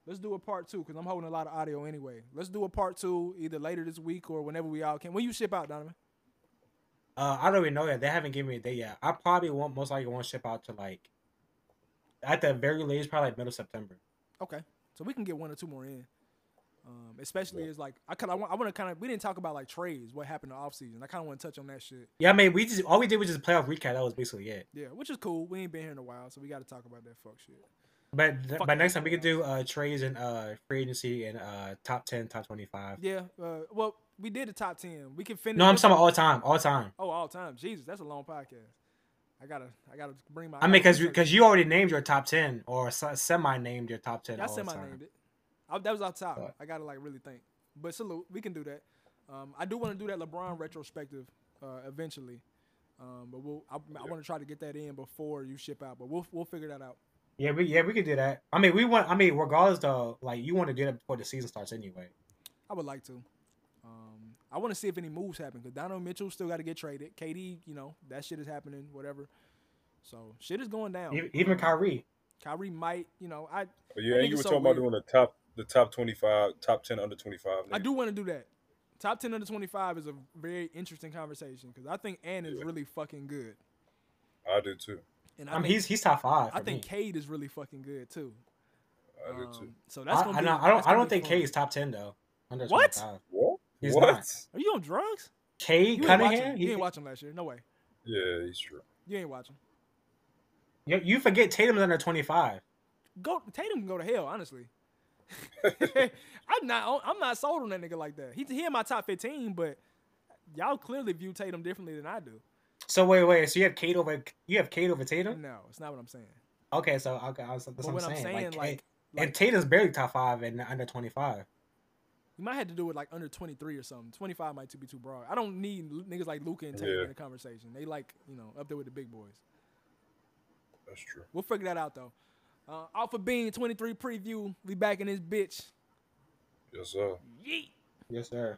B: Let's do a part two because I'm holding a lot of audio anyway. Let's do a part two either later this week or whenever we all can. When you ship out, Donovan?
E: Uh, I don't even know yet. They haven't given me a date yet. I probably won't most likely won't ship out to like at the very latest, probably like middle September.
B: Okay, so we can get one or two more in. Um, especially as like I kind of I want to kind of we didn't talk about like trades what happened in the offseason. I kind of want to touch on that shit.
E: Yeah, I mean, we just all we did was just playoff recap. That was basically it.
B: Yeah, which is cool. We ain't been here in a while, so we got to talk about that fuck shit.
E: But th-
B: Fuck
E: but
B: that.
E: next time we could do uh trades and uh free agency and uh top ten, top twenty five.
B: Yeah. Uh, well, we did the top ten. We can finish.
E: No, I'm
B: this-
E: talking about all time, all time.
B: Oh, all time. Jesus, that's a long podcast. I gotta, I gotta bring my.
E: I mean, because
B: gotta-
E: because you already named your top ten or semi named your top ten.
B: I
E: all
B: said my
E: time.
B: name. It. I, that was our top.
E: But-
B: I gotta like really think. But salute, we can do that. Um, I do want to do that LeBron retrospective uh, eventually, um, but we'll. I, I want to try to get that in before you ship out, but we'll we'll figure that out.
E: Yeah, we yeah we could do that. I mean, we want. I mean, regardless though, like you want to do that before the season starts anyway.
B: I would like to. Um, I want to see if any moves happen because Donovan Mitchell still got to get traded. KD, you know that shit is happening. Whatever. So shit is going down.
E: E- Even Kyrie.
B: Kyrie might, you know, I
C: But yeah,
B: That
C: and you
B: nigga's
C: were
B: so
C: talking about
B: weird.
C: doing the top, the top twenty-five, top ten under twenty-five.
B: I
C: nigga.
B: do want to do that. Top ten under twenty five is a very interesting conversation because I think Ann is
C: Yeah.
B: really fucking good,
C: I do too.
B: and I
E: I mean,
B: think,
E: he's he's top five. For
B: I think
E: me.
B: Cade is really fucking good too.
C: I do too.
B: Um, so that's
E: I,
B: gonna
E: I
B: be.
E: don't. I don't.
B: that's
E: I
B: gonna
E: don't
B: be
E: think
B: fun.
E: K is top ten though. Under
B: What?
E: 25.
C: What?
E: He's
C: what?
E: not.
B: Are you on drugs?
E: K
B: You ain't watching.
E: Cunningham.
B: You
E: He,
B: ain't watching last year. No way.
C: Yeah, he's true.
B: You ain't watching.
E: you, you forget Tatum's under twenty five.
B: Go Tatum can go to hell. Honestly, I'm not. on- I'm not sold on that nigga like that. He he in my top fifteen, but y'all clearly view Tatum differently than I do.
E: So wait, wait. So you have Kate over. You have Kate over Tatum.
B: No, it's not what I'm saying.
E: Okay, so okay, I was, that's
B: But
E: what
B: what
E: I'm saying. like,
B: like,
E: K- and
B: like
E: Tatum's barely top five and under twenty five.
B: You might have to do it like under 23 or something. 25 might be too broad. I don't need l- niggas like Luca and Tatum
C: Yeah.
B: in the conversation. They like, you know, up there with the big boys.
C: That's true.
B: We'll figure that out though. Uh, Alpha Bean 23 preview. We back in this bitch.
C: Yes, sir.
B: Yeet.
E: Yes, sir.